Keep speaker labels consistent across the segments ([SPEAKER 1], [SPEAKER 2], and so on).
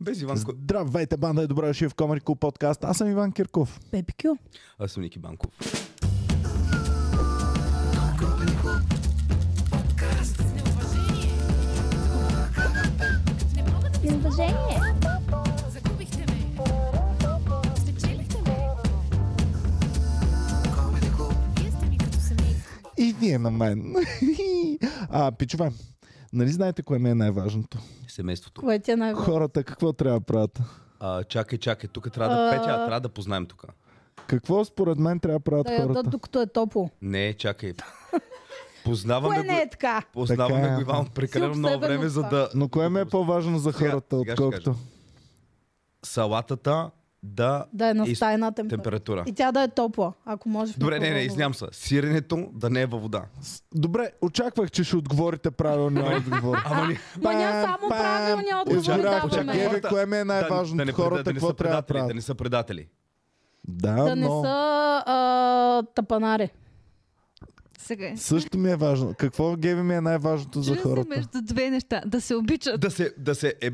[SPEAKER 1] Без Иван Ко...
[SPEAKER 2] Здравейте, банда и добре дошли в Comedy Club подкаст. Аз съм Иван Кирков.
[SPEAKER 3] Пепи Кю.
[SPEAKER 1] Аз съм Ники Банков.
[SPEAKER 4] Неуважение.
[SPEAKER 5] Загубихте ме. Спечелихте ме. Вие сте ми като семейство.
[SPEAKER 2] И вие на мен. а, пичове, нали знаете кое ми е най-важното?
[SPEAKER 1] Семейството.
[SPEAKER 3] Кое ти е най
[SPEAKER 2] Хората какво трябва да правят?
[SPEAKER 1] А, чакай, чакай, тук трябва да
[SPEAKER 3] А.
[SPEAKER 1] петя, а трябва да познаем тук.
[SPEAKER 2] Какво според мен трябва да правят
[SPEAKER 3] Да ядат
[SPEAKER 2] хората?
[SPEAKER 3] докато е топло.
[SPEAKER 1] Не, чакай. Познаваме
[SPEAKER 3] Кое
[SPEAKER 1] го.
[SPEAKER 3] не е така?
[SPEAKER 1] Познаваме
[SPEAKER 2] Така е.
[SPEAKER 1] го Иван прекалено
[SPEAKER 3] Си
[SPEAKER 1] много
[SPEAKER 3] обсебен
[SPEAKER 1] време,
[SPEAKER 3] от
[SPEAKER 1] за
[SPEAKER 3] това.
[SPEAKER 1] да
[SPEAKER 2] Но кое ми е по-важно за
[SPEAKER 1] Сега-
[SPEAKER 2] хората,
[SPEAKER 1] сега ще
[SPEAKER 2] отколкото?
[SPEAKER 1] салатата да,
[SPEAKER 3] Да е на
[SPEAKER 1] из-
[SPEAKER 3] стайна температура.
[SPEAKER 1] температура.
[SPEAKER 3] И тя да е топла, ако може. в
[SPEAKER 1] Добре, не, не,
[SPEAKER 3] микровълнова.
[SPEAKER 1] изням се. Сиренето да не е във вода.
[SPEAKER 2] С- Добре, очаквах, че ще отговорите правилния отговор.
[SPEAKER 1] Ама ни...
[SPEAKER 3] Ма ние само правилния отговор
[SPEAKER 2] очаквах-
[SPEAKER 3] даваме.
[SPEAKER 2] очаквах,
[SPEAKER 3] Еве,
[SPEAKER 2] Геви, кое ми е
[SPEAKER 1] Да,
[SPEAKER 2] най-важното?
[SPEAKER 1] не- да не преда-
[SPEAKER 2] хората
[SPEAKER 1] да не
[SPEAKER 2] какво
[SPEAKER 1] са
[SPEAKER 2] трябва да
[SPEAKER 1] предатели,
[SPEAKER 2] правят?
[SPEAKER 1] да не са предатели.
[SPEAKER 2] Да,
[SPEAKER 3] Да не
[SPEAKER 2] но
[SPEAKER 3] са а, тапанари.
[SPEAKER 6] Сега.
[SPEAKER 2] също ми е важно. Какво, Геви, ми е най-важното за
[SPEAKER 6] Чудя се
[SPEAKER 2] хората?
[SPEAKER 6] между две неща. Да се обичат.
[SPEAKER 1] Да се, да се е...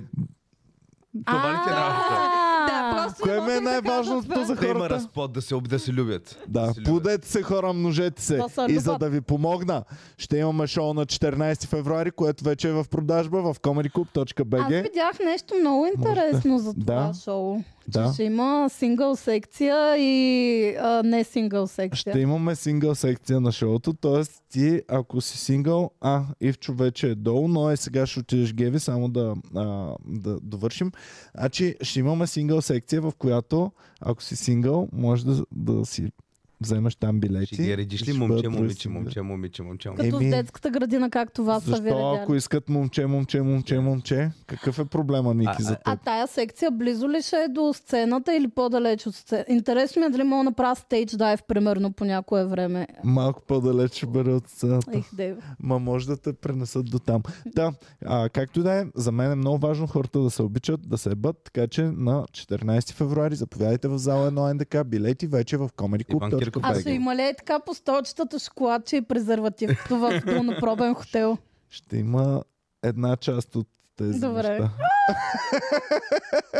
[SPEAKER 1] Това ли ти е работа?
[SPEAKER 6] Да, просто
[SPEAKER 2] Кое
[SPEAKER 6] не
[SPEAKER 2] ми е
[SPEAKER 6] мога да кажа
[SPEAKER 2] най-важното
[SPEAKER 6] това.
[SPEAKER 2] за
[SPEAKER 1] Да има
[SPEAKER 2] хората?
[SPEAKER 1] разпод, да се, об- да се любят.
[SPEAKER 2] Да,
[SPEAKER 1] се любят.
[SPEAKER 2] подете се хора, множете се.
[SPEAKER 3] Това са
[SPEAKER 2] И за
[SPEAKER 3] любов.
[SPEAKER 2] да ви помогна, ще имаме шоу на 14 февруари, което вече е в продажба в
[SPEAKER 3] Аз
[SPEAKER 2] comedyclub.bg.
[SPEAKER 3] видях нещо много интересно за това
[SPEAKER 2] Да.
[SPEAKER 3] шоу.
[SPEAKER 2] Да.
[SPEAKER 3] Че ще има сингъл секция и а, не сингъл секция.
[SPEAKER 2] Ще имаме сингъл секция на шоуто, т.е. ти, ако си сингъл, а, Ивчо вече е долу, но е сега ще отидеш Геви, само да, а, да довършим. Значи ще имаме сингъл секция, в която, ако си сингъл, може да, да си вземеш там билети.
[SPEAKER 1] Ще ги редиш
[SPEAKER 2] и
[SPEAKER 1] Значи, ли
[SPEAKER 2] ще
[SPEAKER 1] момче,
[SPEAKER 2] бъдат
[SPEAKER 1] момиче,
[SPEAKER 2] други
[SPEAKER 1] момче, момиче, момче, момиче.
[SPEAKER 3] Като
[SPEAKER 2] Еми,
[SPEAKER 3] в детската градина, както вас са ви
[SPEAKER 2] Защо, ако
[SPEAKER 3] редяли.
[SPEAKER 2] искат момче, момче, момче, момче, какъв е проблема, Ники,
[SPEAKER 1] А,
[SPEAKER 2] за
[SPEAKER 3] А
[SPEAKER 2] теб?
[SPEAKER 3] тая секция близо ли ще е до сцената или по-далеч от сцената? Интересно ми е дали мога да направя стейдж дайв, примерно, по някое време.
[SPEAKER 2] Малко по-далеч ще бъде от сцената.
[SPEAKER 3] Ех, Дейв.
[SPEAKER 2] Ма може да те пренесат до там. Да, а, както и да е, за мен е много важно хората да се обичат, да се ебат, така че на 14 февруари заповядайте в зала 1 НДК, билети вече в Comedy
[SPEAKER 1] Иван Кирков
[SPEAKER 3] А
[SPEAKER 1] Беги.
[SPEAKER 3] ще
[SPEAKER 2] Club.
[SPEAKER 3] има ли е така по столчетата шоколадче и презерватив е като в пълнопробен хотел?
[SPEAKER 2] Ще има една част от тези
[SPEAKER 3] Добре.
[SPEAKER 2] неща.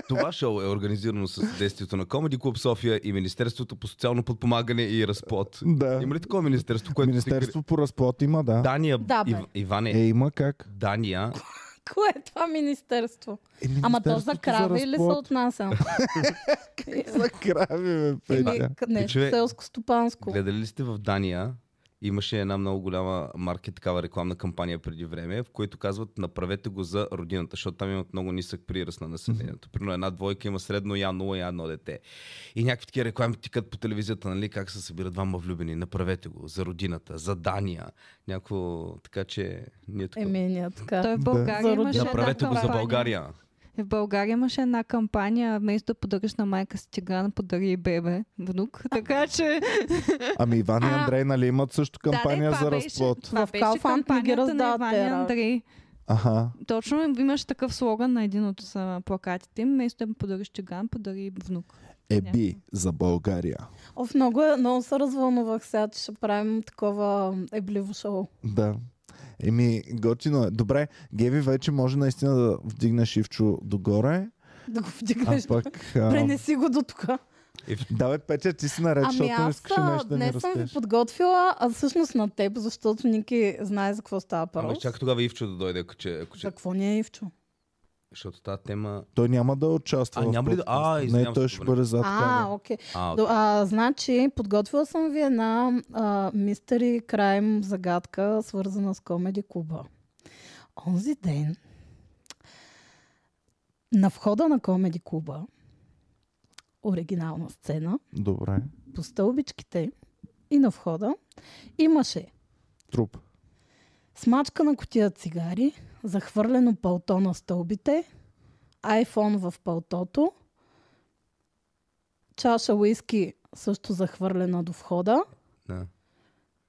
[SPEAKER 1] Това шоу е организирано с действието на Comedy Club София и Министерството по социално подпомагане и разплод.
[SPEAKER 2] Да.
[SPEAKER 1] Има ли такова министерство, което
[SPEAKER 2] Министерство по разплод има, да.
[SPEAKER 1] Се... Дания,
[SPEAKER 3] Да, бе.
[SPEAKER 1] Ив... Иване,
[SPEAKER 2] Е, има как.
[SPEAKER 1] Дания,
[SPEAKER 3] Кое е това министерство?
[SPEAKER 2] Е,
[SPEAKER 3] Ама то
[SPEAKER 2] Министерството
[SPEAKER 3] за крави или се
[SPEAKER 2] разплод.
[SPEAKER 3] отнася?
[SPEAKER 2] За крави, бе,
[SPEAKER 3] Или
[SPEAKER 2] Петя.
[SPEAKER 3] к- нещо
[SPEAKER 1] Човек-
[SPEAKER 3] селско-стопанско?
[SPEAKER 1] гледали ли сте в Дания? Имаше една много голяма маркет, такава рекламна кампания преди време, в които казват направете го за родината, защото там имат много нисък приръст на населението. Примерно една двойка има средно я нула, я едно дете. И някакви такива реклами тикат по телевизията, нали, как се събират двама влюбени, направете го за родината, за Дания. Някакво, така че ние тук...
[SPEAKER 3] Еми, ние така.
[SPEAKER 6] Той в България
[SPEAKER 3] Заради-
[SPEAKER 6] имаше
[SPEAKER 1] Направете
[SPEAKER 6] една
[SPEAKER 1] го за
[SPEAKER 6] кампания.
[SPEAKER 1] България.
[SPEAKER 6] В България имаше една кампания, вместо да подариш на майка си тигран, подари и бебе, внук. Така че
[SPEAKER 2] Ами Иван и
[SPEAKER 6] А,
[SPEAKER 2] Андрей, нали имат също кампания
[SPEAKER 6] да, да,
[SPEAKER 2] за
[SPEAKER 6] това беше-
[SPEAKER 2] разплод?
[SPEAKER 6] Това
[SPEAKER 3] В
[SPEAKER 6] беше
[SPEAKER 3] Kaufland не ги
[SPEAKER 6] кампанията на
[SPEAKER 3] раздават
[SPEAKER 6] Иван
[SPEAKER 3] те
[SPEAKER 6] и
[SPEAKER 3] работи.
[SPEAKER 6] Андрей.
[SPEAKER 2] Аха.
[SPEAKER 6] Точно имаше такъв слоган на един от а, плакатите им. Вместо да му подариш тигран, подари внук.
[SPEAKER 2] Еби е за България.
[SPEAKER 3] Оф, много, е- много се развълнувах сега, че ще правим такова ебливо шоу.
[SPEAKER 2] Да. Еми, готино е. Добре, Геви вече може наистина да вдигнеш Ивчо догоре,
[SPEAKER 3] Да го
[SPEAKER 2] а
[SPEAKER 3] вдигнеш.
[SPEAKER 2] пък... А...
[SPEAKER 3] Пренеси го до тук.
[SPEAKER 2] Давай, Петя, ти си наред,
[SPEAKER 3] Ами
[SPEAKER 2] защото не
[SPEAKER 3] аз
[SPEAKER 2] искаш нещо да ни
[SPEAKER 3] днес съм ви
[SPEAKER 2] растеш.
[SPEAKER 3] подготвила, а всъщност на теб, защото Ники знае за какво става
[SPEAKER 1] Ама
[SPEAKER 3] парол.
[SPEAKER 1] чак тогава Ивчо да дойде, ако че... Ако
[SPEAKER 3] За
[SPEAKER 1] че
[SPEAKER 3] какво ни е Ивчо?
[SPEAKER 1] защото тази тема...
[SPEAKER 2] Той няма да участва
[SPEAKER 1] А,
[SPEAKER 2] в
[SPEAKER 1] няма ли да- А,
[SPEAKER 2] подкаста.
[SPEAKER 1] извинявам се,
[SPEAKER 2] Не, той ще
[SPEAKER 1] добре.
[SPEAKER 2] бъде зад
[SPEAKER 3] А,
[SPEAKER 2] камера.
[SPEAKER 3] окей.
[SPEAKER 1] А,
[SPEAKER 3] До- А, значи, подготвила съм ви една а, мистери крайм загадка, свързана с комеди клуба. Онзи ден на входа на комеди клуба оригинална сцена,
[SPEAKER 2] Добре.
[SPEAKER 3] по стълбичките и на входа имаше
[SPEAKER 2] Труп.
[SPEAKER 3] Смачка на котия цигари, захвърлено палто на стълбите, iPhone в палтото, чаша уиски също захвърлена до входа
[SPEAKER 1] да.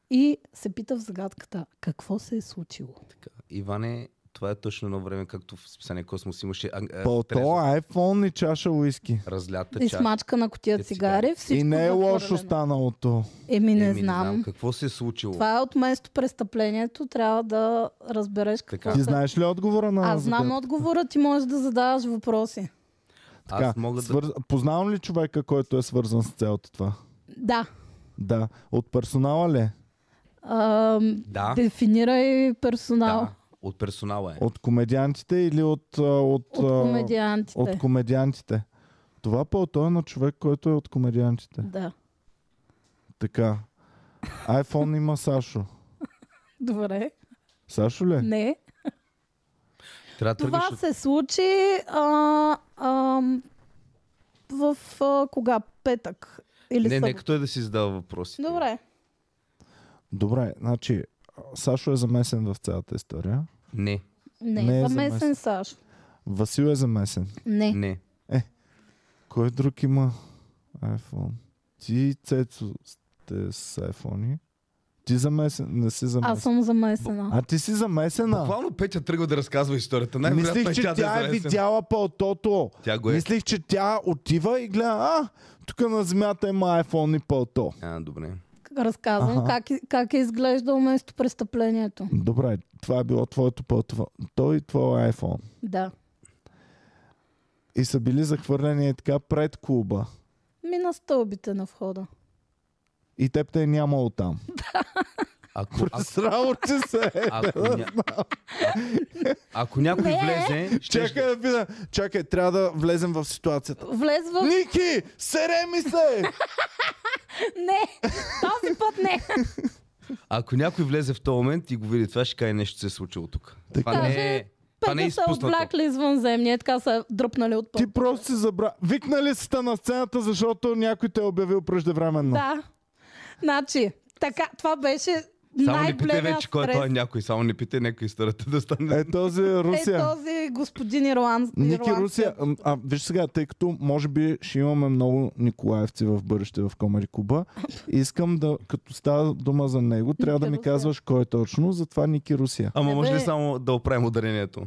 [SPEAKER 3] и се пита в загадката какво се е случило.
[SPEAKER 1] Така. Иване, това е точно едно време, както в списание Космос имаше а, а,
[SPEAKER 2] Пълто,
[SPEAKER 1] Е, трезво,
[SPEAKER 2] iPhone и чаша уиски.
[SPEAKER 1] разлята
[SPEAKER 3] И
[SPEAKER 1] чак.
[SPEAKER 3] смачка на котия
[SPEAKER 1] Те
[SPEAKER 3] цигари,
[SPEAKER 1] цигари.
[SPEAKER 3] всичко
[SPEAKER 2] И
[SPEAKER 3] нали?
[SPEAKER 2] не е лошо
[SPEAKER 3] захвърлено.
[SPEAKER 2] станалото.
[SPEAKER 3] Еми не,
[SPEAKER 1] Еми,
[SPEAKER 3] знам.
[SPEAKER 1] Какво се е случило?
[SPEAKER 3] Това е от место престъплението, трябва да разбереш какво
[SPEAKER 1] Така.
[SPEAKER 2] Ти
[SPEAKER 3] се...
[SPEAKER 2] знаеш ли отговора на
[SPEAKER 3] Аз знам
[SPEAKER 2] задачата?
[SPEAKER 3] отговора, ти можеш да задаваш въпроси.
[SPEAKER 2] Така,
[SPEAKER 1] Аз мога да-
[SPEAKER 2] свърз... да... Познавам ли човека, който е свързан с цялото това?
[SPEAKER 3] Да.
[SPEAKER 2] Да. От персонала ли?
[SPEAKER 3] А,
[SPEAKER 1] Да,
[SPEAKER 3] Дефинирай персонал.
[SPEAKER 1] да. От персонала е.
[SPEAKER 2] От комедиантите или от... а, От,
[SPEAKER 3] От
[SPEAKER 2] а,
[SPEAKER 3] комедиантите.
[SPEAKER 2] от комедиантите. Това пълто е на човек, който е от комедиантите.
[SPEAKER 3] Да.
[SPEAKER 2] Така. iPhone има Сашо.
[SPEAKER 3] Добре.
[SPEAKER 2] Сашо ли? е?
[SPEAKER 3] Не.
[SPEAKER 1] Трябва да
[SPEAKER 3] Това
[SPEAKER 1] тръгнеш от...
[SPEAKER 3] се случи а, а, в а, кога? Петък. Или
[SPEAKER 1] Не,
[SPEAKER 3] събота?
[SPEAKER 1] нека той да си задава въпросите.
[SPEAKER 3] Добре.
[SPEAKER 2] Добре, значи а, Сашо е замесен в цялата история.
[SPEAKER 1] Не,
[SPEAKER 3] Не,
[SPEAKER 2] Не е
[SPEAKER 3] не замесен
[SPEAKER 2] замесен.
[SPEAKER 3] Саш.
[SPEAKER 2] Васил е замесен.
[SPEAKER 3] Не.
[SPEAKER 1] не.
[SPEAKER 2] Кой друг има iPhone? Ти, Цецо, сте с iPhone. Ти замесен, не си замесен.
[SPEAKER 3] Аз съм замесена.
[SPEAKER 2] А ти си замесена.
[SPEAKER 1] Буквално Петя тръгва да разказва историята. Най-вероятно
[SPEAKER 2] Мислих, че
[SPEAKER 1] тя,
[SPEAKER 2] тя,
[SPEAKER 1] да
[SPEAKER 2] е
[SPEAKER 1] замесена.
[SPEAKER 2] видяла пълтото.
[SPEAKER 1] Тя го е.
[SPEAKER 2] Мислих, че тя отива и гледа, а, тук на земята има iPhone и пълто.
[SPEAKER 1] А, добре.
[SPEAKER 3] Разказвам
[SPEAKER 2] Аха.
[SPEAKER 3] как, и- как е изглеждало место престъплението.
[SPEAKER 2] Добре, това е било твоето пълто. Той и твой iPhone.
[SPEAKER 3] Да.
[SPEAKER 2] И са били захвърлени и така пред клуба.
[SPEAKER 3] Мина стълбите на входа.
[SPEAKER 2] И теб те е нямало там.
[SPEAKER 1] Ако, ако,
[SPEAKER 2] Срамо, че се е.
[SPEAKER 1] ако, ня... ако някой влезе, ще...
[SPEAKER 2] Чакай да видя. Чакай, трябва да влезем в ситуацията.
[SPEAKER 3] Влез в...
[SPEAKER 2] Ники, сере ми се!
[SPEAKER 3] Не! Този път не!
[SPEAKER 1] Ако някой влезе в този момент и го види това, ще каже нещо се е случило тук.
[SPEAKER 2] Така.
[SPEAKER 1] Това не е...
[SPEAKER 3] Даже
[SPEAKER 1] Това не е
[SPEAKER 3] Петя са
[SPEAKER 1] изпуснато.
[SPEAKER 3] отвлякли извънземни, е така са дръпнали от път.
[SPEAKER 2] Ти просто си забра. Викнали си те на сцената, защото някой те е обявил преждевременно.
[SPEAKER 3] Да. Значи, така, това беше
[SPEAKER 1] Само не питай
[SPEAKER 3] най-големия
[SPEAKER 1] вече кой е
[SPEAKER 3] стрес.
[SPEAKER 1] той някой. Само не питай нека историята да стане.
[SPEAKER 2] Е този е
[SPEAKER 3] Е
[SPEAKER 2] Русия.
[SPEAKER 3] този господин Ирланд.
[SPEAKER 2] Ники Русия. ам, А, виж сега, тъй като може би ще имаме много Николаевци в бъдеще в Комери Куба, искам да, като става дума за него, трябва да
[SPEAKER 3] Ники
[SPEAKER 2] ми
[SPEAKER 3] Русия.
[SPEAKER 2] казваш кой е точно, затова Ники Русия.
[SPEAKER 1] Ама
[SPEAKER 3] Е,
[SPEAKER 1] може ли
[SPEAKER 3] бе.
[SPEAKER 1] само да оправим ударението?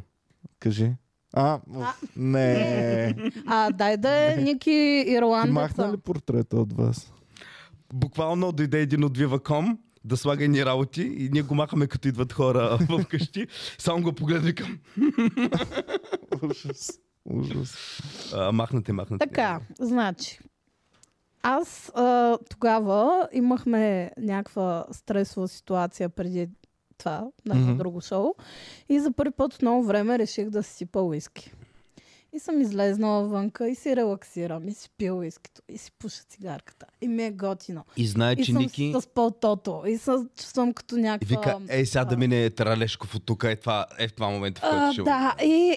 [SPEAKER 2] Кажи. А, уф, не.
[SPEAKER 3] А, дай да е Ники
[SPEAKER 2] Ти махна
[SPEAKER 3] Ирландеца.
[SPEAKER 2] ли портрета от вас?
[SPEAKER 1] Буквално дойде един от Viva.com да слага ни работи и ние го махаме като идват хора в къщи. Само го погледна и към.
[SPEAKER 2] Ужас. Ужас.
[SPEAKER 1] А, махнате, махнате.
[SPEAKER 3] Така, значи. Аз а, тогава имахме някаква стресова ситуация преди това, на едно
[SPEAKER 2] Мгм.
[SPEAKER 3] друго шоу. И за първи път от много време реших да си сипа уиски. И съм излезнала вънка и си релаксирам, и си пия уискито, и си пуша цигарката. И ми е готино.
[SPEAKER 1] И знае,
[SPEAKER 3] И
[SPEAKER 1] че
[SPEAKER 3] съм
[SPEAKER 1] Ники...
[SPEAKER 3] с пълтото. И съм, чувствам като
[SPEAKER 1] И
[SPEAKER 3] някаква...
[SPEAKER 1] вика, ей, сега да мине Тралешков от тук, е това, е в това момент, в който
[SPEAKER 3] А,
[SPEAKER 1] ще го-
[SPEAKER 3] да, и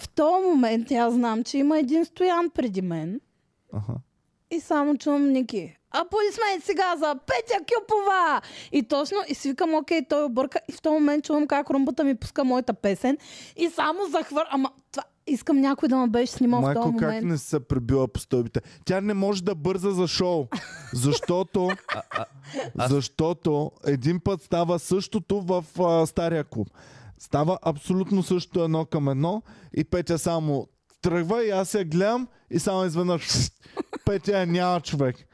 [SPEAKER 3] в този момент аз знам, че има един стоян преди мен
[SPEAKER 2] Аха.
[SPEAKER 3] и само чувам Ники. Аплодисмент сега за Петя Кюпова! И точно, и свикам, окей, той обърка. И в този момент чувам как румбата ми пуска моята песен. И само захвър... Ама, това... искам някой да ме беше снимал в този
[SPEAKER 2] Майко, как
[SPEAKER 3] момент.
[SPEAKER 2] не се прибила по стълбите? Тя не може да бърза за шоу, защото, защото един път става същото в а, стария клуб. Става абсолютно същото едно към едно и Петя само тръгва и аз я гледам и само изведнъж Петя я няма човек.
[SPEAKER 3] Ми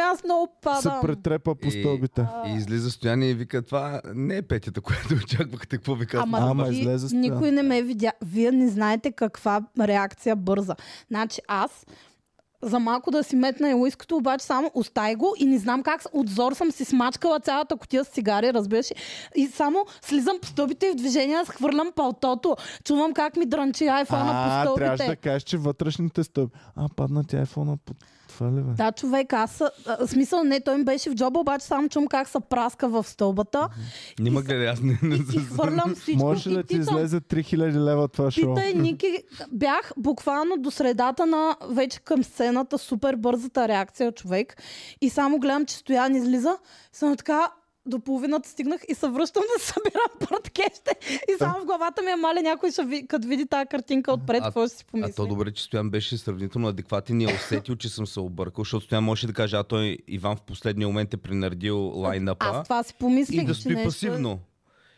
[SPEAKER 3] Ами, аз много
[SPEAKER 2] Се
[SPEAKER 3] падам.
[SPEAKER 2] претрепа по
[SPEAKER 1] И-
[SPEAKER 2] стълбите.
[SPEAKER 1] И излиза Стояне и вика, това не е петята, която очаквахте, какво ви казвам.
[SPEAKER 3] Ама,
[SPEAKER 2] Ама
[SPEAKER 3] ти-
[SPEAKER 2] излезе с
[SPEAKER 3] никой не ме видя. Вие не знаете каква реакция бърза. Значи аз за малко да си метна и уиското, обаче само остай го и не знам как с- от зор съм си смачкала цялата котия с цигари, разбираш ли? И само слизам по стълбите и в движение схвърлям палтото. Чувам как ми дрънчи айфона
[SPEAKER 2] А,
[SPEAKER 3] по
[SPEAKER 2] трябваше да
[SPEAKER 3] стълбите.
[SPEAKER 2] кажеш, че вътрешните стълби. А, падна ти айфона под това ли бе?
[SPEAKER 3] Да, човек, аз съ- а, смисъл не, той ми беше в джоба, обаче само чум как се праска в стълбата
[SPEAKER 1] Нима гледай, аз не... не
[SPEAKER 3] и хвърлям всичко
[SPEAKER 2] Може
[SPEAKER 3] и
[SPEAKER 2] ли да ти
[SPEAKER 3] тичам
[SPEAKER 2] излезе 3000 лева това шоу?
[SPEAKER 3] Питай, Ники, бях буквално до средата на вече към сцената, супер бързата реакция човек. И само гледам, че Стоян излиза. Съм така, до половината стигнах и се връщам да събирам порткещите. И само в главата ми е мале някой, ще ви, като види тази картинка отпред,
[SPEAKER 1] А-
[SPEAKER 3] какво ще си
[SPEAKER 1] А
[SPEAKER 3] помисли.
[SPEAKER 1] то добре, че Стоян беше сравнително адекватен и е усетил, че съм се объркал, защото Стоян можеше да каже, а той Иван в последния момент е принардил лайнапа
[SPEAKER 3] Аз това си помислих,
[SPEAKER 1] и да
[SPEAKER 3] че
[SPEAKER 1] стои
[SPEAKER 3] нещо... е-
[SPEAKER 1] пасивно.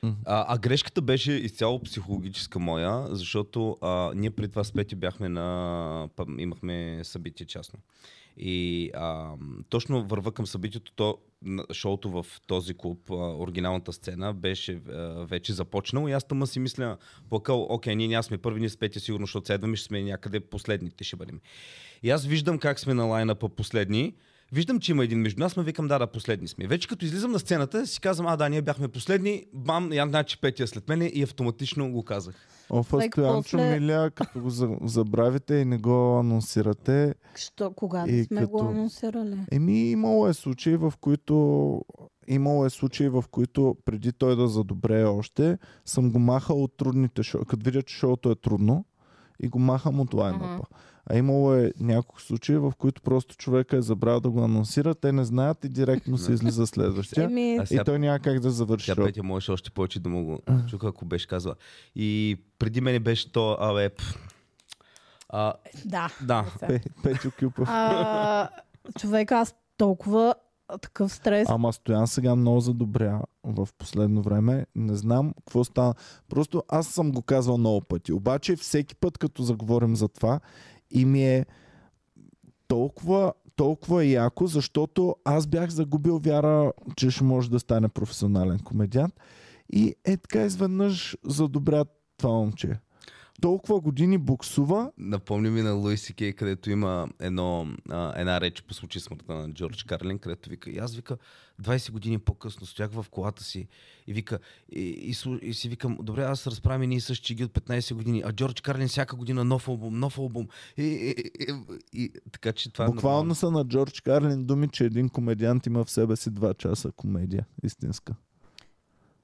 [SPEAKER 2] Мгм.
[SPEAKER 1] А, а грешката беше изцяло психологическа моя, защото а, ние при това с Пети бяхме на... пъм- имахме събитие частно. И а, точно върва към събитието, то на- шоуто в този клуб, а, оригиналната сцена, беше а, вече започнало и аз тъма си мисля, плакал, окей, ние няма сме първи, ние с Петя сигурно, защото седваме, ще сме някъде последните, ще бъдем. И аз виждам как сме на лайнапа последни, Виждам, че има един между нас, но викам, да, да, последни сме. Вече като излизам на сцената, си казвам, а, да, ние бяхме последни, бам, я значи петия след мене и автоматично го казах.
[SPEAKER 2] Офа,
[SPEAKER 3] Лайк
[SPEAKER 2] Стоянчо
[SPEAKER 3] после-
[SPEAKER 2] Миля, като го за- забравите и не го анонсирате,
[SPEAKER 3] Що, кога
[SPEAKER 2] И
[SPEAKER 3] не сме го
[SPEAKER 2] като-
[SPEAKER 3] анонсирали?
[SPEAKER 2] Еми, имало е случаи, в които имало е случаи, в които преди той да задобрее още, съм го махал от трудните шоу. Като видя, че шоуто е трудно и го махам от лайнапа. А имало е няколко случаи, в които просто човека е забравил да го анонсира, те не знаят и директно се излиза следващия.
[SPEAKER 3] Еми,
[SPEAKER 1] А
[SPEAKER 2] И
[SPEAKER 1] сега,
[SPEAKER 2] той няма как да завърши.
[SPEAKER 1] сега
[SPEAKER 2] шоуто.
[SPEAKER 1] Петя можеше още повече да му го чука, ако беше казала. И преди мене беше то, абе, пф, а,
[SPEAKER 3] да.
[SPEAKER 1] да,
[SPEAKER 3] Сега.
[SPEAKER 2] Пе- Петю Кюпов.
[SPEAKER 3] А, човек, аз толкова такъв стрес.
[SPEAKER 2] Ама Стоян сега много задобря в последно време. Не знам какво стана. Просто аз съм го казвал много пъти. Обаче всеки път, като заговорим за това, и ми е толкова, толкова яко, защото аз бях загубил вяра, че ще може да стане професионален комедиант. И е така изведнъж задобря това момче. Толкова години буксува,
[SPEAKER 1] Напомни ми на Луис Кей, където има едно, а, една реч по случай смъртта на Джордж Карлин, където вика, и аз вика, 20 години по-късно стоях в колата си и вика, и, и, слу- и си викам, добре, аз разправям и ние същи ги от 15 години, а Джордж Карлин всяка година нов албум, нов албум. И, и, и, и, и така че това
[SPEAKER 2] буквално
[SPEAKER 1] е
[SPEAKER 2] са на Джордж Карлин думи, че един комедиант има в себе си два часа комедия. Истинска.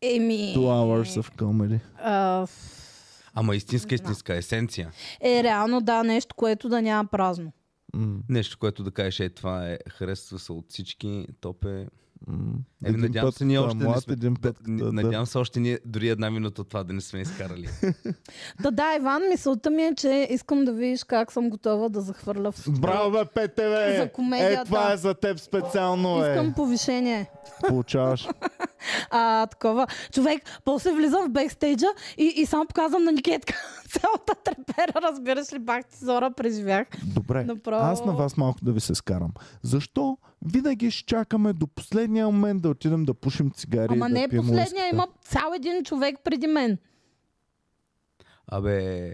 [SPEAKER 3] Еми.
[SPEAKER 2] Two hours of comedy.
[SPEAKER 3] а,
[SPEAKER 1] Ама истинска, истинска есенция.
[SPEAKER 3] е, реално да, нещо, което да няма празно.
[SPEAKER 2] М,
[SPEAKER 1] Нещо, което да кажеш, е това е, харесва се от всички, топ е...
[SPEAKER 2] м.
[SPEAKER 1] Еми,
[SPEAKER 2] Един
[SPEAKER 1] надявам
[SPEAKER 2] път
[SPEAKER 1] се, ние
[SPEAKER 2] като е
[SPEAKER 1] още не
[SPEAKER 2] млад,
[SPEAKER 1] сме-
[SPEAKER 2] един
[SPEAKER 1] Да,
[SPEAKER 2] път като е
[SPEAKER 1] надявам се още ние дори една минута от това да не сме изкарали.
[SPEAKER 3] Да, да, Иван, мисълта ми е, че искам да видиш как съм готова да захвърля в...
[SPEAKER 2] дър. Браво, бе, ПТВ!
[SPEAKER 3] За комедия,
[SPEAKER 2] е, това
[SPEAKER 3] да.
[SPEAKER 2] е за теб специално, е.
[SPEAKER 3] Искам повишение.
[SPEAKER 2] Получаваш.
[SPEAKER 3] А, такова. Човек, после влизам в бекстейджа и, и само показвам на Никетка цялата трепера, разбираш ли, бах ти зора, преживях.
[SPEAKER 2] Добре,
[SPEAKER 3] Направо.
[SPEAKER 2] аз на вас малко да ви се скарам. Защо винаги ще чакаме до последния момент да отидем да пушим цигари
[SPEAKER 3] Ама
[SPEAKER 2] и да
[SPEAKER 3] не е
[SPEAKER 2] пием
[SPEAKER 3] последния,
[SPEAKER 2] уискита?
[SPEAKER 3] има цял един човек преди мен.
[SPEAKER 1] Абе,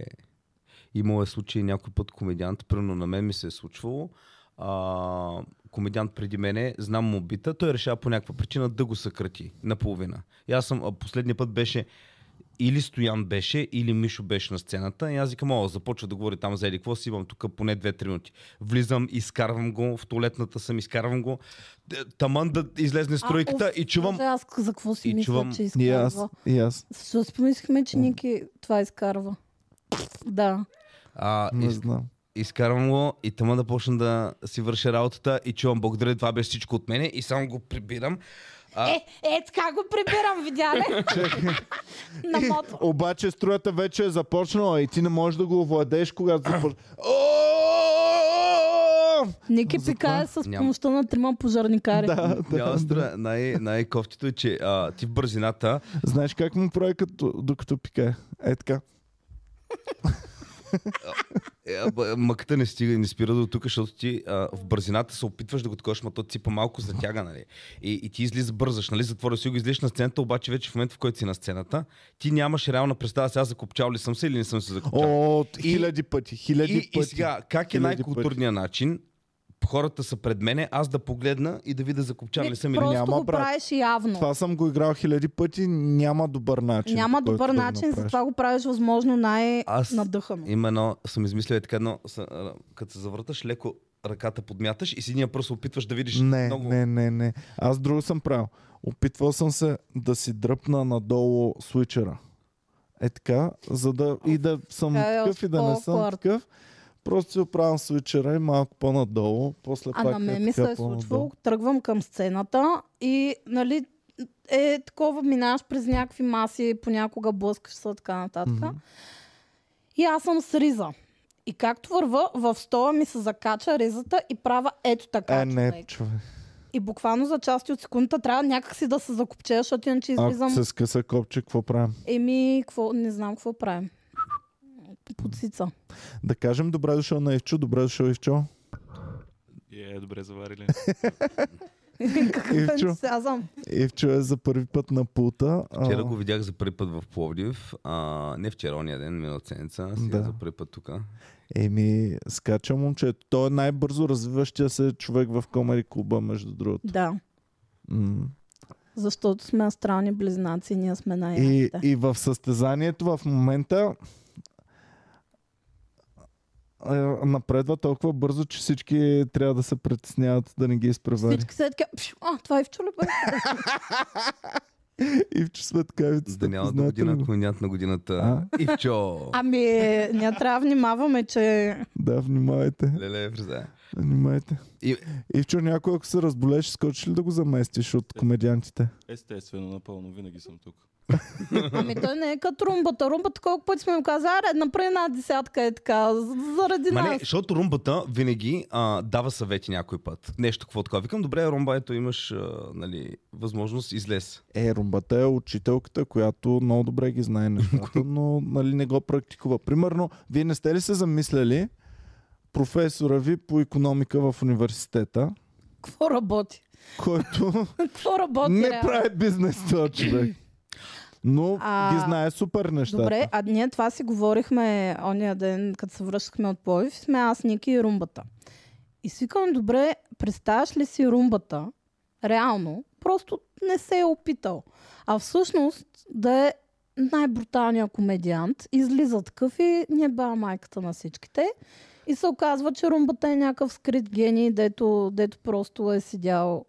[SPEAKER 1] имало е случай някой път комедиант, примерно на мен ми се е случвало, а, комедиант преди мене, знам му бита, той решава по някаква причина да го съкрати наполовина. И аз съм, а последния път беше или Стоян беше, или Мишо беше на сцената. И аз викам, о, започва да говори там за еди какво си, имам тук поне 2-3 минути. Влизам, изкарвам го, в туалетната съм, изкарвам го. Т- Таман да излезе с тройката
[SPEAKER 3] А, уф,
[SPEAKER 1] и чувам...
[SPEAKER 3] да, Аз за какво си
[SPEAKER 1] и
[SPEAKER 3] мисля,
[SPEAKER 1] чувам-
[SPEAKER 3] че
[SPEAKER 2] И
[SPEAKER 3] изкарва?
[SPEAKER 2] аз, и аз.
[SPEAKER 3] Защо си помислихме, че Ники това изкарва? Да.
[SPEAKER 1] А,
[SPEAKER 2] Не
[SPEAKER 1] из-
[SPEAKER 2] знам.
[SPEAKER 1] Изкарвам го и тъма да почна да си върша работата и чувам благодаря, това беше всичко от мене и само го прибирам. А,
[SPEAKER 3] Е, е, така го прибирам, видя ли? На
[SPEAKER 2] И,
[SPEAKER 3] мото.
[SPEAKER 2] обаче струята вече е започнала и ти не можеш да го овладееш, когато започне.
[SPEAKER 3] Ники
[SPEAKER 2] Затова-
[SPEAKER 3] пикае с
[SPEAKER 1] Няма.
[SPEAKER 3] помощта на трима пожарникари.
[SPEAKER 2] Да, да.
[SPEAKER 1] няма стра, най- най-кофтито е, че а, ти в бързината
[SPEAKER 2] Знаеш как му прави като, докато пикае? Е така.
[SPEAKER 1] е, а, б- мъката не стига и не спира до тук, защото ти а, в бързината се опитваш да го такош, но то ципа малко затяга, нали? И, и ти излиза бързаш, нали? Затворя си го, излизаш на сцената, обаче вече в момента, в който си на сцената, ти нямаш реална представа сега закопчал ли съм се или не съм се закопчал.
[SPEAKER 2] О,
[SPEAKER 1] И-
[SPEAKER 2] хиляди пъти, хиляди
[SPEAKER 1] и,
[SPEAKER 2] пъти.
[SPEAKER 1] и сега, как е
[SPEAKER 2] Хиляди
[SPEAKER 1] най-културният начин? Хората са пред мене, аз да погледна и да видя закопчан
[SPEAKER 3] Не,
[SPEAKER 1] ли съм или
[SPEAKER 3] просто
[SPEAKER 1] няма.
[SPEAKER 2] няма,
[SPEAKER 3] го
[SPEAKER 2] брат.
[SPEAKER 3] правиш явно.
[SPEAKER 2] Това съм го играл хиляди пъти, няма добър начин.
[SPEAKER 3] Няма
[SPEAKER 2] по който
[SPEAKER 3] добър
[SPEAKER 2] да го
[SPEAKER 3] начин,
[SPEAKER 2] направиш.
[SPEAKER 3] затова го правиш възможно
[SPEAKER 1] Аз
[SPEAKER 3] най-надъхано.
[SPEAKER 1] Има едно, съм измислил е така, но като се завърташ, леко ръката подмяташ и с единия просто опитваш да видиш
[SPEAKER 2] Не,
[SPEAKER 1] много.
[SPEAKER 2] не, не, не. Аз друго съм правил. Опитвал съм се да си дръпна надолу свичера. Е така, за да и да съм
[SPEAKER 3] Така е
[SPEAKER 2] такъв и да не съм
[SPEAKER 3] awkward.
[SPEAKER 2] такъв. Просто си оправям свичера и малко по-надолу. После
[SPEAKER 3] А
[SPEAKER 2] пак
[SPEAKER 3] на мен ми се
[SPEAKER 2] така
[SPEAKER 3] е
[SPEAKER 2] по-надолу.
[SPEAKER 3] случвало, тръгвам към сцената и, нали, е такова, минаваш през някакви маси, понякога блъскаш се, така нататък.
[SPEAKER 2] Мгм.
[SPEAKER 3] И аз съм с риза. И както върва, в стола ми се закача ризата и права ето така.
[SPEAKER 2] Е, не,
[SPEAKER 3] човек.
[SPEAKER 2] човек.
[SPEAKER 3] и буквално за части от секундата трябва някакси да се закопчеш, защото иначе излизам.
[SPEAKER 2] Ако се скъса копче, какво правим?
[SPEAKER 3] Еми, какво, не знам какво правим. Подсица.
[SPEAKER 2] Да кажем добре дошъл на Ивчо, добре дошъл Ивчо.
[SPEAKER 4] Е, добре заварили.
[SPEAKER 3] Какъв е
[SPEAKER 2] Ивчо.
[SPEAKER 3] ентусиазъм.
[SPEAKER 2] Ивчо е за първи път на пулта. а,
[SPEAKER 1] Вчера го видях за първи път в Пловдив. А, не вчера, ония ден, миналата седмица. Сега
[SPEAKER 2] Да.
[SPEAKER 1] да. за първи път тук.
[SPEAKER 2] Еми, скача момчето. Той е най-бързо развиващия се човек в комери клуба, между другото.
[SPEAKER 3] Да,
[SPEAKER 2] М.
[SPEAKER 3] защото сме астрални близнаци и ние сме най
[SPEAKER 2] И,
[SPEAKER 3] яките
[SPEAKER 2] и в състезанието в момента е, напредва толкова бързо, че всички трябва да се притесняват да не ги изпревари.
[SPEAKER 3] Всички са така, «Пш, а, това е в ли бе?
[SPEAKER 2] Ивчо светкавицата.
[SPEAKER 1] Да няма до
[SPEAKER 2] познавате ли
[SPEAKER 1] година,
[SPEAKER 2] го?
[SPEAKER 1] комедиант на годината.
[SPEAKER 2] А?
[SPEAKER 1] Ивчо!
[SPEAKER 3] Ами, ние трябва да внимаваме, че
[SPEAKER 2] Да, внимайте.
[SPEAKER 1] Леле, фризе.
[SPEAKER 2] Внимайте.
[SPEAKER 1] И-
[SPEAKER 2] Ивчо, някой ако се разболеш, скочи ли да го заместиш от комедиантите?
[SPEAKER 4] Естествено, напълно, винаги съм тук.
[SPEAKER 3] Ами той не е като румбата. Румбата колко пъти сме му казали, аре, направи една десятка е така, з- заради
[SPEAKER 1] Ма не,
[SPEAKER 3] нас.
[SPEAKER 1] защото румбата винаги а, дава съвети някой път. Нещо какво такова. Викам, добре, румба, ето имаш а, нали, възможност, излез.
[SPEAKER 2] Е, румбата е учителката, която много добре ги знае нещата, но нали, не го практикува. Примерно, вие не сте ли се замисляли професора ви по економика в университета,
[SPEAKER 3] Какво работи?
[SPEAKER 2] който
[SPEAKER 3] Какво работи?
[SPEAKER 2] не
[SPEAKER 3] реално?
[SPEAKER 2] прави бизнес този човек. Но
[SPEAKER 3] А,
[SPEAKER 2] ги знае супер нещата.
[SPEAKER 3] Добре, а ние това си говорихме ония ден, като се връщахме от Пловдив, сме аз, Ники и румбата. И свикам, добре, представяш ли си румбата? Реално, просто не се е опитал. А всъщност да е най-бруталният комедиант, излиза такъв и не ба майката на всичките. И се оказва, че румбата е някакъв скрит гений, дето, дето просто е седял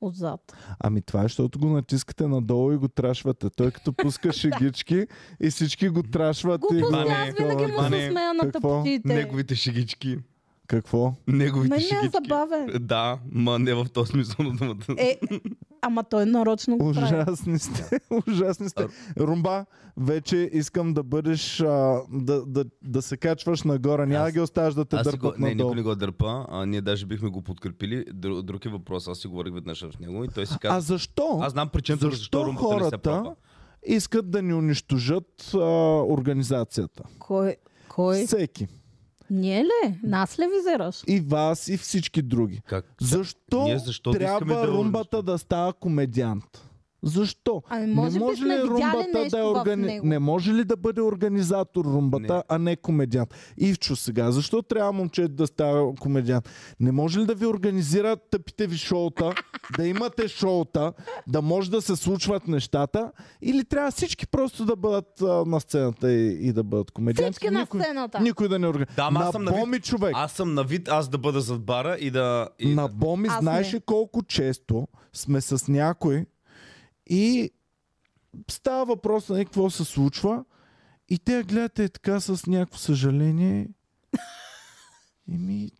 [SPEAKER 3] отзад.
[SPEAKER 2] Ами това е, защото го натискате надолу и го трашвате. Той като пуска шегички и всички го трашват. и
[SPEAKER 3] Глупости,
[SPEAKER 1] Иване,
[SPEAKER 3] аз винаги му
[SPEAKER 1] Иване,
[SPEAKER 3] се смея на
[SPEAKER 2] какво?
[SPEAKER 3] тъпотиите.
[SPEAKER 1] Неговите шегички.
[SPEAKER 2] Какво?
[SPEAKER 1] Неговите
[SPEAKER 3] Мен не е
[SPEAKER 1] шегички.
[SPEAKER 3] забавен.
[SPEAKER 1] Да, ма не в този смисъл на думата.
[SPEAKER 3] Е, ама той нарочно го прави.
[SPEAKER 2] Ужасни сте. Ужасни сте. Румба, вече искам да бъдеш, а, да, да, да се качваш нагоре. Няма да
[SPEAKER 1] Аз-
[SPEAKER 2] ги оставаш да те
[SPEAKER 1] Аз си го,
[SPEAKER 2] дърпат
[SPEAKER 1] не,
[SPEAKER 2] надолу.
[SPEAKER 1] никой не го дърпа. А, ние даже бихме го подкрепили. Друг, друг е въпрос. Аз си говорих веднъж с него и той си каза.
[SPEAKER 2] А
[SPEAKER 1] Аз,
[SPEAKER 2] защо?
[SPEAKER 1] аз знам причината,
[SPEAKER 2] защо,
[SPEAKER 1] защо, защо румбата не се
[SPEAKER 2] хората
[SPEAKER 1] пробва.
[SPEAKER 2] искат да ни унищожат а, организацията?
[SPEAKER 3] Кой? Кой?
[SPEAKER 2] Всеки.
[SPEAKER 3] Ние ли? Нас ли визираш?
[SPEAKER 2] И вас, и всички други.
[SPEAKER 1] Как?
[SPEAKER 2] Защо,
[SPEAKER 1] Ние защо да искаме
[SPEAKER 2] трябва
[SPEAKER 1] да
[SPEAKER 2] румбата
[SPEAKER 1] унищожим?
[SPEAKER 2] да става комедиант? Защо?
[SPEAKER 3] Ами може
[SPEAKER 2] не
[SPEAKER 3] би
[SPEAKER 2] може
[SPEAKER 3] сме
[SPEAKER 2] ли
[SPEAKER 3] видяли
[SPEAKER 2] румбата
[SPEAKER 3] нещо
[SPEAKER 2] да е
[SPEAKER 3] в
[SPEAKER 2] органи...
[SPEAKER 3] него.
[SPEAKER 2] Не може ли да бъде организатор румбата,
[SPEAKER 1] Не.
[SPEAKER 2] а не комедиант? Ивчо сега, защо трябва момчето да става комедиант? Не може ли да ви организира тъпите ви шоута, да имате шоута, да може да се случват нещата или трябва всички просто да бъдат а, на сцената и, и да бъдат комедианти?
[SPEAKER 3] Всички на сцената.
[SPEAKER 2] Никой да не организира.
[SPEAKER 1] Да, ама аз съм на вид-
[SPEAKER 2] Напомни човек.
[SPEAKER 1] Аз съм на вид, аз да бъда зад бара и да. И...
[SPEAKER 2] На Боми
[SPEAKER 3] Аз
[SPEAKER 2] знаеш
[SPEAKER 3] не.
[SPEAKER 2] ли колко често сме с някой и става въпрос на какво се случва и те я гледат е така с някакво съжаление. Еми,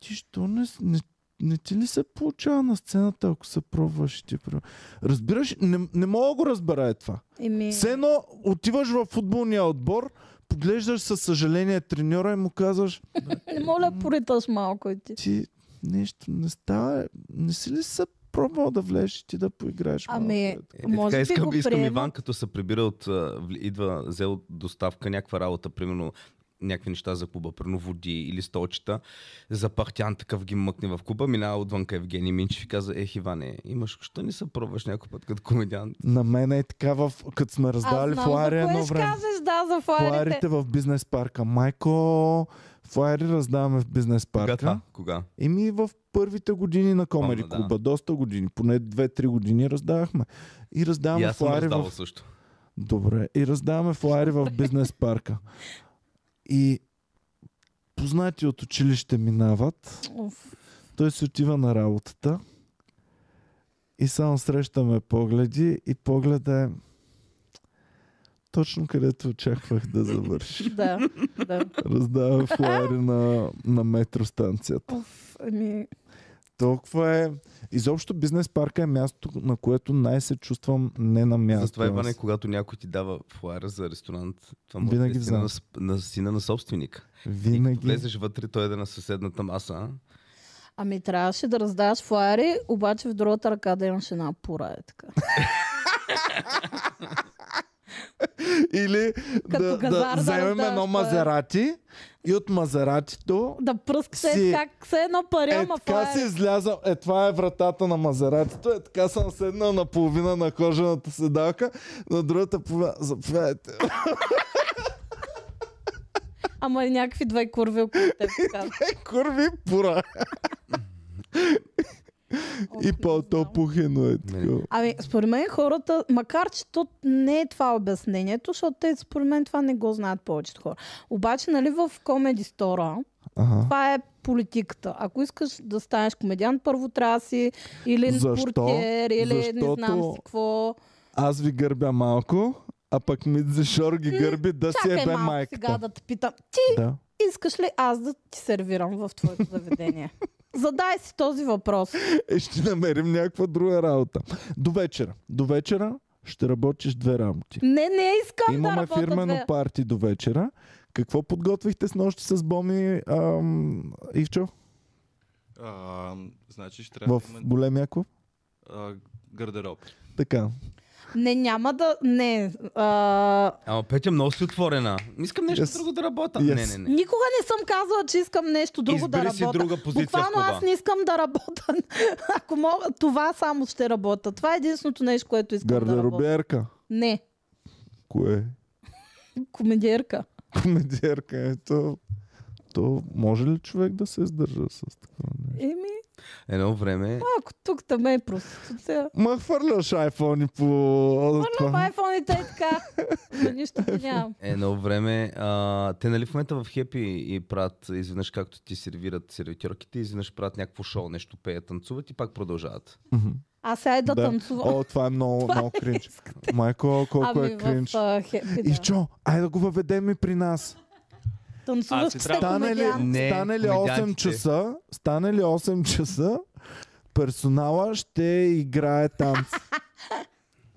[SPEAKER 2] ти що не, с- не, не ти ли се получава на сцената, ако се пробваш? и Ти... пробва- Разбираш, не, не мога да го разбера е това.
[SPEAKER 3] Еми,
[SPEAKER 2] Все едно отиваш в футболния отбор, поглеждаш със съжаление треньора и му казваш
[SPEAKER 3] не моля, пориташ малко и ти.
[SPEAKER 2] ти нещо не става. Не си ли се пробвал да влезеш и ти да поиграеш? малко?
[SPEAKER 3] Ами,
[SPEAKER 1] Е,
[SPEAKER 3] може
[SPEAKER 1] така,
[SPEAKER 3] би
[SPEAKER 1] искам,
[SPEAKER 3] го
[SPEAKER 1] искам
[SPEAKER 3] приема.
[SPEAKER 1] Иван, като се прибира от... а, вли- Идва, взел от доставка някаква работа, примерно някакви неща за клуба, примерно води или столчета. Запахтян такъв ги мъкне в клуба, минава отвънка Евгений Минчев и каза, ех Иване, имаш, що не се пробваш някой път като комедиант?
[SPEAKER 2] На мен е така, в, като сме раздавали
[SPEAKER 3] Аз знам,
[SPEAKER 2] флаери
[SPEAKER 3] за кое
[SPEAKER 2] едно
[SPEAKER 3] ще
[SPEAKER 2] време.
[SPEAKER 3] кажеш, да, за флайерите.
[SPEAKER 2] Флаерите в бизнес парка. Майко, флаери раздаваме в бизнес
[SPEAKER 1] Кога
[SPEAKER 2] парка.
[SPEAKER 1] това? Кога?
[SPEAKER 2] Еми в първите години на Комери
[SPEAKER 1] Помня, да.
[SPEAKER 2] клуба, доста години, поне 2-3 години раздавахме. И
[SPEAKER 1] и
[SPEAKER 2] раздаваме
[SPEAKER 1] аз съм
[SPEAKER 2] флаери
[SPEAKER 1] раздавал
[SPEAKER 2] в
[SPEAKER 1] също.
[SPEAKER 2] Добре. И раздаваме флаери в бизнес парка. И познати от училище минават.
[SPEAKER 3] Уф.
[SPEAKER 2] Той си отива на работата и само срещаме погледи и погледа е точно където очаквах да завърши.
[SPEAKER 3] Да, да.
[SPEAKER 2] Раздава флаери на, на метростанцията.
[SPEAKER 3] Уф, ами,
[SPEAKER 2] Толкова е... Изобщо бизнес парка е място, на което най-се чувствам не на място.
[SPEAKER 1] Затова, Иване,
[SPEAKER 2] Аз-
[SPEAKER 1] когато някой ти дава флайера за ресторант, това може
[SPEAKER 2] Винаги
[SPEAKER 1] да е сина
[SPEAKER 2] взема.
[SPEAKER 1] на, сп- на сина на собственика. И като
[SPEAKER 2] Винаги...
[SPEAKER 1] влезеш вътре, той да е на съседната е маса.
[SPEAKER 3] Ами трябваше да раздаваш флаери, обаче в другата ръка да имаш една пура. Е, така.
[SPEAKER 2] Или
[SPEAKER 3] Като
[SPEAKER 2] да,
[SPEAKER 3] газар
[SPEAKER 2] да
[SPEAKER 3] да е-
[SPEAKER 2] вземем
[SPEAKER 3] раздаваш
[SPEAKER 2] едно
[SPEAKER 3] пари.
[SPEAKER 2] мазерати и от мазератито
[SPEAKER 3] Да пръскате
[SPEAKER 2] Си-
[SPEAKER 3] си... как се едно пари,
[SPEAKER 2] е,
[SPEAKER 3] ама
[SPEAKER 2] така си
[SPEAKER 3] флаери.
[SPEAKER 2] излязал. Е, това е вратата на мазератито. Е, така съм седнал на половина на кожената седалка, на другата половина. Заповядайте.
[SPEAKER 3] Ама и някакви две курви около теб. Така.
[SPEAKER 2] Е, Курви пура. и по-то пухено е такова.
[SPEAKER 3] Ами, според мен хората, макар че то не е това обяснението, защото те, според мен това не го знаят повечето хора. Обаче, нали, в комеди стора,
[SPEAKER 2] Ага.
[SPEAKER 3] това е политиката. Ако искаш да станеш комедиант, първо трябва да си или
[SPEAKER 2] Защо?
[SPEAKER 3] портиер, или не знам
[SPEAKER 2] Защото-
[SPEAKER 3] си какво.
[SPEAKER 2] Аз ви гърбя малко, а пък Мидзе Шор ги гърби да си
[SPEAKER 3] Чакай
[SPEAKER 2] ебе
[SPEAKER 3] малко сега
[SPEAKER 2] майката.
[SPEAKER 3] да те питам. Ти
[SPEAKER 2] Да.
[SPEAKER 3] искаш ли аз да ти сервирам в твоето заведение? Задай си този въпрос.
[SPEAKER 2] Е, ще намерим някаква друга работа. До вечера. До вечера ще работиш две работи.
[SPEAKER 3] Не, не искам да
[SPEAKER 2] Имаме
[SPEAKER 3] работя.
[SPEAKER 2] фирмено
[SPEAKER 3] две.
[SPEAKER 2] парти до вечера. Какво подготвихте с нощи с Боми ам, Ивчо
[SPEAKER 4] А, значи ще трябва
[SPEAKER 2] в
[SPEAKER 4] да има
[SPEAKER 2] големия клуб?
[SPEAKER 4] а, гардероб.
[SPEAKER 2] Така.
[SPEAKER 3] Не, няма да... Не. А,
[SPEAKER 1] Ама Петя много си отворена. Искам нещо
[SPEAKER 2] Yes.
[SPEAKER 1] друго да работя.
[SPEAKER 2] Yes.
[SPEAKER 1] Не, не, не.
[SPEAKER 3] никога не съм казала, че искам нещо друго да
[SPEAKER 1] Избери
[SPEAKER 3] работя.
[SPEAKER 1] си друга позиция в
[SPEAKER 3] Буквално
[SPEAKER 1] клуба.
[SPEAKER 3] аз не искам да работя. Ако мога, това само ще работя. Това е единственото нещо, което искам да работя.
[SPEAKER 2] Гардероберка.
[SPEAKER 3] Не,
[SPEAKER 2] Кое?
[SPEAKER 3] комедиерка.
[SPEAKER 2] Комедиерка. Ето. То може ли човек да се издържа с такова нещо?
[SPEAKER 3] Еми,
[SPEAKER 1] Едно време.
[SPEAKER 3] ако тук там е проституция.
[SPEAKER 2] Ма хвърляш айфони по...
[SPEAKER 3] Върна в
[SPEAKER 2] това.
[SPEAKER 3] айфоните е така. Ма Нищо да нямам.
[SPEAKER 1] Едно време. А, те нали в момента в Хепи и правят изведнъж както ти сервират сервитьорките, изведнъж правят някакво шоу, нещо пеят, танцуват и пак продължават.
[SPEAKER 2] Мгм.
[SPEAKER 3] А сега е да, танцувам.
[SPEAKER 2] О, това е много, много кринч. Майко, колко
[SPEAKER 3] ами
[SPEAKER 2] е кринч.
[SPEAKER 3] в а, хепи, да.
[SPEAKER 2] Ивчо, айде да го въведем и при нас.
[SPEAKER 4] А,
[SPEAKER 3] Танцуваш
[SPEAKER 4] си
[SPEAKER 3] се
[SPEAKER 4] трябва-
[SPEAKER 2] Стане ли,
[SPEAKER 3] комедиант.
[SPEAKER 1] Не,
[SPEAKER 2] стане ли 8
[SPEAKER 1] комедиантите.
[SPEAKER 2] часа, стане ли 8 часа, персонала ще играе танц.
[SPEAKER 1] Е.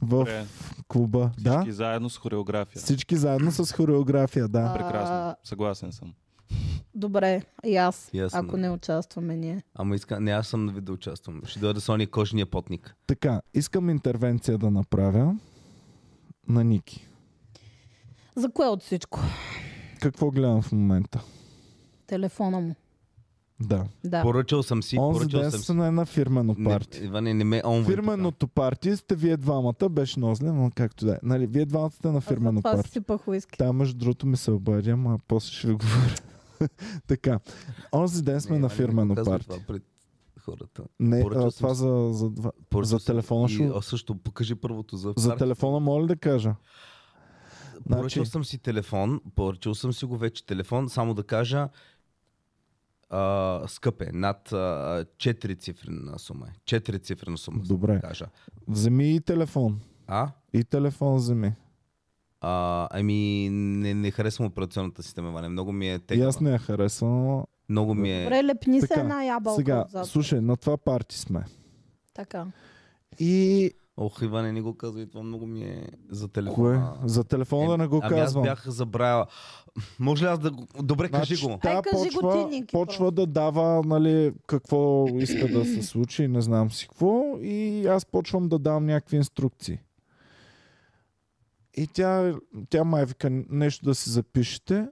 [SPEAKER 2] В
[SPEAKER 4] Добре,
[SPEAKER 2] клуба. Да?
[SPEAKER 4] И Е, заедно с хореография.
[SPEAKER 2] Всички заедно с хореография, да.
[SPEAKER 3] А.
[SPEAKER 4] Прекрасно. Съгласен съм.
[SPEAKER 3] Добре, и аз,
[SPEAKER 1] Ясно.
[SPEAKER 3] ако не участваме ние.
[SPEAKER 1] Ама иска... не, аз съм на вид да участвам. Ще дойда с ония кожния потник.
[SPEAKER 2] Така, искам интервенция да направя на Ники.
[SPEAKER 3] За кое от всичко?
[SPEAKER 2] Какво гледам в момента?
[SPEAKER 3] Телефона му.
[SPEAKER 2] Да.
[SPEAKER 3] Да.
[SPEAKER 1] Поръчал съм си,
[SPEAKER 2] Онзи
[SPEAKER 1] поръчал
[SPEAKER 2] ден
[SPEAKER 1] съм
[SPEAKER 2] съм
[SPEAKER 1] си.
[SPEAKER 2] на една фирмено
[SPEAKER 1] Не,
[SPEAKER 2] парти.
[SPEAKER 1] Иване, не ме онвай тук.
[SPEAKER 2] Фирменото парти сте вие двамата, беше нозле, но както да е. Нали, вие двамата сте на
[SPEAKER 3] Аз
[SPEAKER 2] фирмено
[SPEAKER 3] това си
[SPEAKER 2] парти.
[SPEAKER 3] сипах уиски.
[SPEAKER 2] Там, между другото, ми се обади, ама после ще ви говоря. така. Онзи ден сме
[SPEAKER 1] Не,
[SPEAKER 2] на
[SPEAKER 1] Иване, не
[SPEAKER 2] фирмено
[SPEAKER 1] го казвай
[SPEAKER 2] парти.
[SPEAKER 1] това пред хората.
[SPEAKER 2] Не,
[SPEAKER 1] Поръчал
[SPEAKER 2] а,
[SPEAKER 1] съм
[SPEAKER 2] това
[SPEAKER 1] си-
[SPEAKER 2] за, за, два-
[SPEAKER 1] Поръчал
[SPEAKER 2] за
[SPEAKER 1] съм
[SPEAKER 2] телефона
[SPEAKER 1] си-
[SPEAKER 2] ще...
[SPEAKER 1] и- а, също покажи първото за,
[SPEAKER 2] За
[SPEAKER 1] парти.
[SPEAKER 2] телефона моля да кажа.
[SPEAKER 1] Поръчал
[SPEAKER 2] Значи-
[SPEAKER 1] съм си телефон, поръчал съм си го вече телефон, само да кажа а, скъп е, над а, 4 цифрена сума. е. 4 цифрена сума. само
[SPEAKER 2] Добре.
[SPEAKER 1] Да кажа.
[SPEAKER 2] Вземи и телефон.
[SPEAKER 1] А?
[SPEAKER 2] И телефон вземи.
[SPEAKER 1] а ами, не, не харесвам операционната система, Ване. Много ми е
[SPEAKER 2] И
[SPEAKER 1] тегна.
[SPEAKER 2] аз не я харесвам. но-
[SPEAKER 1] Много ми е...
[SPEAKER 3] Добре, лепни се
[SPEAKER 2] Така,
[SPEAKER 3] една ябълка
[SPEAKER 2] Сега,
[SPEAKER 3] отзад.
[SPEAKER 2] слушай, на това парти сме.
[SPEAKER 3] Така.
[SPEAKER 2] И
[SPEAKER 1] Ох, Иване, не го казвай, това много ми е за
[SPEAKER 2] кое?
[SPEAKER 1] телефона.
[SPEAKER 2] За телефона да не го
[SPEAKER 1] ами
[SPEAKER 2] казвам.
[SPEAKER 1] Аз бях забравил. Може ли аз да го... Добре, Е, кажи го.
[SPEAKER 2] Та
[SPEAKER 3] Ай, Е, кажи го
[SPEAKER 2] Значи, почва,
[SPEAKER 3] ти, Ники,
[SPEAKER 2] почва да дава, нали, какво иска да се случи, не знам си какво. И аз почвам да давам някакви инструкции. И тя, тя май вика нещо да си запишете.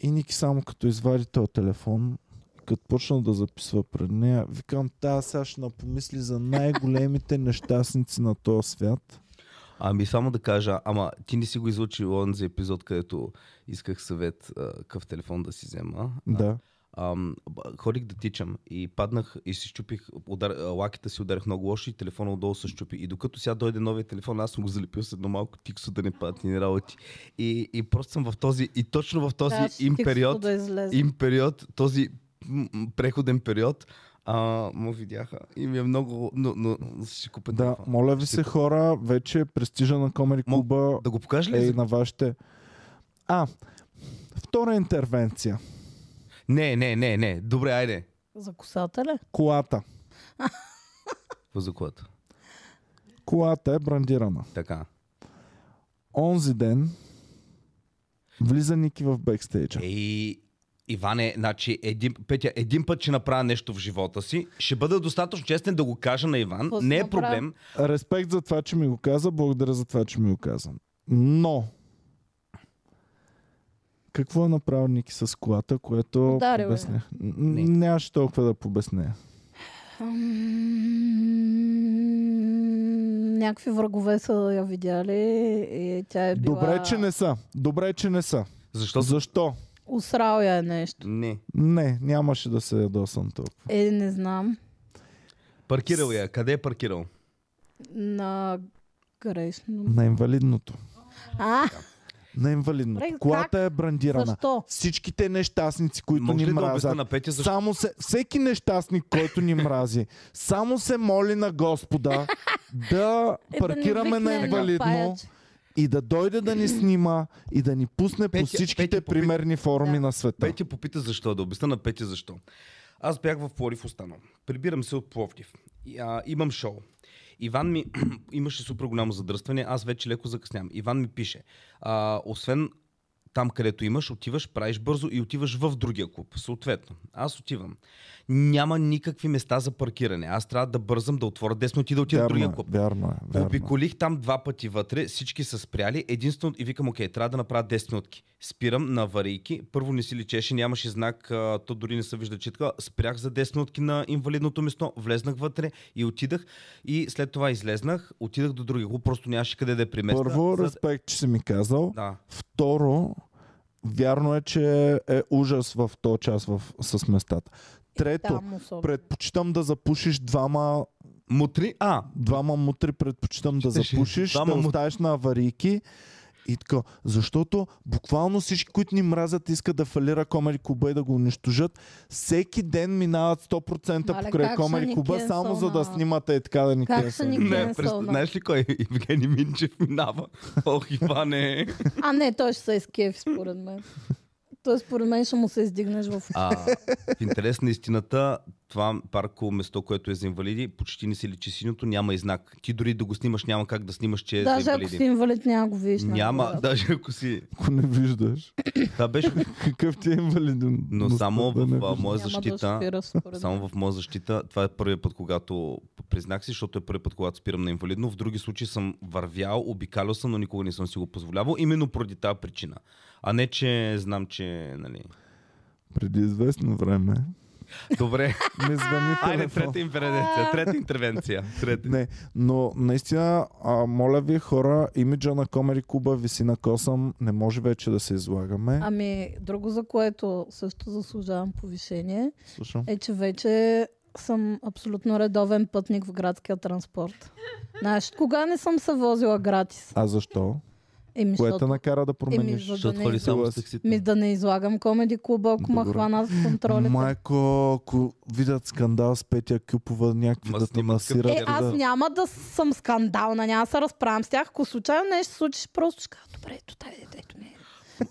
[SPEAKER 2] И Ники само като извади този телефон, като почна да записва пред нея, викам, тази сега ще напомисли за най-големите нещастници на този свят.
[SPEAKER 1] Ами само да кажа, ама ти не си го излучил онзи епизод, където исках съвет а, какъв телефон да си взема.
[SPEAKER 2] Да.
[SPEAKER 1] Ам, б- ходих да тичам и паднах и си щупих, удар, а, лаките си ударих много лошо и телефона отдолу се щупи. И докато сега дойде новия телефон, аз съм го залепил с едно малко тиксо да не падат ни работи. И, и просто съм в този, и точно в този
[SPEAKER 3] Трябваше
[SPEAKER 1] им
[SPEAKER 3] тиксото
[SPEAKER 1] период,
[SPEAKER 3] Да е излезе.
[SPEAKER 1] им период, този м- м- преходен период, а, му видяха и ми е много, но, но ще си купя
[SPEAKER 2] Да,
[SPEAKER 1] телефон.
[SPEAKER 2] моля ви се хора, вече престижа на Комери
[SPEAKER 1] Мог-
[SPEAKER 2] Клуба
[SPEAKER 1] Да го покажа ли?
[SPEAKER 2] е
[SPEAKER 1] за-
[SPEAKER 2] и на вашите. А, втора интервенция.
[SPEAKER 1] Не, не, не, не. Добре, айде.
[SPEAKER 3] За косата ли?
[SPEAKER 2] Колата.
[SPEAKER 1] Какво за което?
[SPEAKER 2] Колата е брандирана.
[SPEAKER 1] Така.
[SPEAKER 2] Онзи ден влиза Ники в бекстейджа.
[SPEAKER 1] Ей, Иване, значи, един, Петя, един път ще направя нещо в живота си. Ще бъда достатъчно честен да го кажа на Иван.
[SPEAKER 3] Какво си
[SPEAKER 1] не е
[SPEAKER 3] направил?
[SPEAKER 1] проблем.
[SPEAKER 2] Респект за това, че ми го каза. Благодаря за това, че ми го каза. Но... Какво е направил Ники с колата, което
[SPEAKER 3] Ударил е.
[SPEAKER 2] обяснях? Н-
[SPEAKER 1] Не.
[SPEAKER 2] Нямаше толкова да побесне.
[SPEAKER 3] Ам, Някакви врагове са я видяли и тя е била...
[SPEAKER 2] Добре, че не са. Добре, че не са.
[SPEAKER 1] Защо? За...
[SPEAKER 2] Защо?
[SPEAKER 3] Усрал я е нещо.
[SPEAKER 1] Не.
[SPEAKER 2] Не, нямаше да се ядосам толкова.
[SPEAKER 3] Е, не знам.
[SPEAKER 1] Паркирал я. Къде е паркирал?
[SPEAKER 3] На грешно.
[SPEAKER 2] На инвалидното.
[SPEAKER 3] А,
[SPEAKER 2] На инвалидното.
[SPEAKER 3] Добре,
[SPEAKER 2] Колата е брандирана.
[SPEAKER 3] защо?
[SPEAKER 2] Всичките нещастници, които
[SPEAKER 1] Може
[SPEAKER 2] ни
[SPEAKER 1] ли да обясна
[SPEAKER 2] мразят,
[SPEAKER 1] на Петя защо?
[SPEAKER 2] Само се, всеки нещастник, който ни мрази, само се моли на Господа да
[SPEAKER 3] Е, да не
[SPEAKER 2] паркираме на
[SPEAKER 3] викне
[SPEAKER 2] инвалидно
[SPEAKER 3] паяч.
[SPEAKER 2] и да дойде да ни снима и да ни пусне по
[SPEAKER 1] Петя-
[SPEAKER 2] всичките
[SPEAKER 1] Петя, попит-
[SPEAKER 2] примерни форми
[SPEAKER 3] Да.
[SPEAKER 2] на света.
[SPEAKER 1] Петя попита защо. Да обясна на Петя защо. Аз бях в Пловдив останал. Прибирам се от Пловдив. И, а, имам шоу. Иван ми имаше супер голямо задръстване, аз вече леко закъснявам. Иван ми пише, а, освен там, където имаш, отиваш, правиш бързо и отиваш в другия клуб. Съответно, аз отивам. Няма никакви места за паркиране. Аз трябва да бързам, да отворя десно и да отида в
[SPEAKER 2] Вярно
[SPEAKER 1] другия
[SPEAKER 2] е,
[SPEAKER 1] клуб.
[SPEAKER 2] вярно е. Вярно. е.
[SPEAKER 1] Обиколих там два пъти вътре, всички са спряли. Единствено, и викам, окей, трябва да направя 10 минутки. Спирам на аварийки. Първо не си личеше, нямаше знак, а, то дори не се вижда читка. Спрях за 10 минутки на инвалидното место, влезнах вътре и отидах. И след това излезнах, отидах до други клуб, просто нямаше къде да я преместя.
[SPEAKER 2] Първо,
[SPEAKER 1] За-
[SPEAKER 2] респект, че си ми казал.
[SPEAKER 1] Да.
[SPEAKER 2] Второ, вярно е, че е ужас в този час в, с местата.
[SPEAKER 3] Е,
[SPEAKER 2] Трето,
[SPEAKER 3] Там особено.
[SPEAKER 2] предпочитам да запушиш двама
[SPEAKER 1] Мутри. А,
[SPEAKER 2] двама мутри предпочитам да
[SPEAKER 1] Щеше.
[SPEAKER 2] запушиш,
[SPEAKER 1] Двама
[SPEAKER 2] да
[SPEAKER 1] мут-
[SPEAKER 2] оставиш на аварийки. И така, защото буквално всички, които ни мразят, искат да фалира Комери Куба и да го унищожат. Всеки ден минават 100%
[SPEAKER 3] Мале,
[SPEAKER 2] покрай
[SPEAKER 3] как ще
[SPEAKER 2] Комери
[SPEAKER 3] ни
[SPEAKER 2] Куба, само за да
[SPEAKER 3] кенселнат?
[SPEAKER 2] снимате и така да ни
[SPEAKER 3] Как ще
[SPEAKER 2] кенселнат.
[SPEAKER 3] ни
[SPEAKER 1] не,
[SPEAKER 3] Кенсъл,
[SPEAKER 1] през...
[SPEAKER 3] да.
[SPEAKER 1] знаеш ли кой? Евгений Минчев минава. Ох, Иване.
[SPEAKER 3] А, не, той ще се изкефи, според мен. Той според мен ще му се издигнеш в...
[SPEAKER 1] А, в интерес на истината, това парко место, което е за инвалиди, почти не се личи синьото, няма и знак. Ти дори да го снимаш, няма как да снимаш, че е
[SPEAKER 3] Даже
[SPEAKER 1] за
[SPEAKER 3] ако си
[SPEAKER 1] инвалиди.
[SPEAKER 3] инвалид, няма го видиш. на
[SPEAKER 1] Няма,
[SPEAKER 3] хората.
[SPEAKER 1] даже ако си...
[SPEAKER 2] Ако не виждаш,
[SPEAKER 1] Да беше...
[SPEAKER 2] какъв ти е инвалиден?
[SPEAKER 1] Но само
[SPEAKER 2] да не
[SPEAKER 1] в а,
[SPEAKER 2] виждаш.
[SPEAKER 1] моя
[SPEAKER 3] Няма да
[SPEAKER 1] защита...
[SPEAKER 3] спира, според мен.
[SPEAKER 1] Само в моя защита, това е първият път, когато признах си, защото е първият път, когато спирам на инвалидно. В други случаи съм вървял, обикалял съм, но никога не съм си го позволявал, именно поради тази причина. А не, че знам, че... Нали...
[SPEAKER 2] Преди известно време
[SPEAKER 1] Добре,
[SPEAKER 2] ми звъни
[SPEAKER 1] айде
[SPEAKER 2] телефон.
[SPEAKER 1] трета интервенция, трета интервенция. Трета.
[SPEAKER 2] Не, но наистина, а, моля ви хора, имиджа на Комери Куба виси на косъм, не може вече да се излагаме.
[SPEAKER 3] Ами, друго, за което също заслужавам повишение,
[SPEAKER 2] Слушам.
[SPEAKER 3] е, че вече съм абсолютно редовен пътник в градския транспорт. Знаеш, кога не съм се возила гратис?
[SPEAKER 2] А защо?
[SPEAKER 3] Еми,
[SPEAKER 2] Кое те
[SPEAKER 3] защото-
[SPEAKER 2] накара да
[SPEAKER 3] Еми,
[SPEAKER 2] промениш?
[SPEAKER 3] за-
[SPEAKER 1] Защото
[SPEAKER 3] да не
[SPEAKER 1] ходи само с
[SPEAKER 2] излъз.
[SPEAKER 1] таксита.
[SPEAKER 3] ми да не излагам комеди клуба, ако ме
[SPEAKER 2] Добре.
[SPEAKER 3] хванат в контролите.
[SPEAKER 2] Майко, ако видят скандал с Петя Кюпова, някакви
[SPEAKER 1] Ма
[SPEAKER 2] да те
[SPEAKER 1] снимат
[SPEAKER 2] масират.
[SPEAKER 3] Е,
[SPEAKER 1] като
[SPEAKER 3] аз
[SPEAKER 2] да...
[SPEAKER 3] няма да съм скандална, няма да се разправям с тях. Ако случайно нещо се случи, ще просто ще кажа, добре, ето дай детето не е.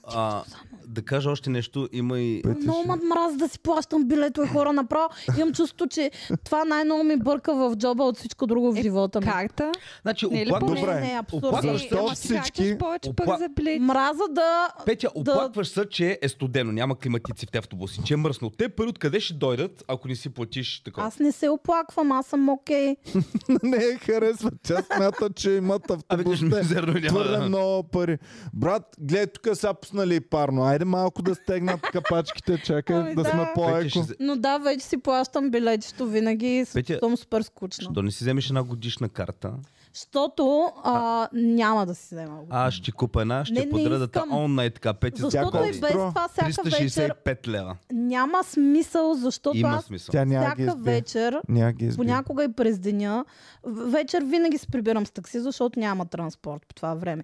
[SPEAKER 1] А, да кажа още нещо, има и...
[SPEAKER 2] Петя
[SPEAKER 3] Много
[SPEAKER 2] ще-
[SPEAKER 3] ме мраз да си плащам билето и хора направо. Имам чувство, че това най-много ми бърка в джоба от всичко друго в живота ми.
[SPEAKER 6] Карта.
[SPEAKER 1] Значи,
[SPEAKER 6] Не е ли
[SPEAKER 1] оплакваш...
[SPEAKER 6] по-добре?
[SPEAKER 3] Не, не, абсурдно.
[SPEAKER 1] Обаче,
[SPEAKER 6] Ами,
[SPEAKER 1] защо
[SPEAKER 6] ама ти
[SPEAKER 2] всички-
[SPEAKER 6] харчиш повече
[SPEAKER 1] Опла-
[SPEAKER 6] пари за билети.
[SPEAKER 3] Мраза да...
[SPEAKER 1] Петя,
[SPEAKER 3] да-
[SPEAKER 1] оплакваш се, че е студено, няма климатици в тези автобуси, че е мръсно. Те пари откъде ще дойдат, ако не си платиш така?
[SPEAKER 3] Аз не се оплаквам, аз съм окей.
[SPEAKER 2] не я харесва. Тя смята, че имат
[SPEAKER 1] Абе, кажеш,
[SPEAKER 2] автобусите.
[SPEAKER 1] мизерно няма
[SPEAKER 2] Твърде
[SPEAKER 1] да...
[SPEAKER 2] много пари. Брат, гледай, тук са пуснали и парно. Айде малко да стегнат капачките, чакай
[SPEAKER 3] Ами
[SPEAKER 2] да
[SPEAKER 3] да.
[SPEAKER 2] сме
[SPEAKER 1] Петя, ще,
[SPEAKER 2] по-еко.
[SPEAKER 1] взе-
[SPEAKER 3] Но да, вече си плащам билетчето винаги и се
[SPEAKER 1] Петя,
[SPEAKER 3] чувствам супер скучно.
[SPEAKER 1] Що не си вземеш една годишна карта?
[SPEAKER 3] Защото а, няма да си взема.
[SPEAKER 1] А, ще ти купа една, ще
[SPEAKER 3] Не,
[SPEAKER 1] не,
[SPEAKER 3] не
[SPEAKER 1] подреда да
[SPEAKER 3] искам.
[SPEAKER 1] онлайн така. Петя,
[SPEAKER 3] Защото
[SPEAKER 1] колко
[SPEAKER 3] и
[SPEAKER 1] си?
[SPEAKER 3] без
[SPEAKER 2] струва?
[SPEAKER 3] това всяка вечер
[SPEAKER 1] 365 лева.
[SPEAKER 3] няма смисъл, защото
[SPEAKER 1] Има
[SPEAKER 3] аз
[SPEAKER 1] смисъл.
[SPEAKER 2] Тя няма ги
[SPEAKER 3] всяка
[SPEAKER 2] избие.
[SPEAKER 3] вечер,
[SPEAKER 2] Няма ги избие.
[SPEAKER 3] понякога и през деня, в- вечер винаги се прибирам с такси, защото няма транспорт по това време.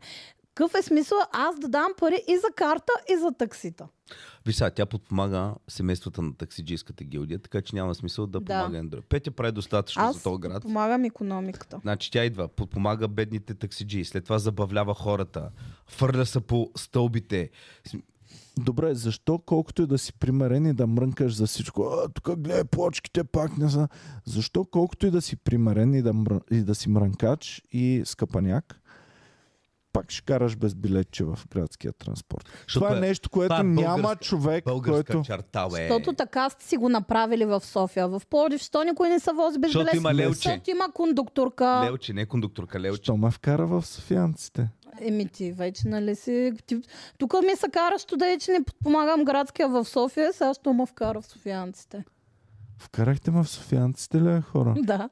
[SPEAKER 3] Какъв е смисъл аз да дам пари и за карта, и за таксита?
[SPEAKER 1] Виж сега, тя подпомага семействата на таксиджийската гилдия, така че няма смисъл да,
[SPEAKER 3] Да.
[SPEAKER 1] помага на друг. Петя прави достатъчно
[SPEAKER 3] Аз
[SPEAKER 1] за този град.
[SPEAKER 3] помагам економиката.
[SPEAKER 1] Значи тя идва, подпомага бедните таксиджи, след това забавлява хората, фърля се по стълбите. С-
[SPEAKER 2] Добре, защо колкото и да си примерен и да мрънкаш за всичко, а, тук гледай плочките пак не са, защо колкото и да си примерен и да, мр... и да си мрънкач и скъпаняк, пак ще караш без билетче в градския транспорт.
[SPEAKER 1] Защото
[SPEAKER 2] това е
[SPEAKER 1] е-
[SPEAKER 2] нещо, което
[SPEAKER 1] това е
[SPEAKER 2] няма
[SPEAKER 1] българска-
[SPEAKER 2] човек,
[SPEAKER 1] Българска
[SPEAKER 2] който...
[SPEAKER 1] черта, бе.
[SPEAKER 3] Защото така сте си го направили в София. В Пловдив, що никой не се вози без
[SPEAKER 1] Защото
[SPEAKER 3] билет?
[SPEAKER 1] има лелче.
[SPEAKER 3] Защото има кондукторка.
[SPEAKER 1] Лелче, не е кондукторка, Лелче.
[SPEAKER 2] Що ме вкара в софианците?
[SPEAKER 3] Еми ти, вече нали си... Ти... Тук ми се караш туда, че не подпомагам градския в София, сега ще ме вкара в софианците.
[SPEAKER 2] Вкарахте ме в софианците ли, бе, хора?
[SPEAKER 3] Да.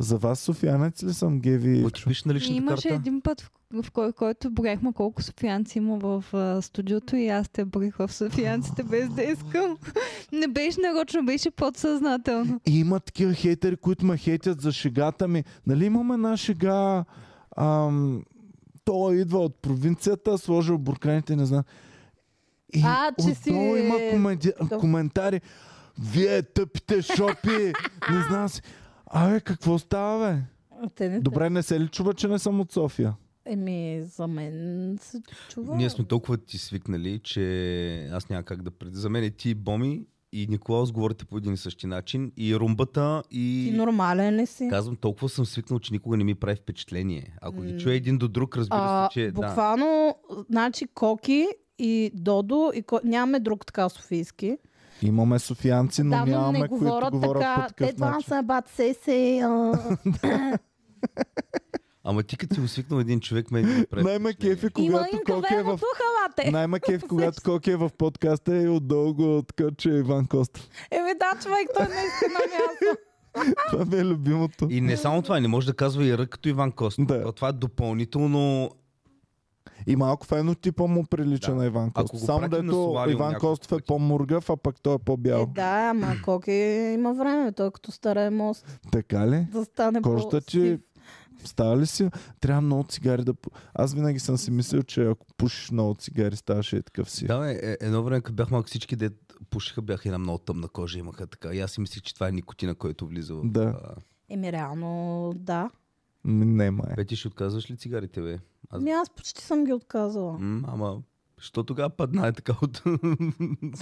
[SPEAKER 2] За вас софианец ли съм, Геви?
[SPEAKER 1] Кой ти пише на
[SPEAKER 6] И
[SPEAKER 1] личната
[SPEAKER 6] имаше
[SPEAKER 1] карта?
[SPEAKER 6] един път, в, в кой, който брояхме колко софиянци има в а, студиото и аз те брих в софиянците без да искам. Не беше нарочно, беше подсъзнателно.
[SPEAKER 2] И има такива хейтери, които ме хейтят за шегата ми. Нали имаме една шега... Ам, той идва от провинцията, сложил бурканите, не знам. И
[SPEAKER 3] А, че си-
[SPEAKER 2] отдолу има коменди...
[SPEAKER 3] Да.
[SPEAKER 2] коментари. Вие тъпите шопи! не знам си. Абе, какво става, бе?
[SPEAKER 3] Те не...
[SPEAKER 2] Добре, не се ли чува, че не съм от София?
[SPEAKER 3] Еми, за мен се чува.
[SPEAKER 1] Ние сме толкова ти свикнали, че аз няма как да преди. За мен е ти, Боми и Николаус говорите по един и същи начин. И румбата, и...
[SPEAKER 3] Ти нормален ли си?
[SPEAKER 1] Казвам, толкова съм свикнал, че никога не ми прави впечатление. Ако ги чуя един до друг, разбира
[SPEAKER 3] А,
[SPEAKER 1] се, че е, да.
[SPEAKER 3] буквално, значи, Коки и Додо, и ко... нямаме друг така софийски.
[SPEAKER 2] Имаме софиянци, но
[SPEAKER 3] Давно
[SPEAKER 2] нямаме,
[SPEAKER 3] не
[SPEAKER 2] които
[SPEAKER 3] говорят
[SPEAKER 2] говорят
[SPEAKER 3] така.
[SPEAKER 2] по
[SPEAKER 3] Те
[SPEAKER 2] такъв
[SPEAKER 3] това
[SPEAKER 2] начин.
[SPEAKER 3] са бат се се. а,
[SPEAKER 1] Ама ти като си го свикнал един човек, мен ми прави
[SPEAKER 2] Най-ме
[SPEAKER 1] впечатление.
[SPEAKER 2] кефи,
[SPEAKER 3] Има
[SPEAKER 2] когато
[SPEAKER 3] им
[SPEAKER 2] Коки е в
[SPEAKER 3] каверното халате.
[SPEAKER 2] Най-ма кеф, когато Коки е в подкаста и отдолу го откача Иван Костов.
[SPEAKER 3] Еми Е, да, човек, той не иска на място.
[SPEAKER 2] Това ми е любимото.
[SPEAKER 1] И не само това, не може да казва и рък като Иван Костов.
[SPEAKER 2] Да.
[SPEAKER 1] Да. Това е допълнително...
[SPEAKER 2] И малко фенотипа му прилича
[SPEAKER 1] Да.
[SPEAKER 2] на Иван
[SPEAKER 1] Ако
[SPEAKER 2] Костов.
[SPEAKER 1] го
[SPEAKER 2] Само
[SPEAKER 1] пратим на
[SPEAKER 2] дето
[SPEAKER 1] солариум
[SPEAKER 2] Иван
[SPEAKER 1] няколко
[SPEAKER 2] Костов е
[SPEAKER 1] пъти.
[SPEAKER 2] по-мургав, а пък той е
[SPEAKER 3] Е,
[SPEAKER 2] по-бял.
[SPEAKER 3] да, ама Коки има време, той като стара е мост
[SPEAKER 2] Така ли?
[SPEAKER 3] да стане
[SPEAKER 2] Кожата ти
[SPEAKER 3] по-сив.
[SPEAKER 2] става ли си? Трябва много цигари да... пу- Аз винаги съм си мислил, че ако пушиш много цигари, ставаш е такъв си.
[SPEAKER 1] Да, бе, е- едно време, като бях малко всички, де пушеха, бяха една много тъмна кожа, имаха така. И аз си мислих, че това е никотина, който влиза в...
[SPEAKER 2] Да.
[SPEAKER 1] а,
[SPEAKER 3] Еми реално, да.
[SPEAKER 2] М, Не, май.
[SPEAKER 1] Пети, ще отказваш ли цигарите, бе? Аз...
[SPEAKER 3] Ами аз почти съм ги отказала.
[SPEAKER 1] М, ама, що тогава падна е така от...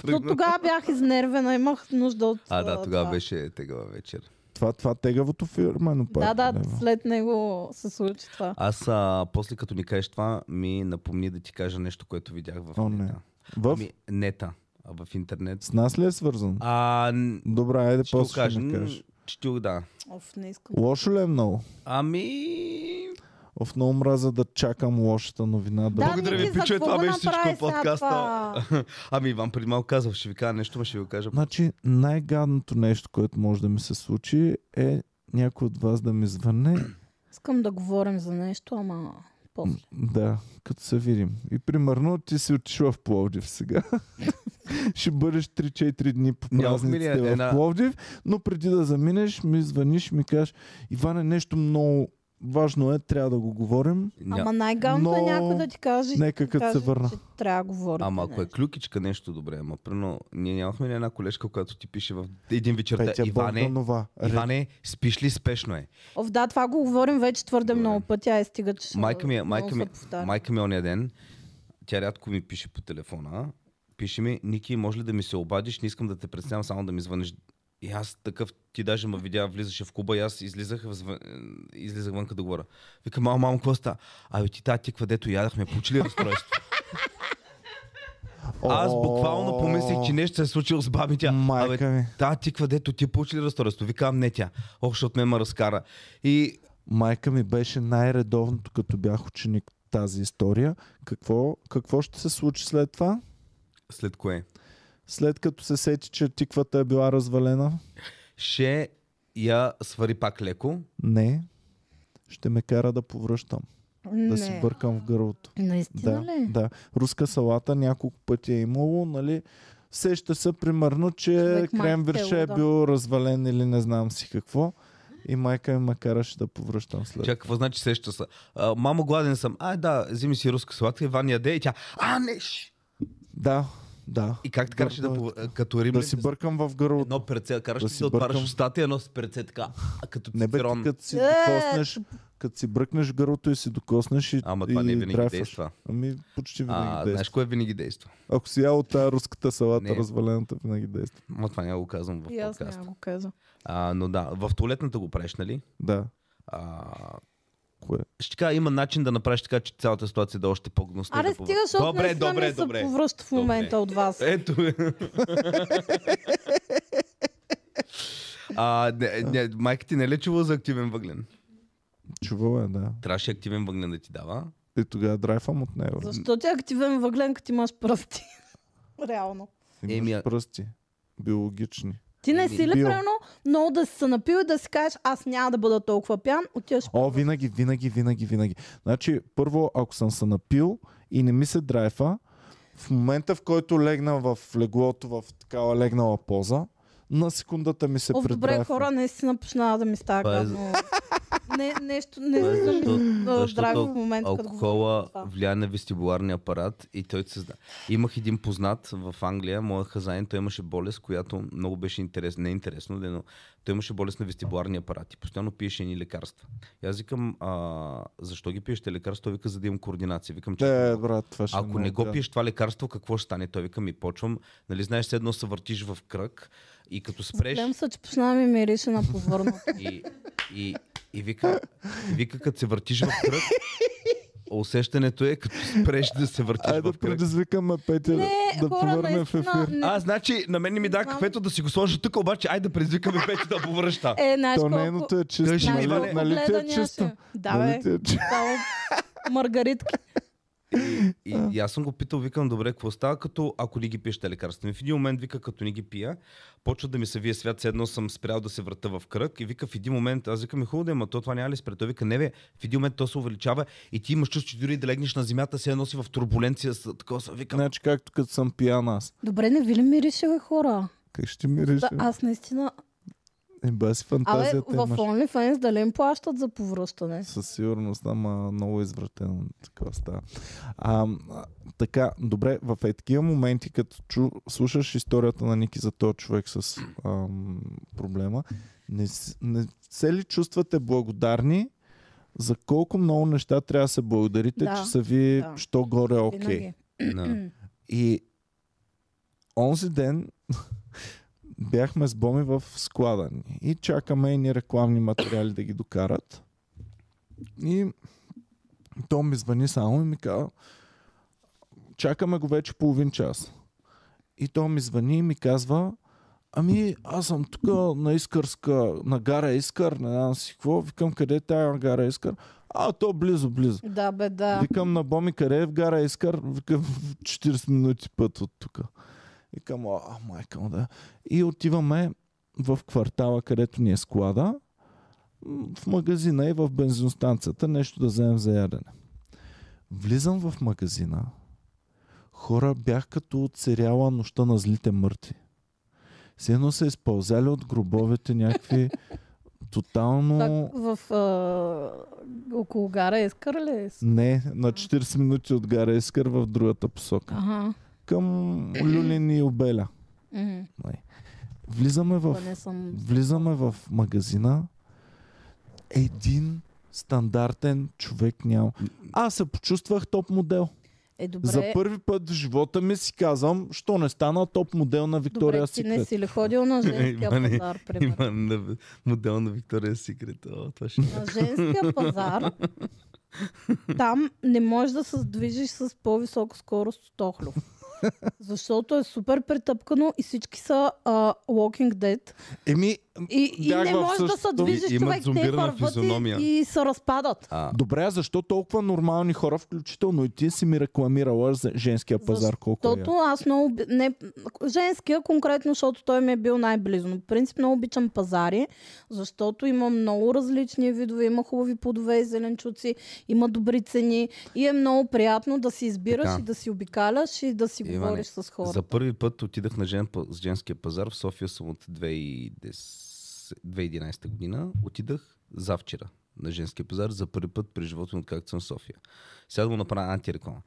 [SPEAKER 3] До тогава бях изнервена, имах нужда от...
[SPEAKER 1] А, да,
[SPEAKER 3] това.
[SPEAKER 1] тогава беше тегава вечер.
[SPEAKER 2] Това, това тегавото фирмено пак. нали?
[SPEAKER 3] Да, да,
[SPEAKER 2] не, бе.
[SPEAKER 3] след него се случи това.
[SPEAKER 1] Аз, а, после като ни кажеш това, ми напомни да ти кажа нещо, което видях в
[SPEAKER 2] О, не.
[SPEAKER 1] нета.
[SPEAKER 2] В...
[SPEAKER 1] Ами, нета, а, в интернет.
[SPEAKER 2] С нас ли е свързан?
[SPEAKER 1] А, н-
[SPEAKER 2] Добре, айде
[SPEAKER 1] ще го
[SPEAKER 2] после
[SPEAKER 1] кажа.
[SPEAKER 2] ще ми кажеш.
[SPEAKER 1] Ще ти го да.
[SPEAKER 3] Оф, не искам.
[SPEAKER 2] Лошо ли е много?
[SPEAKER 1] Ами...
[SPEAKER 2] Оф, много мраза да чакам лошата новина. Да,
[SPEAKER 1] Благодаря ви,
[SPEAKER 3] Ники, за
[SPEAKER 1] пичове,
[SPEAKER 3] какво
[SPEAKER 1] това
[SPEAKER 3] го
[SPEAKER 1] беше всичко
[SPEAKER 3] направи
[SPEAKER 1] в
[SPEAKER 3] сега
[SPEAKER 1] подкаста.
[SPEAKER 3] това?
[SPEAKER 1] Ами, Иван преди малко казах, ще ви кажа нещо, ма ще ви го кажа.
[SPEAKER 2] Значи най-гадното нещо, което може да ми се случи е някой от вас да ми звъне.
[SPEAKER 3] Искам да говорим за нещо, ама после.
[SPEAKER 2] да, като се видим. И примерно ти си отишла в Пловдив сега. Ще бъдеш 3-4 дни по
[SPEAKER 1] Нямахме ли
[SPEAKER 2] празниците в
[SPEAKER 1] една-
[SPEAKER 2] Пловдив, но преди да заминеш ми звъниш, ми кажеш Иване, нещо много важно е, трябва да го говорим.
[SPEAKER 1] Ня-
[SPEAKER 3] Ама най-гамното е
[SPEAKER 2] Но-
[SPEAKER 3] някой да ти каже,
[SPEAKER 2] Нека
[SPEAKER 3] да
[SPEAKER 2] като се
[SPEAKER 3] каже,
[SPEAKER 2] върна.
[SPEAKER 3] че трябва да говорим.
[SPEAKER 1] Ама ако е клюкичка нещо добре, ама прено, ние нямахме ли една колежка, която ти пише в един вечерта,
[SPEAKER 2] Петя
[SPEAKER 1] Иване,
[SPEAKER 2] Богданова.
[SPEAKER 1] Иване, спиш ли спешно е?
[SPEAKER 3] О, да, това го говорим вече твърде
[SPEAKER 1] Добре.
[SPEAKER 3] много пъти, а е стига, че ще-
[SPEAKER 1] Майка ми, е-
[SPEAKER 3] много
[SPEAKER 1] майка
[SPEAKER 3] се
[SPEAKER 1] ми,
[SPEAKER 3] повтаря.
[SPEAKER 1] майка ми ония ден, тя рядко ми пише по телефона, пише ми, Ники, може ли да ми се обадиш, не искам да те представям, само да ми звъниш. И аз такъв, ти даже ме видя, влизаше в клуба и аз излизах, възвън- излизах вънка да говоря. Викам, мама, мамо, какво ста? Абе ти тази тиква, дето ядахме, получи ли разстройство? Аз буквално помислих, че нещо се е случило с баби тя.
[SPEAKER 2] Майка ми.
[SPEAKER 1] Та тиква, дето ти получи ли разстройство? Викам, не тя. Ох, защото ме ме разкара. И
[SPEAKER 2] Майка ми беше най-редовното, като бях ученик тази история. Какво, какво ще се случи след това?
[SPEAKER 1] след кое?
[SPEAKER 2] След като се сети, че тиквата е била развалена?
[SPEAKER 1] Ще я свари пак леко.
[SPEAKER 2] Не. Ще ме кара да повръщам.
[SPEAKER 1] е
[SPEAKER 2] Да си
[SPEAKER 3] Не. нали?
[SPEAKER 2] бъркам в гърлото.
[SPEAKER 3] Наистина
[SPEAKER 2] да,
[SPEAKER 3] ли?
[SPEAKER 2] да. Руска салата няколко пъти е имало, нали? Сеща се примерно, че
[SPEAKER 3] Човек майка
[SPEAKER 2] крем вирше
[SPEAKER 3] е
[SPEAKER 2] е
[SPEAKER 3] луда.
[SPEAKER 2] бил развален или не знам си какво. И майка ми ме караше да повръщам след.
[SPEAKER 1] Чакай, какво значи сеща се? А, мамо, гладен съм. Ай да, вземи си руска сладка и Ваня яде и тя. А, не! ш!
[SPEAKER 2] Да, да.
[SPEAKER 1] И как те караше да,
[SPEAKER 2] Бъркам-
[SPEAKER 1] по- а, като римлян,
[SPEAKER 2] да си бъркам в гърлото.
[SPEAKER 1] едно перце, караш
[SPEAKER 2] да
[SPEAKER 1] да
[SPEAKER 2] си
[SPEAKER 1] си да отваряш
[SPEAKER 2] бъркам.
[SPEAKER 1] устата и едно с перце така, а, като
[SPEAKER 2] Не бе, ти
[SPEAKER 1] цицерон.
[SPEAKER 2] като си
[SPEAKER 3] Е,
[SPEAKER 2] докоснеш, като си бръкнеш гърлото и си докоснеш и
[SPEAKER 1] Ама това
[SPEAKER 2] и
[SPEAKER 1] не винаги
[SPEAKER 2] драфаш.
[SPEAKER 1] действа.
[SPEAKER 2] Ами почти винаги
[SPEAKER 1] А,
[SPEAKER 2] действа.
[SPEAKER 1] знаеш кое винаги действа?
[SPEAKER 2] Ако си ял от тая руската салата,
[SPEAKER 1] Не.
[SPEAKER 2] развалената винаги действа.
[SPEAKER 1] Ма това няма го казвам в
[SPEAKER 3] И аз
[SPEAKER 1] подкаста.
[SPEAKER 3] няма го казвам.
[SPEAKER 1] А, но да, в туалетната го правиш, нали?
[SPEAKER 2] Да.
[SPEAKER 1] А,
[SPEAKER 2] кое.
[SPEAKER 1] Ще кажа, има начин да направиш така, че цялата ситуация да е още по-гнусна. и
[SPEAKER 3] Аре,
[SPEAKER 1] да повър-
[SPEAKER 3] стига, защото
[SPEAKER 1] Добре,
[SPEAKER 3] наистина
[SPEAKER 1] добре,
[SPEAKER 3] ми се
[SPEAKER 1] добре.
[SPEAKER 3] повръща в
[SPEAKER 1] Добре. Е.
[SPEAKER 3] момента от вас.
[SPEAKER 1] Ето. а, не, не, майка ти не ли е чувала за активен въглен?
[SPEAKER 2] Чувала е, да.
[SPEAKER 1] Трябваше активен въглен да ти дава.
[SPEAKER 2] И тогава драйфам от него.
[SPEAKER 3] Защо ти е активен въглен, като имаш пръсти? Реално.
[SPEAKER 2] Имаш
[SPEAKER 1] Еми, а-
[SPEAKER 2] пръсти. Биологични.
[SPEAKER 3] Ти не
[SPEAKER 1] Ами,
[SPEAKER 3] си ли,
[SPEAKER 2] Бил.
[SPEAKER 3] примерно, много да си се напил и да си кажеш, аз няма да бъда толкова пиян, отиваш
[SPEAKER 2] О, винаги, винаги, винаги, винаги. Значи, първо, ако съм се напил и не ми се драйфа, в момента в който легна в леглото, в такава легнала поза, на секундата ми се
[SPEAKER 3] О, добре,
[SPEAKER 2] предрайфва.
[SPEAKER 3] хора, наистина почна да ми става
[SPEAKER 1] Това е
[SPEAKER 3] гадно. Не, нещо, не
[SPEAKER 1] Това е
[SPEAKER 3] съм
[SPEAKER 1] защо-
[SPEAKER 3] а,
[SPEAKER 1] защото
[SPEAKER 3] здрави в момента, като
[SPEAKER 1] Алкохола
[SPEAKER 3] говорим това.
[SPEAKER 1] влияе на вестибуларния апарат и той се знае. Имах един познат в Англия, моя хазаин, той имаше болест, която много беше интерес, не е интересно, да, но той имаше болест на вестибуларния апарат и постоянно пиеше едни лекарства. И аз викам, а, защо ги пиеш тези лекарства? Той вика, за да имам координация. Викам, че
[SPEAKER 2] Да, брат, това ще е
[SPEAKER 1] ако
[SPEAKER 2] много
[SPEAKER 1] не го
[SPEAKER 2] гадно.
[SPEAKER 1] пиеш това лекарство, какво ще стане? Той вика, ми почвам. Нали, знаеш, все едно се въртиш в кръг и като спреш...
[SPEAKER 3] Гледам се, че почна да ми мирише на повърнато.
[SPEAKER 1] И, и, и вика, и вика, като се въртиш в кръг, усещането е като спреш да се въртиш
[SPEAKER 2] Айде да
[SPEAKER 1] в кръг.
[SPEAKER 2] предизвикаме Петя
[SPEAKER 3] Не,
[SPEAKER 2] да
[SPEAKER 3] хора,
[SPEAKER 2] повърне в
[SPEAKER 3] наистина,
[SPEAKER 2] ефир.
[SPEAKER 3] не-
[SPEAKER 1] А, значи, на мен не ми да
[SPEAKER 3] Знам.
[SPEAKER 1] кафето да си го сложа тук, обаче, айде да предизвикаме Петя да повръща.
[SPEAKER 3] Е, знаеш
[SPEAKER 2] То
[SPEAKER 3] колко...
[SPEAKER 2] нейното е чисто.
[SPEAKER 1] Той ще
[SPEAKER 2] нали,
[SPEAKER 1] ми бъде-
[SPEAKER 2] нали, ти е
[SPEAKER 3] гледания
[SPEAKER 2] чисто?
[SPEAKER 3] ще- Да,
[SPEAKER 2] нали
[SPEAKER 3] бе.
[SPEAKER 2] ти е чисто?
[SPEAKER 3] Само маргаритки.
[SPEAKER 1] И, и аз съм го питал, викам, добре, какво става, като ако не ги пиеш те лекарства? И в един момент, вика, като не ги пия, почва да ми се вие свят, все едно съм спрял да се върта в кръг. И вика, в един момент, аз викам, е хубаво да има, то това няма ли спре? Той вика, не бе, в един момент то се увеличава и ти имаш чувство, че дори да легнеш на земята, се едно си в турбуленция, с- такова, съм, викам,
[SPEAKER 2] Значи, както като съм пиян аз.
[SPEAKER 3] Добре, не ви ли мирише, бе, хора?
[SPEAKER 2] Как ще мириш?
[SPEAKER 3] Да, аз наистина...
[SPEAKER 2] Е, баси
[SPEAKER 3] Абе, в
[SPEAKER 2] фантазията имаш.
[SPEAKER 3] OnlyFans дали им плащат за повръщане?
[SPEAKER 2] Със сигурност, ама много извратено така става. А, а, така, добре, в е такива моменти, като чу, слушаш историята на Ники за този човек с ам, проблема, не, с- не се ли чувствате благодарни за колко много неща трябва да се благодарите,
[SPEAKER 3] Да,
[SPEAKER 2] че са ви
[SPEAKER 3] да.
[SPEAKER 2] що горе окей.
[SPEAKER 3] Винаги.
[SPEAKER 1] на...
[SPEAKER 2] И онзи ден бяхме с Боми в склада ни и чакаме едни рекламни материали да ги докарат. И то ми звъни само и ми казва, чакаме го вече половин час. И то ми звъни и ми казва, ами аз съм тук на Искърска, на гара Искър, не знам си какво, викам къде е тая гара Искър. А, то близо, близо.
[SPEAKER 3] Да, бе, да.
[SPEAKER 2] Викам на Боми, къде е в гара Искър? Викам в 40 минути път от тук. Викам, а, майка му да. И отиваме в квартала, където ни е склада, м, в магазина и в бензиностанцията, нещо да вземем за ядене. Влизам в магазина. Хора бях като от сериала Нощта на злите мъртви. Все едно са изпълзяли от гробовете някакви тотално...
[SPEAKER 3] Пак в а, около гара Искър ли?
[SPEAKER 2] Не, на 40 минути от гара Искър в другата посока.
[SPEAKER 3] Ага.
[SPEAKER 2] Към Люлин и Обеля.
[SPEAKER 3] Мгм.
[SPEAKER 2] Влизаме в,
[SPEAKER 3] Това не съм...
[SPEAKER 2] влизаме в магазина. Един стандартен човек няма. Аз се почувствах топ модел.
[SPEAKER 3] Е, добре.
[SPEAKER 2] За първи път в живота ми си казвам, що не стана топ модел на Виктория
[SPEAKER 3] добре, ти
[SPEAKER 2] Секрет.
[SPEAKER 3] не си ли ходил на женския
[SPEAKER 1] Иване,
[SPEAKER 3] пазар, примерно?
[SPEAKER 1] Има на, модел на Виктория Секрет. О, това ще...
[SPEAKER 3] На женския пазар там не можеш да се движиш с по-висока скорост от Охлюв. Защото е супер претъпкано и всички са а, Walking Dead.
[SPEAKER 2] Еми,
[SPEAKER 3] И, и
[SPEAKER 2] Бях
[SPEAKER 3] не
[SPEAKER 2] в
[SPEAKER 3] можеш да се
[SPEAKER 2] същото.
[SPEAKER 1] И-
[SPEAKER 3] движиш
[SPEAKER 1] имат
[SPEAKER 3] човек, те
[SPEAKER 1] зомбирана
[SPEAKER 3] върват
[SPEAKER 1] физиономия.
[SPEAKER 3] и, и се разпадат.
[SPEAKER 1] А,
[SPEAKER 2] добре, а защо толкова нормални хора, включително и ти си ми рекламирала за женския пазар, колко е.
[SPEAKER 3] Защото аз много... оби- Не, женския конкретно, защото той ми е бил най-близо. Но по принцип много обичам пазари, защото има много различни видове. Има хубави плодове и зеленчуци, има добри цени и е много приятно да си избираш
[SPEAKER 1] Така.
[SPEAKER 3] и да си обикаляш и да си
[SPEAKER 1] Иване,
[SPEAKER 3] говориш с хората.
[SPEAKER 1] за първи път отидах на жен, с женския пазар в София съм от 2010 2011 година. Отидах завчера на женския пазар за първи път през живота ми, откакто съм в София. Сега да му направя антиреклама.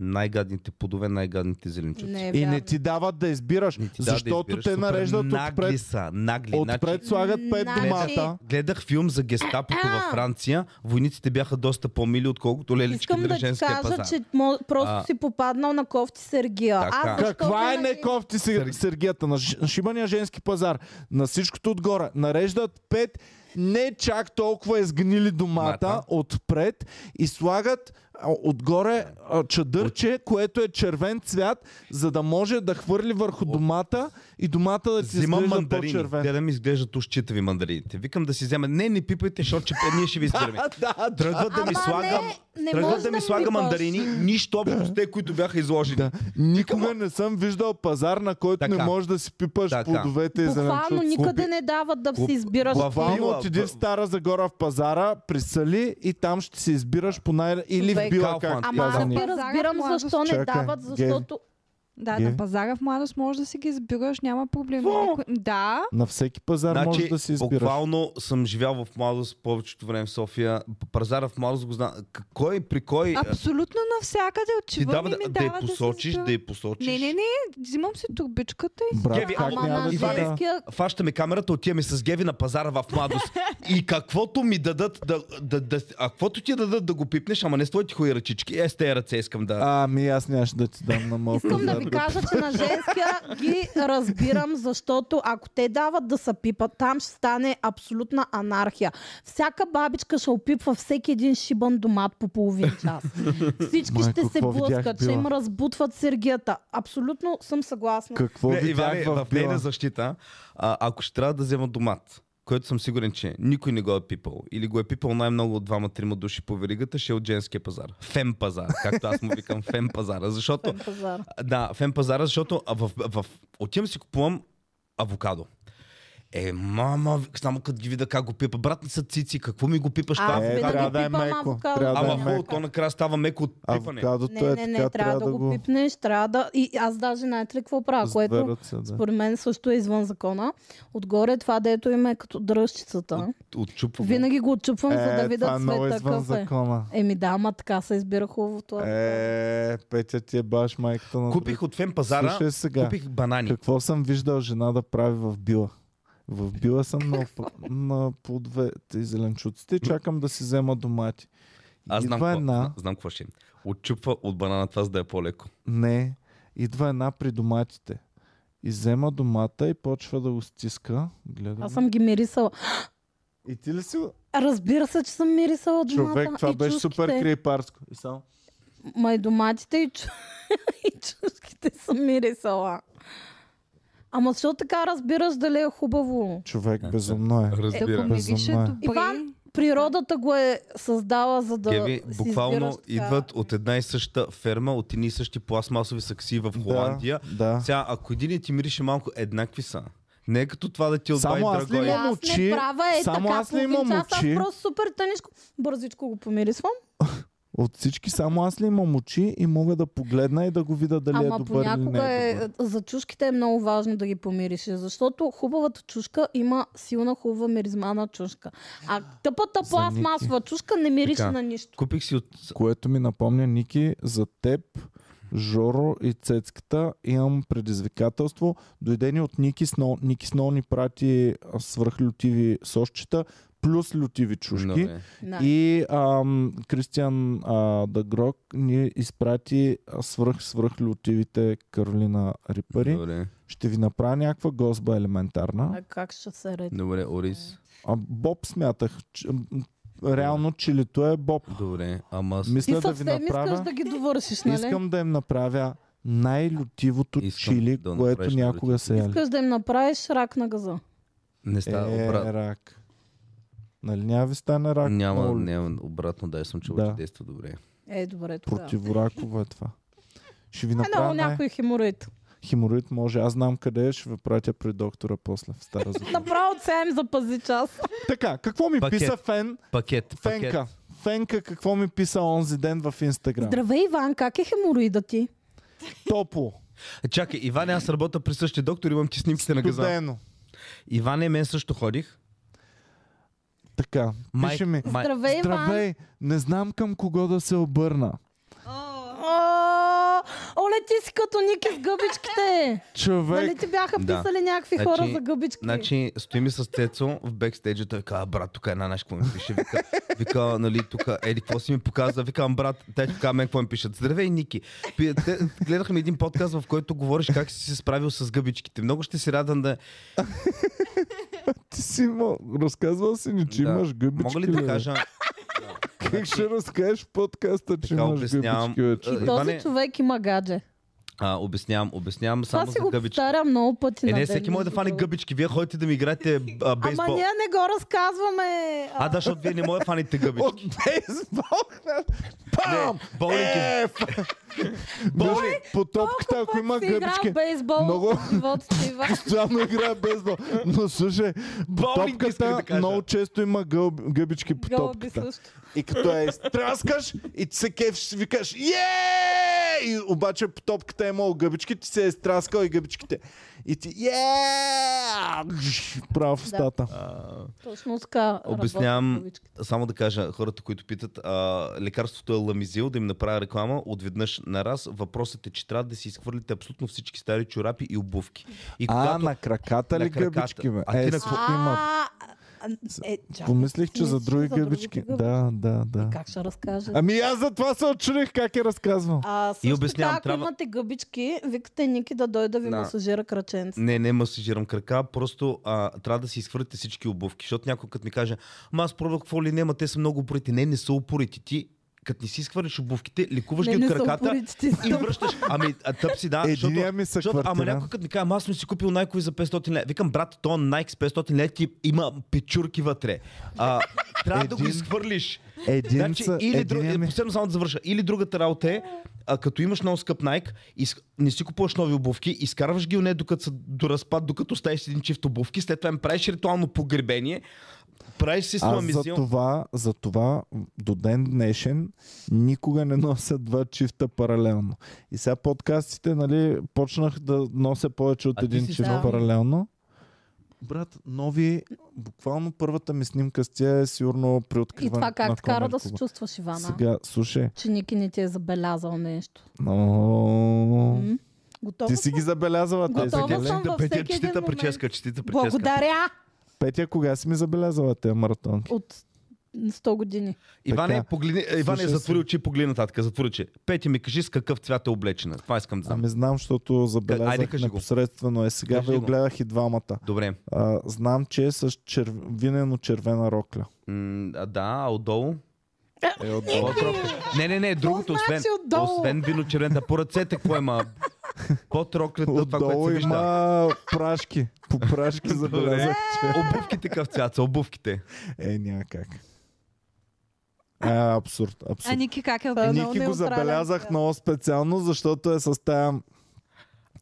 [SPEAKER 1] най-гадните плодове, най-гадните зеленчуци.
[SPEAKER 3] Не е
[SPEAKER 2] И не
[SPEAKER 3] вярно.
[SPEAKER 2] ти дават да избираш,
[SPEAKER 1] Не ти дава да
[SPEAKER 2] защото
[SPEAKER 1] избираш,
[SPEAKER 2] те
[SPEAKER 1] супер
[SPEAKER 2] нареждат
[SPEAKER 1] нагли
[SPEAKER 2] отпред,
[SPEAKER 1] са, нагли.
[SPEAKER 2] отпред
[SPEAKER 1] Значи,
[SPEAKER 2] слагат пет
[SPEAKER 3] Значи-
[SPEAKER 2] домата.
[SPEAKER 1] гледах филм за гестапото във Франция. Войниците бяха доста по-мили, отколкото лелички
[SPEAKER 3] Искам
[SPEAKER 1] на
[SPEAKER 3] да ти
[SPEAKER 1] женския
[SPEAKER 3] кажа,
[SPEAKER 1] пазар.
[SPEAKER 3] че мо- просто
[SPEAKER 1] А.
[SPEAKER 3] си попаднал на кофти Сергия.
[SPEAKER 1] Така.
[SPEAKER 3] Аз защо
[SPEAKER 2] Каква е
[SPEAKER 3] винаги-
[SPEAKER 2] не кофти
[SPEAKER 1] Сер-
[SPEAKER 2] Сергията? На Ж- шибания женски пазар, на всичкото отгоре, нареждат пет не чак толкова изгнили домата
[SPEAKER 1] Мата.
[SPEAKER 2] отпред и слагат а, отгоре а, чадърче, което е червен цвят, за да може да хвърли върху домата и домата да ти
[SPEAKER 1] Взимам
[SPEAKER 2] изглежда
[SPEAKER 1] мандарини. Те
[SPEAKER 2] по-червен.
[SPEAKER 1] да ми изглеждат уж читави мандарините. Викам да си взема. Не, не пипайте, защото ще, ние ще ви избираме.
[SPEAKER 2] да, да.
[SPEAKER 1] Тръгват да ми
[SPEAKER 3] Ама
[SPEAKER 1] слага,
[SPEAKER 3] не, не
[SPEAKER 1] тръгват
[SPEAKER 3] може
[SPEAKER 1] да ми
[SPEAKER 3] да
[SPEAKER 1] слага
[SPEAKER 3] пипаш.
[SPEAKER 1] мандарини, нищо общо с те, които бяха изложени.
[SPEAKER 2] Да. Никога не съм виждал пазар, на който не
[SPEAKER 1] Така.
[SPEAKER 2] можеш да си пипаш
[SPEAKER 1] Така.
[SPEAKER 2] плодовете и
[SPEAKER 3] Буквално
[SPEAKER 2] зеленчуците.
[SPEAKER 3] никъде не дават да
[SPEAKER 1] куп-
[SPEAKER 3] си избираш.
[SPEAKER 1] глава-
[SPEAKER 2] Буквално
[SPEAKER 1] Била,
[SPEAKER 2] отиди
[SPEAKER 1] б-
[SPEAKER 2] в Стара Загора в пазара, присали и там ще се избираш по най... Или в
[SPEAKER 3] Човек.
[SPEAKER 2] Била
[SPEAKER 1] Кауфман.
[SPEAKER 2] как
[SPEAKER 1] Ама
[SPEAKER 3] Ама аз
[SPEAKER 2] каза
[SPEAKER 6] не
[SPEAKER 2] Ник.
[SPEAKER 3] не
[SPEAKER 6] Пазарът
[SPEAKER 3] разбирам
[SPEAKER 6] младост.
[SPEAKER 3] защо не
[SPEAKER 2] Чакай,
[SPEAKER 3] дават,
[SPEAKER 2] Геви.
[SPEAKER 3] защото
[SPEAKER 6] Да,
[SPEAKER 1] Е.
[SPEAKER 2] Геви?
[SPEAKER 6] на пазара в младост можеш да си ги избираш, няма проблем. Никой... Да,
[SPEAKER 2] На всеки пазар значи, може
[SPEAKER 1] Значи,
[SPEAKER 2] да си избираш.
[SPEAKER 1] буквално съм живял в младост повечето време в София. П- Пазара в младост го знам. К- Кой при кой Е, а,
[SPEAKER 6] абсолютно навсякъде от
[SPEAKER 1] ти
[SPEAKER 6] чива
[SPEAKER 1] дава
[SPEAKER 6] ми,
[SPEAKER 1] да,
[SPEAKER 6] ми
[SPEAKER 1] да я
[SPEAKER 6] дава
[SPEAKER 1] посочиш,
[SPEAKER 6] да,
[SPEAKER 1] да я посочиш?
[SPEAKER 6] Не, не, не, взимам си турбичката и...
[SPEAKER 2] Брат,
[SPEAKER 1] Геви,
[SPEAKER 2] как
[SPEAKER 1] ама
[SPEAKER 2] няма
[SPEAKER 1] на
[SPEAKER 2] да ти
[SPEAKER 1] Иване,
[SPEAKER 2] да...
[SPEAKER 3] женския...
[SPEAKER 1] Фащаме камерата, отиваме с Геви на пазара в младост. И каквото ми дадат, да, да, да, а каквото ти дадат да го пипнеш, ама не с твоите хуи ръчички. Е, с тези ръце искам да...
[SPEAKER 2] Ами аз нямаше да ти дам на малко.
[SPEAKER 3] Искам да ви кажа, че на женския ги разбирам, защото ако те дават да се пипат, там ще стане абсолютна анархия. Всяка бабичка ще опипва всеки един шибан домат по половин час. Всички
[SPEAKER 2] Майко,
[SPEAKER 3] ще се
[SPEAKER 2] какво видях,
[SPEAKER 3] блъскат, ще
[SPEAKER 2] Била?
[SPEAKER 3] им разбутват сергията. Абсолютно съм съгласна.
[SPEAKER 2] Какво
[SPEAKER 1] не,
[SPEAKER 2] видях
[SPEAKER 1] Иване, в,
[SPEAKER 2] в
[SPEAKER 1] в нейна
[SPEAKER 2] Била?
[SPEAKER 1] защита, а, ако ще трябва да взема домат, който съм сигурен, че никой не го е пипал, или го е пипал най-много от двама-трима души по веригата, ще е от женския пазар. Фем пазар, както аз му викам, фем пазара. Защото
[SPEAKER 3] Фен
[SPEAKER 2] Е,
[SPEAKER 3] пазар.
[SPEAKER 1] Да, фен пазара, защото а, в, в, отивам си купувам авокадо. Е, мама, само като ги видя как го пипа. Брат не са цици, какво ми го пипаш това?
[SPEAKER 3] Аз
[SPEAKER 2] Е,
[SPEAKER 3] бе
[SPEAKER 1] авокадо?
[SPEAKER 2] трябва да
[SPEAKER 3] да
[SPEAKER 2] е
[SPEAKER 3] ги пипам
[SPEAKER 2] меко,
[SPEAKER 3] авокадо.
[SPEAKER 2] трябва да е
[SPEAKER 1] Ама
[SPEAKER 2] меко.
[SPEAKER 1] хубаво, то накрая става меко от пипане.
[SPEAKER 2] Авокадото
[SPEAKER 3] Не,
[SPEAKER 2] е
[SPEAKER 3] не,
[SPEAKER 2] така,
[SPEAKER 3] не, трябва да го пипнеш, трябва да... И аз даже знаете ли какво правя,
[SPEAKER 2] с две
[SPEAKER 3] което
[SPEAKER 2] ръце, да.
[SPEAKER 3] според мен също е извън закона. Отгоре това, дето има е като дръжчицата.
[SPEAKER 1] Отчупвам.
[SPEAKER 3] Винаги го отчупвам, за да
[SPEAKER 2] Е, това е
[SPEAKER 3] видят
[SPEAKER 2] много
[SPEAKER 3] света
[SPEAKER 2] извън
[SPEAKER 3] какъв е.
[SPEAKER 2] закона.
[SPEAKER 3] Еми да, ама така се избира хубаво това.
[SPEAKER 2] Е, Петя ти е баш майката на
[SPEAKER 1] Купих от фен пазара,
[SPEAKER 2] Слушай сега.
[SPEAKER 1] купих банани.
[SPEAKER 2] Какво съм виждал жена да прави в била? В била съм на, на плодовете и зеленчуците и чакам да си взема домати.
[SPEAKER 1] Аз знам
[SPEAKER 2] идва
[SPEAKER 1] какво,
[SPEAKER 2] една,
[SPEAKER 1] зна- знам какво ще им. Отчупва от банана това, за да е по-леко.
[SPEAKER 2] не, идва една при доматите. И взема домата и почва да го стиска. Гледам.
[SPEAKER 3] Аз съм ги мирисала.
[SPEAKER 2] И ти ли си?
[SPEAKER 3] Разбира се, че съм мирисала домата.
[SPEAKER 2] Човек, това
[SPEAKER 3] и
[SPEAKER 2] беше
[SPEAKER 3] чушките.
[SPEAKER 2] супер крейпарско. И само...
[SPEAKER 3] Ма и доматите и, чу... и чушките съм мирисала. Ама защо така разбираш дали е хубаво?
[SPEAKER 2] Човек, безумно е.
[SPEAKER 6] Ако
[SPEAKER 1] Разбира.
[SPEAKER 6] мирише
[SPEAKER 2] Безумно е.
[SPEAKER 6] добре...
[SPEAKER 3] Иван, Природата го е създала, за да
[SPEAKER 1] Геви,
[SPEAKER 3] си избираш
[SPEAKER 1] буквално
[SPEAKER 3] така.
[SPEAKER 1] идват от една и съща ферма, от едни и същи пластмасови сакси в Холандия.
[SPEAKER 2] Да, да.
[SPEAKER 1] Сега, ако един и ти мирише малко, еднакви са. Не е като това да ти отбави
[SPEAKER 2] Само аз ли
[SPEAKER 1] драго.
[SPEAKER 2] имам
[SPEAKER 3] Аз
[SPEAKER 2] очи?
[SPEAKER 3] не права е
[SPEAKER 2] Ами, Само
[SPEAKER 3] така
[SPEAKER 2] аз ли
[SPEAKER 3] половин
[SPEAKER 2] имам
[SPEAKER 3] час,
[SPEAKER 2] очи?
[SPEAKER 3] Аз просто супер тъничко. Бързичко го помирисвам.
[SPEAKER 2] От всички само аз ли имам очи и мога да погледна и да го видя дали
[SPEAKER 3] Ама
[SPEAKER 2] е добър или
[SPEAKER 3] понякога
[SPEAKER 2] не е
[SPEAKER 3] е,
[SPEAKER 2] добър.
[SPEAKER 3] за чушките е много важно да ги помириш, защото хубавата чушка има силна хубава миризма на чушка. А тъпата
[SPEAKER 2] За
[SPEAKER 3] пластмасова чушка не мирише
[SPEAKER 1] Така.
[SPEAKER 3] на нищо.
[SPEAKER 1] Купих си от...
[SPEAKER 2] Което ми напомня, Ники, за теб, Жоро и Цецката имам предизвикателство. Дойде ни от Ники Сно. Ники Сно ни прати а, свръхлютиви сосчета, плюс лютиви чушки.
[SPEAKER 1] Добре.
[SPEAKER 3] Да.
[SPEAKER 2] И ам, Кристиан а, Дагрок ни изпрати а, свръх свръх лютивите Каролина Рипари.
[SPEAKER 1] Добре.
[SPEAKER 2] Ще ви направя някаква госба елементарна.
[SPEAKER 3] А как ще се реди?
[SPEAKER 1] Добре, Орис.
[SPEAKER 2] А, Боб смятах. Че, м, реално чилито е Боб.
[SPEAKER 1] Добре, ама... с-
[SPEAKER 3] Ти
[SPEAKER 2] Мисля да ви
[SPEAKER 3] съвсем
[SPEAKER 2] направя.
[SPEAKER 3] искаш да ги довършиш, нали?
[SPEAKER 2] Искам да им направя най-лютивото
[SPEAKER 1] Искам
[SPEAKER 2] чили,
[SPEAKER 1] да направиш
[SPEAKER 2] което някога
[SPEAKER 1] най-лютивото.
[SPEAKER 2] са яли.
[SPEAKER 3] Искаш да им направиш рак на газа.
[SPEAKER 1] Не става
[SPEAKER 2] Е,
[SPEAKER 1] обратно.
[SPEAKER 2] рак. Нали няма ви стане рак?
[SPEAKER 1] Няма,
[SPEAKER 2] Много ли?
[SPEAKER 1] няма, обратно, да, съм чул,
[SPEAKER 2] Да.
[SPEAKER 1] че действа добре.
[SPEAKER 3] Е, добре, тогава.
[SPEAKER 2] Противораково е това. Ще ви
[SPEAKER 3] Е, много
[SPEAKER 2] направя най-
[SPEAKER 3] някой хемороид.
[SPEAKER 2] Хемороид може. Аз знам къде е. Ще ви пратя при доктора после в Стара Загора.
[SPEAKER 3] Направо цем за пази час.
[SPEAKER 2] така, какво ми
[SPEAKER 1] Пакет.
[SPEAKER 2] писа фен?
[SPEAKER 1] Пакет, пакет.
[SPEAKER 2] Фенка. Фенка, какво ми писа онзи ден в Инстаграм?
[SPEAKER 3] Здравей, Иван, как е хемороида ти?
[SPEAKER 2] Топло,
[SPEAKER 1] Чакай, Иване, аз работя при същия доктор, имам ти снимките на газа.
[SPEAKER 2] студено.
[SPEAKER 1] Иване, мен също ходих.
[SPEAKER 2] Така,
[SPEAKER 1] Май-
[SPEAKER 2] пише ми.
[SPEAKER 1] май-
[SPEAKER 3] Здравей, Иван.
[SPEAKER 2] Здравей, не знам към кого да се обърна.
[SPEAKER 3] О, Оле, ти си като Ники с гъбичките. Нали
[SPEAKER 2] Човек,
[SPEAKER 3] ти бяха
[SPEAKER 1] Да.
[SPEAKER 3] писали някакви
[SPEAKER 1] Значи-
[SPEAKER 3] хора за гъбички?
[SPEAKER 1] Значи, стои ми с Цецо в бекстейджа, той казва, брат, тук е една нещо, какво ми пише. Вика, вика нали, тук, еди, какво си ми показва? Викам, брат, те ти казва мен какво ми пишат. Здравей, Ники. Пи- те- Гледахме един подкаст, в който говориш как си се справил с гъбичките. Много ще си радвам да...
[SPEAKER 2] ти си му разказвал си ни, че
[SPEAKER 1] да.
[SPEAKER 2] имаш гъбички.
[SPEAKER 1] Мога ли да
[SPEAKER 2] бе?
[SPEAKER 1] кажа?
[SPEAKER 2] Как ще разкажеш в подкаста, че
[SPEAKER 1] Така
[SPEAKER 2] имаш
[SPEAKER 1] обяснявам. Е,
[SPEAKER 2] гъбички вече?
[SPEAKER 3] Този
[SPEAKER 1] Иване,
[SPEAKER 3] човек има гадже.
[SPEAKER 1] а, обяснявам, обяснявам
[SPEAKER 3] Това
[SPEAKER 1] само
[SPEAKER 3] си
[SPEAKER 1] за
[SPEAKER 3] го
[SPEAKER 1] гъбички.
[SPEAKER 3] повтаря много пъти.
[SPEAKER 1] Е,
[SPEAKER 3] на
[SPEAKER 1] не,
[SPEAKER 3] ден,
[SPEAKER 1] всеки може да
[SPEAKER 3] между
[SPEAKER 1] фане
[SPEAKER 3] другото.
[SPEAKER 1] гъбички. Вие ходите да ми играете а,
[SPEAKER 3] Ама
[SPEAKER 1] бейсбол.
[SPEAKER 3] ние не го разказваме.
[SPEAKER 1] А, да, защото вие не може да фанете
[SPEAKER 2] От
[SPEAKER 1] гъбички.
[SPEAKER 2] бейсбол! Пам!
[SPEAKER 1] Не, боулинг е
[SPEAKER 2] Е, ф- Даже по топката, ако има
[SPEAKER 3] Си играл
[SPEAKER 2] гъбички,
[SPEAKER 3] бейсбол
[SPEAKER 2] Много-
[SPEAKER 3] в живота си, Иван.
[SPEAKER 2] постоянно играе бейсбол. Но слушай, по
[SPEAKER 1] Боулинг исках да
[SPEAKER 2] топката
[SPEAKER 1] кажа.
[SPEAKER 2] много често има гълб- гъбички по
[SPEAKER 6] Гълби
[SPEAKER 2] топката.
[SPEAKER 6] също.
[SPEAKER 2] И като е, я изтраскаш и ти се кефиш, викаш Ее! И обаче по топката е имало гъбички, ти се е изтраскал и гъбичките. И ти Ее! Прав в стата.
[SPEAKER 1] А,
[SPEAKER 3] Точно така.
[SPEAKER 1] Обяснявам.
[SPEAKER 3] работят гъбичките.
[SPEAKER 1] Само да кажа, хората, които питат, а, лекарството е ламизил, да им направя реклама отведнъж на раз. Въпросът е, че трябва да си изхвърлите абсолютно всички стари чорапи и обувки. И
[SPEAKER 2] А,
[SPEAKER 1] когато...
[SPEAKER 2] на краката
[SPEAKER 1] на
[SPEAKER 2] ли
[SPEAKER 1] краката.
[SPEAKER 2] гъбички, бе?
[SPEAKER 1] А ти
[SPEAKER 2] Е,
[SPEAKER 1] на
[SPEAKER 2] какво
[SPEAKER 1] какво-
[SPEAKER 2] има?
[SPEAKER 3] А, а, е, чакай,
[SPEAKER 2] Помислих, че за
[SPEAKER 3] мислиш
[SPEAKER 2] други
[SPEAKER 3] за другите
[SPEAKER 2] гъбички.
[SPEAKER 3] гъбички.
[SPEAKER 2] Да, да, да.
[SPEAKER 3] Как ще разкажа?
[SPEAKER 2] Ами аз за това се очудих как е разказвал.
[SPEAKER 3] А, също
[SPEAKER 1] обяснявам,
[SPEAKER 3] така, ако
[SPEAKER 1] трябва-
[SPEAKER 3] имате гъбички, викате Ники да дойде да ви
[SPEAKER 1] Да.
[SPEAKER 3] масажира краченце.
[SPEAKER 1] Не, не масажирам крака, просто а, трябва да си изхвърлите всички обувки, защото някой като ми каже, ма аз пробвах какво ли нема, те са много упорити. Не, не са упорити. Ти, като не си изхвърлиш обувките, ликуваш
[SPEAKER 3] Не,
[SPEAKER 1] ги
[SPEAKER 3] не
[SPEAKER 1] от
[SPEAKER 3] са
[SPEAKER 1] краката
[SPEAKER 3] упорити, ти си
[SPEAKER 1] и връщаш. Ами, а, тъп си, да. защото-
[SPEAKER 2] Единия ми са
[SPEAKER 1] Защото, ама някой
[SPEAKER 2] квартира.
[SPEAKER 1] като ми каже, «Ама аз съм си купил Nike за 500 лева. Викам, брат, то Nike с 500 лева ти има печурки вътре. А, трябва да го
[SPEAKER 2] Един-
[SPEAKER 1] изхвърлиш.
[SPEAKER 2] Един
[SPEAKER 1] Значи,
[SPEAKER 2] са,
[SPEAKER 1] или друг...
[SPEAKER 2] единия
[SPEAKER 1] е,
[SPEAKER 2] ми...
[SPEAKER 1] последно само да завърша. Или другата работа е, а, като имаш много скъп Nike, из... не си купуваш нови обувки, изкарваш ги не докато са до разпад, докато оставиш един чифт обувки, след това им правиш ритуално погребение, правиш си с
[SPEAKER 2] Аз за
[SPEAKER 1] мамизил.
[SPEAKER 2] това, за това до ден днешен никога не нося два чифта паралелно. И сега подкастите, нали, почнах да нося повече от
[SPEAKER 1] А ти
[SPEAKER 2] един
[SPEAKER 1] си
[SPEAKER 2] чифт
[SPEAKER 3] сам.
[SPEAKER 2] паралелно. Брат, нови, буквално първата ми снимка с тя е сигурно при
[SPEAKER 3] И
[SPEAKER 2] откриването
[SPEAKER 3] това
[SPEAKER 2] на
[SPEAKER 3] как те кара да се
[SPEAKER 2] Комер Клуба.
[SPEAKER 3] чувстваш, Ивана?
[SPEAKER 2] Сега, слушай.
[SPEAKER 3] Че Ники не ти е забелязал нещо.
[SPEAKER 2] Но...
[SPEAKER 3] М? Готова
[SPEAKER 2] Ти си ги забелязала тези,
[SPEAKER 3] Готова
[SPEAKER 2] нали?
[SPEAKER 3] съм. във
[SPEAKER 1] Петя,
[SPEAKER 3] всеки един
[SPEAKER 1] честита
[SPEAKER 3] момент.
[SPEAKER 1] прическа, честита прическа.
[SPEAKER 3] Благодаря
[SPEAKER 2] Петя, кога си ми забелязала тези маратонки?
[SPEAKER 3] от 100 години.
[SPEAKER 1] Иване,
[SPEAKER 2] Така.
[SPEAKER 1] погледни, е, Иване
[SPEAKER 2] Слушай
[SPEAKER 1] затвори очи, и погледни нататък, затвори очи. Пети ми кажи с какъв цвят е облечена. Това искам да знам.
[SPEAKER 2] Ами знам, защото
[SPEAKER 1] Айде,
[SPEAKER 2] забелязах
[SPEAKER 1] кажи го.
[SPEAKER 2] непосредствено. Е, сега
[SPEAKER 1] Кажи
[SPEAKER 2] ви
[SPEAKER 1] го.
[SPEAKER 2] огледах и двамата.
[SPEAKER 1] Добре.
[SPEAKER 2] А, знам, че е с черв... винено-червена рокля.
[SPEAKER 1] М, а, да, а отдолу?
[SPEAKER 2] Е, отдолу.
[SPEAKER 1] Какво е тропка? не, не, не, другото,
[SPEAKER 3] значи
[SPEAKER 1] освен,
[SPEAKER 3] отдолу?
[SPEAKER 1] освен виночервената по ръцете, какво има? Под роклята, Е, това, което
[SPEAKER 2] Отдолу
[SPEAKER 1] се вижда.
[SPEAKER 2] има прашки. По прашки
[SPEAKER 1] е.
[SPEAKER 2] забелязах, че...
[SPEAKER 1] Обувките какъв цвят са, обувките.
[SPEAKER 2] Е, няма как. А, абсурд,
[SPEAKER 6] А
[SPEAKER 2] абсурд.
[SPEAKER 6] Ники как е
[SPEAKER 3] Та,
[SPEAKER 6] обича?
[SPEAKER 3] Ами, много
[SPEAKER 2] Ники го
[SPEAKER 3] неутрален
[SPEAKER 2] забелязах
[SPEAKER 3] цвят.
[SPEAKER 2] много специално, защото е с тая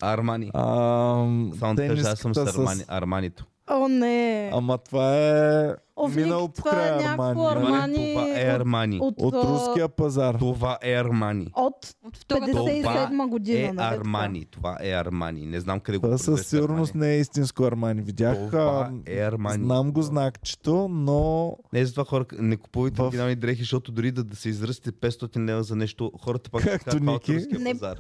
[SPEAKER 1] Армани.
[SPEAKER 2] ам,
[SPEAKER 1] Само да кажа, аз съм с
[SPEAKER 2] тениската
[SPEAKER 1] Армани, Арманито.
[SPEAKER 3] О, не.
[SPEAKER 2] Ама това е
[SPEAKER 3] О, Вики,
[SPEAKER 2] минало
[SPEAKER 3] това е
[SPEAKER 2] покрай
[SPEAKER 3] някакво
[SPEAKER 2] Армани. нали?
[SPEAKER 3] Армани.
[SPEAKER 1] Това е Армани.
[SPEAKER 3] От,
[SPEAKER 2] От
[SPEAKER 3] а,
[SPEAKER 2] руския пазар.
[SPEAKER 1] Това е Армани.
[SPEAKER 3] От
[SPEAKER 6] От втората
[SPEAKER 3] 57 година.
[SPEAKER 1] Е
[SPEAKER 3] нали така?
[SPEAKER 1] Армани, това е Армани. Не знам къде го
[SPEAKER 2] Това със
[SPEAKER 1] произвежда
[SPEAKER 2] сигурност
[SPEAKER 1] Армани.
[SPEAKER 2] не е истинско Армани. Видях,
[SPEAKER 1] Това
[SPEAKER 2] ам,
[SPEAKER 1] е Армани.
[SPEAKER 2] знам го знакчето, но
[SPEAKER 1] Не за това хора, не купувайте
[SPEAKER 2] В-
[SPEAKER 1] в... оригинални дрехи, защото дори да, да се изръстите 500 лева за нещо, хората пак
[SPEAKER 2] Както
[SPEAKER 1] ще кажат, това е от
[SPEAKER 2] Ники.
[SPEAKER 1] турския
[SPEAKER 3] Не,
[SPEAKER 1] пазар.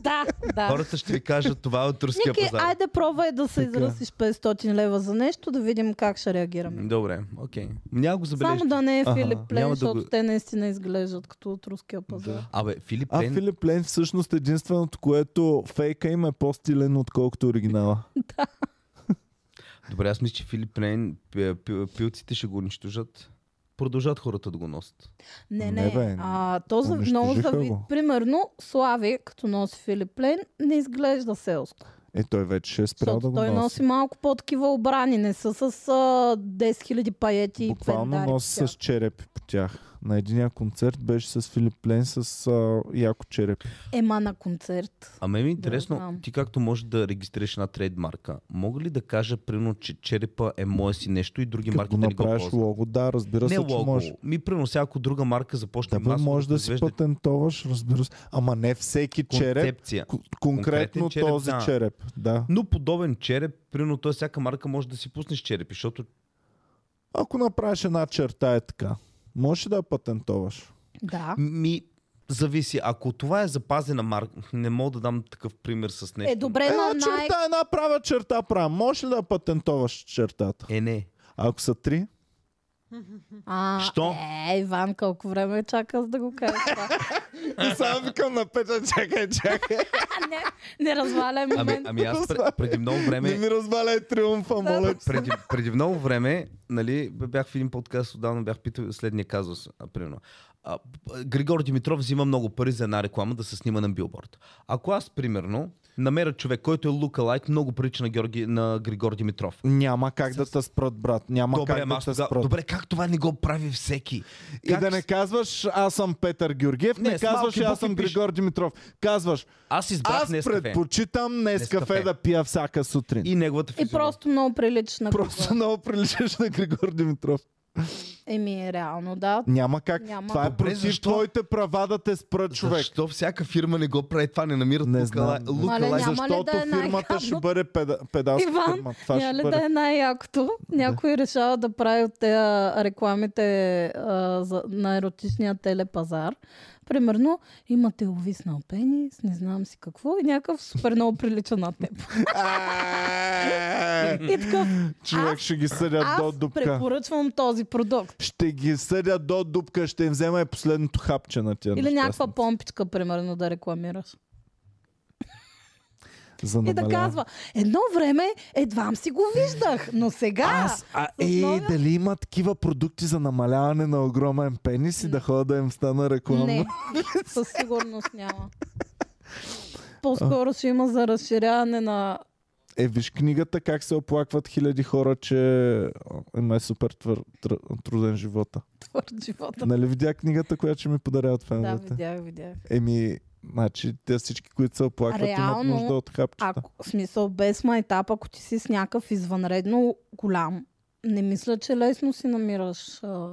[SPEAKER 3] Да, да.
[SPEAKER 1] Хората ще ви кажат, това е от турския
[SPEAKER 3] Ники,
[SPEAKER 1] пазар.
[SPEAKER 3] айде пробвай да се
[SPEAKER 2] Така.
[SPEAKER 3] изразиш 500 лева за нещо, да видим как ще реагираме.
[SPEAKER 1] Добре, окей. Няма го забележите.
[SPEAKER 3] Само да не е
[SPEAKER 2] Аха,
[SPEAKER 3] Филип Плен,
[SPEAKER 1] няма да
[SPEAKER 3] защото
[SPEAKER 1] го-
[SPEAKER 3] те наистина изглеждат като от руския пазар.
[SPEAKER 1] Абе, Филип
[SPEAKER 2] А
[SPEAKER 1] Лен...
[SPEAKER 2] Филип Лен всъщност единственото, което фейка им е по-стилен, отколкото оригинала.
[SPEAKER 1] Добре, аз мисля, че Филип Лен пи- пи- пилците ще го унищожат. Продължат хората да го носят.
[SPEAKER 3] Не,
[SPEAKER 2] Не,
[SPEAKER 3] не.
[SPEAKER 2] бе,
[SPEAKER 3] а, то за
[SPEAKER 2] унищожиха
[SPEAKER 3] много зави...
[SPEAKER 2] го.
[SPEAKER 3] Примерно, Слави, като носи Филип Лен, не изглежда селско.
[SPEAKER 2] Е, той вече ще е спрял
[SPEAKER 3] Защото
[SPEAKER 2] да го
[SPEAKER 3] той носи.
[SPEAKER 2] носи.
[SPEAKER 3] малко по-такива обрани, не са с а, 10 000 паети и
[SPEAKER 2] Буквално
[SPEAKER 3] пендари.
[SPEAKER 2] носи с черепи по тях. На единия концерт беше с Филип Лен с а, яко черепи.
[SPEAKER 3] Ема на концерт.
[SPEAKER 1] А мен ми е интересно,
[SPEAKER 3] знам.
[SPEAKER 1] ти както можеш да регистрираш една трейдмарка, мога ли да кажа, примерно, че черепа е моя си нещо и други
[SPEAKER 2] Като
[SPEAKER 1] марки
[SPEAKER 2] го
[SPEAKER 1] да не го
[SPEAKER 2] направиш
[SPEAKER 1] ползват?
[SPEAKER 2] лого, да, разбира
[SPEAKER 1] Не
[SPEAKER 2] се, че
[SPEAKER 1] лого.
[SPEAKER 2] можеш.
[SPEAKER 1] Ми, примерно, всяко друга марка започне
[SPEAKER 2] Да, бе,
[SPEAKER 1] масово
[SPEAKER 2] може да си
[SPEAKER 1] произвежда
[SPEAKER 2] патентоваш, разбира се. Ама не всеки череп,
[SPEAKER 1] концепция.
[SPEAKER 2] кон- конкретно
[SPEAKER 1] Конкретен череп,
[SPEAKER 2] този
[SPEAKER 1] да.
[SPEAKER 2] череп. Да.
[SPEAKER 1] Но подобен череп, примерно той всяка марка може да си пуснеш черепи, защото
[SPEAKER 2] Ако направиш една черта е така, можеш ли да я патентоваш.
[SPEAKER 3] Да.
[SPEAKER 1] ми... Зависи. Ако това е запазена марка, не мога да дам такъв пример с нещо.
[SPEAKER 3] Е, добре,
[SPEAKER 2] Една
[SPEAKER 3] на най...
[SPEAKER 2] черта, една права черта права. Може ли да патентоваш чертата?
[SPEAKER 1] Е, не.
[SPEAKER 2] Ако са три,
[SPEAKER 3] А,
[SPEAKER 1] Що?
[SPEAKER 3] Е, Иван, колко време чака за да го кажа това.
[SPEAKER 2] и сега викам на Петя, чакай, чакай.
[SPEAKER 3] А, не, не разваляй
[SPEAKER 1] Ами,
[SPEAKER 3] момент.
[SPEAKER 1] ами аз пред, преди много
[SPEAKER 2] Не
[SPEAKER 1] време
[SPEAKER 2] ми е разваляй триумфа, моля. те.
[SPEAKER 1] преди, преди много време, нали, бях в един подкаст, отдавна бях питал следния казус, а, примерно. А, п- Григор Димитров взима много пари за една реклама да се снима на билборд. Ако аз, примерно, намеря човек, който е лука-лайк, много прилича на, Георги, на Григор Димитров.
[SPEAKER 2] Няма как да те спрат, брат. Няма
[SPEAKER 1] Добре,
[SPEAKER 2] как
[SPEAKER 1] ма
[SPEAKER 2] да
[SPEAKER 1] аз
[SPEAKER 2] те
[SPEAKER 1] тогава-
[SPEAKER 2] спрат.
[SPEAKER 1] добре, как това не го прави всеки?
[SPEAKER 2] И
[SPEAKER 1] Как
[SPEAKER 2] да
[SPEAKER 1] с-
[SPEAKER 2] не казваш, аз съм Петър Георгиев, не,
[SPEAKER 1] Не, с
[SPEAKER 2] казваш,
[SPEAKER 1] малки
[SPEAKER 2] аз съм
[SPEAKER 1] букви пиш.
[SPEAKER 2] Григор Димитров. Казваш,
[SPEAKER 1] Аз избрах
[SPEAKER 2] аз
[SPEAKER 1] днес кафе.
[SPEAKER 2] предпочитам днес
[SPEAKER 1] Нескафе.
[SPEAKER 2] кафе да пия всяка сутрин.
[SPEAKER 1] И неговата
[SPEAKER 3] И
[SPEAKER 1] физиономия.
[SPEAKER 3] Е, просто много прилич на
[SPEAKER 2] Просто
[SPEAKER 3] Google.
[SPEAKER 2] много приличаш на Григор Димитров.
[SPEAKER 3] Еми, е, реално, да.
[SPEAKER 2] Няма как.
[SPEAKER 3] Няма.
[SPEAKER 2] Това е
[SPEAKER 1] Добре,
[SPEAKER 2] против
[SPEAKER 1] защо?
[SPEAKER 2] твоите права да те спра човек.
[SPEAKER 1] Защо всяка фирма не го прави това? Не намират
[SPEAKER 2] Не
[SPEAKER 1] лука-лай-
[SPEAKER 2] знам.
[SPEAKER 1] лука-лай-
[SPEAKER 3] Мале, няма ли
[SPEAKER 2] Защото
[SPEAKER 3] да е
[SPEAKER 2] фирмата ще
[SPEAKER 3] най-гадно?
[SPEAKER 2] бъде педа- педалска
[SPEAKER 3] Иван,
[SPEAKER 2] фирма. Това
[SPEAKER 3] Няма
[SPEAKER 2] ще
[SPEAKER 3] ли да
[SPEAKER 2] бъде.
[SPEAKER 3] е най-якото? Някой решава да прави от тези рекламите а, за, на еротичния телепазар. Примерно, имате увиснал пенис, не знам си какво, и някакъв супер много прилича на теб.
[SPEAKER 2] Ааа!
[SPEAKER 3] И такъв,
[SPEAKER 2] Е, Човек ще ги съдят до
[SPEAKER 3] аз
[SPEAKER 2] дупка.
[SPEAKER 3] препоръчвам този продукт.
[SPEAKER 2] Ще ги съдят до дупка, ще им взема и последното хапче на тия
[SPEAKER 3] Или някаква
[SPEAKER 2] нещастни.
[SPEAKER 3] помпичка, примерно, да рекламираш.
[SPEAKER 2] За
[SPEAKER 3] И да
[SPEAKER 2] намаляване.
[SPEAKER 3] казва, едно време едвам си го виждах, но сега...
[SPEAKER 2] Аз, а
[SPEAKER 3] с
[SPEAKER 2] ей,
[SPEAKER 3] новия-
[SPEAKER 2] дали има такива продукти за намаляване на огромен пенис и да ходя да им стана рекламно?
[SPEAKER 3] Не, със сигурност няма. По-скоро ще има за разширяване на...
[SPEAKER 2] Е, виж книгата как се оплакват хиляди хора, че а, им е супер твър, тр- труден живота.
[SPEAKER 3] твърд живота.
[SPEAKER 2] Нали видя книгата, която ще ми подаряват
[SPEAKER 3] Да,
[SPEAKER 2] феновете?
[SPEAKER 3] видях, видях.
[SPEAKER 2] Еми, значи те всички, които се оплакват,
[SPEAKER 3] Реално,
[SPEAKER 2] имат нужда от хапчета.
[SPEAKER 3] Ако, в смисъл, без майтап, ако ти си с някакъв извънредно голям, не мисля, че лесно си намираш... А...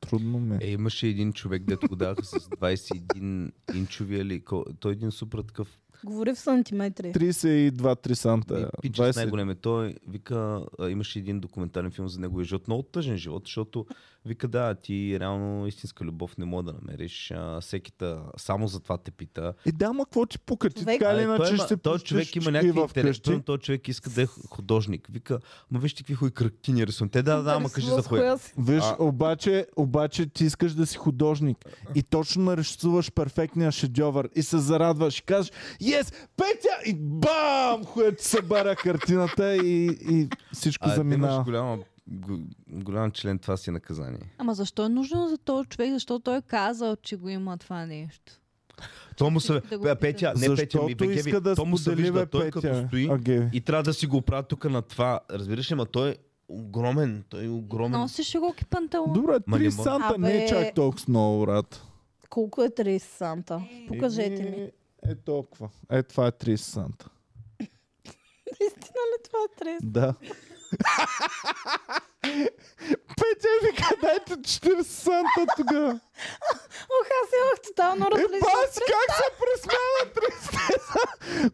[SPEAKER 2] Трудно ми е.
[SPEAKER 1] Е, имаше един човек, дето го даваха с 21 инчови, или ко... той е един супер такъв
[SPEAKER 3] Говори в сантиметри.
[SPEAKER 2] 32-3
[SPEAKER 1] и
[SPEAKER 2] санта.
[SPEAKER 1] пич с
[SPEAKER 2] 20.
[SPEAKER 1] най-големе. Той вика, а, имаше един документален филм за неговия живот, много тъжен живот, защото вика, да, ти реално истинска любов не мога да намериш. А, всеки та, само за това те пита.
[SPEAKER 2] Е, да, ма какво ти пука? Ти
[SPEAKER 3] Човек-
[SPEAKER 2] така или
[SPEAKER 1] Абе, той
[SPEAKER 2] иначе
[SPEAKER 1] има-
[SPEAKER 2] Нали, значи ще
[SPEAKER 1] той
[SPEAKER 2] пустиш
[SPEAKER 1] човек има
[SPEAKER 2] чуки
[SPEAKER 1] някакви интерес.
[SPEAKER 2] вкъщи.
[SPEAKER 1] Той, той човек иска да е художник. Вика, ма вижте какви хуй кръктини рисувам. Те да, да, ама кажи за
[SPEAKER 3] Интересува с
[SPEAKER 1] хуя.
[SPEAKER 3] си.
[SPEAKER 2] Виж,
[SPEAKER 1] А-
[SPEAKER 2] обаче, обаче ти искаш да си художник и точно нарисуваш перфектния шедьовър и се зарадваш и кажеш Yes, Петя! И бам! Хуят събаря картината и, и всичко
[SPEAKER 1] А, ти имаш
[SPEAKER 2] заминава.
[SPEAKER 1] голяма, го- голям член, това си е наказание.
[SPEAKER 6] Ама защо е нужно за този човек? Защо той е казал, че го има това нещо?
[SPEAKER 1] То му се...
[SPEAKER 6] Искам да го
[SPEAKER 1] Бе,
[SPEAKER 6] питам.
[SPEAKER 1] Петя, не
[SPEAKER 2] Защото
[SPEAKER 1] Петя, ми Вегеви,
[SPEAKER 2] иска да
[SPEAKER 1] то му се
[SPEAKER 2] сподели, бе,
[SPEAKER 1] вижда, той
[SPEAKER 2] Петя,
[SPEAKER 1] като стои
[SPEAKER 2] а, Геви.
[SPEAKER 1] и трябва да си го оправя тук на това. Разбираш ли, ма той е огромен, той е
[SPEAKER 2] Ами,
[SPEAKER 1] огромен.
[SPEAKER 6] Носи широки панталони.
[SPEAKER 2] Добре,
[SPEAKER 1] Ма
[SPEAKER 2] три
[SPEAKER 1] не мога.
[SPEAKER 2] санта не е
[SPEAKER 3] Абе.
[SPEAKER 2] чак толкова много, брат.
[SPEAKER 3] Колко е 30 санта? Покажете ми.
[SPEAKER 2] Еми, Е толкова. Е, това е 30 санта.
[SPEAKER 3] Наистина ли това е 30?
[SPEAKER 2] Да. Петя вика, дайте 40 санта
[SPEAKER 3] Нали
[SPEAKER 2] тогава.
[SPEAKER 3] Ох, аз имах тотално различно.
[SPEAKER 2] Бас, как се пресмява тристеса?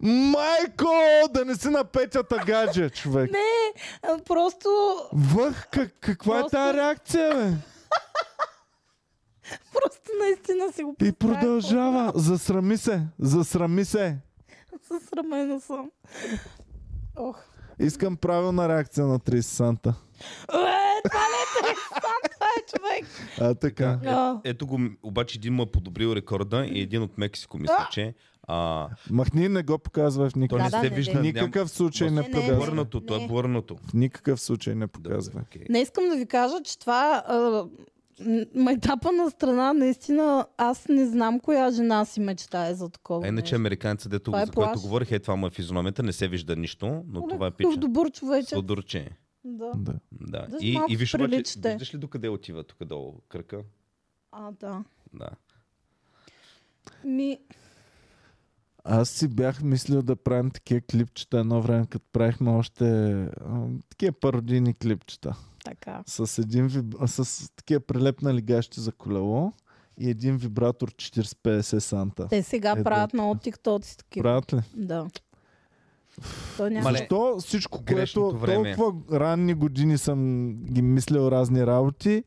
[SPEAKER 2] Майко, да не си на Петята гадже, човек.
[SPEAKER 3] Не, а, просто
[SPEAKER 2] Въх, как, каква е
[SPEAKER 3] Просто-
[SPEAKER 2] тази реакция, бе?
[SPEAKER 3] Просто наистина си го
[SPEAKER 2] И продължава. Засрами се, засрами се.
[SPEAKER 3] Съсрамена съм. Ох.
[SPEAKER 2] Искам правилна реакция на 30 санта.
[SPEAKER 3] Е, това ли е това е човек?
[SPEAKER 2] А така.
[SPEAKER 1] Е.
[SPEAKER 3] А,
[SPEAKER 1] Ето го, обаче един му е подобрил рекорда и един от Мексико, мисля, че. А,
[SPEAKER 2] Махни, не го показвай в
[SPEAKER 1] той
[SPEAKER 2] никакъв,
[SPEAKER 1] не
[SPEAKER 3] да,
[SPEAKER 1] се
[SPEAKER 3] не,
[SPEAKER 1] вижда.
[SPEAKER 2] в
[SPEAKER 3] не.
[SPEAKER 1] ням-
[SPEAKER 2] никакъв е случай. Не,
[SPEAKER 3] Не, не, не.
[SPEAKER 2] показвай.
[SPEAKER 1] Блърнато, той е
[SPEAKER 3] Не.
[SPEAKER 1] блърнато.
[SPEAKER 2] В никакъв случай не показвай.
[SPEAKER 1] Окей.
[SPEAKER 3] Не искам да ви кажа, че това а, м- майтапа на страна, наистина, аз не знам коя жена си мечтае за такова.
[SPEAKER 1] А иначе
[SPEAKER 3] нещо.
[SPEAKER 1] американца, дето,
[SPEAKER 3] Това е
[SPEAKER 1] за което
[SPEAKER 3] плаш. Ами,
[SPEAKER 1] говорих, е това му е физиономията, не се вижда нищо, но това е
[SPEAKER 3] Какъв
[SPEAKER 1] пича.
[SPEAKER 3] добър човече.
[SPEAKER 1] Сладурче.
[SPEAKER 3] Да.
[SPEAKER 2] Да.
[SPEAKER 1] Да.
[SPEAKER 3] Даже
[SPEAKER 1] И,
[SPEAKER 3] малко
[SPEAKER 1] и виж, обаче,
[SPEAKER 3] приличате.
[SPEAKER 1] виждаш ли докъде отива тук долу кръка?
[SPEAKER 3] А, да.
[SPEAKER 1] Да.
[SPEAKER 3] Ми,
[SPEAKER 2] Аз си бях мислил да правим такива клипчета едно време, като правихме още а, такива пародийни клипчета.
[SPEAKER 3] така.
[SPEAKER 2] С, един виб... а, с такива прилепнали гащи за колело и един вибратор 40-50 санта.
[SPEAKER 3] Те сега
[SPEAKER 1] Е,
[SPEAKER 2] Ето.
[SPEAKER 3] правят много тиктоци такива.
[SPEAKER 2] Правят ли?
[SPEAKER 3] Да. То няма.
[SPEAKER 1] Мале,
[SPEAKER 2] Защо всичко,
[SPEAKER 1] грешното
[SPEAKER 2] което
[SPEAKER 1] време.
[SPEAKER 2] толкова ранни години съм ги мислил разни работи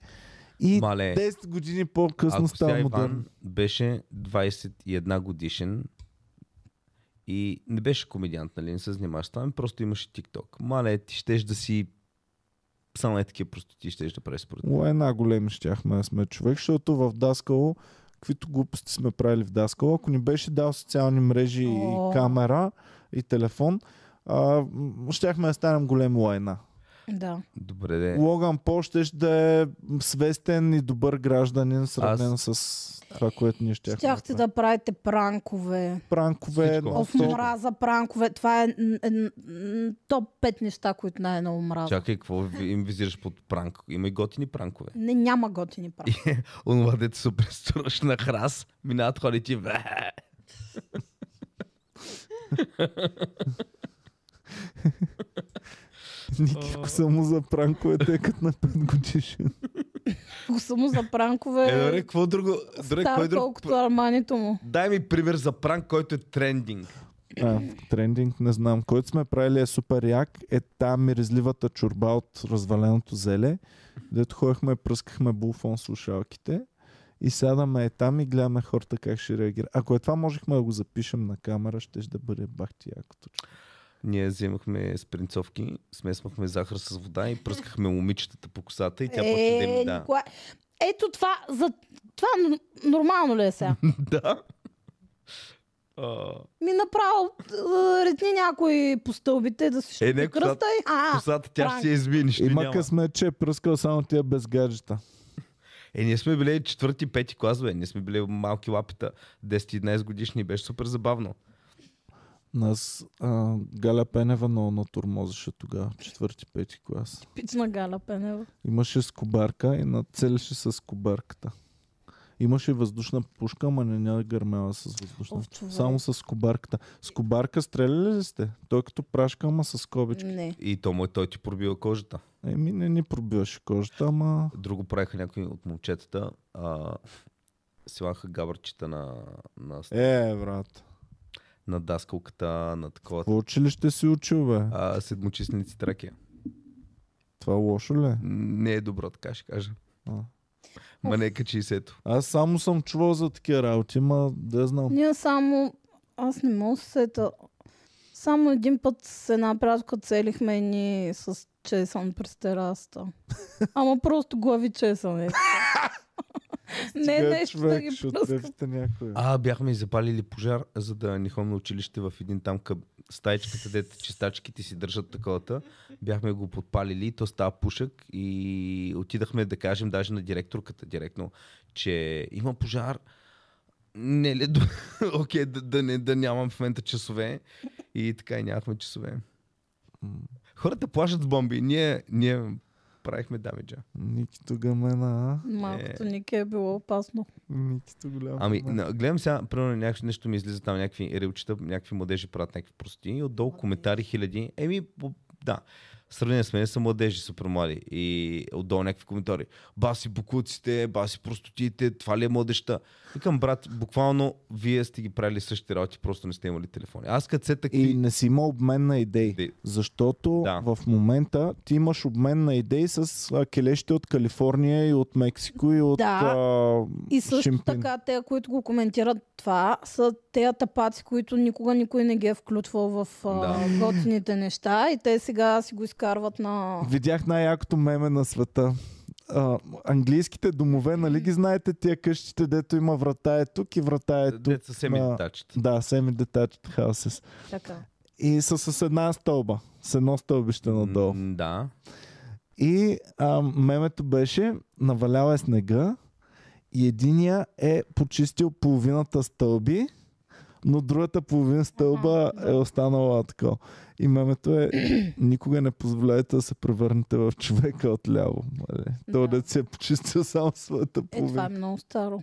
[SPEAKER 2] И
[SPEAKER 1] Мале,
[SPEAKER 2] 10 години
[SPEAKER 1] ако
[SPEAKER 2] по-късно
[SPEAKER 1] сега
[SPEAKER 2] става
[SPEAKER 1] Иван
[SPEAKER 2] модерн.
[SPEAKER 1] беше 21 годишен и не беше комедиант, нали, не се занимаваш с това, ами просто имаше TikTok. Мале, ти щеш да си само е такива простоти щеш да правиш според мен.
[SPEAKER 2] Лайна големи щяхме да сме човек, защото в Даскало, каквито глупости сме правили в Даскало, ако ни беше дал социални мрежи
[SPEAKER 3] О.
[SPEAKER 2] и камера и телефон, а, м, щяхме да станем големи лайна.
[SPEAKER 3] Да.
[SPEAKER 1] Добре, де.
[SPEAKER 2] Логан Пол ще да е свестен и добър гражданин, сравнен с това, което ние щяхме.
[SPEAKER 1] е.
[SPEAKER 3] Щяхте
[SPEAKER 2] правим.
[SPEAKER 3] да правите пранкове.
[SPEAKER 2] Пранкове,
[SPEAKER 1] Всичко.
[SPEAKER 2] нон-стоп.
[SPEAKER 3] Оф, мраза, пранкове. Това е н- н- н- топ 5 неща, които най-много мраза.
[SPEAKER 1] Чакай, какво ви- им визираш под пранк? Има и готини пранкове.
[SPEAKER 3] Не, няма готини пранкове.
[SPEAKER 1] Онова дето се преструваш на храс, минават хора и ти бе.
[SPEAKER 2] Никитко само за пранковете, като на 5 годишен.
[SPEAKER 3] Само за пранкове.
[SPEAKER 1] Е, добре, какво друго? Добре, кой
[SPEAKER 3] стар
[SPEAKER 1] друг?
[SPEAKER 3] колкото арманито му.
[SPEAKER 1] Дай ми пример за пранк, който е трендинг.
[SPEAKER 2] А, трендинг, не знам. Който сме правили е супер як. Е та миризливата чорба от разваленото зеле, дето ходихме, пръскахме булфон слушалките и сядаме е там и гледаме хората как ще реагират. Ако е това можехме да го запишем на камера, ще да бъде бахти якото.
[SPEAKER 1] Ние взимахме спринцовки, смесвахме захар с вода и пръскахме момичетата по косата и тя почти да
[SPEAKER 3] Е,
[SPEAKER 1] им да.
[SPEAKER 3] Николай. Ето това, за... това н- нормално ли е сега?
[SPEAKER 1] Да. А,
[SPEAKER 3] Ми направо е, редни някой по стълбите да си
[SPEAKER 1] Е,
[SPEAKER 3] щупи
[SPEAKER 1] не, косата-
[SPEAKER 3] кръста и... А,
[SPEAKER 1] Косата тя ще
[SPEAKER 3] пранк.
[SPEAKER 1] се измие, нищо
[SPEAKER 2] Има
[SPEAKER 1] няма.
[SPEAKER 2] късмет, че е пръскал само тия без гаджета.
[SPEAKER 1] Е, ние сме били четвърти, пети клас, бе. Ние сме били малки лапита, 10-11 годишни. Беше супер забавно.
[SPEAKER 2] Нас а, Галя Пенева много натурмозеше тогава, четвърти, пети клас.
[SPEAKER 3] пична галя пенева.
[SPEAKER 2] Имаше скобарка и нацеляше с скобарката. Имаше въздушна пушка, ма не няма гърмела с въздушна.
[SPEAKER 3] Ов, човек.
[SPEAKER 2] Само с скобарката. Скобарка стреляли ли сте? Той като прашка, ама с кобички.
[SPEAKER 3] Не.
[SPEAKER 1] И то му е, той ти пробива кожата.
[SPEAKER 2] Еми не ни пробиваше кожата, ама...
[SPEAKER 1] Друго правиха някои от момчетата. А, слагаха габърчета на, на,
[SPEAKER 2] Е, брат.
[SPEAKER 1] на даскалката, на такова.
[SPEAKER 2] В училище си учил, бе.
[SPEAKER 1] А, седмочисленици тракия.
[SPEAKER 2] Това лошо ли? е?
[SPEAKER 1] Не е добро, така ще кажа.
[SPEAKER 2] А.
[SPEAKER 1] Ма не е качи сето.
[SPEAKER 2] Аз само съм чувал за такива работи, ма да я знам.
[SPEAKER 3] Ние само... Аз не мога да се сета. Само един път с една приятелка целихме ни с чесън през тераста. Ама просто глави чесън е. не е
[SPEAKER 2] Стига,
[SPEAKER 3] нещо да ги
[SPEAKER 2] ще
[SPEAKER 3] пръскам.
[SPEAKER 2] отцепите някой.
[SPEAKER 1] А, бяхме и запалили пожар, за да ни ходим на училище в един там къп... стаичка, където чистачките си държат таковата. Бяхме го подпалили, то става пушък и отидахме да кажем даже на директорката директно, че има пожар. Не ли, до- окей, да, да, не, да нямам в момента часове. И така и нямахме часове. Хората плашат с бомби. Ние, ние правихме дамиджа.
[SPEAKER 2] Ники тук мена, а?
[SPEAKER 3] Малкото Ники е било опасно.
[SPEAKER 2] Ники тук голямо.
[SPEAKER 1] Ами, на, гледам сега, примерно някакво нещо ми излиза там, някакви рилчета, някакви младежи правят някакви прости и отдолу коментари хиляди. Еми, по- да. В Сравнение с мен са младежи, супер млади. И отдолу някакви коментари. Баси букуците, баси простотиите, това ли е младеща? Викам, брат, буквално вие сте ги правили същите работи, просто не сте имали телефони. Аз като се такива...
[SPEAKER 2] И не си има обмен на
[SPEAKER 1] Идеи.
[SPEAKER 2] идеи. Защото
[SPEAKER 1] Да.
[SPEAKER 2] да. в момента ти имаш обмен на идеи с а, келещите от Калифорния и от Мексико и от
[SPEAKER 3] Да.
[SPEAKER 2] а,
[SPEAKER 3] И също
[SPEAKER 2] Шимпин.
[SPEAKER 3] така, те, които го коментират това, са те тапаци, които никога никой не ги е включвал в да.
[SPEAKER 1] Да.
[SPEAKER 3] готините неща и те сега си го изкарват на...
[SPEAKER 2] Видях най-якото меме на света. А, английските домове, нали ги знаете тия къщите, дето има врата е тук и врата е тук.
[SPEAKER 1] Деца се ми
[SPEAKER 2] на-
[SPEAKER 1] детачат.
[SPEAKER 2] Да, semi detached houses.
[SPEAKER 3] Така.
[SPEAKER 2] И са с една стълба. С едно стълбище надолу.
[SPEAKER 1] М, Да.
[SPEAKER 2] И а, мемето беше, навалява е снега и единия е почистил половината стълби, но другата половин стълба е останала така. И мемето е, никога не позволяйте да се превърнете в човека отляво. Мале. Той
[SPEAKER 3] Да.
[SPEAKER 2] да си е почистил само своята
[SPEAKER 3] Е, това е
[SPEAKER 2] половина.
[SPEAKER 3] много старо.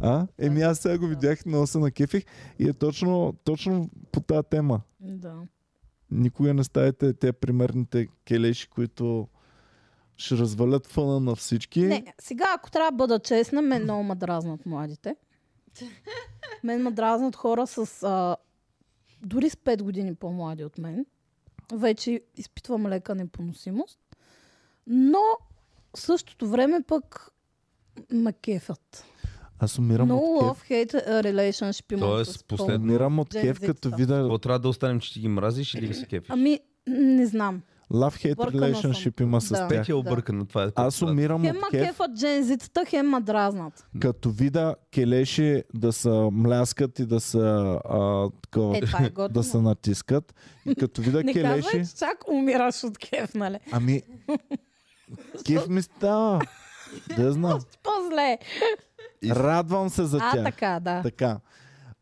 [SPEAKER 2] А? Еми аз сега го видях, много се накефих и е точно, точно по тази тема.
[SPEAKER 3] Да.
[SPEAKER 2] Никога не ставайте те примерните келеши, които ще развалят фъна на всички.
[SPEAKER 3] Не, сега ако трябва да бъда честна, мен много ме дразнат младите. Мен ме дразнат хора с а, дори с 5 години по-млади от мен. Вече изпитвам лека непоносимост. Но в същото време пък ме кефят.
[SPEAKER 2] Аз умирам
[SPEAKER 3] Много
[SPEAKER 2] от кеф.
[SPEAKER 3] love hate uh, relationship имам
[SPEAKER 1] Тоест,
[SPEAKER 3] с
[SPEAKER 1] послед-
[SPEAKER 3] Пол.
[SPEAKER 2] Умирам от
[SPEAKER 3] Gen
[SPEAKER 2] кеф,
[SPEAKER 3] Z
[SPEAKER 2] като
[SPEAKER 3] stuff.
[SPEAKER 1] Какво
[SPEAKER 2] видя
[SPEAKER 1] трябва да останем, че ти ги мразиш или ги се кефиш?
[SPEAKER 3] Ами, не знам.
[SPEAKER 2] love-hate
[SPEAKER 3] Бъркана съм.
[SPEAKER 2] relationship има с
[SPEAKER 3] Да.
[SPEAKER 2] тях.
[SPEAKER 1] Петя е объркан на това. е
[SPEAKER 2] Аз
[SPEAKER 1] което
[SPEAKER 2] умирам
[SPEAKER 3] Хем
[SPEAKER 2] от
[SPEAKER 3] ма
[SPEAKER 2] кеф,
[SPEAKER 3] кефът джензитата, хем ма дразнат.
[SPEAKER 2] като видя келеши да са мляскат и да са а, такова,
[SPEAKER 3] Е, това е готино.
[SPEAKER 2] да се натискат. И като видя
[SPEAKER 3] Не
[SPEAKER 2] келеши,
[SPEAKER 3] казвай, че чак умираш от кеф, нали?
[SPEAKER 2] ами кеф ми става. Да знам.
[SPEAKER 3] По-зле.
[SPEAKER 2] Радвам се за
[SPEAKER 3] А,
[SPEAKER 2] тях.
[SPEAKER 3] така, да.
[SPEAKER 2] Така.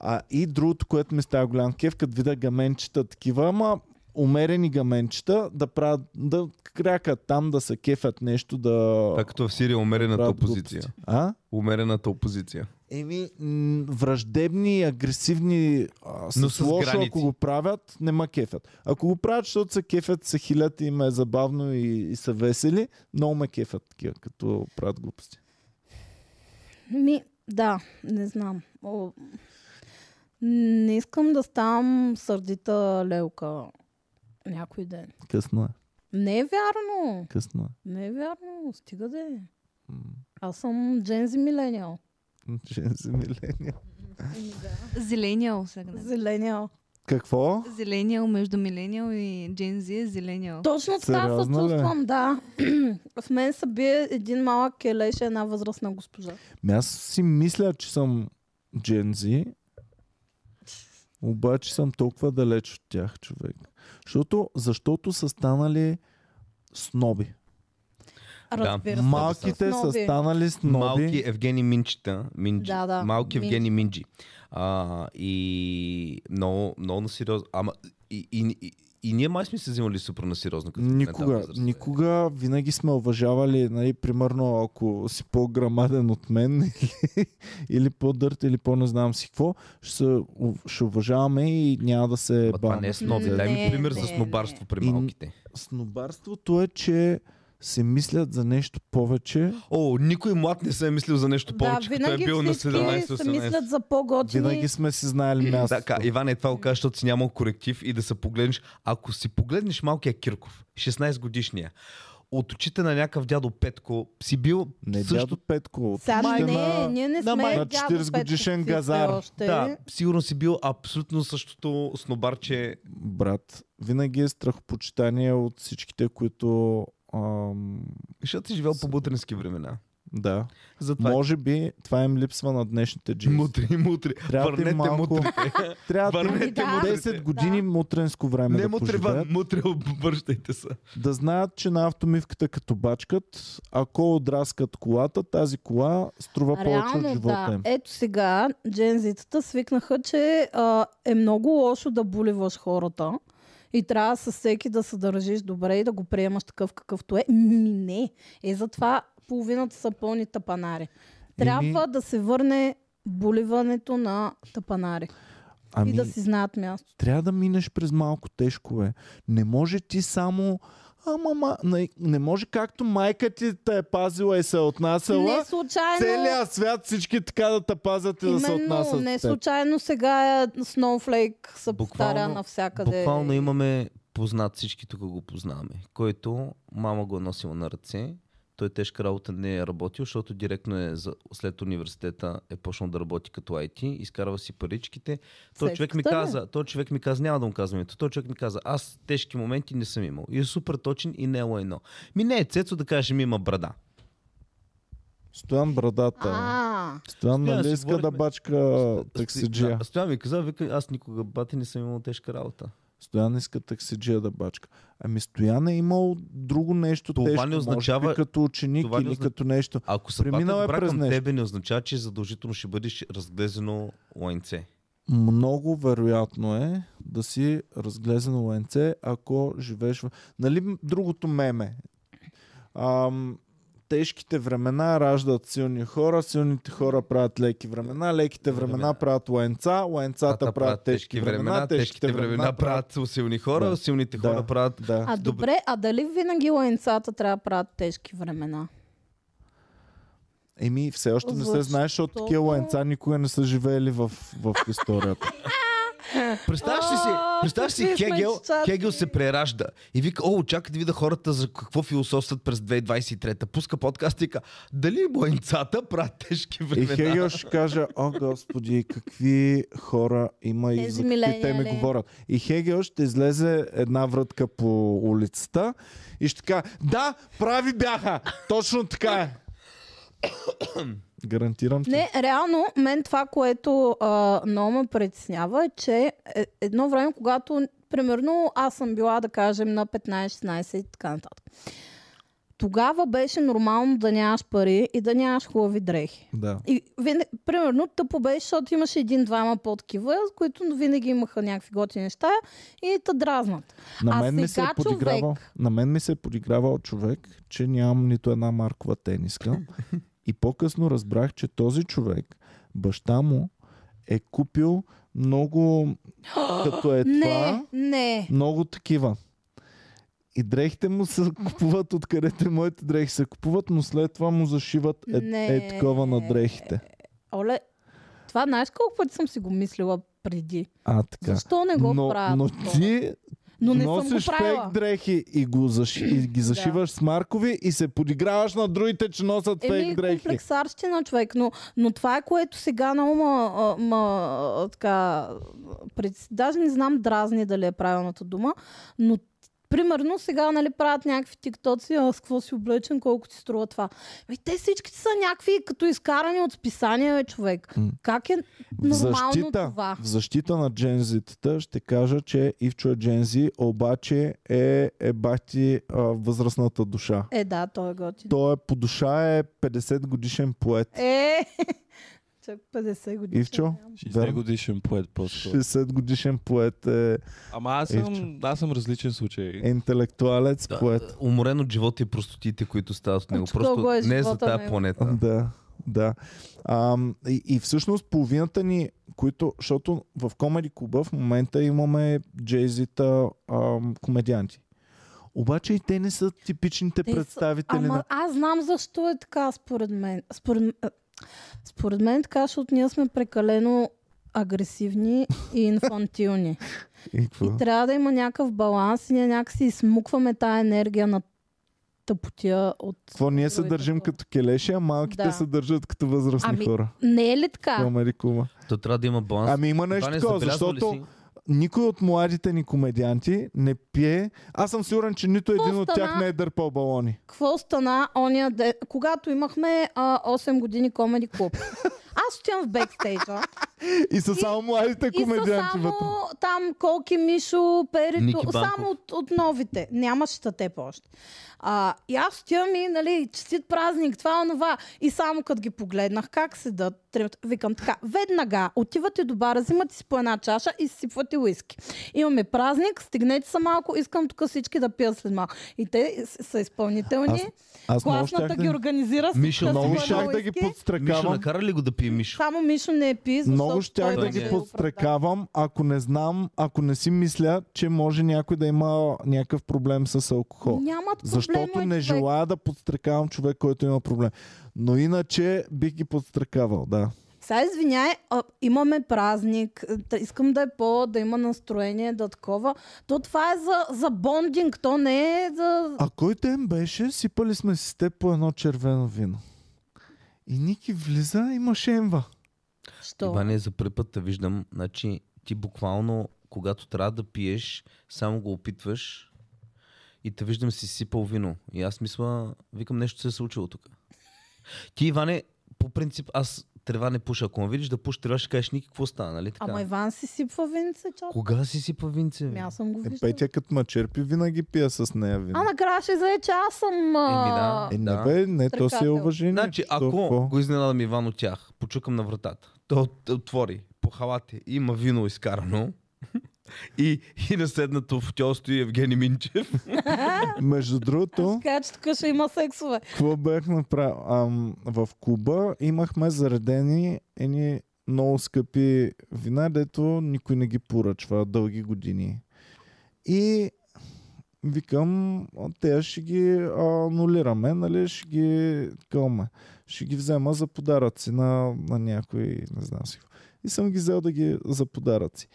[SPEAKER 2] А, и другото, което ми става голям кеф, като видя гаменчета такива, ама умерени гаменчета, да правят, да крякат там, да се кефят нещо, да...
[SPEAKER 1] правят. Това като в Сирия умерената
[SPEAKER 2] правят
[SPEAKER 1] опозиция.
[SPEAKER 2] глупости. А?
[SPEAKER 1] Умерената опозиция.
[SPEAKER 2] Еми, м, враждебни, агресивни, а, с,
[SPEAKER 1] Но с
[SPEAKER 2] лошо,
[SPEAKER 1] граници.
[SPEAKER 2] ако го правят, не ма кефят. Ако го правят, защото се кефят, се хилят и им е забавно и, и са весели, много ме кефят такива, като правят глупости.
[SPEAKER 3] Ми, да, не знам. О, не искам да ставам сърдита лелка някой ден.
[SPEAKER 2] Късно е,
[SPEAKER 3] Не е вярно.
[SPEAKER 2] късно е.
[SPEAKER 3] Не е вярно. Стига да е.
[SPEAKER 2] М,
[SPEAKER 3] Аз съм джензи милениал.
[SPEAKER 2] Жен за милениал.
[SPEAKER 6] Зелениал сега.
[SPEAKER 3] Зелениал.
[SPEAKER 2] Какво?
[SPEAKER 6] Зелениал между милениал и Gen Z е зелениал.
[SPEAKER 3] Точно така се
[SPEAKER 2] Сериозно ли?
[SPEAKER 3] чувствам, да. В мен се бие един малък келеш и една възрастна госпожа.
[SPEAKER 2] Ми Ами аз си мисля, че съм джензи, обаче съм толкова далеч от тях, човек. Защото, защото са станали сноби.
[SPEAKER 3] Е, Разбира се.
[SPEAKER 2] Малките са
[SPEAKER 3] Сноби.
[SPEAKER 2] станали сноби.
[SPEAKER 1] Малки Евгени Минчета. Минджи.
[SPEAKER 3] Да, да,
[SPEAKER 1] Малки
[SPEAKER 3] Минджи.
[SPEAKER 1] Евгени Минджи. А, и много, много на сериозно. Ама и, и, и, и ние май сме се взимали супер на сериозно. като сме на тази
[SPEAKER 2] Никога,
[SPEAKER 1] възраст, бе.
[SPEAKER 2] никога винаги сме уважавали, нали, примерно ако си по-грамаден от мен или, или по-дърт, или по-не знам си какво, ще, се у- ще уважаваме и няма да се
[SPEAKER 1] Ма това не е сноби. Дай ми
[SPEAKER 3] Не,
[SPEAKER 1] пример
[SPEAKER 3] не,
[SPEAKER 1] за
[SPEAKER 3] не.
[SPEAKER 1] снобарство при
[SPEAKER 2] И-
[SPEAKER 1] малките.
[SPEAKER 2] Снобарството е, че се мислят за нещо повече.
[SPEAKER 1] О, никой млад не се е мислил за нещо повече, като е
[SPEAKER 3] винаги
[SPEAKER 1] бил на
[SPEAKER 3] всички
[SPEAKER 1] 17-18.
[SPEAKER 3] се мислят за по-готини.
[SPEAKER 2] Винаги сме си знаели място.
[SPEAKER 1] Така, Иван, е това го кажа, защото си нямал коректив и да се погледнеш. Ако си погледнеш малкия Кирков, 16 годишния, от очите на някакъв дядо Петко, си бил
[SPEAKER 2] не
[SPEAKER 1] също...
[SPEAKER 2] дядо Петко. от
[SPEAKER 3] Сега
[SPEAKER 2] още
[SPEAKER 3] не,
[SPEAKER 2] на-
[SPEAKER 3] ние не
[SPEAKER 2] на
[SPEAKER 3] сме
[SPEAKER 2] май- на
[SPEAKER 3] дядо
[SPEAKER 2] 40 годишен
[SPEAKER 3] Петко,
[SPEAKER 2] газар.
[SPEAKER 3] все още.
[SPEAKER 1] Да, сигурно си бил абсолютно същото снобарче.
[SPEAKER 2] Брат, винаги е страхопочитание от всичките, които... Ам,
[SPEAKER 1] Защото си живял по бутрински времена.
[SPEAKER 2] да.
[SPEAKER 1] Затова Може...
[SPEAKER 2] Може би това им липсва на днешните джинси.
[SPEAKER 1] Мутри, мутри.
[SPEAKER 2] Трябва да им
[SPEAKER 1] Върнете
[SPEAKER 2] малко-
[SPEAKER 1] мутрите.
[SPEAKER 2] Трябва да им
[SPEAKER 1] Върнете
[SPEAKER 3] Ами да.
[SPEAKER 1] мутрите.
[SPEAKER 2] 10 години мутренско време
[SPEAKER 1] Не
[SPEAKER 2] да
[SPEAKER 1] мутри, Ван,
[SPEAKER 2] поживеят.
[SPEAKER 1] мутри, обръщайте се.
[SPEAKER 2] Да знаят, че на автомивката като бачкат, ако отраскат колата, тази кола струва повече от
[SPEAKER 3] Реално,
[SPEAKER 2] живота
[SPEAKER 3] да.
[SPEAKER 2] им.
[SPEAKER 3] Ето сега, джензитата свикнаха, че а, е много лошо да боливаш хората. И трябва с всеки да се държиш добре и да го приемаш такъв какъвто е. Ми не. Е, затова половината са пълни тапанари. Трябва да се върне боливането на тапанари.
[SPEAKER 2] Ами,
[SPEAKER 3] И да си знаят място.
[SPEAKER 2] трябва да минеш през малко тежко, е. Не може ти само... Ама, ма, не, не може както майка ти те е пазила и се е отнасяла.
[SPEAKER 3] Не случайно...
[SPEAKER 2] Целият свят всички така да те пазят и да се
[SPEAKER 3] Именно,
[SPEAKER 2] отнасят.
[SPEAKER 3] не
[SPEAKER 2] с теб.
[SPEAKER 3] случайно сега е Snowflake се повтаря
[SPEAKER 1] Буквално-
[SPEAKER 3] навсякъде.
[SPEAKER 1] Буквално имаме познат, всички тук го познаваме, който мама го е носила на ръце, той тежка работа не е работил, защото директно е за, след университета е почнал да работи като IT, изкарва си паричките. Той човек ми
[SPEAKER 3] Секската ли?
[SPEAKER 1] каза, той човек ми каза, няма да му казвам името, той човек ми каза, аз тежки моменти не съм имал. И е супер точен и не е лайно. Ми не е цецо да кажеш, ми има брада.
[SPEAKER 2] Стоян брадата. е.
[SPEAKER 3] А,
[SPEAKER 2] Стоян
[SPEAKER 1] Стоян,
[SPEAKER 2] нали
[SPEAKER 1] си
[SPEAKER 2] иска да
[SPEAKER 1] говорихме.
[SPEAKER 2] бачка
[SPEAKER 1] Сто-
[SPEAKER 2] таксиджия.
[SPEAKER 1] Да, Стоян ми каза, вика, аз никога бати не съм имал тежка работа.
[SPEAKER 2] Стоян иска таксиджия да бачка. Ами Стоян е имал друго нещо
[SPEAKER 1] Това не
[SPEAKER 2] тежко. може би
[SPEAKER 1] означава-
[SPEAKER 2] като ученик
[SPEAKER 1] това не
[SPEAKER 2] или
[SPEAKER 1] озна-
[SPEAKER 2] като нещо.
[SPEAKER 1] Ако се
[SPEAKER 2] Преминал е
[SPEAKER 1] пата добра
[SPEAKER 2] през
[SPEAKER 1] към
[SPEAKER 2] нещо.
[SPEAKER 1] тебе, не означава, че задължително ще бъдеш разглезено лайнце.
[SPEAKER 2] Много вероятно е да си разглезено ленце, ако живееш в... Нали м- другото меме? Ам, тежките времена раждат силни хора, силните хора правят леки времена, леките времена
[SPEAKER 1] Времена.
[SPEAKER 2] правят ленца, ленцата правят тежки времена,
[SPEAKER 1] тежките времена правят силни хора,
[SPEAKER 2] Да.
[SPEAKER 1] силните
[SPEAKER 2] Да.
[SPEAKER 1] хора правят...
[SPEAKER 2] Да.
[SPEAKER 3] а добре, а дали винаги лайнцата трябва да правят тежки времена?
[SPEAKER 2] Еми, все още не се
[SPEAKER 3] Защото-
[SPEAKER 2] знае, защото такива ленца никога не са живеели в, в историята.
[SPEAKER 1] Представяш ли си,
[SPEAKER 3] О,
[SPEAKER 1] представяш си
[SPEAKER 3] какви сме
[SPEAKER 1] Хегел,
[SPEAKER 3] чичаци.
[SPEAKER 1] Хегел се преражда и вика, о, чакай да видя хората за какво философстват през 2023-та. Пуска подкаст и вика, дали мойнцата правят тежки
[SPEAKER 2] И
[SPEAKER 1] времена?
[SPEAKER 2] Е, Хегел ще каже, о господи, какви хора има и
[SPEAKER 3] Тези
[SPEAKER 2] за какви те ми
[SPEAKER 3] милениали.
[SPEAKER 2] говорят. И Хегел ще излезе една вратка по улицата и ще каже, да, прави бяха, точно така е. Гарантирам ти.
[SPEAKER 3] Не, реално, мен това, което а, много ме притеснява е, че е- едно време, когато, примерно, аз съм била, да кажем, на 15-16 и така нататък. Тогава беше нормално да нямаш пари и да нямаш хубави дрехи.
[SPEAKER 2] Да.
[SPEAKER 3] И винаги, примерно тъпо беше, защото имаше един-двама по-такива, които винаги имаха някакви готини неща и те дразнат.
[SPEAKER 2] На
[SPEAKER 3] А
[SPEAKER 2] мен, ми се е
[SPEAKER 3] сега
[SPEAKER 2] подигравал,
[SPEAKER 3] човек-
[SPEAKER 2] на мен ми се е подигравал човек, че нямам нито една маркова тениска. И по-късно разбрах, че този човек, баща му, е купил много, като е това,
[SPEAKER 3] Не, не.
[SPEAKER 2] много такива. И дрехите му се купуват откъдето и моите дрехи се купуват, но след това му зашиват е, е
[SPEAKER 3] Не.
[SPEAKER 2] такова на дрехите.
[SPEAKER 3] Оле, това знаеш колко пъти съм си го мислила преди.
[SPEAKER 2] А, така.
[SPEAKER 3] Защо не го
[SPEAKER 2] но,
[SPEAKER 3] правят?
[SPEAKER 2] но
[SPEAKER 3] това?
[SPEAKER 2] ти
[SPEAKER 3] но не съм
[SPEAKER 2] носиш
[SPEAKER 3] го правила.
[SPEAKER 2] фейк дрехи и, го заши, и ги зашиваш с маркови и се подиграваш на другите, че носят
[SPEAKER 3] Еми,
[SPEAKER 2] фейк дрехи.
[SPEAKER 3] комплексарщина, човек. Но, но това е което сега на ума, а, ма, а, така, пред, даже не знам дразни дали е правилната дума, но Примерно сега нали, правят някакви тиктоци, а с какво си облечен, колко ти струва това. Ами, те всичките са някакви като изкарани от списания, бе, човек.
[SPEAKER 2] М.
[SPEAKER 3] Как е
[SPEAKER 2] В
[SPEAKER 3] нормално
[SPEAKER 2] защита,
[SPEAKER 3] това?
[SPEAKER 2] в защита на джензитата ще кажа, че Ивчо е джензи, обаче е, е бати а, възрастната душа.
[SPEAKER 3] Е, да, той е готин.
[SPEAKER 2] Той е по душа е 50 годишен поет.
[SPEAKER 3] Е, чак 50 години.
[SPEAKER 2] Ивчо?
[SPEAKER 4] 60 годишен поет просто.
[SPEAKER 2] 60 годишен поет е
[SPEAKER 4] Ама аз съм, аз съм различен случай.
[SPEAKER 2] интелектуалец,
[SPEAKER 1] Да,
[SPEAKER 2] поет.
[SPEAKER 1] Уморен от живота и простотите, които стават от него.
[SPEAKER 3] От
[SPEAKER 1] Просто
[SPEAKER 3] кого е
[SPEAKER 1] не е за
[SPEAKER 3] живота
[SPEAKER 1] тая
[SPEAKER 3] него?
[SPEAKER 1] планета.
[SPEAKER 2] Да, да. А, и, и всъщност половината ни, които, защото в Комеди Клуба в момента имаме джейзита а, комедианти. Обаче и те не са типичните
[SPEAKER 3] Те
[SPEAKER 2] те
[SPEAKER 3] са-
[SPEAKER 2] представители
[SPEAKER 3] Ама
[SPEAKER 2] на...
[SPEAKER 3] аз знам защо е така, според мен. Според, м- а, според мен е така, защото ние сме прекалено агресивни и инфантилни.
[SPEAKER 2] И какво?
[SPEAKER 3] и трябва да има някакъв баланс и ние някакси измукваме тая енергия на тъпотия от...
[SPEAKER 2] Какво ние се
[SPEAKER 3] другите
[SPEAKER 2] държим
[SPEAKER 3] хора.
[SPEAKER 2] като келеши, а малките
[SPEAKER 3] Ами, Да.
[SPEAKER 2] се държат като възрастни
[SPEAKER 3] Ами,
[SPEAKER 2] хора.
[SPEAKER 3] Не е ли така?
[SPEAKER 2] Комеди Клуба.
[SPEAKER 1] То трябва да има баланс.
[SPEAKER 2] Ами има нещо
[SPEAKER 1] Иване,
[SPEAKER 2] такова,
[SPEAKER 1] забелязал ли
[SPEAKER 2] защото
[SPEAKER 1] си?
[SPEAKER 2] никой от младите ни комедианти не пие. Аз съм сигурен, че нито един от тях
[SPEAKER 3] стана?
[SPEAKER 2] не е дърпал балони.
[SPEAKER 3] Какво стана ония ден, когато имахме а, 8 години комеди клуб? Аз отивам в бекстейджа
[SPEAKER 2] И са само младите
[SPEAKER 3] и са
[SPEAKER 2] Е комедианти
[SPEAKER 3] само
[SPEAKER 2] вътре.
[SPEAKER 3] там Колки, Мишо, Перито,
[SPEAKER 1] Ники Банков.
[SPEAKER 3] само от, от новите. Нямаше татеп още. А, и аз отивам и, нали, честит празник, това, онова. И само като ги погледнах, как седат, тримата, викам така, веднага отивате до бара, взимате си по една чаша и сипвате уиски. Имаме празник, стигнете са малко, искам тук всички да пият след малко. И те с- са изпълнителни.
[SPEAKER 2] Аз много щях
[SPEAKER 3] Класната
[SPEAKER 2] да...
[SPEAKER 3] ги организира. с
[SPEAKER 1] Мишо,
[SPEAKER 3] да си
[SPEAKER 1] много
[SPEAKER 2] Много
[SPEAKER 3] по една
[SPEAKER 2] щях да ги
[SPEAKER 3] уиски.
[SPEAKER 1] Мишо,
[SPEAKER 2] подстракавам.
[SPEAKER 1] накара ли го да пие Мишо?
[SPEAKER 3] Само Мишо не е пи, защото
[SPEAKER 2] Много щях
[SPEAKER 3] той
[SPEAKER 2] да
[SPEAKER 3] не
[SPEAKER 2] ги
[SPEAKER 3] е
[SPEAKER 2] подстракавам, ако не знам, ако не си мисля, че може някой да има някакъв проблем с алкохол.
[SPEAKER 3] Нямат проблем,
[SPEAKER 2] Защото
[SPEAKER 3] е,
[SPEAKER 2] не
[SPEAKER 3] човек.
[SPEAKER 2] желая да подстракавам човек, който има проблем. Но иначе бих ги подстракавал, да.
[SPEAKER 3] Сега извиняй, а, имаме празник, да, искам да е по, да има настроение, да такова. То това е за, за бондинг, то не е за...
[SPEAKER 2] А кой ден беше, сипали сме си с теб по едно червено вино. И Ники влиза, имаше емва.
[SPEAKER 3] Що?
[SPEAKER 1] Иване, за първи път те виждам. Значи, ти буквално, когато трябва да пиеш, само го опитваш и те виждам си сипал вино. И аз мисля, викам нещо се е случило тук. Ти, Иване, по принцип, аз трева не пуша. Ако ме видиш да пуш трева, ще кажеш Ники, какво стана, нали така?
[SPEAKER 3] Ама Иван си сипва винце, чао.
[SPEAKER 1] Кога си сипа винце? бе?
[SPEAKER 3] Ами аз съм го
[SPEAKER 2] Е,
[SPEAKER 3] виждала.
[SPEAKER 2] Петя като ма черпи, винаги пия с нея вино.
[SPEAKER 3] А накрая ще излезе, че аз съм...
[SPEAKER 1] Еми, да.
[SPEAKER 3] А...
[SPEAKER 2] Е, не
[SPEAKER 1] да.
[SPEAKER 2] бе, не, то си е
[SPEAKER 3] Стрекател.
[SPEAKER 2] уважение.
[SPEAKER 1] Значи,
[SPEAKER 2] Що,
[SPEAKER 1] ако
[SPEAKER 2] какво?
[SPEAKER 1] го изненадам Иван от тях, почукам на вратата, той от- отвори, по халате, има вино изкарано и, и на седнато в тяло стои Евгений Минчев.
[SPEAKER 2] Между другото...
[SPEAKER 3] Така че тук ще има сексове.
[SPEAKER 2] Какво бях направил? Ам, в клуба имахме заредени едни много скъпи вина, дето никой не ги поръчва дълги години. И викам, «А, те ще ги а, анулираме, нали, ще ги кълме. Ще ги взема за подаръци на, на някой, не знам си. какво. И съм ги взел да ги за подаръци.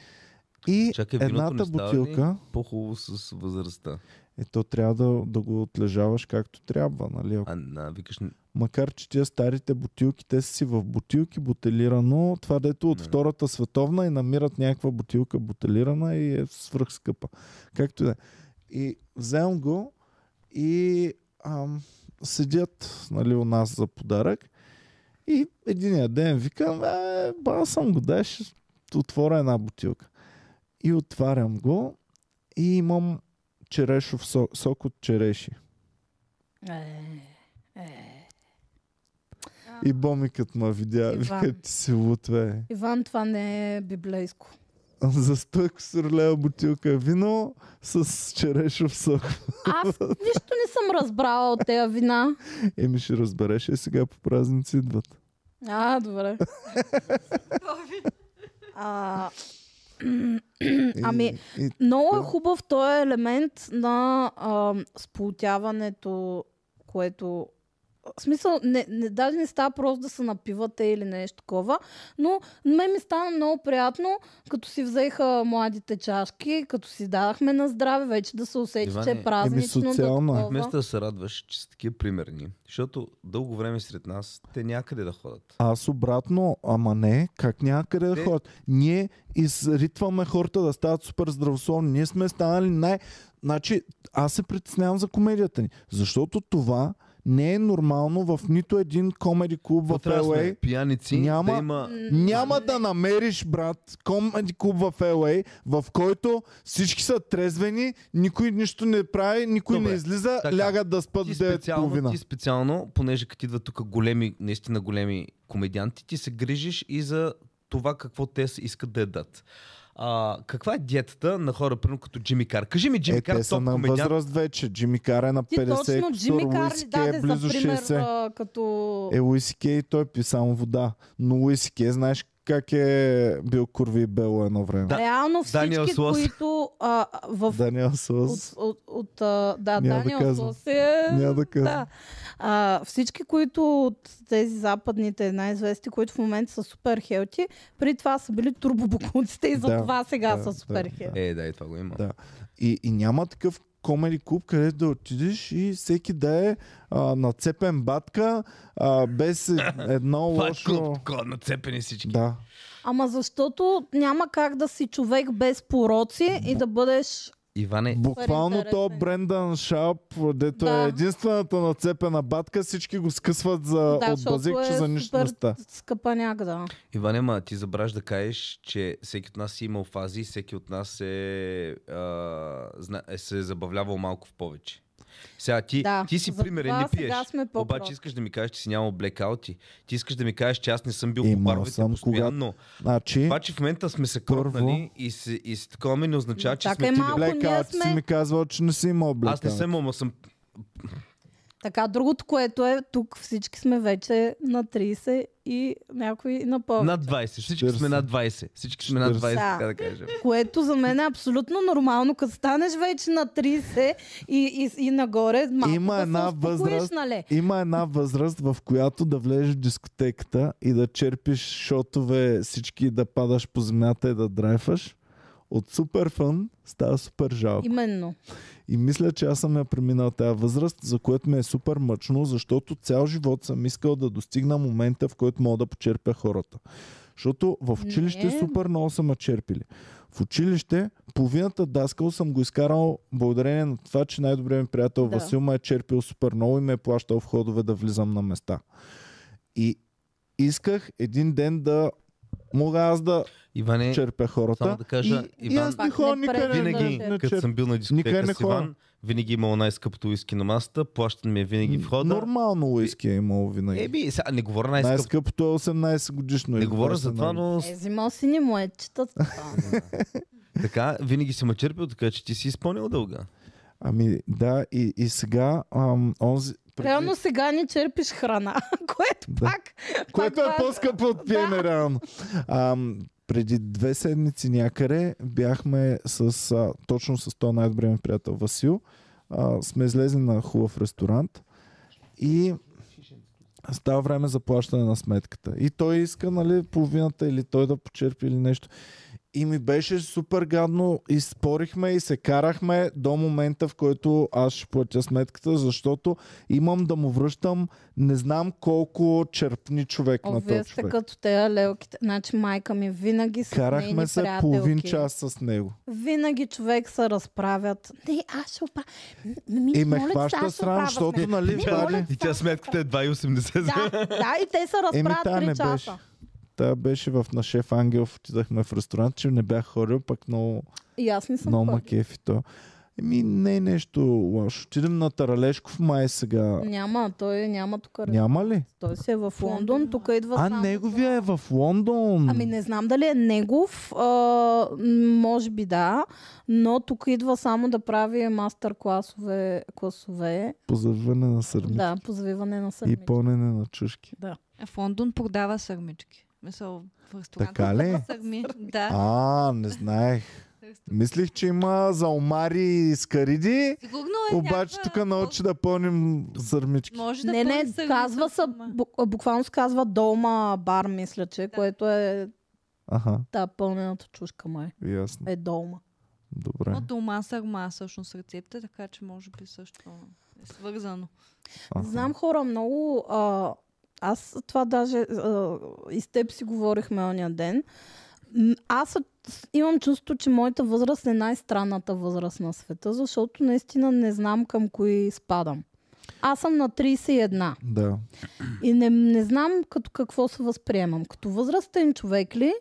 [SPEAKER 2] И
[SPEAKER 1] Чакай, виното
[SPEAKER 2] едната
[SPEAKER 1] не става ли?
[SPEAKER 2] бутилка,
[SPEAKER 1] По-хубаво с възрастта.
[SPEAKER 2] е, то трябва да, да го отлежаваш както трябва, нали? Ако-
[SPEAKER 1] А, на, викаш,
[SPEAKER 2] Макар, че тия старите бутилки, те са си в бутилки, бутилирано, това дето от
[SPEAKER 1] Да.
[SPEAKER 2] Втората световна и намират някаква бутилка бутилирана и е свръхскъпа. Както и да е. И взем го и ам, седят нали, у нас за подарък и единия ден викам, е, ба съм го, дай ще отворя една бутилка. И отварям го и имам черешов сок, сок от череши. И бомикът ма видя,
[SPEAKER 3] Иван.
[SPEAKER 2] вика, ти си лут, бе.
[SPEAKER 3] Иван, това не е библейско.
[SPEAKER 2] За 100 кусор лева бутилка вино с черешов сок.
[SPEAKER 3] Аз нищо не съм разбрала от тези вина.
[SPEAKER 2] Еми ще разбереш, е сега по празници идват.
[SPEAKER 3] А, добре. А,
[SPEAKER 2] И,
[SPEAKER 3] Ами,
[SPEAKER 2] Е, и,
[SPEAKER 3] много е хубав този елемент на а, сплутяването, което... В смисъл, не, не, даже не става просто да се напивате или нещо такова, но на мен ми стана много приятно, като си взеха младите чашки, като си дадахме на здраве, вече да се усети,
[SPEAKER 1] Иване,
[SPEAKER 3] че е
[SPEAKER 1] еми,
[SPEAKER 3] празнично. да
[SPEAKER 2] социално е.
[SPEAKER 3] такова.
[SPEAKER 1] вместо да се радваш, че са такива примерни, защото дълго време сред нас те някъде да ходят.
[SPEAKER 2] аз обратно, ама не, как някъде да
[SPEAKER 1] Те-
[SPEAKER 2] ходят. Ние изритваме хората да стават супер здравословни. Ние сме станали най... Значи, аз се притеснявам за комедията ни, защото това не е нормално в нито един комеди клуб в
[SPEAKER 1] Трябва да сме
[SPEAKER 2] LA.
[SPEAKER 1] пияници,
[SPEAKER 2] няма-
[SPEAKER 1] да има...
[SPEAKER 2] Няма да намериш, брат, комеди клуб в LA, в който всички са трезвени, никой нищо не прави, никой
[SPEAKER 1] Добре,
[SPEAKER 2] не излиза,
[SPEAKER 1] така.
[SPEAKER 2] лягат да спят в
[SPEAKER 1] Ти специално,
[SPEAKER 2] 9.30.
[SPEAKER 1] ти специално, понеже като идват тук големи, наистина големи комедианти, ти се грижиш и за това какво те с- искат да ядат. А, каква е диетата на хора, примерно като Джимми Кар? Кажи ми, Джимми
[SPEAKER 2] Е,
[SPEAKER 1] Кар,
[SPEAKER 2] те са
[SPEAKER 1] топ
[SPEAKER 2] на
[SPEAKER 1] комедиант.
[SPEAKER 2] възраст вече. Джимми Кар е на
[SPEAKER 3] Ти
[SPEAKER 2] 50
[SPEAKER 3] точно
[SPEAKER 2] кусур,
[SPEAKER 3] Джимми Кар
[SPEAKER 2] Луис
[SPEAKER 3] ни
[SPEAKER 2] Кей
[SPEAKER 3] даде
[SPEAKER 2] е близо
[SPEAKER 3] за пример
[SPEAKER 2] 60.
[SPEAKER 3] а, като...
[SPEAKER 2] Е, Луис Кей той пи само вода. Но Луис Кей, знаеш как е бил курви и бело едно време.
[SPEAKER 1] Да.
[SPEAKER 2] Е,
[SPEAKER 3] Реално
[SPEAKER 1] Даниел
[SPEAKER 3] всички,
[SPEAKER 1] Слос.
[SPEAKER 3] които а, а, в
[SPEAKER 2] Даниел Сос.
[SPEAKER 3] От, от, от, а,
[SPEAKER 2] Няма
[SPEAKER 3] да,
[SPEAKER 2] да
[SPEAKER 3] Даниел
[SPEAKER 2] казвам.
[SPEAKER 3] Слос е...
[SPEAKER 2] Няма да казвам.
[SPEAKER 3] да. А, всички, които от тези западните най-известни, които в момента са супер хелти, при това са били турбобокуците и
[SPEAKER 2] Да,
[SPEAKER 3] затова сега
[SPEAKER 2] да,
[SPEAKER 3] са супер
[SPEAKER 2] да,
[SPEAKER 3] хелти.
[SPEAKER 1] Е, да, и това го има.
[SPEAKER 2] Да. И, и няма такъв комеди клуб, където да отидеш и всеки да е а, нацепен батка, а, без е- едно
[SPEAKER 1] Това е
[SPEAKER 2] лошо...
[SPEAKER 1] клуб, такова, нацепени всички.
[SPEAKER 2] Да.
[SPEAKER 3] Ама защото няма как да си човек без пороци и да бъдеш...
[SPEAKER 1] Иване,
[SPEAKER 2] Буквално
[SPEAKER 3] Е, интересен.
[SPEAKER 2] то Брендан Шап, дето
[SPEAKER 3] Да.
[SPEAKER 2] е единствената нацепена батка, всички го скъсват за,
[SPEAKER 3] да,
[SPEAKER 2] от базик,
[SPEAKER 3] защото
[SPEAKER 2] че за
[SPEAKER 3] е
[SPEAKER 2] нищо не
[SPEAKER 3] супер
[SPEAKER 2] ста.
[SPEAKER 3] скъпа някъде.
[SPEAKER 1] Иване, ма ти забраш да кажеш, че всеки от нас е имал фази, всеки от нас е, а, зна- е се е забавлявал малко в повече. Сега ти,
[SPEAKER 3] Да,
[SPEAKER 1] ти си
[SPEAKER 3] затова
[SPEAKER 1] примерен, не пиеш.
[SPEAKER 3] сега сме по-про.
[SPEAKER 1] Обаче искаш да ми кажеш, че си нямал блекаути. Ти искаш да ми кажеш, че аз не съм бил
[SPEAKER 2] Имал
[SPEAKER 1] по баровете
[SPEAKER 2] съм,
[SPEAKER 1] постоянно.
[SPEAKER 2] Значи,
[SPEAKER 1] Обаче в момента сме се
[SPEAKER 2] Първо-
[SPEAKER 1] кротнали и, си, и си, такова ми не означава,
[SPEAKER 3] Но
[SPEAKER 1] че сме
[SPEAKER 3] чакай
[SPEAKER 1] ти.
[SPEAKER 3] е малко,
[SPEAKER 1] бе.
[SPEAKER 2] блекаут
[SPEAKER 3] ние
[SPEAKER 2] си
[SPEAKER 3] сме-
[SPEAKER 2] ми казвал, че не си имал
[SPEAKER 1] Аз не
[SPEAKER 2] блекаут.
[SPEAKER 1] съм, ама съм...
[SPEAKER 3] Така, другото, което е, тук всички сме вече на 30 и някои на повече.
[SPEAKER 1] Над 20. Всички сме
[SPEAKER 2] 40.
[SPEAKER 1] над 20. Всички сме над
[SPEAKER 2] 40.
[SPEAKER 1] 20,
[SPEAKER 3] Да.
[SPEAKER 1] така да кажем.
[SPEAKER 3] Което за мен е абсолютно нормално, като станеш вече на 30 и, и, и нагоре, малко
[SPEAKER 2] Има
[SPEAKER 3] да
[SPEAKER 2] една
[SPEAKER 3] се успокоиш,
[SPEAKER 2] възраст.
[SPEAKER 3] нали?
[SPEAKER 2] Има една възраст, в която да влезеш в дискотеката и да черпиш шотове всички, да падаш по земята и да драйфаш. От супер фън става супер жалко.
[SPEAKER 3] Именно.
[SPEAKER 2] И мисля, че аз съм я преминал тази възраст, за което ми е супер мъчно, защото цял живот съм искал да достигна момента, в който мога да почерпя хората. Защото в училище
[SPEAKER 3] Не.
[SPEAKER 2] супер много са ме черпили. В училище половината даскал съм го изкарал благодарение на това, че най-добрият ми приятел
[SPEAKER 3] Да.
[SPEAKER 2] да. Васил ме е черпил супер много и ме е плащал в ходове да влизам на места. И исках един ден да мога аз да
[SPEAKER 1] Иване,
[SPEAKER 2] черпя хората.
[SPEAKER 1] Е, само да кажа,
[SPEAKER 2] и, и
[SPEAKER 1] Иван-
[SPEAKER 2] аз не
[SPEAKER 3] Пак
[SPEAKER 2] ходя
[SPEAKER 3] не
[SPEAKER 2] никъде.
[SPEAKER 3] пречи
[SPEAKER 2] не-
[SPEAKER 1] винаги,
[SPEAKER 2] не
[SPEAKER 1] като
[SPEAKER 2] черпя.
[SPEAKER 1] съм бил на
[SPEAKER 2] Никъде не
[SPEAKER 1] дискотека с
[SPEAKER 2] ходя.
[SPEAKER 1] Иван, винаги имал най-скъпото уиски на масата, плащан ми е винаги в хода.
[SPEAKER 2] Нормално уиски е имало винаги.
[SPEAKER 1] Еби, сега не говоря най-скъпо.
[SPEAKER 2] Най-скъпото е 18 годишно.
[SPEAKER 1] Не
[SPEAKER 2] или
[SPEAKER 1] говоря за
[SPEAKER 2] 20
[SPEAKER 1] това, но
[SPEAKER 3] Е,
[SPEAKER 1] с-
[SPEAKER 3] взимал си ни млечетата. нали? Е,
[SPEAKER 1] така, винаги съм черпил, така че ти си изпълнил дълга.
[SPEAKER 2] Ами да, и, и сега ам, онзи... преди-
[SPEAKER 3] Реално сега ни черпиш храна, което
[SPEAKER 2] Да.
[SPEAKER 3] пак...
[SPEAKER 2] Което е
[SPEAKER 3] пак-
[SPEAKER 2] по-скъпо от пиене, реално. Ам, преди две седмици някъде бяхме с, а, точно с този най-добрия ми приятел Васил. А, сме излезли на хубав ресторант и става време за плащане на сметката. И той иска, нали, половината или той да почерпи или нещо. И ми беше супер гадно. И спорихме и се карахме до момента, в който аз ще платя сметката, защото имам да му връщам не знам колко черпни човек
[SPEAKER 3] О,
[SPEAKER 2] на е.
[SPEAKER 3] вие
[SPEAKER 2] този
[SPEAKER 3] сте
[SPEAKER 2] човек.
[SPEAKER 3] като тея лелките. Значи майка ми винаги с
[SPEAKER 2] Карахме
[SPEAKER 3] нейни
[SPEAKER 2] се
[SPEAKER 3] приятелки.
[SPEAKER 2] половин час с него.
[SPEAKER 3] Винаги човек се разправят. Не, аз ще опра... М- ми,
[SPEAKER 2] И ме
[SPEAKER 3] моля,
[SPEAKER 2] хваща
[SPEAKER 3] аз ще
[SPEAKER 2] срам,
[SPEAKER 3] оправя
[SPEAKER 2] защото,
[SPEAKER 3] сметка.
[SPEAKER 2] нали,
[SPEAKER 3] Не,
[SPEAKER 2] Вали-
[SPEAKER 3] моля,
[SPEAKER 1] И тя сметката е 2,80 за
[SPEAKER 3] Да, да, и те се
[SPEAKER 2] Еми,
[SPEAKER 3] разправят
[SPEAKER 2] тая
[SPEAKER 3] 3
[SPEAKER 2] не
[SPEAKER 3] часа.
[SPEAKER 2] беше. Тя беше в на шеф Ангелов, отидахме в ресторант, че не бях ходил, пък много,
[SPEAKER 3] И аз не съм
[SPEAKER 2] много
[SPEAKER 3] ходила.
[SPEAKER 2] макефи то. Еми, не е нещо лошо. Отидем на Таралешков май е сега.
[SPEAKER 3] Няма, той няма тук. Ням.
[SPEAKER 2] Няма ли?
[SPEAKER 3] Той си е в Лондон, тук идва
[SPEAKER 2] А,
[SPEAKER 3] само.
[SPEAKER 2] неговия е в Лондон.
[SPEAKER 3] Ами не знам дали е негов, а, м, може би да, но тук идва само да прави мастер класове, класове
[SPEAKER 2] Позърване на сърми
[SPEAKER 3] да, по завиване на
[SPEAKER 2] и
[SPEAKER 3] сърмички.
[SPEAKER 2] пълнене на чушки.
[SPEAKER 6] Е, В Лондон продава сърмички. Мисъл, в ресторант.
[SPEAKER 2] Така ли?
[SPEAKER 6] Сърми. Да.
[SPEAKER 2] А, не знаех.
[SPEAKER 3] Е,
[SPEAKER 2] Мислих, че има за омари и скариди,
[SPEAKER 6] Сигурно е
[SPEAKER 2] обаче
[SPEAKER 6] някаква-
[SPEAKER 2] тук научи да пълним сърмички.
[SPEAKER 6] Може да
[SPEAKER 3] Не,
[SPEAKER 6] пълни
[SPEAKER 3] не,
[SPEAKER 6] сърми
[SPEAKER 3] казва
[SPEAKER 6] с
[SPEAKER 3] се,
[SPEAKER 6] сърма.
[SPEAKER 3] бу- буквално се казва долма бар, мисля, че, да. което е
[SPEAKER 2] Аха,
[SPEAKER 3] да, пълнената чушка май.
[SPEAKER 2] ясно.
[SPEAKER 3] Е долма.
[SPEAKER 2] Добре.
[SPEAKER 6] Но дома сърма всъщност рецепта, така че може би също е свързано.
[SPEAKER 2] Аха.
[SPEAKER 3] Знам хора много... А, аз това даже а, и с теб си говорихме ония ден. М, Аз с- имам чувство, че моята възраст е най-странната възраст на света, защото наистина не знам към кои спадам. Аз съм на 31
[SPEAKER 2] Да.
[SPEAKER 3] и не, не знам като какво се възприемам. Като възрастен човек ли?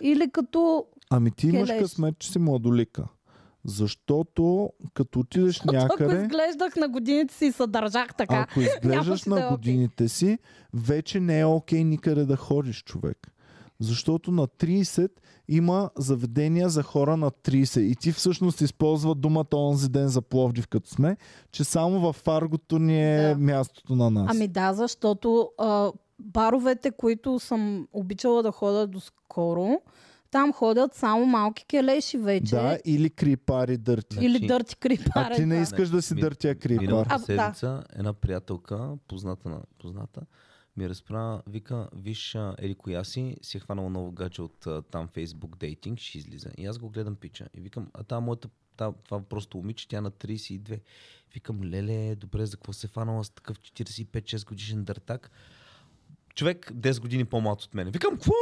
[SPEAKER 3] Или като...
[SPEAKER 2] Ами ти имаш
[SPEAKER 3] Келеш.
[SPEAKER 2] късмет, че си младолика. Защото като отидеш
[SPEAKER 3] Ако
[SPEAKER 2] някъде,
[SPEAKER 3] изглеждах на годините си и се държах така.
[SPEAKER 2] ако изглеждаш
[SPEAKER 3] си да е
[SPEAKER 2] на
[SPEAKER 3] окей.
[SPEAKER 2] годините си, вече не е окей никъде да ходиш, човек. Защото на 30 има заведения за хора на 30. И ти всъщност използва думата онзи ден за Пловдив, като сме, че само във Фаргото ни е
[SPEAKER 3] Да.
[SPEAKER 2] да. мястото на нас.
[SPEAKER 3] Ами да, защото а, баровете, които съм обичала да ходя доскоро, там ходят само малки келеши вече.
[SPEAKER 2] да, или крипари дърти.
[SPEAKER 3] Или
[SPEAKER 1] Значи-
[SPEAKER 3] дърти крипаре.
[SPEAKER 2] А ти не
[SPEAKER 3] да.
[SPEAKER 2] искаш да си
[SPEAKER 1] Ми-
[SPEAKER 2] дъртя крипар.
[SPEAKER 3] А,
[SPEAKER 1] Миналата
[SPEAKER 3] да.
[SPEAKER 1] седмица една приятелка, позната, на, позната ми разправя, вика, виж, а, ели коя си, си е хванала ново гадже от а, там Facebook Dating, ще излиза. И аз го гледам пича. И викам, а та моята, та, това просто момиче, тя е на 32. Викам, леле, добре, за какво се е фанала с такъв 45-6 годишен дъртак? Човек 10 години по-млад от мен. Викам, какво?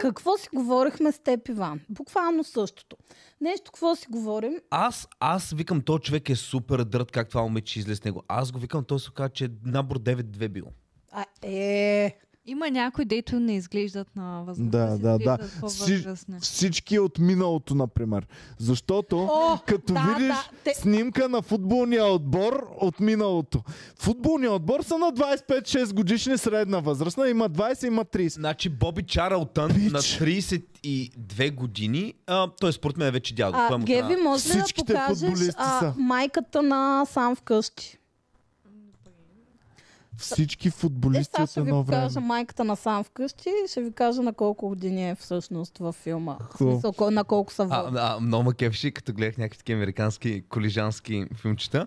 [SPEAKER 3] Какво си говорихме с теб, Иван? Буквално същото. Нещо, какво си говорим?
[SPEAKER 1] Аз, аз викам, то човек е супер дрът, как това момиче излез с него. Аз го викам, той се оказа, че е набор 9-2 бил.
[SPEAKER 3] А, е,
[SPEAKER 6] Има някои, дето не изглеждат на възраст.
[SPEAKER 2] Да, да, да. Всич,
[SPEAKER 6] Си...
[SPEAKER 2] всички от миналото, например. Защото
[SPEAKER 3] О,
[SPEAKER 2] като
[SPEAKER 3] да,
[SPEAKER 2] видиш
[SPEAKER 3] да, те-
[SPEAKER 2] снимка на футболния отбор от миналото. Футболния отбор са на 25-6 годишни средна възрастна. Има 20, има 30.
[SPEAKER 1] Значи Боби Чарлтън
[SPEAKER 2] Пич.
[SPEAKER 1] на 32 години, а, той е според мен е вече дядо.
[SPEAKER 3] а,
[SPEAKER 1] Той му
[SPEAKER 3] Геви,
[SPEAKER 1] трябва.
[SPEAKER 3] може ли да
[SPEAKER 2] Всичките
[SPEAKER 3] покажеш
[SPEAKER 2] футболисти
[SPEAKER 3] а,
[SPEAKER 2] са.
[SPEAKER 3] майката на сам вкъщи?
[SPEAKER 2] Всички
[SPEAKER 3] Е,
[SPEAKER 2] футболисти
[SPEAKER 3] сега
[SPEAKER 2] от
[SPEAKER 3] ще ви
[SPEAKER 2] едно време.
[SPEAKER 3] покажа майката на сам вкъщи и ще ви кажа на колко години е всъщност във филма. В
[SPEAKER 2] Хубаво.
[SPEAKER 3] смисъл, кол- на колко са
[SPEAKER 1] а,
[SPEAKER 3] в...
[SPEAKER 1] а, много ме кефши, като гледах някакви такива американски колежански филмчета.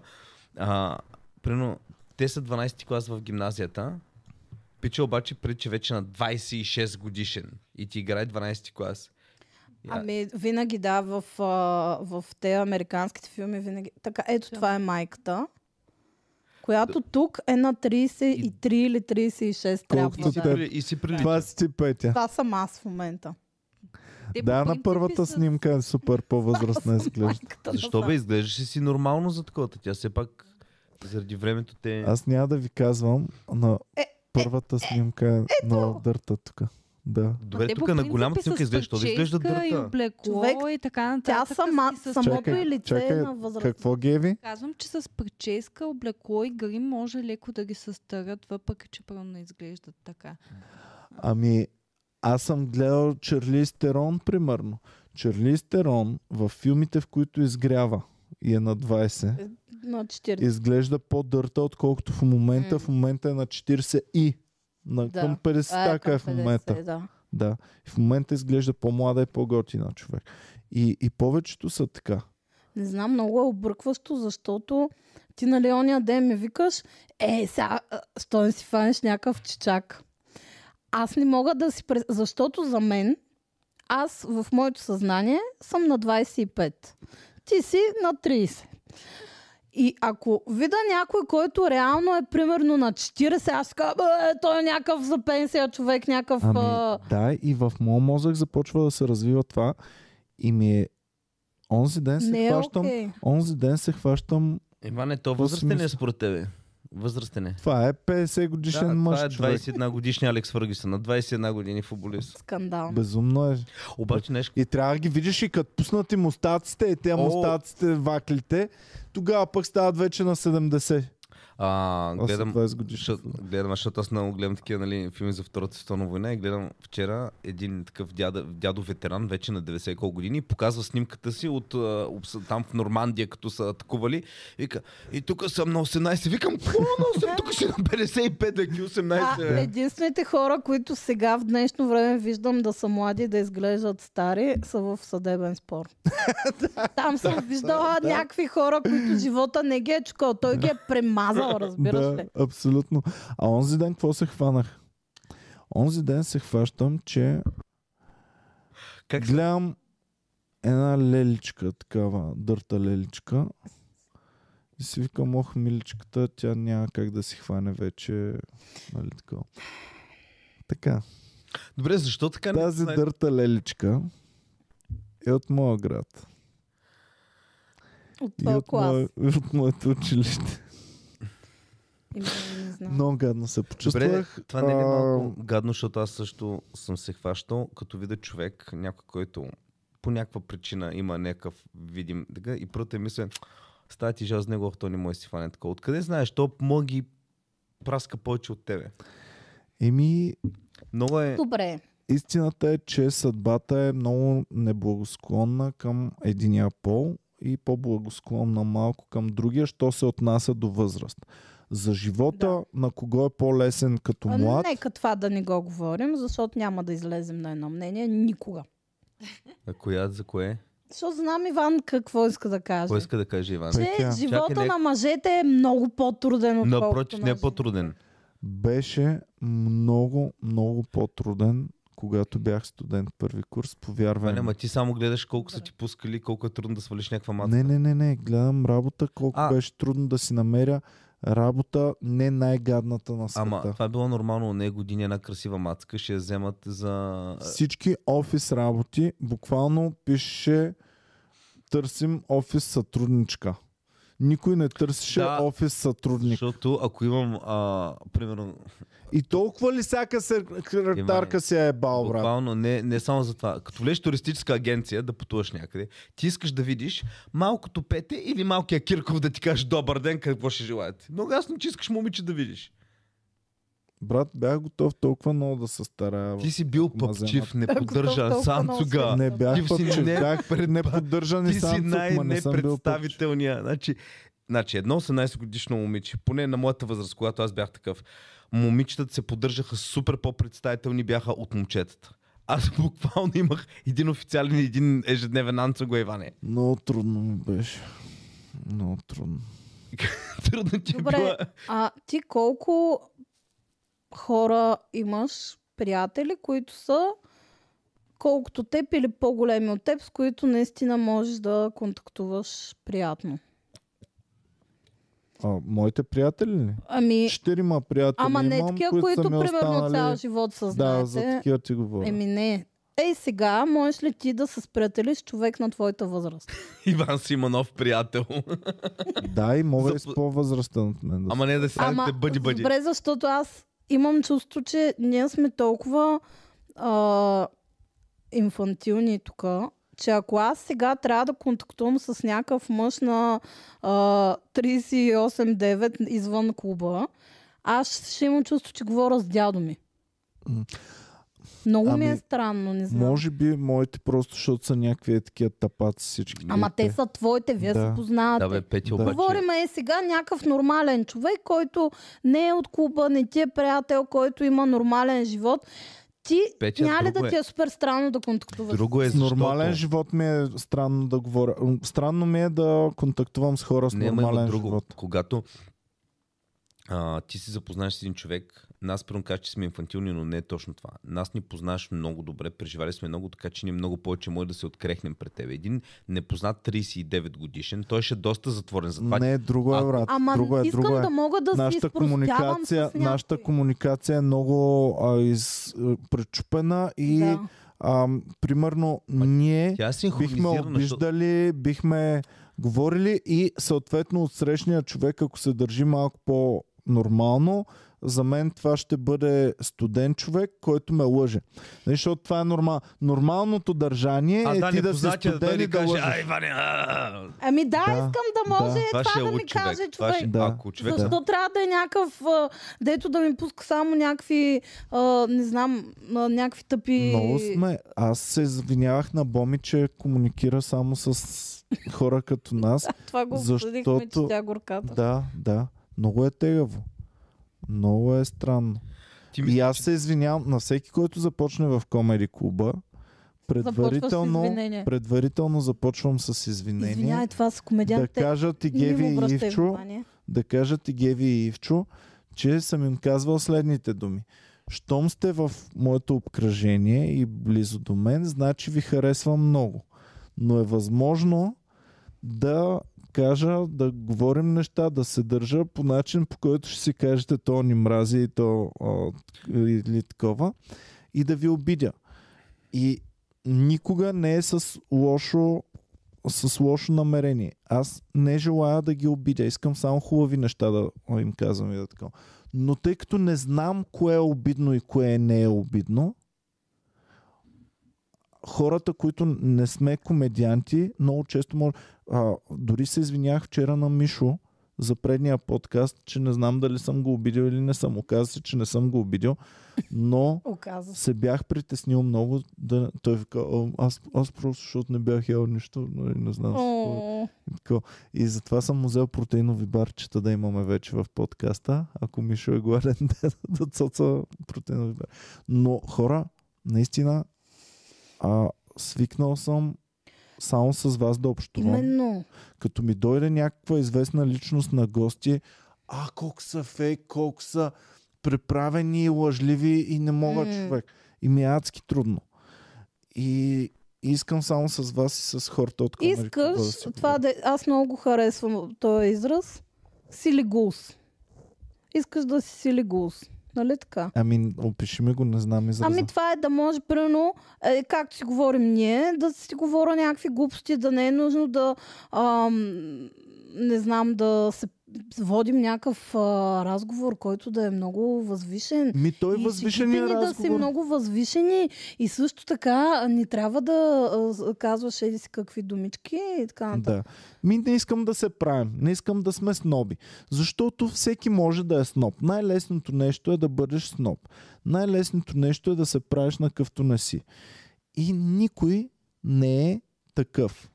[SPEAKER 1] А, примерно, те са 12-ти клас в гимназията. Пича обаче преди, че вече на 26 годишен и ти играе 12-ти клас. Я-
[SPEAKER 3] Ами, винаги да, в, а, в те американските филми винаги. Така, ето това е майката, която тук е на 33 или 36
[SPEAKER 1] и,
[SPEAKER 2] Колкото
[SPEAKER 3] трябва да.
[SPEAKER 1] си,
[SPEAKER 3] е.
[SPEAKER 2] те.
[SPEAKER 1] при- и си прилича.
[SPEAKER 2] Това си ти, Петя.
[SPEAKER 3] Това съм аз в момента.
[SPEAKER 2] Да, на първата снимка е супер по-възрастна изглежда.
[SPEAKER 3] Майката на
[SPEAKER 1] Защо
[SPEAKER 3] сам-
[SPEAKER 1] бе, изглеждаше си нормално за такова? Тя все пак заради времето те...
[SPEAKER 2] Аз няма да ви казвам, на
[SPEAKER 3] Е, е,
[SPEAKER 2] първата снимка е много дърта тук. Да.
[SPEAKER 1] Добре, тук е на голямата снимка
[SPEAKER 3] е
[SPEAKER 1] изглежда, що да изглежда дърта?
[SPEAKER 3] Човек,
[SPEAKER 6] Човек, и така
[SPEAKER 3] Тя
[SPEAKER 6] нататък.
[SPEAKER 3] сама,
[SPEAKER 6] и с-
[SPEAKER 3] самото
[SPEAKER 2] Чакай,
[SPEAKER 3] и лице
[SPEAKER 2] чакай,
[SPEAKER 3] е на възраст.
[SPEAKER 2] Какво, Геви?
[SPEAKER 6] Казвам, че с прическа, облекло и грим може леко да ги състарят, въпреки че първо не изглеждат така.
[SPEAKER 2] Ами, аз съм гледал Чарлиз Терон, примерно. Чарлиз Терон в филмите, в които изгрява и е на 20,
[SPEAKER 3] На 40.
[SPEAKER 2] изглежда по-дърта, отколкото в момента.
[SPEAKER 3] М.
[SPEAKER 2] В момента е на 40 и на
[SPEAKER 3] Да,
[SPEAKER 2] към
[SPEAKER 3] Това
[SPEAKER 2] 50
[SPEAKER 3] е
[SPEAKER 2] така е
[SPEAKER 3] към
[SPEAKER 2] в момента.
[SPEAKER 3] 50, да.
[SPEAKER 2] Да. И в момента изглежда по-млада и по-готина човек. И, и повечето са така.
[SPEAKER 3] Не знам, много е объркващо, защото ти нали ония ден ми викаш, е, сега, а, що не си фанеш някакъв чичак. Аз не мога да си... през- Защото за мен, Аз в моето съзнание съм на 25. Ти си на 30. И ако видя някой, който реално е примерно на 40, аз ще кажа, «Бе, той е някакъв за пенсия човек, някакъв...
[SPEAKER 2] Ами,
[SPEAKER 3] а,
[SPEAKER 2] да, и в моят мозък започва да се развива това и ми е... Онзи ден се
[SPEAKER 3] Не е
[SPEAKER 2] хващам...
[SPEAKER 3] окей.
[SPEAKER 2] Онзи ден се хващам...
[SPEAKER 1] Иване, то
[SPEAKER 2] Какво
[SPEAKER 1] възрастен е
[SPEAKER 2] смисъл?
[SPEAKER 1] според тебе. Възрастен е.
[SPEAKER 2] Това е 50 годишен
[SPEAKER 1] Да,
[SPEAKER 2] мъж,
[SPEAKER 1] това е
[SPEAKER 2] човек.
[SPEAKER 1] 21 годишния Алекс Фъргюсън, на 21 години футболист.
[SPEAKER 3] Скандал.
[SPEAKER 2] Безумно е.
[SPEAKER 1] Обаче нещо,
[SPEAKER 2] И трябва да ги видиш и като пуснат и мустаците, и тези
[SPEAKER 1] О.
[SPEAKER 2] мустаците, ваклите, тогава пък стават вече на 70.
[SPEAKER 1] А,
[SPEAKER 2] Аз съм
[SPEAKER 1] гледам,
[SPEAKER 2] 20 годишен.
[SPEAKER 1] защото, гледам, защото аз много гледам такива нали, филми за Втората световна война и гледам вчера един такъв дядо, дядо ветеран, вече на 90 и колко години, и показва снимката си от а, обс- там в Нормандия, като са атакували. Вика, и тук съм на 18. Викам, какво на 18? Тук си на 55, да ги 18.
[SPEAKER 3] А,
[SPEAKER 2] е,
[SPEAKER 1] бе.
[SPEAKER 3] единствените хора, които сега в днешно време виждам да са млади и да изглеждат стари, са в съдебен спор. Там съм виждала някакви хора, които живота не ги е чукал. Той ги е премазал, разбираш
[SPEAKER 2] Да,
[SPEAKER 3] ли?
[SPEAKER 2] абсолютно. А онзи ден какво се хванах? Онзи ден се хващам, че
[SPEAKER 1] Как се...
[SPEAKER 2] гледам една леличка, такава дърта леличка. И си викам, ох, миличката, тя няма как да си хване вече. Нали така. Така,
[SPEAKER 1] Добре, защо така не
[SPEAKER 2] тази
[SPEAKER 1] Ами, знаете?
[SPEAKER 2] дърта леличка е от моя град.
[SPEAKER 3] От
[SPEAKER 2] И
[SPEAKER 3] този
[SPEAKER 2] от, мое,
[SPEAKER 3] клас.
[SPEAKER 2] от моето училище.
[SPEAKER 3] Има, Ами, не знам.
[SPEAKER 2] Много гадно се
[SPEAKER 1] Добре,
[SPEAKER 2] почувствах.
[SPEAKER 1] това не е ли
[SPEAKER 2] А,
[SPEAKER 1] малко гадно, защото аз също съм се хващал, като видя човек, някой, който по някаква причина има някакъв видим така, и първата ми мисля, става ти жал с него, ох, то не може да си фане така. Откъде знаеш, то мога ги праска повече от тебе.
[SPEAKER 2] Еми,
[SPEAKER 1] Много е...
[SPEAKER 3] Добре.
[SPEAKER 2] истината е, че съдбата е много неблагосклонна към единия пол и по-благосклонна малко към другия, що се отнася до възраст. За живота
[SPEAKER 3] Да.
[SPEAKER 2] на кого е по-лесен като
[SPEAKER 3] А,
[SPEAKER 2] млад,
[SPEAKER 3] Ами, Нека това да не го говорим, защото няма да излезем на едно мнение никога.
[SPEAKER 1] А коя за кое?
[SPEAKER 3] Защото знам Иван какво иска да каже.
[SPEAKER 1] Кой иска да каже Иван?
[SPEAKER 2] Пе-
[SPEAKER 3] Че
[SPEAKER 2] Петя.
[SPEAKER 3] живота
[SPEAKER 1] Чакай, не-
[SPEAKER 3] на мъжете е много по-труден от
[SPEAKER 1] Напротив, не е по-труден.
[SPEAKER 2] беше много, много по-труден, когато бях студент първи курс, повярвай
[SPEAKER 1] Ваня,
[SPEAKER 2] ми.
[SPEAKER 1] ма ти само гледаш колко са ти пускали, колко е трудно да свалиш някаква матка.
[SPEAKER 2] Не, не, не, не, гледам работа, колко
[SPEAKER 1] А.
[SPEAKER 2] беше трудно да си намеря работа, не най-гадната на света.
[SPEAKER 1] Ама това е било нормално, не години една красива мацка, ще я вземат за...
[SPEAKER 2] всички офис работи, буквално пише търсим офис сътрудничка. Никой не търсеше да,
[SPEAKER 1] Да,
[SPEAKER 2] офис сътрудник.
[SPEAKER 1] Защото ако имам, а, примерно,
[SPEAKER 2] И толкова ли всяка секретарка
[SPEAKER 1] Имай.
[SPEAKER 2] си е бал, брат?
[SPEAKER 1] Буквално не, не само за това. Като влезеш в туристическа агенция да пътуваш някъде, ти искаш да видиш малкото пете или малкия Кирков да ти каже добър ден, какво ще желаете. Много ясно, че искаш момиче да видиш.
[SPEAKER 2] Брат, бях готов толкова много да се старая.
[SPEAKER 1] Ти си бил
[SPEAKER 2] Мазена.
[SPEAKER 1] пъпчив, не
[SPEAKER 3] Ако толкова
[SPEAKER 1] поддържан,
[SPEAKER 3] много
[SPEAKER 1] санцуга.
[SPEAKER 2] Не бях
[SPEAKER 1] Ти си
[SPEAKER 2] пък, че
[SPEAKER 1] не-
[SPEAKER 2] бях
[SPEAKER 1] пред-
[SPEAKER 2] неподдържан и
[SPEAKER 1] Ти си
[SPEAKER 2] сам цук, ма не съм бил пък, че-
[SPEAKER 1] най-непредставителният. Значи, значи едно 18 годишно момиче, поне на моята възраст, когато аз бях такъв, момичетата се поддържаха супер по-представителни бяха от момчетата. Аз буквално имах един официален и един ежедневен анцуга Иване.
[SPEAKER 2] Много трудно ми беше. Много трудно.
[SPEAKER 1] Трудно ти е
[SPEAKER 3] Добре,
[SPEAKER 1] била.
[SPEAKER 3] а ти колко хора имаш, приятели, които са колкото теб или по-големи от теб, с които наистина можеш да контактуваш приятно?
[SPEAKER 2] А, моите приятели ли?
[SPEAKER 3] Ами,
[SPEAKER 2] Четирима приятели
[SPEAKER 3] ама не
[SPEAKER 2] имам,
[SPEAKER 3] такива,
[SPEAKER 2] които,
[SPEAKER 3] които
[SPEAKER 2] са ми
[SPEAKER 3] примерно
[SPEAKER 2] останали...
[SPEAKER 3] цял живот са
[SPEAKER 2] Да, за
[SPEAKER 3] знаете.
[SPEAKER 2] такива ти говоря.
[SPEAKER 3] Еми не. Ей сега, можеш ли ти да се сприятелиш с човек на твоята възраст?
[SPEAKER 1] Иван си има нов приятел.
[SPEAKER 2] Да, и мога и с
[SPEAKER 1] За-
[SPEAKER 2] по-възрастен от мен. Да
[SPEAKER 1] Ама не да се
[SPEAKER 3] Ама,
[SPEAKER 1] радите бъди бъди.
[SPEAKER 3] добре, защото аз имам чувство, че ние сме толкова а, инфантилни тук, че ако аз сега трябва да контактувам с някакъв мъж на а, 38-9 извън клуба, аз ще имам чувство, че говоря с дядо ми.
[SPEAKER 2] М.
[SPEAKER 3] Много ми е
[SPEAKER 2] Ами,
[SPEAKER 3] странно, не знам.
[SPEAKER 2] Може би моите просто, защото са някакви е такива тапаци всички.
[SPEAKER 3] Ама
[SPEAKER 1] Е,
[SPEAKER 3] те са твоите, вие
[SPEAKER 2] е. Да.
[SPEAKER 3] се познавате.
[SPEAKER 1] Да бе, Пети,
[SPEAKER 2] Да.
[SPEAKER 1] обаче.
[SPEAKER 3] Говорим е сега някакъв нормален човек, който не е от клуба, не ти е приятел, който има нормален живот. Ти
[SPEAKER 1] Петя,
[SPEAKER 3] няма ли да
[SPEAKER 1] друго
[SPEAKER 3] ти
[SPEAKER 1] е.
[SPEAKER 3] е супер странно да контактуваш?
[SPEAKER 1] Друго е
[SPEAKER 2] С нормален
[SPEAKER 1] защото...
[SPEAKER 2] живот ми е странно да говоря. М, Странно ми е да контактувам с хора с
[SPEAKER 1] Не, ама има
[SPEAKER 2] нормален
[SPEAKER 1] друго.
[SPEAKER 2] живот.
[SPEAKER 1] Когато а, ти се запознаеш с един човек, нас прямо казваш, че сме инфантилни, но не е точно това. Нас ни познаваш много добре, преживали сме много, така че ни е много повече може да се открехнем пред теб. Един непознат 39 годишен, той ще е доста затворен за това.
[SPEAKER 2] Не, друго е,
[SPEAKER 1] Ако-
[SPEAKER 2] брат.
[SPEAKER 3] Ама
[SPEAKER 2] друго е,
[SPEAKER 3] искам
[SPEAKER 2] друго е.
[SPEAKER 3] да мога да се
[SPEAKER 2] нашата
[SPEAKER 3] изпростявам
[SPEAKER 2] комуникация,
[SPEAKER 3] с някой.
[SPEAKER 2] нашата комуникация е много а, из, а, пречупена и
[SPEAKER 3] Да.
[SPEAKER 2] а, примерно ние
[SPEAKER 1] Тя е
[SPEAKER 2] бихме
[SPEAKER 1] синхронизирана. защото-
[SPEAKER 2] обиждали, бихме говорили и съответно от срещния човек, ако се държи малко по-нормално, за мен това ще бъде студен човек, който ме лъже. Нали, Защото това е нормално. Нормалното държание
[SPEAKER 1] А,
[SPEAKER 2] е
[SPEAKER 1] да,
[SPEAKER 2] ти да си
[SPEAKER 1] непознатия,
[SPEAKER 2] студен
[SPEAKER 1] той ни
[SPEAKER 2] и да
[SPEAKER 1] каже,
[SPEAKER 2] лъжеш.
[SPEAKER 1] ай, Иване, а,
[SPEAKER 3] Ами да,
[SPEAKER 2] Да,
[SPEAKER 3] искам да може
[SPEAKER 2] да.
[SPEAKER 3] това,
[SPEAKER 1] Това ще е
[SPEAKER 3] да ми
[SPEAKER 1] луд човек.
[SPEAKER 3] каже
[SPEAKER 1] Това
[SPEAKER 3] човек.
[SPEAKER 1] ще,
[SPEAKER 2] Да.
[SPEAKER 1] Ако човек
[SPEAKER 2] Да.
[SPEAKER 3] Защо трябва да е някакъв, а, дето да ми пуска само някакви, а, не знам, а, някакви тъпи...
[SPEAKER 2] Много сме. Аз се извинявах на Боми, че комуникира само с хора като нас.
[SPEAKER 3] Това го
[SPEAKER 2] Защото-
[SPEAKER 3] обсъдихме, че тя е горката.
[SPEAKER 2] да, да. Много е тегаво. Много е странно.
[SPEAKER 1] Ти
[SPEAKER 2] И
[SPEAKER 1] мислиш,
[SPEAKER 2] аз се извинявам на всеки, който започне в комери клуба.
[SPEAKER 3] Започваш с
[SPEAKER 2] Предварително,
[SPEAKER 3] извинение.
[SPEAKER 2] предварително започвам с извинение.
[SPEAKER 3] Извинявай, това са
[SPEAKER 2] да
[SPEAKER 3] комедиантите.
[SPEAKER 2] кажат и
[SPEAKER 3] не им
[SPEAKER 2] Геви и
[SPEAKER 3] обръщай
[SPEAKER 2] Ивчо,
[SPEAKER 3] внимание.
[SPEAKER 2] да кажат и Геви и Ивчо, че съм им казвал следните думи. Щом сте в моето обкръжение и близо до мен, значи ви харесвам много. Но е възможно да кажа, да говорим неща, да се държа по начин, по който ще си кажете, то ни мрази и то а, или такова, и да ви обидя. И никога не е с лошо с лошо намерение. Аз не желая да ги обидя. Искам само хубави неща да им казвам и да така. Но тъй като не знам кое е обидно и кое не е обидно, хората, които не сме комедианти, много често може... А, дори се извинях вчера на Мишо за предния подкаст, че не знам дали съм го обидил или не съм. Оказа се, че не съм го обидил, но
[SPEAKER 3] Оказва се.
[SPEAKER 2] се бях притеснил много. Да, той вика, «О, аз, аз просто, защото не бях ял нищо, но не знам. си какво е».
[SPEAKER 3] О,
[SPEAKER 2] И така. И затова съм му взел протеинови барчета да имаме вече в подкаста. Ако Мишо е гладен, да, да цоца протеинови бар. Но хора, наистина, а, свикнал съм само с вас да общувам
[SPEAKER 3] Именно.
[SPEAKER 2] като ми дойде някаква известна личност на гости, а колко са фейк, колко са преправени и лъжливи и не мога
[SPEAKER 3] М.
[SPEAKER 2] mm. човек. И ми е адски трудно. И искам само с вас и с хората от Комери Клуба
[SPEAKER 3] Искаш
[SPEAKER 2] си
[SPEAKER 3] това да... е- Аз много го харесвам този израз. Силигулс. Искаш да си силигулс. Нали така?
[SPEAKER 2] Ами, опиши ми го, не знам израза.
[SPEAKER 3] Ами това е да може, примерно, е, както си говорим ние, да си говоря някакви глупости, да не е нужно да, ам, не знам, да се водим някакъв а, разговор, който да е много възвишен.
[SPEAKER 2] Ми той
[SPEAKER 3] И
[SPEAKER 2] възвишения
[SPEAKER 3] шегите ни да си
[SPEAKER 2] разговор.
[SPEAKER 3] много възвишени и също така а, не трябва да а, с- казваш еди си какви думички и така
[SPEAKER 2] Да.
[SPEAKER 3] нататък.
[SPEAKER 2] Ми Ами не искам да се правим, не искам да сме сноби. Защото всеки може да е сноб. Най-лесното нещо е да бъдеш сноб. Най-лесното нещо е да се правиш на къвто не си. И никой не е такъв.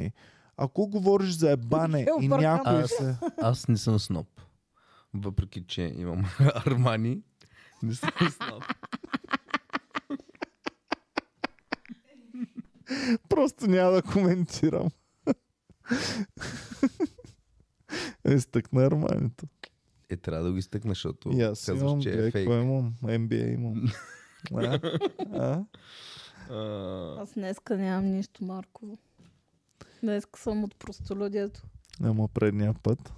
[SPEAKER 2] Е. Ако говориш за ебане
[SPEAKER 3] Е,
[SPEAKER 2] и
[SPEAKER 3] объркано.
[SPEAKER 2] някой
[SPEAKER 1] Аз-
[SPEAKER 2] се...
[SPEAKER 1] Аз не съм сноб. Въпреки, че имам Армани, не съм сноб.
[SPEAKER 2] Просто няма да коментирам. е, стъкна арманието.
[SPEAKER 1] Е, трябва да го изтъкна, защото
[SPEAKER 2] И аз имам,
[SPEAKER 1] казваш, че е
[SPEAKER 2] бе,
[SPEAKER 1] фейк.
[SPEAKER 2] какво имам? MBA имам. А? А?
[SPEAKER 1] А,
[SPEAKER 3] Аз днеска нямам нищо, Марково. Днеска съм от простолюдието.
[SPEAKER 2] Ама предния път.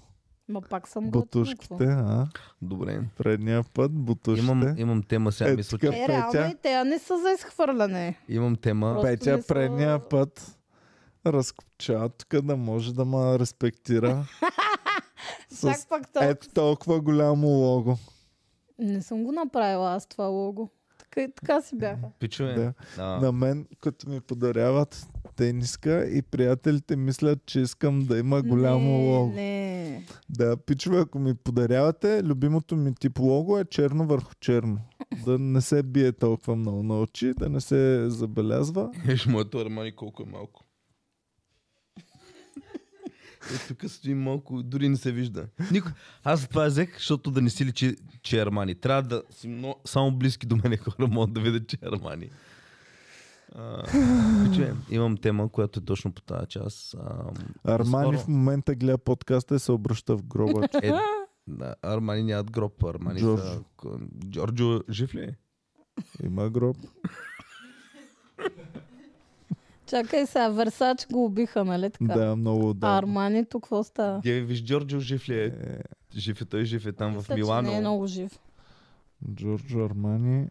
[SPEAKER 3] Ма пак съм готина, какво?
[SPEAKER 2] Бутушките, а?
[SPEAKER 1] Добре.
[SPEAKER 2] Предния път, бутушките.
[SPEAKER 1] Имам, имам тема сега.
[SPEAKER 2] Е,
[SPEAKER 1] мисля,
[SPEAKER 2] така.
[SPEAKER 1] че
[SPEAKER 3] Е, реално
[SPEAKER 2] Петя.
[SPEAKER 3] и те не са за изхвърляне.
[SPEAKER 1] имам тема.
[SPEAKER 3] Просто
[SPEAKER 2] Петя
[SPEAKER 3] не са-
[SPEAKER 2] предния път разкопча тук да може да ме респектира.
[SPEAKER 3] Чак
[SPEAKER 2] с
[SPEAKER 3] пак то...
[SPEAKER 2] ето толкова голямо лого.
[SPEAKER 3] Не съм го направила аз това лого. Така, и така си бяха.
[SPEAKER 1] Пичове.
[SPEAKER 2] Да.
[SPEAKER 1] Е, А,
[SPEAKER 2] На мен, като ми подаряват тениска и приятелите мислят, че искам да има Е, голямо
[SPEAKER 3] не,
[SPEAKER 2] лого.
[SPEAKER 3] Не.
[SPEAKER 2] Да, пичове, ако ми подарявате, любимото ми тип лого е черно върху черно. да не се бие толкова много на очи, да не се забелязва.
[SPEAKER 1] Виж моето Армани колко е малко. Е, тук стои малко, дори не се вижда. Никой. Аз това я взех, защото да не си личи, че е Армани. Трябва да си много, само близки до мене хора могат да видят, че е Армани. А, пичове, имам тема, която е точно по тази част. А,
[SPEAKER 2] Армани
[SPEAKER 1] Скоро.
[SPEAKER 2] в момента гледа подкаста и се обръща в гроба.
[SPEAKER 1] е, Да, Армани нямат гроб, Армани
[SPEAKER 2] Джордж.
[SPEAKER 1] са... к- Джорджо жив ли? е?
[SPEAKER 2] Има гроб.
[SPEAKER 3] Чакай сега, Версач го убиха, нали така?
[SPEAKER 2] Да, много
[SPEAKER 3] А
[SPEAKER 2] да.
[SPEAKER 3] Армани тук какво става?
[SPEAKER 1] Е, виж, Джорджо жив ли е? Жив е той, жив е там в
[SPEAKER 3] Мисля, че
[SPEAKER 1] Милано.
[SPEAKER 3] Не е много жив.
[SPEAKER 2] Джорджо Армани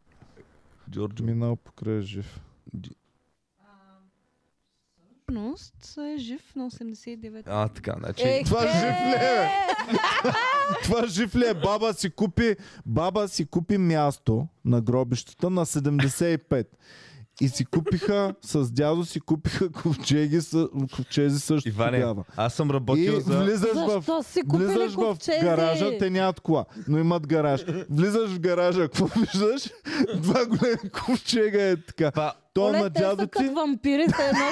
[SPEAKER 1] Джорджо.
[SPEAKER 2] минал покрай жив.
[SPEAKER 6] Всъщност е жив на 89.
[SPEAKER 1] А, така, значи...
[SPEAKER 3] Е,
[SPEAKER 2] Това
[SPEAKER 3] е,
[SPEAKER 2] жив ли е? Това жив ли е? Баба си купи, баба си купи място на гробищата на 75. И си купиха, с дядо си купиха ковчеги, с- ковчези също
[SPEAKER 1] Иване,
[SPEAKER 2] тогава.
[SPEAKER 1] аз съм
[SPEAKER 2] И
[SPEAKER 1] работил за...
[SPEAKER 2] влизаш в
[SPEAKER 3] Защо си купили
[SPEAKER 2] Влизаш в
[SPEAKER 3] ковчези?
[SPEAKER 2] гаража, те нямат кола, но имат гараж. Влизаш в гаража, какво виждаш? Два големи ковчега е така.
[SPEAKER 1] Това
[SPEAKER 2] То
[SPEAKER 3] Оле,
[SPEAKER 2] на
[SPEAKER 3] те
[SPEAKER 2] дядо
[SPEAKER 3] са
[SPEAKER 2] ти
[SPEAKER 3] като вампири, се едно...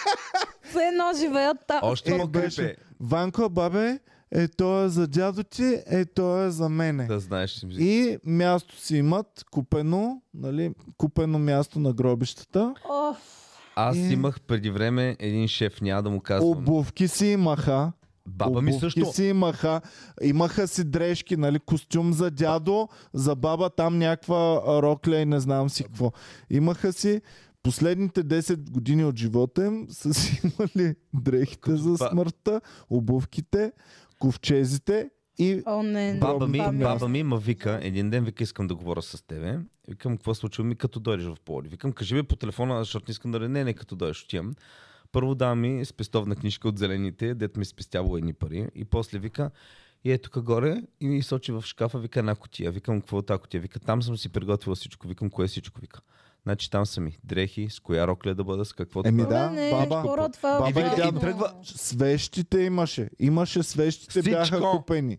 [SPEAKER 3] се едно живеят там.
[SPEAKER 1] още
[SPEAKER 2] е,
[SPEAKER 1] по
[SPEAKER 2] беше
[SPEAKER 1] крипе
[SPEAKER 2] Ванко, бабе, е той е за дядо ти, е той е за мене.
[SPEAKER 1] Да знаеш.
[SPEAKER 2] И място си имат, купено, нали, купено място на гробищата.
[SPEAKER 3] Оф.
[SPEAKER 1] Аз
[SPEAKER 2] Е.
[SPEAKER 1] имах преди време един шеф, няма да му казвам.
[SPEAKER 2] Обувки си имаха.
[SPEAKER 1] Баба ми
[SPEAKER 2] обувки
[SPEAKER 1] също.
[SPEAKER 2] си имаха. Имаха си дрежки, нали, костюм за дядо, за баба там някаква а, рокля и не знам си какво. Имаха си последните 10 години от живота им са си имали дрехите за
[SPEAKER 1] това.
[SPEAKER 2] смъртта, обувките, ковчезите и
[SPEAKER 3] О, не, не.
[SPEAKER 1] Баба ми,
[SPEAKER 3] Това ми е
[SPEAKER 1] баба ми ма вика, един ден вика искам да говоря с тебе. Викам, какво се случва ми като дойдеш в Пловдив? Викам, кажи ми по телефона, защото не искам да... Не, не, като дойдеш, отивам. Първо да ми спестовна книжка от зелените, дет ми спестява едни пари. И после вика, и е тук горе и ми сочи в шкафа, вика една котия. Викам, какво е тази котия? Вика, там съм си приготвила всичко. Викам, кое е всичко? Вика. Значи там са ми дрехи, с коя рокля да бъда, с какво да
[SPEAKER 2] Еми
[SPEAKER 1] бъда.
[SPEAKER 2] да,
[SPEAKER 3] Не, не,
[SPEAKER 2] баба.
[SPEAKER 3] хора, това е
[SPEAKER 2] Баба и
[SPEAKER 3] ужасно.
[SPEAKER 2] дядо.
[SPEAKER 1] Тръгва.
[SPEAKER 2] свещите имаше. Имаше свещите,
[SPEAKER 1] Всичко.
[SPEAKER 2] бяха купени.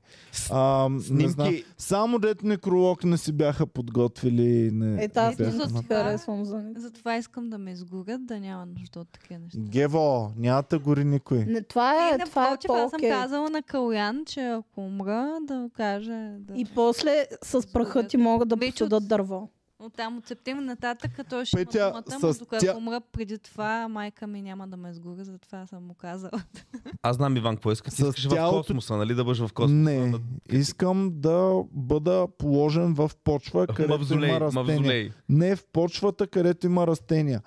[SPEAKER 2] А, не
[SPEAKER 1] Снимки.
[SPEAKER 2] знам. Само дет некролог не си бяха подготвили. Не,
[SPEAKER 3] Ето аз
[SPEAKER 2] не
[SPEAKER 3] не
[SPEAKER 2] бяха
[SPEAKER 6] за-
[SPEAKER 3] Е, си харесвам за него.
[SPEAKER 6] Затова искам да ме изгорят, да няма нужда от такива неща.
[SPEAKER 2] Гево, няма да гори никой.
[SPEAKER 3] Не, това е,
[SPEAKER 6] и
[SPEAKER 3] това е
[SPEAKER 6] напротив, аз съм
[SPEAKER 3] по-окей.
[SPEAKER 6] казала на Калян, че ако умра, да каже... Да...
[SPEAKER 3] И после с праха ти могат да
[SPEAKER 6] Вече
[SPEAKER 3] посудат
[SPEAKER 6] от-
[SPEAKER 3] дърво.
[SPEAKER 6] От там от септември нататък, като ще
[SPEAKER 2] Петя,
[SPEAKER 6] има думата, му,
[SPEAKER 2] с
[SPEAKER 6] докато
[SPEAKER 2] тя-
[SPEAKER 6] умра преди това, майка ми няма да ме сгори, затова съм му казала.
[SPEAKER 1] Аз знам, Иван, какво искаш. Ти
[SPEAKER 2] С
[SPEAKER 1] искаш
[SPEAKER 2] тялото-
[SPEAKER 1] в космоса, нали да бъдеш в космоса?
[SPEAKER 2] Не, искам да бъда положен в почва, където
[SPEAKER 1] Мавзолей,
[SPEAKER 2] има растения.
[SPEAKER 1] мавзолей.
[SPEAKER 2] Не в почвата, където има растения.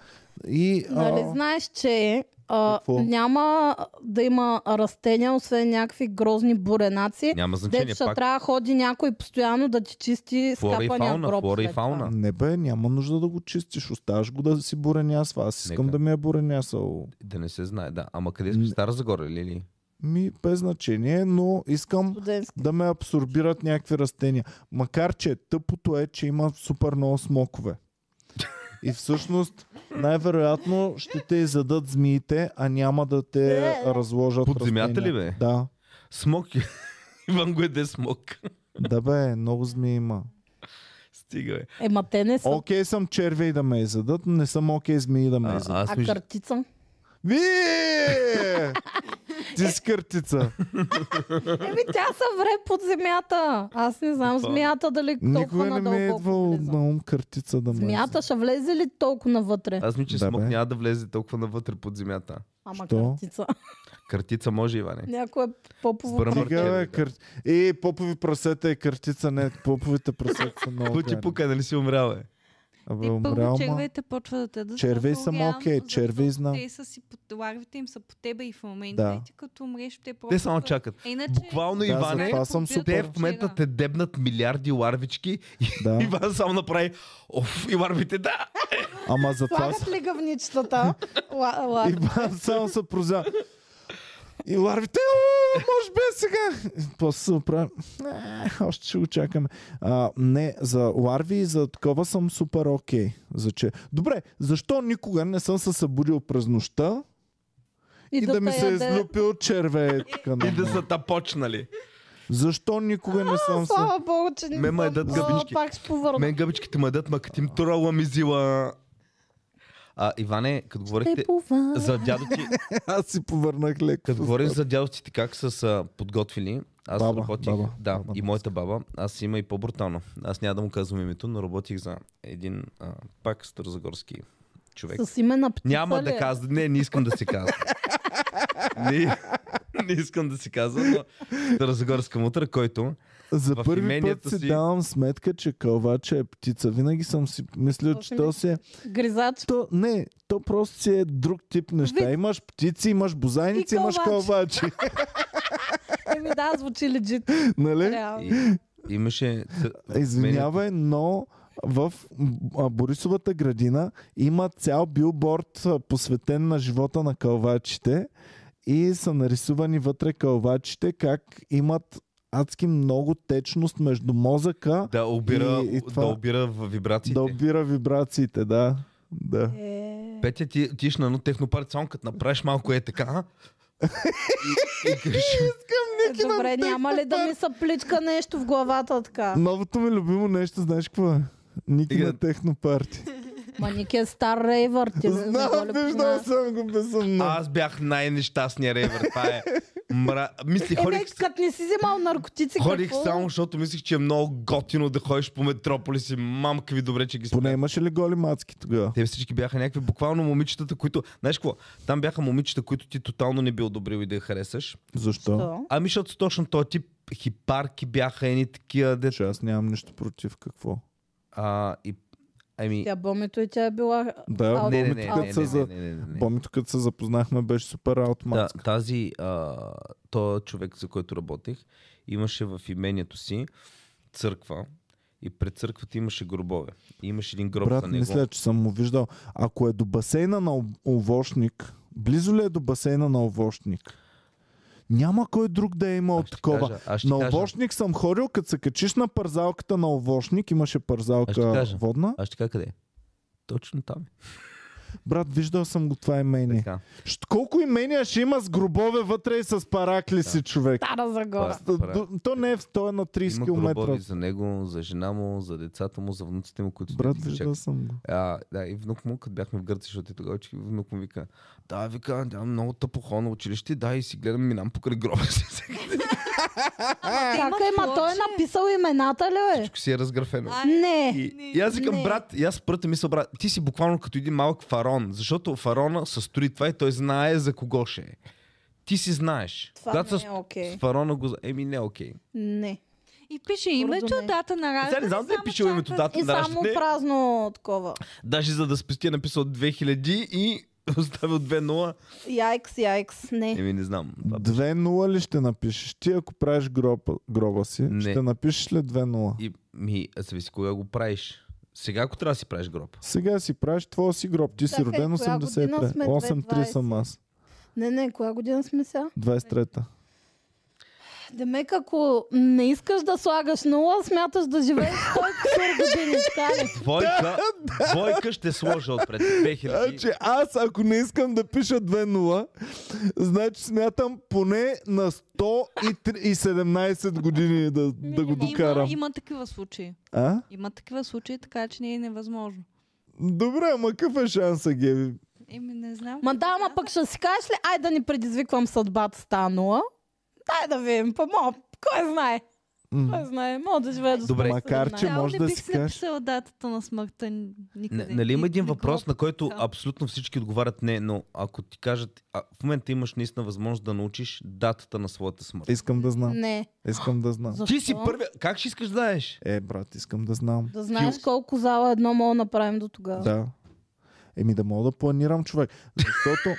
[SPEAKER 2] И,
[SPEAKER 3] Нали
[SPEAKER 2] а,
[SPEAKER 3] знаеш, че а,
[SPEAKER 2] Какво?
[SPEAKER 3] няма да има растения, освен някакви грозни буренаци.
[SPEAKER 1] Няма значение.
[SPEAKER 3] Дето ще
[SPEAKER 1] Значи, пак.
[SPEAKER 3] трябва да ходи някой постоянно да ти чисти
[SPEAKER 1] Флора и
[SPEAKER 3] скапания
[SPEAKER 1] фауна,
[SPEAKER 3] гроб.
[SPEAKER 1] флора и
[SPEAKER 3] след това.
[SPEAKER 1] фауна.
[SPEAKER 2] не бе, няма нужда да го чистиш. Оставаш го да си буренясва. Аз искам
[SPEAKER 1] Нека.
[SPEAKER 2] да ми е буренясал.
[SPEAKER 1] Да не се знае, да. Ама къде искаш? Стара Загора ли? ли?
[SPEAKER 2] Ми, без значение, но искам
[SPEAKER 3] Студентски.
[SPEAKER 2] да ме абсорбират някакви растения. Макар, че тъпото е, че има супер много смокове. И всъщност, най-вероятно ще те изядат змиите, а няма да те разложат
[SPEAKER 1] Под земята
[SPEAKER 2] растения.
[SPEAKER 1] ли, бе?
[SPEAKER 2] Да.
[SPEAKER 1] Смок. Иван го еде смок.
[SPEAKER 2] Да бе, много змии има.
[SPEAKER 1] Стига, бе.
[SPEAKER 3] Ема те не са.
[SPEAKER 2] Окей съм червей да ме изядат, но не съм окей змии да ме
[SPEAKER 1] А,
[SPEAKER 2] изядат.
[SPEAKER 1] аз
[SPEAKER 3] а
[SPEAKER 1] мисля,
[SPEAKER 3] картица?
[SPEAKER 2] Ви! Ти си картица.
[SPEAKER 3] Еми тя се вре под земята. Аз не знам змията дали толкова
[SPEAKER 2] Никога не ми е
[SPEAKER 3] надълбоко
[SPEAKER 2] идвал
[SPEAKER 3] влиза.
[SPEAKER 2] на ум картица да ме изяде.
[SPEAKER 3] Змията ще влезе ли толкова навътре?
[SPEAKER 1] аз мисля, че
[SPEAKER 2] Да,
[SPEAKER 1] смок
[SPEAKER 2] бе.
[SPEAKER 1] няма да влезе толкова навътре под земята.
[SPEAKER 3] Ама
[SPEAKER 2] що?
[SPEAKER 3] картица.
[SPEAKER 1] Картица може, Иване.
[SPEAKER 3] Някой е попово.
[SPEAKER 1] Сбърма.
[SPEAKER 2] Стига,
[SPEAKER 1] Маркели,
[SPEAKER 2] бе,
[SPEAKER 1] да.
[SPEAKER 2] кър... Е, попови прасета е картица, не, поповите прасета са много
[SPEAKER 1] Пути
[SPEAKER 2] гадни.
[SPEAKER 1] пука, нали си умрял, бе?
[SPEAKER 2] Абе,
[SPEAKER 6] И първо
[SPEAKER 2] умрял, ма.
[SPEAKER 6] червеите почва да те да
[SPEAKER 2] Червей са
[SPEAKER 6] реално,
[SPEAKER 2] окей, червей
[SPEAKER 6] защото
[SPEAKER 2] знам.
[SPEAKER 6] Те са си, под- ларвите им са по тебе и в момента,
[SPEAKER 2] Да.
[SPEAKER 6] и ти като умреш, те просто...
[SPEAKER 1] Те само чакат.
[SPEAKER 6] Е, Иначе...
[SPEAKER 1] Буквално,
[SPEAKER 2] Да,
[SPEAKER 1] Иване,
[SPEAKER 2] затова съм
[SPEAKER 6] Те в
[SPEAKER 1] те
[SPEAKER 2] супер.
[SPEAKER 1] в момента те дебнат милиарди ларвички и
[SPEAKER 2] Да.
[SPEAKER 1] Иван само направи Оф, и ларвите, да!
[SPEAKER 2] Ама за това...
[SPEAKER 3] Слагат ли гъвничетата? Ла- ла-
[SPEAKER 2] Иван само се прозя. И ларвите, «О, може би е сега. И После се оправим. Е, Още ще го чакаме. А, не, за ларви и за такова съм супер окей. За че... Добре, защо никога не съм се събудил през нощта и, да, ми
[SPEAKER 3] те
[SPEAKER 2] се е
[SPEAKER 3] яде.
[SPEAKER 2] излюпил червей? Така, на
[SPEAKER 1] И да
[SPEAKER 2] мен?
[SPEAKER 1] са тапочнали.
[SPEAKER 2] Защо никога не съм се...
[SPEAKER 3] Слава богу, че не
[SPEAKER 1] Ме ма
[SPEAKER 3] съм-
[SPEAKER 1] едат
[SPEAKER 3] О,
[SPEAKER 1] гъбнички.
[SPEAKER 3] Пак ще повърна.
[SPEAKER 1] Мен гъбичките ме дадат, ма като им турала мизила. А, Иване, като говорихте
[SPEAKER 3] Те повърна.
[SPEAKER 1] за дядо ти,
[SPEAKER 2] Аз си повърнах леко.
[SPEAKER 1] Като говорим за дядовците, как са се подготвили, аз
[SPEAKER 2] Баба,
[SPEAKER 1] работих,
[SPEAKER 2] баба,
[SPEAKER 1] да,
[SPEAKER 2] баба
[SPEAKER 1] и
[SPEAKER 2] ми
[SPEAKER 1] моята баба, аз има и по-брутално. Аз няма да му казвам името, но работих за един а, пак старозагорски човек.
[SPEAKER 3] С име на птица
[SPEAKER 1] Няма
[SPEAKER 3] ли? е?
[SPEAKER 1] да казвам, не, не искам да се казва. не, не искам да си казвам, но Старозагорска мутра, който
[SPEAKER 2] За
[SPEAKER 1] В
[SPEAKER 2] първи път
[SPEAKER 1] именията
[SPEAKER 2] си
[SPEAKER 1] си-
[SPEAKER 2] давам сметка, че кълвача е птица. Винаги съм си мислил, че
[SPEAKER 3] Точно
[SPEAKER 2] то
[SPEAKER 3] ли?
[SPEAKER 2] си е...
[SPEAKER 3] Гризач.
[SPEAKER 2] То, не, то просто си е друг тип неща.
[SPEAKER 6] Вид.
[SPEAKER 2] Имаш птици, имаш бозайници,
[SPEAKER 3] И
[SPEAKER 2] имаш кълвачи.
[SPEAKER 3] Еми да, звучи легит.
[SPEAKER 2] нали?
[SPEAKER 3] Реално.
[SPEAKER 1] и, имаше...
[SPEAKER 2] Извинявай, но в а, Борисовата градина има цял билборд а, посветен на живота на кълвачите и са нарисувани вътре кълвачите как имат адски много течност между мозъка
[SPEAKER 1] Да обира,
[SPEAKER 2] И- и това-
[SPEAKER 1] да обира в вибрациите.
[SPEAKER 2] да обира вибрациите, да. Да.
[SPEAKER 3] Е,
[SPEAKER 1] Петя, ти, ти еш на едно технопарк, само като направиш малко е така. а? и, и греши.
[SPEAKER 3] Добре, няма ли да ми се пличка нещо в главата така?
[SPEAKER 2] Новото ми любимо нещо, знаеш какво е? Ники
[SPEAKER 1] Игра-
[SPEAKER 2] на технопарти.
[SPEAKER 3] Ма Ник е стар рейвър, ти не нали,
[SPEAKER 2] Знам,
[SPEAKER 3] не го ли
[SPEAKER 2] виждал
[SPEAKER 3] познаеш?
[SPEAKER 2] съм го безумно.
[SPEAKER 1] Аз бях най-нещастния рейвър. Това е. Мра... Мислих,
[SPEAKER 3] Е, не,
[SPEAKER 1] ходих,
[SPEAKER 3] като не си взимал наркотици,
[SPEAKER 1] ходих
[SPEAKER 3] какво?
[SPEAKER 1] само, защото мислих, че е много готино да ходиш по метрополис и мамка ви добре, че ги
[SPEAKER 2] Поне
[SPEAKER 1] спря.
[SPEAKER 2] имаше ли голи мацки тогава?
[SPEAKER 1] Те всички бяха някакви буквално момичетата, които... Знаеш какво? Там бяха момичета, които ти тотално не би одобрил и да я харесаш.
[SPEAKER 2] Защо?
[SPEAKER 3] Що?
[SPEAKER 1] Ами защото точно този тип хипарки бяха едни такива дет...
[SPEAKER 2] Че аз нямам нищо против какво.
[SPEAKER 1] А, и... Ами...
[SPEAKER 3] Тя бомито и тя е била...
[SPEAKER 2] Да,
[SPEAKER 3] А,
[SPEAKER 1] Не, не,
[SPEAKER 2] бомито
[SPEAKER 1] не,
[SPEAKER 2] като
[SPEAKER 1] не,
[SPEAKER 2] се
[SPEAKER 1] не,
[SPEAKER 2] за-
[SPEAKER 1] не, не, не, не.
[SPEAKER 2] Помнито, като се запознахме, беше супер
[SPEAKER 1] Да,
[SPEAKER 2] аутмацка.
[SPEAKER 1] тази, а, то човек, за който работех, имаше в имението си църква и пред църквата имаше гробове. И имаше един гроб
[SPEAKER 2] Брат,
[SPEAKER 1] за него.
[SPEAKER 2] мисля, че съм му виждал. Ако е до басейна на Ов- овощник, близо ли е до басейна на овощник? Няма кой друг да е имал
[SPEAKER 1] Аз ще
[SPEAKER 2] такова.
[SPEAKER 1] кажа, аз ще
[SPEAKER 2] на
[SPEAKER 1] кажа.
[SPEAKER 2] овощник съм ходил, като се качиш на парзалката на овощник, имаше
[SPEAKER 1] Аз ще
[SPEAKER 2] парзалка
[SPEAKER 1] кажа.
[SPEAKER 2] водна.
[SPEAKER 1] Аз така къде? е? Точно там. е.
[SPEAKER 2] Брат, виждал съм го това имение.
[SPEAKER 1] Така.
[SPEAKER 2] Щ- Колко имения ще има с гробове вътре и с паракли си, човек?
[SPEAKER 3] Стара Загора.
[SPEAKER 1] Пара.
[SPEAKER 2] Д- д- То не е, в- то е на 30
[SPEAKER 1] Има
[SPEAKER 2] км.
[SPEAKER 1] гробове за него, за жена му, за децата му, за внуците му, които
[SPEAKER 2] Брат,
[SPEAKER 1] дете ги
[SPEAKER 2] виждал
[SPEAKER 1] чакат.
[SPEAKER 2] съм го.
[SPEAKER 1] А, да, и внук му, като бяхме в Гърция, защото и тогава учих, внук му вика, да, вика, да, много тъпо хора на училище, да, и си гледам, минам покрай гроба си.
[SPEAKER 3] Чакай,
[SPEAKER 6] Има
[SPEAKER 3] ма той е
[SPEAKER 6] плочи.
[SPEAKER 3] написал имената ли е?
[SPEAKER 1] Всичко си е разгърфено.
[SPEAKER 3] Не.
[SPEAKER 1] И, и аз викам,
[SPEAKER 3] не.
[SPEAKER 1] брат, и аз първата мисъл, брат, ти си буквално като един малък фарон, защото фарона се строи това и той знае за кого ще е. Ти си знаеш.
[SPEAKER 3] Това
[SPEAKER 1] Когато
[SPEAKER 3] не
[SPEAKER 1] с-
[SPEAKER 3] е окей.
[SPEAKER 1] С фарона го... зна- Еми не е окей.
[SPEAKER 3] Не.
[SPEAKER 6] И пише името,
[SPEAKER 3] Споразумение.
[SPEAKER 6] дата на раждане.
[SPEAKER 1] Сега не знам дали е
[SPEAKER 6] само
[SPEAKER 1] пишел името,
[SPEAKER 6] чакат-
[SPEAKER 1] дата
[SPEAKER 3] нали И
[SPEAKER 1] на
[SPEAKER 3] само
[SPEAKER 1] раждане.
[SPEAKER 3] празно такова.
[SPEAKER 1] Даже за да спести е написал 2000 и оставил 2-0.
[SPEAKER 3] Яйкс, яйкс. Не.
[SPEAKER 1] Еми не знам. Това-
[SPEAKER 2] 2-0 ли ще напишеш? Ти ако правиш гроба, гроба си,
[SPEAKER 1] Не.
[SPEAKER 2] ще напишеш ли 2-0?
[SPEAKER 1] И ми, а зависи кога го правиш. Сега ако трябва да си правиш гроб.
[SPEAKER 2] Сега си правиш твоя си гроб. Ти си
[SPEAKER 3] Чакай,
[SPEAKER 2] роден
[SPEAKER 3] е, коя година
[SPEAKER 2] 83.
[SPEAKER 3] сме?
[SPEAKER 2] 8-3
[SPEAKER 3] 20.
[SPEAKER 2] съм аз.
[SPEAKER 3] Не, не, коя година сме сега?
[SPEAKER 2] 23-та.
[SPEAKER 3] Демек, ако не искаш да слагаш нула, смяташ да живееш 100 години. така ли?
[SPEAKER 1] Двойка, двойка ще сложа отпред. 2000.
[SPEAKER 2] Значи аз, ако не искам да пиша 2-0, значи смятам поне на 117 години да, да го
[SPEAKER 6] Има-
[SPEAKER 2] докарам.
[SPEAKER 6] Има такива случаи.
[SPEAKER 2] А?
[SPEAKER 6] Има такива случаи, така че не е невъзможно.
[SPEAKER 2] Добре, ама какъв е шанса, Геви?
[SPEAKER 6] Еми, не знам.
[SPEAKER 3] Ма да, ама пък ще си кажеш ли, ай да ни предизвиквам съдбата с тая нула. Дай да видим, па мо, кой знае?
[SPEAKER 2] М.
[SPEAKER 3] Кой знае, мога да живея до
[SPEAKER 1] Добре.
[SPEAKER 3] 117.
[SPEAKER 2] Макар, че
[SPEAKER 6] Цяло
[SPEAKER 2] може
[SPEAKER 6] не
[SPEAKER 2] да
[SPEAKER 6] бих
[SPEAKER 2] си кажеш.
[SPEAKER 6] написала датата на смъртта н-
[SPEAKER 1] Н-
[SPEAKER 6] никъде.
[SPEAKER 1] нали има
[SPEAKER 6] Ни-
[SPEAKER 1] един
[SPEAKER 6] ни
[SPEAKER 1] въпрос,
[SPEAKER 6] гроб.
[SPEAKER 1] на който
[SPEAKER 6] Да.
[SPEAKER 1] абсолютно всички отговарят не, но ако ти кажат, а, в момента имаш наистина възможност да научиш датата на своята смърт.
[SPEAKER 2] Искам да знам.
[SPEAKER 3] Не.
[SPEAKER 2] Искам да знам.
[SPEAKER 3] Защо?
[SPEAKER 1] Ти си първия. Как ще искаш да знаеш?
[SPEAKER 2] Е, брат, искам да знам.
[SPEAKER 3] Да знаеш колко зала едно мога да направим до тогава.
[SPEAKER 2] Да. Еми да мога да планирам човек. Защото...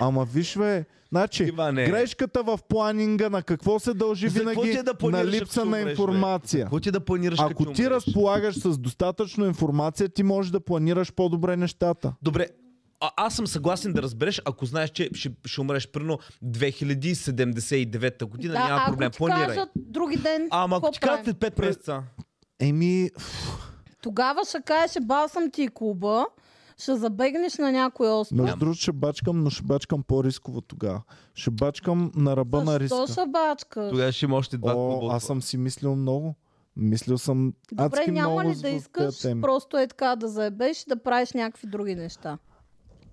[SPEAKER 2] Ама виж бе, значи
[SPEAKER 1] Иване.
[SPEAKER 2] грешката в планинга на какво се дължи
[SPEAKER 1] За какво
[SPEAKER 2] винаги
[SPEAKER 1] ти е да
[SPEAKER 2] на
[SPEAKER 1] планираш,
[SPEAKER 2] липса
[SPEAKER 1] ако
[SPEAKER 2] на
[SPEAKER 1] умреш, бе?
[SPEAKER 2] информация.
[SPEAKER 1] Какво ти е да планираш
[SPEAKER 2] Ако
[SPEAKER 1] като
[SPEAKER 2] ти
[SPEAKER 1] умреш?
[SPEAKER 2] разполагаш с достатъчно информация, ти можеш да планираш по-добре нещата.
[SPEAKER 1] Добре, а, аз съм съгласен да разбереш, ако знаеш, че ще, ще умреш примерно 2079 година,
[SPEAKER 3] Да,
[SPEAKER 1] няма
[SPEAKER 3] ако
[SPEAKER 1] проблем.
[SPEAKER 3] ти
[SPEAKER 1] Планирай.
[SPEAKER 3] кажат други ден,
[SPEAKER 1] Ама
[SPEAKER 3] какво
[SPEAKER 1] ако ти кажат
[SPEAKER 3] правим?
[SPEAKER 1] след 5 месеца.
[SPEAKER 2] Еми,
[SPEAKER 3] Тогава ще кажеш, е, бал съм ти и клуба, ще забегнеш на някой остров.
[SPEAKER 2] между другото ще бачкам, но ще бачкам по-рисково тогава. Ще бачкам на ръба на
[SPEAKER 3] Защо
[SPEAKER 2] риска.
[SPEAKER 3] ще бачкаш?
[SPEAKER 1] Тогава ще има още два
[SPEAKER 2] О,
[SPEAKER 1] клуба.
[SPEAKER 2] аз съм си мислил много. Мислил съм
[SPEAKER 3] Добре,
[SPEAKER 2] адски
[SPEAKER 3] няма
[SPEAKER 2] много
[SPEAKER 3] ли
[SPEAKER 2] с-
[SPEAKER 3] да
[SPEAKER 2] в тия
[SPEAKER 3] искаш
[SPEAKER 2] теми.
[SPEAKER 3] просто е така да заебеш и да правиш някакви други неща?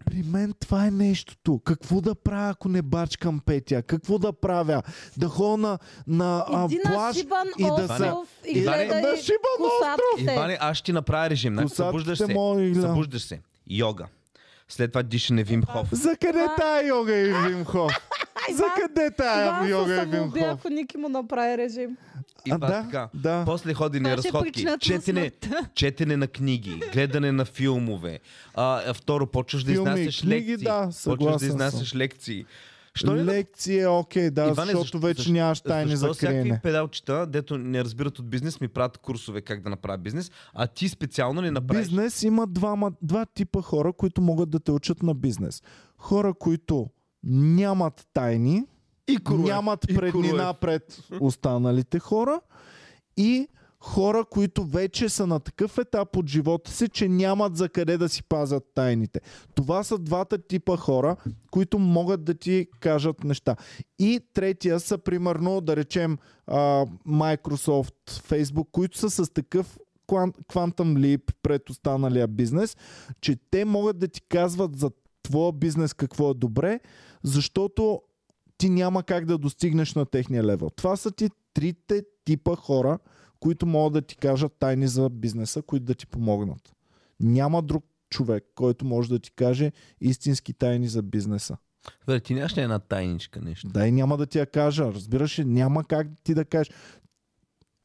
[SPEAKER 2] При мен това е нещото. Какво да правя, ако не бачкам петя? Какво да правя? Да ходя на, на а,
[SPEAKER 3] Иди на
[SPEAKER 2] плаж
[SPEAKER 3] Шибан
[SPEAKER 2] и да се...
[SPEAKER 3] остров и
[SPEAKER 1] Иване,
[SPEAKER 3] гледай
[SPEAKER 2] на Шибан
[SPEAKER 1] Е,
[SPEAKER 3] косатките.
[SPEAKER 6] Е.
[SPEAKER 1] Иване, аз ще ти направя режим. Значи,
[SPEAKER 2] Косатките
[SPEAKER 1] събуждаш се.
[SPEAKER 2] мои, да.
[SPEAKER 1] Събуждаш се. Йога. След това дишане Вим Хоф.
[SPEAKER 2] За къде тая йога и Вимхов? За къде тая
[SPEAKER 3] Това
[SPEAKER 2] йога
[SPEAKER 3] се
[SPEAKER 2] и
[SPEAKER 3] самоуби,
[SPEAKER 2] Вимхов?
[SPEAKER 3] ако Ники му направи режим.
[SPEAKER 1] И
[SPEAKER 2] А,
[SPEAKER 1] а,
[SPEAKER 2] да,
[SPEAKER 1] така.
[SPEAKER 2] да.
[SPEAKER 1] После ходене
[SPEAKER 6] Това ще е
[SPEAKER 1] разходки,
[SPEAKER 6] причината на
[SPEAKER 1] четене,
[SPEAKER 6] смъртта.
[SPEAKER 1] четене на книги, гледане на филмове. А, а второ, почваш да
[SPEAKER 2] Филми,
[SPEAKER 1] изнасяш
[SPEAKER 2] книги,
[SPEAKER 1] лекции.
[SPEAKER 2] да,
[SPEAKER 1] почваш
[SPEAKER 2] съгласен
[SPEAKER 1] да
[SPEAKER 2] съм.
[SPEAKER 1] изнасяш лекции. Що ли да-
[SPEAKER 2] Лекции е окей, да,
[SPEAKER 1] Иване,
[SPEAKER 2] защото
[SPEAKER 1] защо-
[SPEAKER 2] вече
[SPEAKER 1] защо-
[SPEAKER 2] нямаш тайни
[SPEAKER 1] защо
[SPEAKER 2] за криене.
[SPEAKER 1] всякакви педалчета, дето не разбират от бизнес, ми правят курсове как да направя бизнес, а ти специално не направиш.
[SPEAKER 2] Бизнес има двама, два типа хора, които могат да те учат на бизнес. Хора, които нямат тайни,
[SPEAKER 1] И Куруев,
[SPEAKER 2] нямат
[SPEAKER 1] и
[SPEAKER 2] преднина
[SPEAKER 1] Куруев.
[SPEAKER 2] пред останалите хора и хора, които вече са на такъв етап от живота си, че нямат за къде да си пазят тайните. Това са двата типа хора, които могат да ти кажат неща. И третия са, примерно, да речем, а, Microsoft, Facebook, които са с такъв кван- Quantum Leap пред останалия бизнес, че те могат да ти казват за твоя бизнес какво е добре, защото ти няма как да достигнеш на техния левел. Това са ти трите типа хора, които могат да ти кажат тайни за бизнеса, които да ти помогнат. Няма друг човек, който може да ти каже истински тайни за бизнеса.
[SPEAKER 1] Добре, ти нямаш ли една тайничка нещо?
[SPEAKER 2] Да и няма да ти я кажа, разбираш ли, няма как ти да кажеш.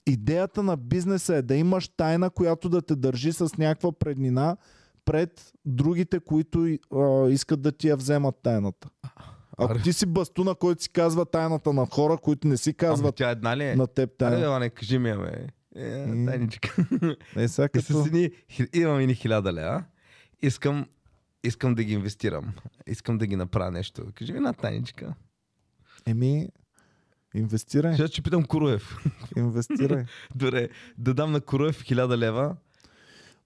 [SPEAKER 2] Идеята на бизнеса е да имаш тайна, която да те държи с някаква преднина пред другите, които а, искат да ти я вземат тайната. Ако ти си бастуна, който си казва тайната на хора, които не си
[SPEAKER 1] Ама
[SPEAKER 2] казват
[SPEAKER 1] тя една ли е?
[SPEAKER 2] на теб
[SPEAKER 1] Аре,
[SPEAKER 2] тайна.
[SPEAKER 1] бе, не, кажи ми, я, бе. Е,
[SPEAKER 2] М.
[SPEAKER 1] тайничка.
[SPEAKER 2] Е, сега
[SPEAKER 1] И
[SPEAKER 2] като...
[SPEAKER 1] с едни, хи- имам ни хиляда лева. Искам, искам да ги инвестирам. Искам да ги направя нещо. Кажи ми една тайничка.
[SPEAKER 2] Еми, инвестирай,
[SPEAKER 1] Сега ще питам Куруев.
[SPEAKER 2] инвестирай.
[SPEAKER 1] Добре, да дам на Куруев хиляда лева.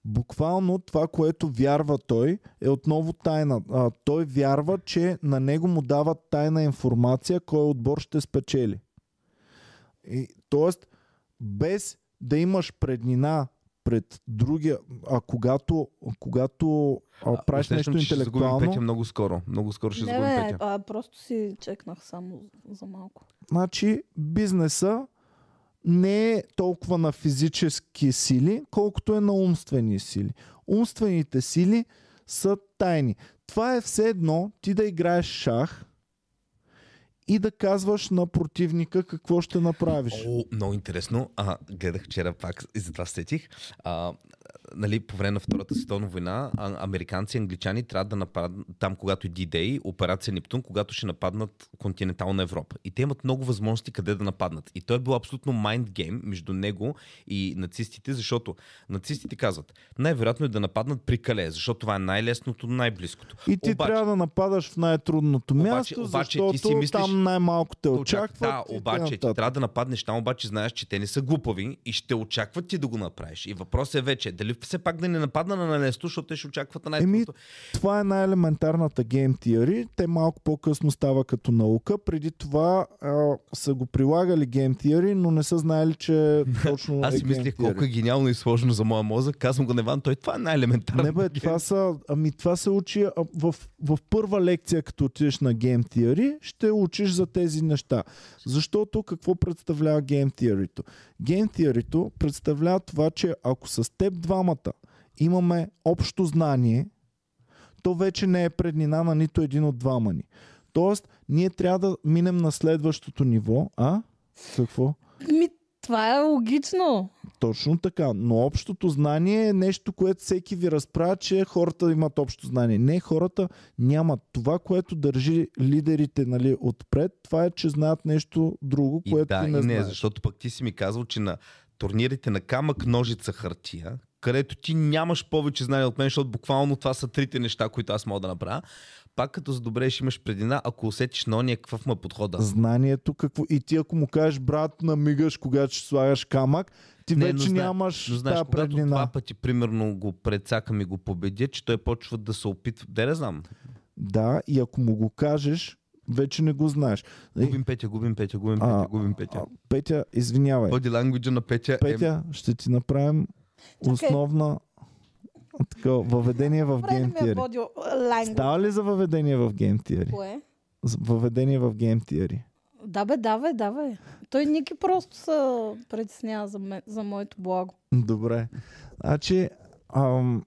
[SPEAKER 2] буквално това, което вярва той, е отново тайна. А, той вярва, че на него му дават тайна информация, кой отбор ще спечели. И, тоест, без да имаш преднина пред другия, а когато, когато а, правиш
[SPEAKER 1] усещам,
[SPEAKER 2] нещо
[SPEAKER 1] че ще загубим
[SPEAKER 2] интелектуално,
[SPEAKER 1] Петя много скоро. Много скоро ще
[SPEAKER 3] Не,
[SPEAKER 1] загубим
[SPEAKER 3] бе,
[SPEAKER 1] Петя.
[SPEAKER 3] а, просто си чекнах само за малко.
[SPEAKER 2] Значи бизнеса не е толкова на физически сили, колкото е на умствени сили. Умствените сили са тайни. Това е все едно ти да играеш шах и да казваш на противника какво ще направиш.
[SPEAKER 1] О, много интересно. А, гледах вчера пак и затова сетих. А, нали, по време на Втората световна война а, американци и англичани трябва да нападнат там, когато и D-Day, операция Нептун, когато ще нападнат континентална Европа. И те имат много възможности къде да нападнат. И той е бил абсолютно mind game между него и нацистите, защото нацистите казват, най-вероятно е да нападнат при Кале, защото това е най-лесното, най-близкото.
[SPEAKER 2] И ти
[SPEAKER 1] Обаче-
[SPEAKER 2] трябва да нападаш в най-трудното
[SPEAKER 1] Обаче-
[SPEAKER 2] място,
[SPEAKER 1] обаче ти
[SPEAKER 2] защото
[SPEAKER 1] си мислиш-
[SPEAKER 2] там най-малко те
[SPEAKER 1] те
[SPEAKER 2] очакват.
[SPEAKER 1] Да,
[SPEAKER 2] и
[SPEAKER 1] обаче ти
[SPEAKER 2] т.н.
[SPEAKER 1] трябва да нападнеш там, обаче знаеш, че те не са глупави и ще очакват ти да го направиш. И въпросът е вече, дали все пак да не нападна на налесто, защото те ще очакват на най
[SPEAKER 2] Еми, това е най-елементарната гейм теория. Те малко по-късно става като наука. Преди това а, са го прилагали гейм теории, но не са знаели, че точно
[SPEAKER 1] Аз
[SPEAKER 2] е
[SPEAKER 1] си мислех
[SPEAKER 2] game
[SPEAKER 1] колко е
[SPEAKER 2] theory.
[SPEAKER 1] гениално и сложно за моя мозък. Казвам го на Иван, той това е най-елементарно.
[SPEAKER 2] Не бе, това, са, ами, това се учи а, в, в първа лекция, като отидеш на Game Theory, ще учиш за тези неща. Защото какво представлява Game Theory-то? Game Theory-то представлява това, че ако с теб двамата имаме общо знание, то вече не е преднина на нито един от двама ни. Тоест, ние трябва да минем на следващото ниво, а? Какво?
[SPEAKER 3] Ми, това е логично.
[SPEAKER 2] Точно така. Но общото знание е нещо, което всеки ви разправя, че хората имат общо знание. Не, хората нямат. Това, което държи лидерите нали, отпред, това е, че знаят нещо друго,
[SPEAKER 1] И
[SPEAKER 2] което
[SPEAKER 1] да,
[SPEAKER 2] ти
[SPEAKER 1] и
[SPEAKER 2] не,
[SPEAKER 1] не,
[SPEAKER 2] знаеш.
[SPEAKER 1] защото пък ти си ми казал, че на турнирите на камък, ножица, хартия, където ти нямаш повече знания от мен, защото буквално това са трите неща, които аз мога да направя. Пак като задобрееш имаш предина, ако усетиш на ония какъв му е подхода.
[SPEAKER 2] Знанието какво. И ти ако му кажеш, брат, намигаш, когато ще слагаш камък, ти
[SPEAKER 1] Не, но
[SPEAKER 2] вече
[SPEAKER 1] зна-
[SPEAKER 2] нямаш
[SPEAKER 1] Но знаеш,
[SPEAKER 2] тази
[SPEAKER 1] когато два
[SPEAKER 2] преднина.
[SPEAKER 1] пъти, примерно, го прецакам и го победя, че той почва да се опитва. Да, не знам.
[SPEAKER 2] Да, и ако му го кажеш, вече не го знаеш. Е,
[SPEAKER 1] Губим Петя, губим Петя, губим
[SPEAKER 2] А,
[SPEAKER 1] Петя, губим Петя.
[SPEAKER 2] а, Петя, извинявай.
[SPEAKER 1] Body language на Петя, е...
[SPEAKER 2] Петя, ще ти направим основна така, въведение в
[SPEAKER 3] Време
[SPEAKER 2] Game
[SPEAKER 3] ми е
[SPEAKER 2] Theory.
[SPEAKER 3] бодио лайн.
[SPEAKER 2] Става ли за въведение в Game Theory?
[SPEAKER 3] Кое? е?
[SPEAKER 2] За Въведение в Game Theory.
[SPEAKER 3] Да бе, да бе, да бе. Той Ники просто се притеснява за, ме, за моето благо.
[SPEAKER 2] Добре. Значи, ам,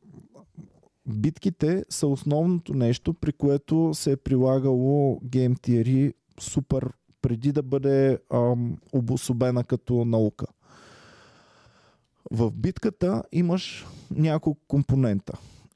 [SPEAKER 2] битките са основното нещо, при което се е прилагало Game Theory супер преди да бъде ам, обособена като наука. В битката имаш няколко компонента.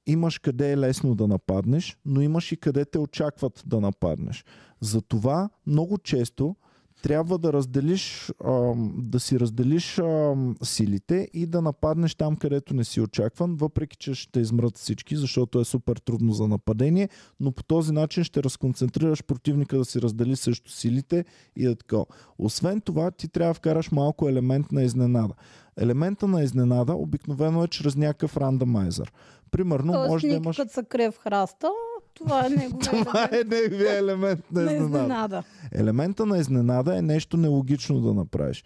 [SPEAKER 2] Имаш къде е лесно да нападнеш, но имаш и къде те очакват да нападнеш. Затова много често трябва да разделиш, ам, да си разделиш ам, силите и да нападнеш там, където не си очакван, въпреки че ще измрат всички, защото е супер трудно за нападение, но по този начин ще разконцентрираш противника да си раздели също силите и е така. Освен това, ти трябва да вкараш малко елемент на изненада. Елемента на изненада обикновено е чрез някакъв рандомайзер. Примерно,
[SPEAKER 3] Тоест,
[SPEAKER 2] може да
[SPEAKER 3] Ник,
[SPEAKER 2] имаш...
[SPEAKER 3] като се крие в храста, това е неговия
[SPEAKER 2] Това е неговия елемент на
[SPEAKER 3] не
[SPEAKER 2] изненада.
[SPEAKER 3] изненада.
[SPEAKER 2] Елемента на изненада е нещо нелогично да направиш.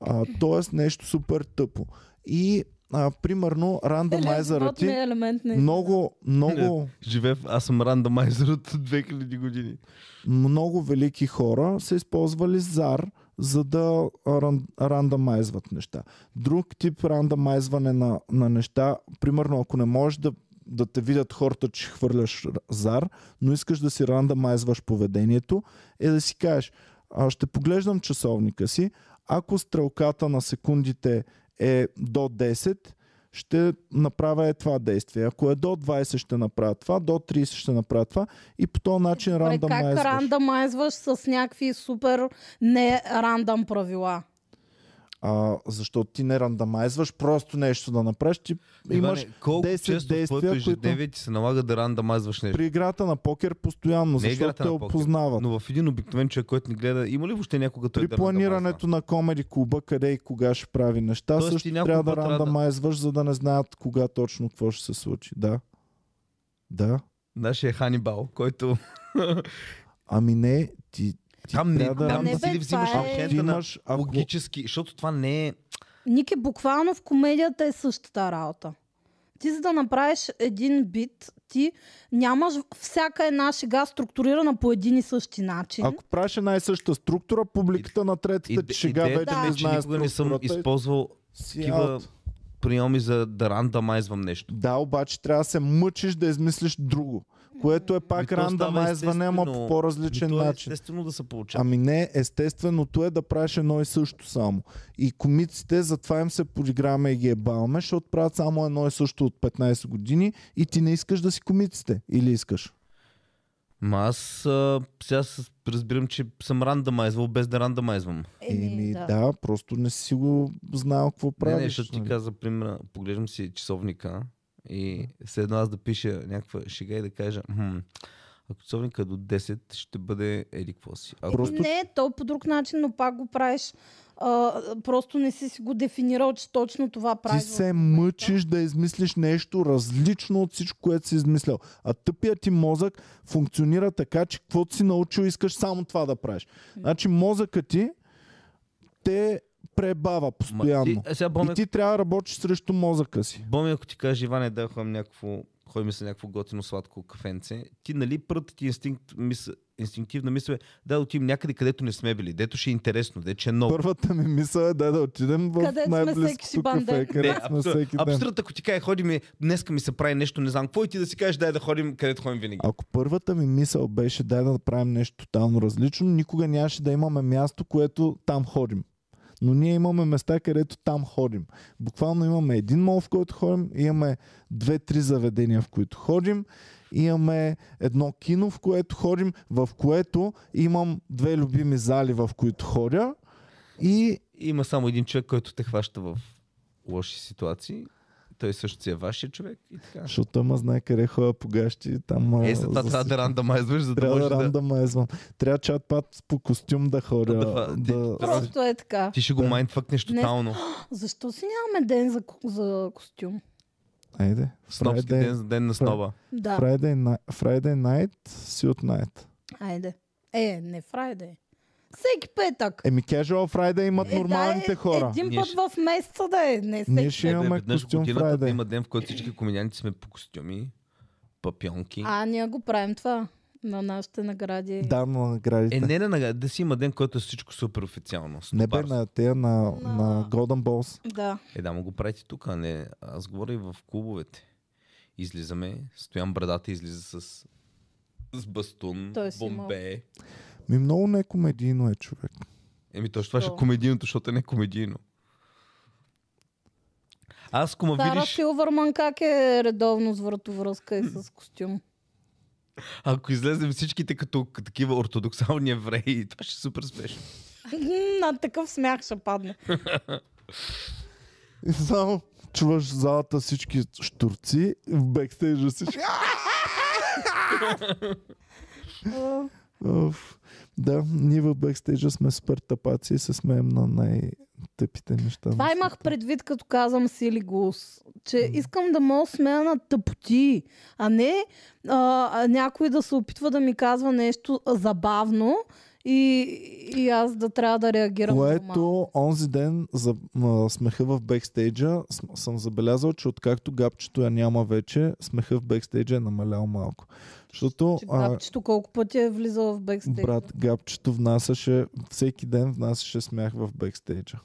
[SPEAKER 2] А, тоест нещо супер тъпо. И а, примерно рандомайзера
[SPEAKER 3] Телезавод не
[SPEAKER 2] ти
[SPEAKER 3] е елемент на
[SPEAKER 2] много, много,
[SPEAKER 1] Живе, в- аз съм рандомайзър от 2000 години.
[SPEAKER 2] много велики хора са използвали зар, за да ран, рандомайзват неща. Друг тип рандомайзване на, на неща, примерно ако не можеш да да те видят хората, че хвърляш р- зар, но искаш да си рандамайзваш поведението, е да си кажеш, а, ще поглеждам часовника си, ако стрелката на секундите е до 10, ще направя е това действие. Ако е до 20, ще направя това, до 30 ще направя това и по този начин
[SPEAKER 3] Добре, Как
[SPEAKER 2] рандамайзваш.
[SPEAKER 3] рандамайзваш с някакви супер не рандам правила?
[SPEAKER 2] А, защото ти не рандамайзваш просто нещо да направиш, ти имаш
[SPEAKER 1] Иване, колко
[SPEAKER 2] 10
[SPEAKER 1] често в
[SPEAKER 2] действия,
[SPEAKER 1] твоето
[SPEAKER 2] които-
[SPEAKER 1] ежедневие ти се налага да рандамайзваш нещо?
[SPEAKER 2] при играта на покер постоянно,
[SPEAKER 1] Не е
[SPEAKER 2] защото
[SPEAKER 1] играта
[SPEAKER 2] те
[SPEAKER 1] на покер,
[SPEAKER 2] опознават.
[SPEAKER 1] Но в един обикновен човек, който ни гледа, има ли въобще някога той
[SPEAKER 2] При
[SPEAKER 1] да
[SPEAKER 2] планирането на комеди клуба, къде и кога ще прави неща,
[SPEAKER 1] Тоест ти
[SPEAKER 2] също
[SPEAKER 1] някой
[SPEAKER 2] трябва да
[SPEAKER 1] път трябва да-
[SPEAKER 2] рандамайзваш, за да не знаят кога точно какво ще се случи. Да. Да.
[SPEAKER 1] Нашия Ханибал, е който...
[SPEAKER 2] Ами не, ти, ти
[SPEAKER 1] Там не,
[SPEAKER 2] трябва да...
[SPEAKER 1] там
[SPEAKER 3] не
[SPEAKER 1] не
[SPEAKER 2] ранда-
[SPEAKER 3] бе,
[SPEAKER 1] си ли взимаш
[SPEAKER 3] това е-
[SPEAKER 2] ако ти
[SPEAKER 1] решенията на
[SPEAKER 2] имаш, ако,
[SPEAKER 1] логически, защото това не е...
[SPEAKER 3] Ники, буквално в комедията е същата работа. Ти за да направиш един бит, ти нямаш всяка една шега структурирана по един и същи начин.
[SPEAKER 2] ако правиш една и съща структура, публиката на третата ти шега
[SPEAKER 1] идеята
[SPEAKER 2] вече
[SPEAKER 1] ми
[SPEAKER 2] не
[SPEAKER 1] е, че
[SPEAKER 2] знае
[SPEAKER 1] никога не съм
[SPEAKER 2] структурата и
[SPEAKER 1] използвал
[SPEAKER 2] си
[SPEAKER 1] такива
[SPEAKER 2] аут.
[SPEAKER 1] приеми за да рандамайзвам нещо.
[SPEAKER 2] Да, обаче трябва да се мъчиш да измислиш друго, което е
[SPEAKER 1] Ами
[SPEAKER 2] пак
[SPEAKER 1] то става
[SPEAKER 2] рандамайзване, ама
[SPEAKER 1] естествено.
[SPEAKER 2] по
[SPEAKER 1] Ами
[SPEAKER 2] по-различен
[SPEAKER 1] то е
[SPEAKER 2] начин.
[SPEAKER 1] Естествено да се получава.
[SPEAKER 2] Ами не, естественото е да правиш едно и също само. И комиците затова им се подиграваме и ги ебаваме, защото правят само едно и също от 15 години и ти не искаш да си комиците. Или искаш?
[SPEAKER 1] Ма аз а, сега с- разбирам, че съм рандамайзвал без да рандамайзвам.
[SPEAKER 3] Е,
[SPEAKER 2] Еми да. да, просто не си го знал какво
[SPEAKER 1] Не,
[SPEAKER 2] правиш.
[SPEAKER 1] не, защото ти
[SPEAKER 2] нали?
[SPEAKER 1] каза, пример, поглеждам си часовника и след едно аз да пиша някаква шега и да кажа, хм, ако часовника е до 10, ще бъде еди какво си. Ако...
[SPEAKER 2] Просто-
[SPEAKER 3] Не, е то по друг начин, но пак го правиш. А, просто не си си го дефинирал, че точно това
[SPEAKER 2] Ти
[SPEAKER 3] правиш.
[SPEAKER 2] се мъчиш да измислиш нещо различно от всичко, което си измислял. А тъпият ти мозък функционира така, че каквото си научил, искаш само това да правиш. Значи мозъкът ти те пребава
[SPEAKER 1] Ма, ти-
[SPEAKER 2] постоянно.
[SPEAKER 1] е, сега
[SPEAKER 2] И
[SPEAKER 1] Боми,
[SPEAKER 2] ти трябва да работиш срещу мозъка си.
[SPEAKER 1] Боми, ако ти каже, Иване, да ходим някакво, ходим с някакво готино сладко кафенце, ти нали първата ти инстинкт, мис... инстинктивна мисъл е да отидем някъде, където не сме били, дето ще е интересно, дето ще е ново.
[SPEAKER 2] Първата ми мисъл е да, да отидем в
[SPEAKER 3] Където сме всеки си
[SPEAKER 2] най-близкото
[SPEAKER 3] банден.
[SPEAKER 2] кафе,
[SPEAKER 1] Не,
[SPEAKER 2] където сме
[SPEAKER 1] Е, абсурд-
[SPEAKER 2] е всеки ден.
[SPEAKER 1] абсурд, ако ти каже, ходим, и днеска ми се прави нещо, не знам какво, и ти да си кажеш, дай да ходим, където ходим винаги.
[SPEAKER 2] Ако първата ми мисъл беше дай да правим нещо тотално различно, никога нямаше да имаме място, което там ходим. Но ние имаме места, където там ходим. Буквално имаме един мол, в който ходим, имаме две-три заведения, в които ходим, имаме едно кино, в което ходим, в което имам две любими зали, в които ходя и
[SPEAKER 1] Има само един човек, който те хваща в лоши ситуации. Той също си е вашия човек и така.
[SPEAKER 2] Защото ама знае къде ходя по гащи, там... а,
[SPEAKER 1] Е, за това
[SPEAKER 2] за
[SPEAKER 1] трябва
[SPEAKER 2] всичко.
[SPEAKER 1] да рандамайзваш, за да
[SPEAKER 2] Трябва
[SPEAKER 1] можеш
[SPEAKER 2] да
[SPEAKER 1] да...
[SPEAKER 2] рандамайзвам. Трябва чат пат по костюм да ходя.
[SPEAKER 1] Да, да,
[SPEAKER 2] Да,
[SPEAKER 1] ти-
[SPEAKER 2] да,
[SPEAKER 3] Просто е така.
[SPEAKER 1] Ти ще го
[SPEAKER 2] Да.
[SPEAKER 1] майндфъкнеш
[SPEAKER 3] Днес-
[SPEAKER 1] тотално.
[SPEAKER 3] Защо си нямаме ден за, ко- за костюм?
[SPEAKER 2] Айде.
[SPEAKER 1] Снобски ден
[SPEAKER 2] Friday,
[SPEAKER 1] за ден на
[SPEAKER 2] Фрай-
[SPEAKER 1] сноба.
[SPEAKER 3] Да,
[SPEAKER 2] Friday, ni- Friday night, си от night.
[SPEAKER 3] айде. Е, не Friday. Всеки петък.
[SPEAKER 2] Еми, casual Friday имат
[SPEAKER 3] Е, да,
[SPEAKER 2] нормалните
[SPEAKER 3] е,
[SPEAKER 2] хора.
[SPEAKER 3] Един
[SPEAKER 1] Ние
[SPEAKER 3] път
[SPEAKER 1] ще-
[SPEAKER 3] в месеца да е. Не
[SPEAKER 2] Ние
[SPEAKER 3] всеки.
[SPEAKER 2] ще
[SPEAKER 1] Е, бе,
[SPEAKER 2] имаме
[SPEAKER 1] веднъж в
[SPEAKER 2] костюм
[SPEAKER 1] годината да
[SPEAKER 2] Friday.
[SPEAKER 1] има ден, в който всички комедианти сме по костюми, папионки.
[SPEAKER 3] А, ние го правим това на нашите награди.
[SPEAKER 2] Да, на
[SPEAKER 1] Е,
[SPEAKER 2] наградите.
[SPEAKER 1] не, не, не, да си има ден, който е всичко супер официално.
[SPEAKER 2] Не бе
[SPEAKER 1] Снобарство.
[SPEAKER 2] на тея на,
[SPEAKER 3] На-
[SPEAKER 2] на Golden Balls.
[SPEAKER 3] да.
[SPEAKER 1] Е, да, му го правите тук, а не. Аз говоря и в клубовете. Излизаме, стоян брадата излиза с, с бастун,
[SPEAKER 3] Той си имал.
[SPEAKER 1] бомбе.
[SPEAKER 2] Ми много некомедийно е човек.
[SPEAKER 1] Еми точно това ще е
[SPEAKER 3] Що?
[SPEAKER 1] комедийното, защото е не комедийно. Аз ако ме
[SPEAKER 3] Сара
[SPEAKER 1] видиш,
[SPEAKER 3] Силвърман как е редовно с вратовръзка и с костюм?
[SPEAKER 1] ако излезем всичките като като такива ортодоксални евреи, това ще е супер смешно.
[SPEAKER 3] На такъв смях ще падне.
[SPEAKER 2] И само чуваш в залата всички штурци, в бекстейджа всички. Оф. Да, ние в бекстейджа сме супер тапаци и се смеем на най-тъпите неща.
[SPEAKER 3] Това имах предвид, като казвам Сили Гус. Че искам да мога да смея на тъпоти, а не а, а, някой да се опитва да ми казва нещо забавно и, и аз да трябва да реагирам. нормално.
[SPEAKER 2] Което онзи ден за а, смеха в бекстейджа см- съм забелязал, че откакто гапчето я няма вече, смеха в бекстейджа е намалял малко. Защото
[SPEAKER 3] Че
[SPEAKER 2] а,
[SPEAKER 3] Габчето колко пъти е влизал в бекстейджа.
[SPEAKER 2] брат гапчето внасяше, всеки ден внасяше смях в бекстейджа.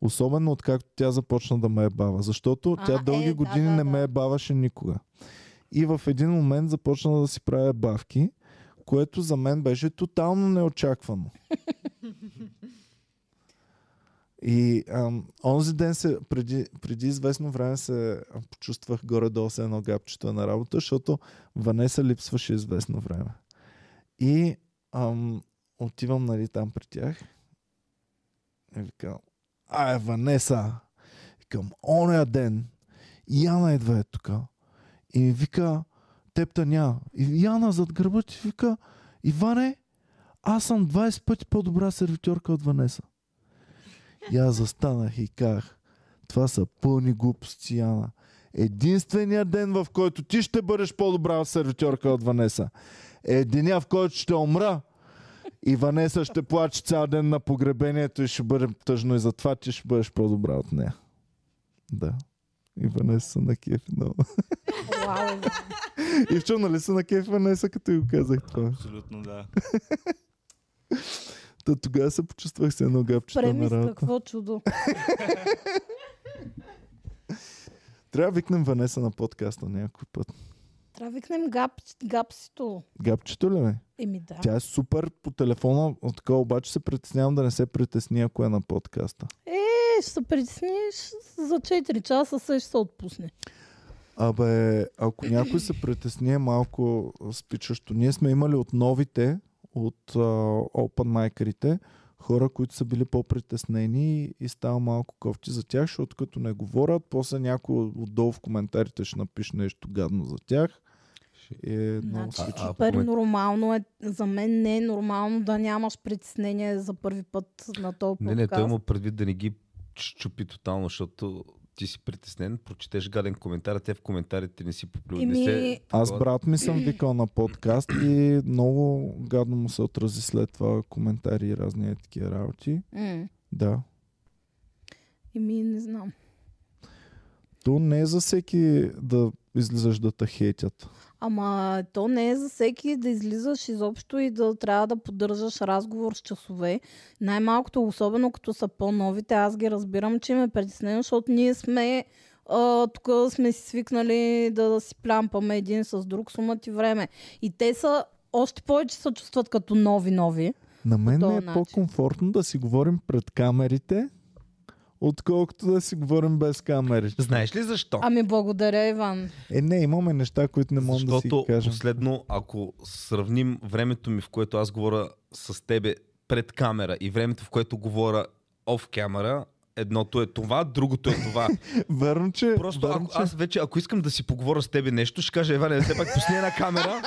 [SPEAKER 2] Особено откакто тя започна да ме е бава, защото
[SPEAKER 3] А,
[SPEAKER 2] тя
[SPEAKER 3] е,
[SPEAKER 2] дълги
[SPEAKER 3] да,
[SPEAKER 2] години
[SPEAKER 3] да,
[SPEAKER 2] не
[SPEAKER 3] да.
[SPEAKER 2] ме е баваше никога. И в един момент започна да си правя бавки, което за мен беше тотално неочаквано. И ам, онзи ден се, преди, преди известно време се почувствах горе-долу с едно гапчето е на работа, защото Ванеса липсваше известно време. И ам, отивам нали там при тях и викам, ай Ванеса, викам, оня ден, Яна идва е тук. И ми вика, тепта няма. И Яна зад гърба ти вика, Иване, аз съм 20 пъти по-добра сервитьорка от Ванеса. И аз застанах и казах, това са пълни глупости, Яна. Единственият ден, в който ти ще бъдеш по-добра сервитьорка от Ванеса, е деня, в който ще умра. И Ванеса ще плаче цял ден на погребението и ще бъде тъжно и затова ти ще бъдеш по-добра от нея. Да. И Ванеса са на кеф. Но...
[SPEAKER 3] Вау, Иван.
[SPEAKER 2] И в чо, нали са на кеф Ванеса, като й го казах това?
[SPEAKER 4] Абсолютно да.
[SPEAKER 2] Та тогава се почувствах с едно гапчето на
[SPEAKER 3] Премис,
[SPEAKER 2] работа.
[SPEAKER 3] какво чудо.
[SPEAKER 2] Трябва да викнем Ванеса на подкаста някой път.
[SPEAKER 3] Трябва да викнем гап, гапсито.
[SPEAKER 2] Гапчето ли ме?
[SPEAKER 3] Еми да.
[SPEAKER 2] Тя е супер по телефона, от така обаче се притеснявам да не се притесни, ако е на подкаста.
[SPEAKER 3] Е, ще се притесниш за 4 часа, се ще се отпусне.
[SPEAKER 2] Абе, ако някой се притесни, е малко спичащо. Ние сме имали от новите, от а, open micерите, хора, които са били по-притеснени и става малко кофти за тях, защото като не говорят, после някой отдолу в коментарите ще напише нещо гадно за тях. И е много
[SPEAKER 3] Значи,
[SPEAKER 2] спичащо.
[SPEAKER 1] а,
[SPEAKER 3] супер
[SPEAKER 1] ако ме-
[SPEAKER 3] нормално е. За мен не е нормално да нямаш притеснение за първи път на този
[SPEAKER 1] Не, не, той
[SPEAKER 3] подкаст.
[SPEAKER 1] има предвид да не ги чупи тотално, защото ти си притеснен, прочетеш гаден коментар, а те в коментарите не си поплюват. Не
[SPEAKER 3] Еми,
[SPEAKER 1] се...
[SPEAKER 2] Аз брат ми съм викал на подкаст и много гадно му се отрази след това коментари и разни е такива работи.
[SPEAKER 3] М,
[SPEAKER 2] Да.
[SPEAKER 3] Еми, не знам.
[SPEAKER 2] То не е за всеки да излизаш да те хейтят.
[SPEAKER 3] Ама то не е за всеки да излизаш изобщо и да трябва да поддържаш разговор с часове. Най-малкото, особено като са по-новите, аз ги разбирам, че ме притеснено, защото ние сме а, тук сме си свикнали да, да си плямпаме един с друг сума ти време. И те са още повече се чувстват като нови-нови.
[SPEAKER 2] На мен
[SPEAKER 3] този
[SPEAKER 2] ми е
[SPEAKER 3] начин.
[SPEAKER 2] по-комфортно да си говорим пред камерите, отколкото да си говорим без камери.
[SPEAKER 1] Знаеш ли защо?
[SPEAKER 3] Ами благодаря, Иван.
[SPEAKER 2] Е, не, имаме неща, които не можем да си
[SPEAKER 1] Защото
[SPEAKER 2] ги кажем.
[SPEAKER 1] последно, ако сравним времето ми, в което аз говоря с тебе пред камера и времето, в което говоря оф камера, едното е това, другото е това.
[SPEAKER 2] Верно, че...
[SPEAKER 1] Просто
[SPEAKER 2] верно,
[SPEAKER 1] ако,
[SPEAKER 2] че...
[SPEAKER 1] аз вече, ако искам да си поговоря с тебе нещо, ще кажа, Еване, все пак пусни една камера.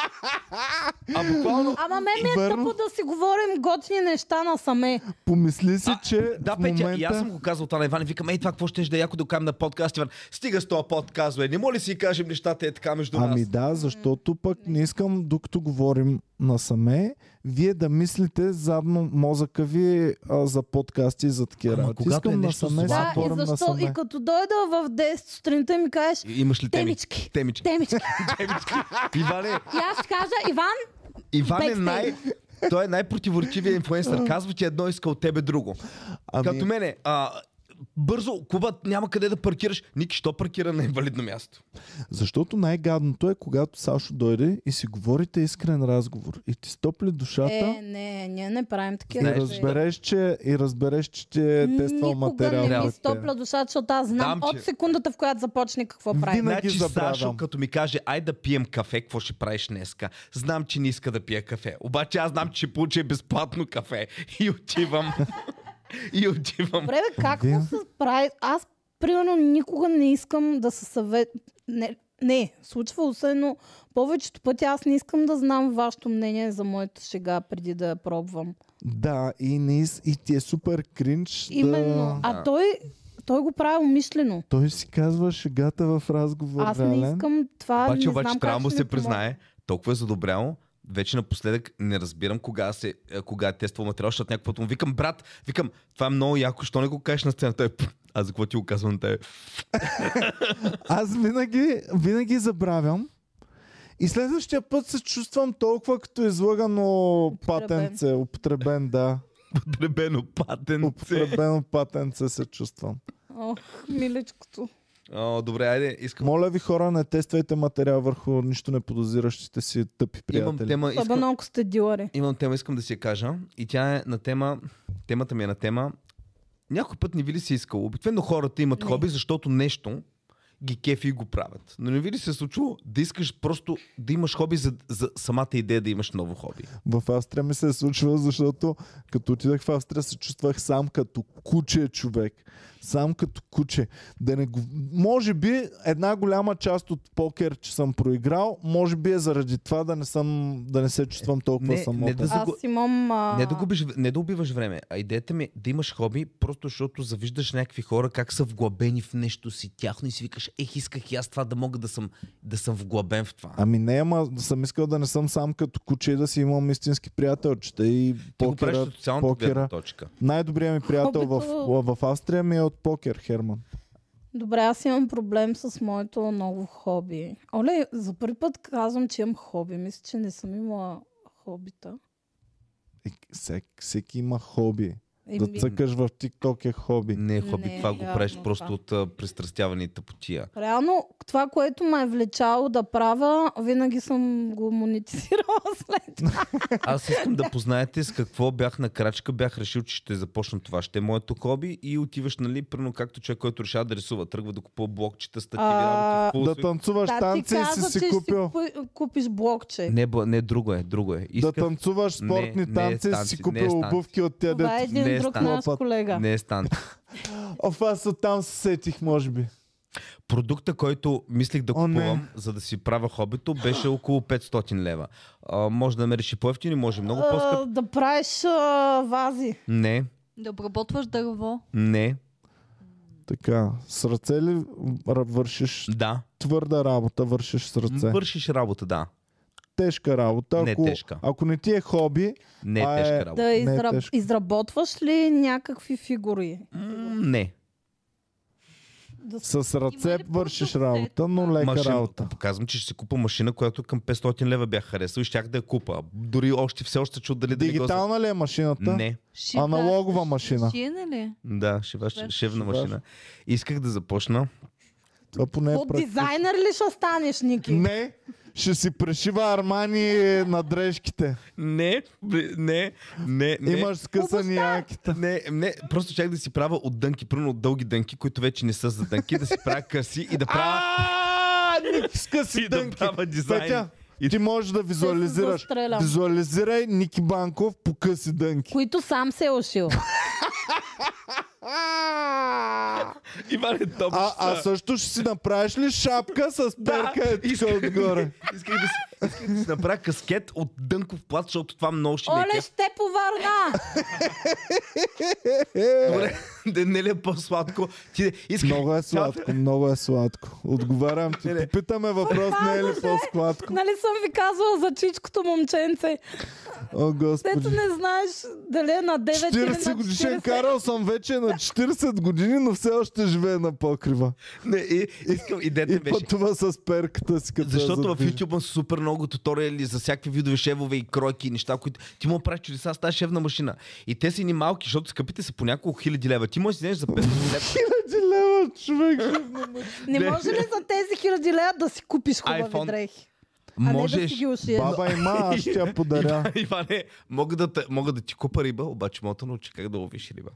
[SPEAKER 1] А буквално...
[SPEAKER 3] Ама мен ми е
[SPEAKER 2] Верно.
[SPEAKER 3] тъпо да си говорим готини неща насаме.
[SPEAKER 2] Помисли си, че
[SPEAKER 1] Да,
[SPEAKER 2] в
[SPEAKER 1] Петя,
[SPEAKER 2] момента...
[SPEAKER 1] и аз съм го казал това на Иван и викам, ей, това какво ще да е яко да го кажем на подкаст, Иван. Стига с този подкаст, бе. Не може ли си кажем нещата е така между нас?
[SPEAKER 2] Ами да, защото пък не искам, докато говорим насаме, вие да мислите задно мозъка ви а, за подкасти и за такива
[SPEAKER 1] Ама
[SPEAKER 2] работи.
[SPEAKER 1] когато
[SPEAKER 2] Искам
[SPEAKER 1] е нещо
[SPEAKER 2] насаме,
[SPEAKER 1] злато-
[SPEAKER 2] да
[SPEAKER 3] Да,
[SPEAKER 2] говорим
[SPEAKER 3] и защо?
[SPEAKER 2] насаме.
[SPEAKER 3] И като дойда в 10 сутринта ми кажеш,
[SPEAKER 1] И- Имаш ли теми?
[SPEAKER 3] темички,
[SPEAKER 1] Темички.
[SPEAKER 3] темички.
[SPEAKER 1] Темички. Иване,
[SPEAKER 3] И аз ще кажа, Иван,
[SPEAKER 1] Иван е
[SPEAKER 3] Бекстейдж.
[SPEAKER 1] най... Той е най-противоречивия инфлуенсър. Казва ти едно, иска от тебе друго.
[SPEAKER 2] Ами,
[SPEAKER 1] Като мене, а, бързо, Куба, няма къде да паркираш. Ники, що паркира на инвалидно място?
[SPEAKER 2] Защото най-гадното е, когато Сашо дойде и си говорите искрен разговор и ти стопли душата
[SPEAKER 3] Е, не, ние не правим такива.
[SPEAKER 2] и,
[SPEAKER 1] Знаеш,
[SPEAKER 3] неща.
[SPEAKER 2] разбереш, че, и разбереш, че ти е тествал
[SPEAKER 3] Никога
[SPEAKER 2] материал.
[SPEAKER 3] не
[SPEAKER 2] на
[SPEAKER 3] ми е
[SPEAKER 2] теб.
[SPEAKER 3] стопля душата, защото аз знам
[SPEAKER 1] Дам, че-
[SPEAKER 3] от секундата, в която започне какво прави.
[SPEAKER 2] Винаги
[SPEAKER 1] значи,
[SPEAKER 2] забравям.
[SPEAKER 1] Сашо, като ми каже, ай да пием кафе, какво ще правиш днеска? Знам, че не иска да пия кафе. Обаче аз знам, че ще получа безплатно кафе. И отивам. и отивам.
[SPEAKER 3] Добре, бе, как му се прави? Аз, примерно, никога не искам да се съвет... Не, не, случвало се, но повечето пъти аз не искам да знам вашето мнение за моята шега преди да я пробвам.
[SPEAKER 2] Да, и, не, из- и ти е супер кринч.
[SPEAKER 3] Именно.
[SPEAKER 2] Да...
[SPEAKER 3] А той, той го прави умишлено.
[SPEAKER 2] Той си казва шегата в разговор.
[SPEAKER 3] Аз не
[SPEAKER 2] реален.
[SPEAKER 3] искам това.
[SPEAKER 1] Обаче,
[SPEAKER 3] не
[SPEAKER 1] обаче
[SPEAKER 3] знам
[SPEAKER 1] трябва да
[SPEAKER 3] как
[SPEAKER 1] му
[SPEAKER 3] ще
[SPEAKER 1] се
[SPEAKER 3] ми помогне.
[SPEAKER 1] признае, толкова е задобряло, вече напоследък не разбирам кога, се, а, кога е тествал материал, защото някакво му викам, брат, викам, това е много яко, що не го кажеш на сцената? Той, «Пф, аз за какво ти го казвам е на тебе?
[SPEAKER 2] Аз винаги, винаги забравям. И следващия път се чувствам толкова като излъгано патенце. Употребен, да.
[SPEAKER 1] Потребено патенце.
[SPEAKER 2] Употребено патенце се чувствам.
[SPEAKER 3] Ох, миличкото.
[SPEAKER 1] О, добре, айде, искам.
[SPEAKER 2] Моля ви хора, не тествайте материал върху нищо не подозиращите си тъпи
[SPEAKER 1] Имам
[SPEAKER 2] приятели.
[SPEAKER 1] тема, искам...
[SPEAKER 3] Особено ако сте дилъри.
[SPEAKER 1] имам тема, искам да си я кажа. И тя е на тема, темата ми е на тема. Някой път не ви ли се искало? Обикновено хората имат
[SPEAKER 3] Не.
[SPEAKER 1] хоби, защото нещо ги кефи и го правят. Но не ви ли се е случило да искаш просто да имаш хоби за, за самата идея да имаш ново хоби?
[SPEAKER 2] В Австрия ми се е случило, защото като отидах в Австрия се чувствах сам като куче човек. Сам като куче. Да не го... Може би една голяма част от покер, че съм проиграл, може би е заради това да не, съм, да не се чувствам толкова
[SPEAKER 1] Е, не,
[SPEAKER 2] самотен.
[SPEAKER 1] не да
[SPEAKER 3] Аз
[SPEAKER 1] Загу-
[SPEAKER 3] имам... А...
[SPEAKER 1] Не да, губиш, в- не да убиваш време, а идеята ми е да имаш хоби, просто защото завиждаш някакви хора как са вглъбени в нещо си тяхно и си викаш, ех, исках и аз това да мога да съм, да съм вглъбен в това.
[SPEAKER 2] Ами не, ама съм искал да не съм сам като куче и да си имам истински приятелчета и
[SPEAKER 1] Ти го правиш
[SPEAKER 2] покера.
[SPEAKER 1] от социалната гледна
[SPEAKER 2] покера.
[SPEAKER 1] точка.
[SPEAKER 2] Най-добрият ми приятел в,
[SPEAKER 3] Хобито.
[SPEAKER 2] в Австрия ми е от покер, Херман.
[SPEAKER 3] Добре, аз имам проблем с моето ново хоби. Оле, за първи път казвам, че имам хоби. Мисля, че не съм имала хобита.
[SPEAKER 2] Е, всек, всеки има хоби. Да
[SPEAKER 3] Еми,
[SPEAKER 2] цъкаш в TikTok е хоби.
[SPEAKER 1] Не, е хоби,
[SPEAKER 3] Не,
[SPEAKER 1] това го
[SPEAKER 3] явно
[SPEAKER 1] правиш
[SPEAKER 3] това.
[SPEAKER 1] просто от а, пристрастяване и тъпотия.
[SPEAKER 3] Реално, това, което ме е влечало да правя, винаги съм го монетизирала след това.
[SPEAKER 1] Аз искам да познаете с какво бях на крачка, бях решил, че ще започна това. Ще е моето хоби и отиваш, нали, прено както човек, който решава да рисува. Тръгва да купува блокчета, стативи,
[SPEAKER 3] А,
[SPEAKER 1] работи в
[SPEAKER 2] Да
[SPEAKER 1] пулсове.
[SPEAKER 2] танцуваш танци и си си
[SPEAKER 3] че
[SPEAKER 2] купил.
[SPEAKER 3] ще си купи- купиш блокче.
[SPEAKER 1] Не, бла- не, друго е, друго е.
[SPEAKER 2] Да
[SPEAKER 1] Исках...
[SPEAKER 2] танцуваш
[SPEAKER 1] Не,
[SPEAKER 2] спортни
[SPEAKER 1] не е
[SPEAKER 2] танци и си
[SPEAKER 1] танци,
[SPEAKER 2] си
[SPEAKER 1] не е
[SPEAKER 2] купил
[SPEAKER 1] танци.
[SPEAKER 2] обувки от тя
[SPEAKER 3] Това е
[SPEAKER 2] дет.
[SPEAKER 3] един
[SPEAKER 1] не е
[SPEAKER 3] друг
[SPEAKER 1] станало
[SPEAKER 3] наш
[SPEAKER 2] път.
[SPEAKER 3] колега.
[SPEAKER 1] Не е стан.
[SPEAKER 2] Оф, аз оттам се сетих, може би.
[SPEAKER 1] Продукта, който мислих да
[SPEAKER 2] О, не.
[SPEAKER 1] купувам, за да си правя хобито, беше около 500 лева. А, може да ме реши по-ефтино, може много
[SPEAKER 3] А,
[SPEAKER 1] по-скъп.
[SPEAKER 3] да правиш а, вази.
[SPEAKER 1] Не,
[SPEAKER 6] Да обработваш дърво.
[SPEAKER 1] не,
[SPEAKER 2] Така, с ръце ли р- вършиш
[SPEAKER 1] да.
[SPEAKER 2] твърда работа, вършиш с ръце?
[SPEAKER 1] Вършиш работа, да.
[SPEAKER 2] Тежка работа.
[SPEAKER 1] Не
[SPEAKER 2] Ако,
[SPEAKER 1] тежка.
[SPEAKER 2] ако не ти е хоби,
[SPEAKER 1] Не е
[SPEAKER 2] А, е,
[SPEAKER 1] тежка работа.
[SPEAKER 3] Да
[SPEAKER 2] е
[SPEAKER 3] изра...
[SPEAKER 2] тежко.
[SPEAKER 3] изработваш ли някакви фигури?
[SPEAKER 1] М, Не.
[SPEAKER 3] Да с...
[SPEAKER 2] с ръце
[SPEAKER 6] Има ли
[SPEAKER 2] вършиш
[SPEAKER 6] продукт,
[SPEAKER 2] работа, но лека
[SPEAKER 1] машина.
[SPEAKER 2] работа.
[SPEAKER 1] Казвам, че ще си купа машина, която към 500 лева бях харесал и щях да я купа. Дори още все още чуд дали Нали да
[SPEAKER 2] Дигитална ли е
[SPEAKER 1] не го...
[SPEAKER 2] машината?
[SPEAKER 1] Не,
[SPEAKER 6] Шива-
[SPEAKER 2] Аналогова машина.
[SPEAKER 6] Шина ли?
[SPEAKER 1] да, шиваш,
[SPEAKER 6] Шиваш.
[SPEAKER 1] шевна
[SPEAKER 2] Шиваш.
[SPEAKER 1] машина. Исках да започна.
[SPEAKER 2] Това поне е
[SPEAKER 3] От
[SPEAKER 2] практично.
[SPEAKER 3] дизайнер ли ще станеш, Ники?
[SPEAKER 2] Не, ще си пришива армани на дрежките.
[SPEAKER 1] Не, бе, не, не, не.
[SPEAKER 2] Имаш скъсани яките.
[SPEAKER 1] Не, не, просто чак да си правя от дънки, пръвно от дълги дънки, които вече не са за дънки, да си правя къси и да правя...
[SPEAKER 2] Скъси
[SPEAKER 1] И да
[SPEAKER 2] дънки.
[SPEAKER 1] правя дизайн.
[SPEAKER 2] Петя,
[SPEAKER 1] И-
[SPEAKER 2] ти можеш да визуализираш.
[SPEAKER 3] застрелям.
[SPEAKER 2] Визуализирай Ники Банков по къси дънки.
[SPEAKER 3] Които сам се е ушил.
[SPEAKER 1] Иван е топ.
[SPEAKER 2] А, а също ще си направиш ли шапка с
[SPEAKER 1] Да,
[SPEAKER 2] перка е
[SPEAKER 1] искам-
[SPEAKER 2] тук отгоре?
[SPEAKER 1] Исках да си, исках да си направя каскет от дънков плат, защото това много ще ми е
[SPEAKER 3] Оле,
[SPEAKER 1] кеф.
[SPEAKER 3] ще повърна!
[SPEAKER 1] Добре, да не ли е по-сладко? Ти искаш...
[SPEAKER 2] Много е сладко, много е сладко. Отговарям ти.
[SPEAKER 1] Е, Не, не.
[SPEAKER 2] Попитаме въпрос, не е ли по-сладко?
[SPEAKER 3] Нали съм ви казвала за чичкото момченце?
[SPEAKER 2] О,
[SPEAKER 3] Дето
[SPEAKER 2] господи.
[SPEAKER 3] не знаеш дали е на 9 или на
[SPEAKER 2] 40 годишен карал съм вече на 40 години, но все още живее на покрива.
[SPEAKER 1] Не, и, искам идеята
[SPEAKER 2] И
[SPEAKER 1] беше...
[SPEAKER 2] пътува с перката си като я
[SPEAKER 1] Защото в
[SPEAKER 2] задвижи.
[SPEAKER 1] YouTube има супер много туториали за всякакви видове шевове и кройки и неща, които ти му правиш чудеса с тази шевна машина. И те са ни малки, защото скъпите са по няколко хиляди лева. ти можеш да си вземеш за 500 лева
[SPEAKER 2] Хиляди лева, човек.
[SPEAKER 3] Не може ли за тези хиляди лева да си купиш хубави
[SPEAKER 1] iPhone.
[SPEAKER 3] дрехи? А не да си
[SPEAKER 1] можеш...
[SPEAKER 3] ги ушиеш.
[SPEAKER 2] Баба има, аз ще я подаря.
[SPEAKER 1] Ива- Иване, мога да, те- мога да ти купа риба, обаче мога да те научи как да ловиш риба.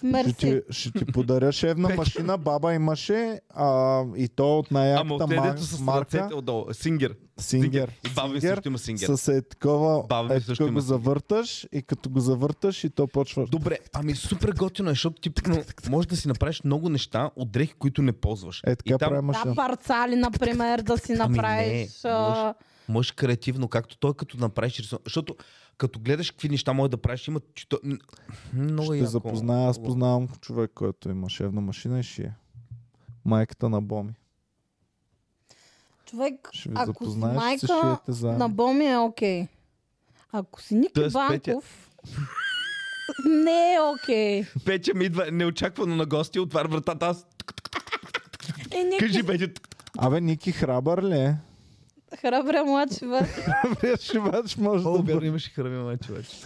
[SPEAKER 2] Ще
[SPEAKER 3] Мерси.
[SPEAKER 2] ти, ще ти подаря шевна машина, баба имаше а, и то от
[SPEAKER 1] Ама
[SPEAKER 2] най-яката
[SPEAKER 1] от те,
[SPEAKER 2] мар,
[SPEAKER 1] дето с
[SPEAKER 2] марка
[SPEAKER 1] ръцете отдолу. Сингер.
[SPEAKER 2] Сингер.
[SPEAKER 1] И баба ми
[SPEAKER 2] Singer
[SPEAKER 1] също има сингер.
[SPEAKER 2] С е такова,
[SPEAKER 1] Баба ми
[SPEAKER 2] е
[SPEAKER 1] също
[SPEAKER 2] така
[SPEAKER 1] има
[SPEAKER 2] го
[SPEAKER 1] Singer.
[SPEAKER 2] завърташ и като го завърташ и то почва.
[SPEAKER 1] Добре, ами супер готино е, защото ти но, можеш да си направиш много неща от дрехи, които не ползваш.
[SPEAKER 2] Е така
[SPEAKER 1] и там
[SPEAKER 2] прави машина.
[SPEAKER 3] Да, парцали, например, да си
[SPEAKER 1] Ами не,
[SPEAKER 3] направиш. а,
[SPEAKER 1] можеш креативно, както той като направиш рисунок. Защото като гледаш какви неща може да правиш, има... че то- м, е Много
[SPEAKER 2] Ще
[SPEAKER 1] яко.
[SPEAKER 2] запозная, аз
[SPEAKER 1] Много.
[SPEAKER 2] познавам човек, който има шевна машина и ще е. Майката на Боми.
[SPEAKER 3] Човек,
[SPEAKER 2] Ще ви
[SPEAKER 3] ако си
[SPEAKER 2] запознаеш, ще се
[SPEAKER 3] майка
[SPEAKER 2] шиете заедно.
[SPEAKER 3] на Боми е окей. Ако си Ники
[SPEAKER 1] Тоест, Петя-
[SPEAKER 3] Банков, не е окей.
[SPEAKER 1] Петя ми идва неочаквано на гости, отваря вратата, аз...
[SPEAKER 3] Е, Ники
[SPEAKER 1] Кажи, Петя, тук.
[SPEAKER 2] Абе, Ники храбър ли е?
[SPEAKER 3] храбря младшива.
[SPEAKER 2] Добре, шивач може да
[SPEAKER 1] е. О, вярно,
[SPEAKER 2] бъде.
[SPEAKER 1] имаше храми, мачо, вече.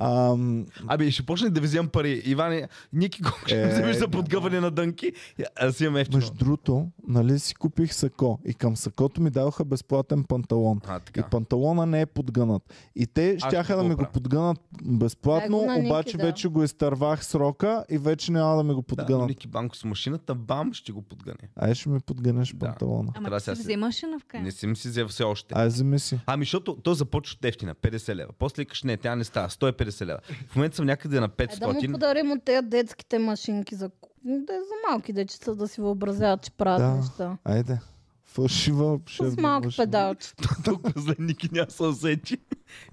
[SPEAKER 2] Ам,
[SPEAKER 1] Абе, ще почне да ви вземам пари. Иване, Ники, колко ще
[SPEAKER 2] Е,
[SPEAKER 1] вземеш за
[SPEAKER 2] няма.
[SPEAKER 1] подгъване на дънки? Аз имам
[SPEAKER 2] Между
[SPEAKER 1] ефтино.
[SPEAKER 2] другото, нали си купих сако и към сакото ми даваха безплатен панталон.
[SPEAKER 1] А,
[SPEAKER 2] И
[SPEAKER 1] така.
[SPEAKER 2] панталона не е подгънат. И те
[SPEAKER 1] ще
[SPEAKER 2] щяха да
[SPEAKER 1] го
[SPEAKER 2] ми го
[SPEAKER 1] оправя.
[SPEAKER 2] подгънат безплатно,
[SPEAKER 3] Дай го на Ники,
[SPEAKER 2] обаче
[SPEAKER 3] да.
[SPEAKER 2] вече го изтървах срока и вече няма да ми го
[SPEAKER 1] Да, нали? но
[SPEAKER 2] подгънат.
[SPEAKER 1] Ники Банко с машината, бам, ще го подгъне.
[SPEAKER 2] Ай, ще ми подгънеш
[SPEAKER 1] Да.
[SPEAKER 2] панталона.
[SPEAKER 1] Трябва
[SPEAKER 6] Ама ти си
[SPEAKER 1] сега си-
[SPEAKER 6] вземаш и на вкара.
[SPEAKER 1] Не си ми си взел все още.
[SPEAKER 2] Ай, вземи си.
[SPEAKER 1] Ами, защото то започва от ефтина, 50 лева. После викаш, не, тя не става, 150 лева. В момента съм някъде на
[SPEAKER 3] Е, да му
[SPEAKER 1] 500.
[SPEAKER 3] подарим от тези детските машинки за, да е за малки дечица да си въобразяват, че правят
[SPEAKER 2] Да.
[SPEAKER 3] неща.
[SPEAKER 2] Айде. Фалшива.
[SPEAKER 3] С
[SPEAKER 2] шевна
[SPEAKER 3] малки
[SPEAKER 2] машина.
[SPEAKER 3] педалчи.
[SPEAKER 1] Толкова зле Ники няма се усети.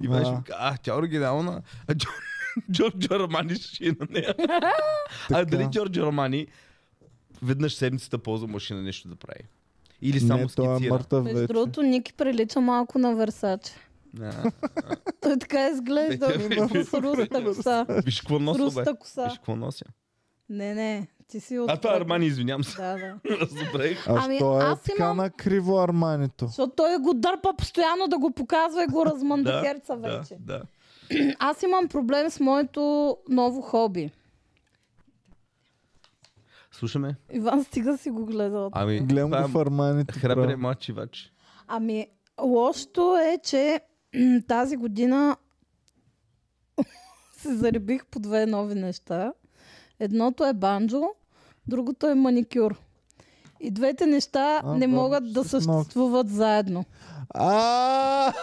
[SPEAKER 1] И беше
[SPEAKER 2] Да.
[SPEAKER 1] ми ка, а, тя е оригинална. А Джор- Джорджо Романи ще е на нея. А
[SPEAKER 2] Така.
[SPEAKER 1] дали Джорджо Романи веднъж седмицата ползва машина нещо да прави? Или само
[SPEAKER 2] Не, той е
[SPEAKER 1] скицира?
[SPEAKER 2] мъртъв
[SPEAKER 3] Между
[SPEAKER 2] вече.
[SPEAKER 3] другото, Ники прилича малко на Версаче.
[SPEAKER 1] Да.
[SPEAKER 3] Той така изглежда
[SPEAKER 1] Бе,
[SPEAKER 3] с руста коса.
[SPEAKER 1] Виж какво
[SPEAKER 3] С
[SPEAKER 1] носа, бе.
[SPEAKER 3] руста
[SPEAKER 1] Виж
[SPEAKER 3] коса.
[SPEAKER 1] какво нося.
[SPEAKER 3] Не, не, ти си от...
[SPEAKER 1] А това е Армани, извинявам се.
[SPEAKER 3] Да, да.
[SPEAKER 1] Разбрах.
[SPEAKER 2] А
[SPEAKER 3] Ами,
[SPEAKER 2] що е
[SPEAKER 3] аз
[SPEAKER 2] така
[SPEAKER 3] имам-
[SPEAKER 2] на криво арманито?
[SPEAKER 3] Защото той го дърпа постоянно да го показва и го размандахерца
[SPEAKER 1] Да,
[SPEAKER 3] вече.
[SPEAKER 1] да.
[SPEAKER 3] Аз имам проблем с моето ново хоби.
[SPEAKER 1] Слушаме.
[SPEAKER 3] Иван, стига си го гледал.
[SPEAKER 1] Ами,
[SPEAKER 2] Гледам
[SPEAKER 1] това
[SPEAKER 2] го
[SPEAKER 1] е
[SPEAKER 2] в арманито.
[SPEAKER 1] Храбър е
[SPEAKER 2] браво.
[SPEAKER 1] млад чивач.
[SPEAKER 3] Ами, лошото е, че м, тази година се заребих по две нови неща. Едното е банджо, другото е маникюр. И двете неща
[SPEAKER 2] А,
[SPEAKER 3] не
[SPEAKER 2] бабо,
[SPEAKER 3] могат да
[SPEAKER 2] ще си
[SPEAKER 3] съществуват заедно.
[SPEAKER 2] А!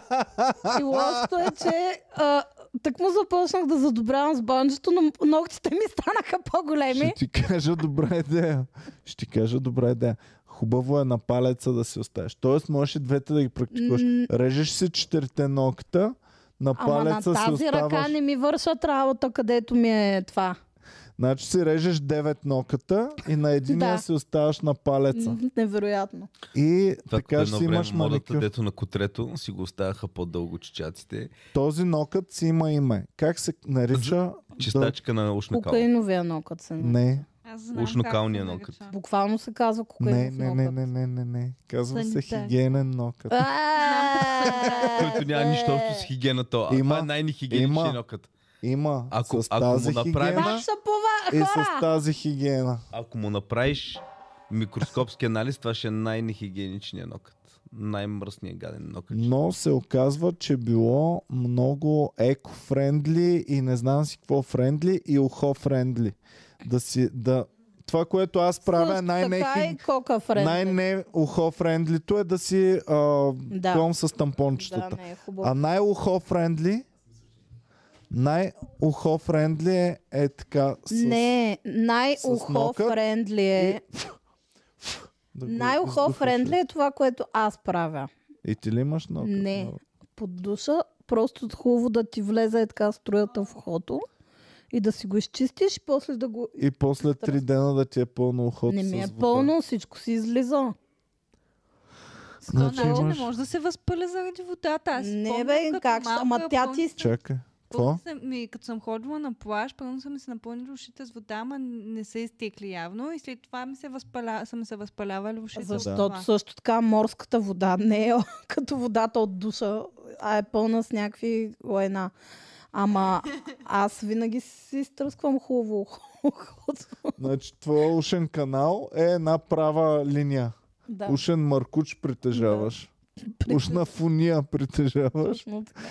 [SPEAKER 3] И лошото е, че а, так му започнах да задобрявам с банджото, но ногтите ми станаха по-големи.
[SPEAKER 2] Ще ти кажа добра идея. Ще ти кажа добра идея. Хубаво е на палеца да си оставиш. Тоест можеш и двете да ги практикуваш.
[SPEAKER 3] М.
[SPEAKER 2] Режеш си четирите ногта, на
[SPEAKER 3] Ама на
[SPEAKER 2] палеца си
[SPEAKER 3] тази ръка
[SPEAKER 2] оставаш.
[SPEAKER 3] не ми вършат работа, където ми е това.
[SPEAKER 2] Значи си режеш девет ноката и на единия
[SPEAKER 3] Да.
[SPEAKER 2] си оставаш на палеца.
[SPEAKER 3] М, Невероятно.
[SPEAKER 2] И
[SPEAKER 1] Това
[SPEAKER 2] така
[SPEAKER 1] като
[SPEAKER 2] ще
[SPEAKER 1] едно
[SPEAKER 2] си
[SPEAKER 1] време
[SPEAKER 2] имаш
[SPEAKER 1] модата,
[SPEAKER 2] маникюр.
[SPEAKER 1] дето на котрето си го оставяха по-дълго чичаците.
[SPEAKER 2] Този нокът си има име. Как се нарича?
[SPEAKER 1] Чистачка на ушна кал.
[SPEAKER 3] Кокаиновия нокът се
[SPEAKER 2] Да-
[SPEAKER 3] нарича.
[SPEAKER 2] Не,
[SPEAKER 6] Аз знам
[SPEAKER 1] Ушно
[SPEAKER 6] как
[SPEAKER 1] калния
[SPEAKER 6] се
[SPEAKER 1] нокът.
[SPEAKER 6] нарича.
[SPEAKER 3] Буквално се казва кокаинов
[SPEAKER 2] не, не, не,
[SPEAKER 3] нокът.
[SPEAKER 2] не, не, не, не. Казва се
[SPEAKER 6] Санитар.
[SPEAKER 2] хигиенен нокът.
[SPEAKER 3] А,
[SPEAKER 1] Който няма
[SPEAKER 3] бе.
[SPEAKER 1] нищо общо с хигиената. А
[SPEAKER 2] Има.
[SPEAKER 1] това е най-нехигиеничният
[SPEAKER 2] Има.
[SPEAKER 1] нокът.
[SPEAKER 2] Има
[SPEAKER 1] Ако-
[SPEAKER 2] с
[SPEAKER 1] ако
[SPEAKER 2] тази
[SPEAKER 1] му направиш-
[SPEAKER 2] хигиена
[SPEAKER 3] Пак са пова-
[SPEAKER 2] и
[SPEAKER 3] хора!
[SPEAKER 2] Е, с тази хигиена.
[SPEAKER 1] Ако му направиш микроскопски анализ, това ще е най-нехигиеничният нокът. Най-мръсният гаден нокът.
[SPEAKER 2] Но се оказва, че било много еко-френдли и не знам си какво френдли и ухо-френдли. Да си, да... Това, което аз правя е
[SPEAKER 3] Също така и
[SPEAKER 2] най-нехи...
[SPEAKER 3] кока френде.
[SPEAKER 2] най-не-ухо-френдлито е да си а,
[SPEAKER 3] Да.
[SPEAKER 2] ком с тампончетата.
[SPEAKER 3] Да, не е хубаво.
[SPEAKER 2] а най-ухо-френдли най-ухо-френдли е, е така с...
[SPEAKER 3] Не,
[SPEAKER 2] с нокът
[SPEAKER 3] най-ухо-френдли е.
[SPEAKER 2] Да го
[SPEAKER 3] Най-ухо-френдли
[SPEAKER 2] издухаш.
[SPEAKER 3] е това, което аз правя.
[SPEAKER 2] И ти ли имаш нокът?
[SPEAKER 3] Не.
[SPEAKER 2] Маро?
[SPEAKER 3] Под душа просто хубаво да ти влезе е така струята в ухото и да си го изчистиш и после да го...
[SPEAKER 2] И после три дена да ти е пълно ухото
[SPEAKER 3] Не ми е
[SPEAKER 2] с вода.
[SPEAKER 3] пълно, всичко си излиза.
[SPEAKER 6] То
[SPEAKER 2] Значи
[SPEAKER 6] значи не
[SPEAKER 2] имаш-
[SPEAKER 6] може да се възпаля заради водата. Аз си
[SPEAKER 3] Не
[SPEAKER 6] спомням,
[SPEAKER 3] бе,
[SPEAKER 6] като
[SPEAKER 3] как ще...
[SPEAKER 6] малка
[SPEAKER 3] Ама тя ти...
[SPEAKER 6] пълни-
[SPEAKER 2] Чакай. Какво?
[SPEAKER 6] пълни съм- Ми, като съм ходила на плаж, пълно съм ми се напълнили ушите с вода, ама не са изтекли явно. И след това ми се възпаля... са ми се възпалявали ушите. от
[SPEAKER 3] Защото
[SPEAKER 6] това.
[SPEAKER 3] също така морската вода не е като водата от душа, а е пълна с някакви лайна. Ама аз винаги си стръсквам хубаво ухото.
[SPEAKER 2] Значи твой ушен канал е една права линия.
[SPEAKER 3] Да,
[SPEAKER 2] Да. Ушен маркуч притежаваш. Да. Ушна фуния притежаваш.
[SPEAKER 3] точно така.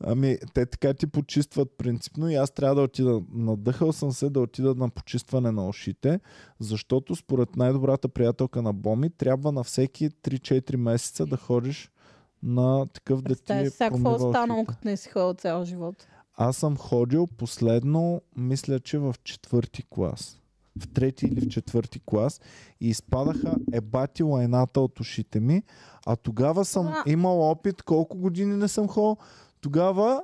[SPEAKER 2] Ами, те така ти почистват принципно и аз трябва да отида. Надъхал съм се да отида на почистване на ушите, защото според най-добрата приятелка на Боми, трябва на всеки 3-4 месеца да ходиш на такъв да
[SPEAKER 3] Представя
[SPEAKER 2] ти
[SPEAKER 3] си сега какво е
[SPEAKER 2] промива
[SPEAKER 3] останало,
[SPEAKER 2] ушите.
[SPEAKER 3] като не си ходил цял живот.
[SPEAKER 2] Аз съм ходил последно, мисля, че в четвърти клас. В трети или в четвърти клас. И изпадаха ебати лайната от ушите ми. А тогава съм
[SPEAKER 3] Това-
[SPEAKER 2] имал опит. Колко години не съм ходил? Тогава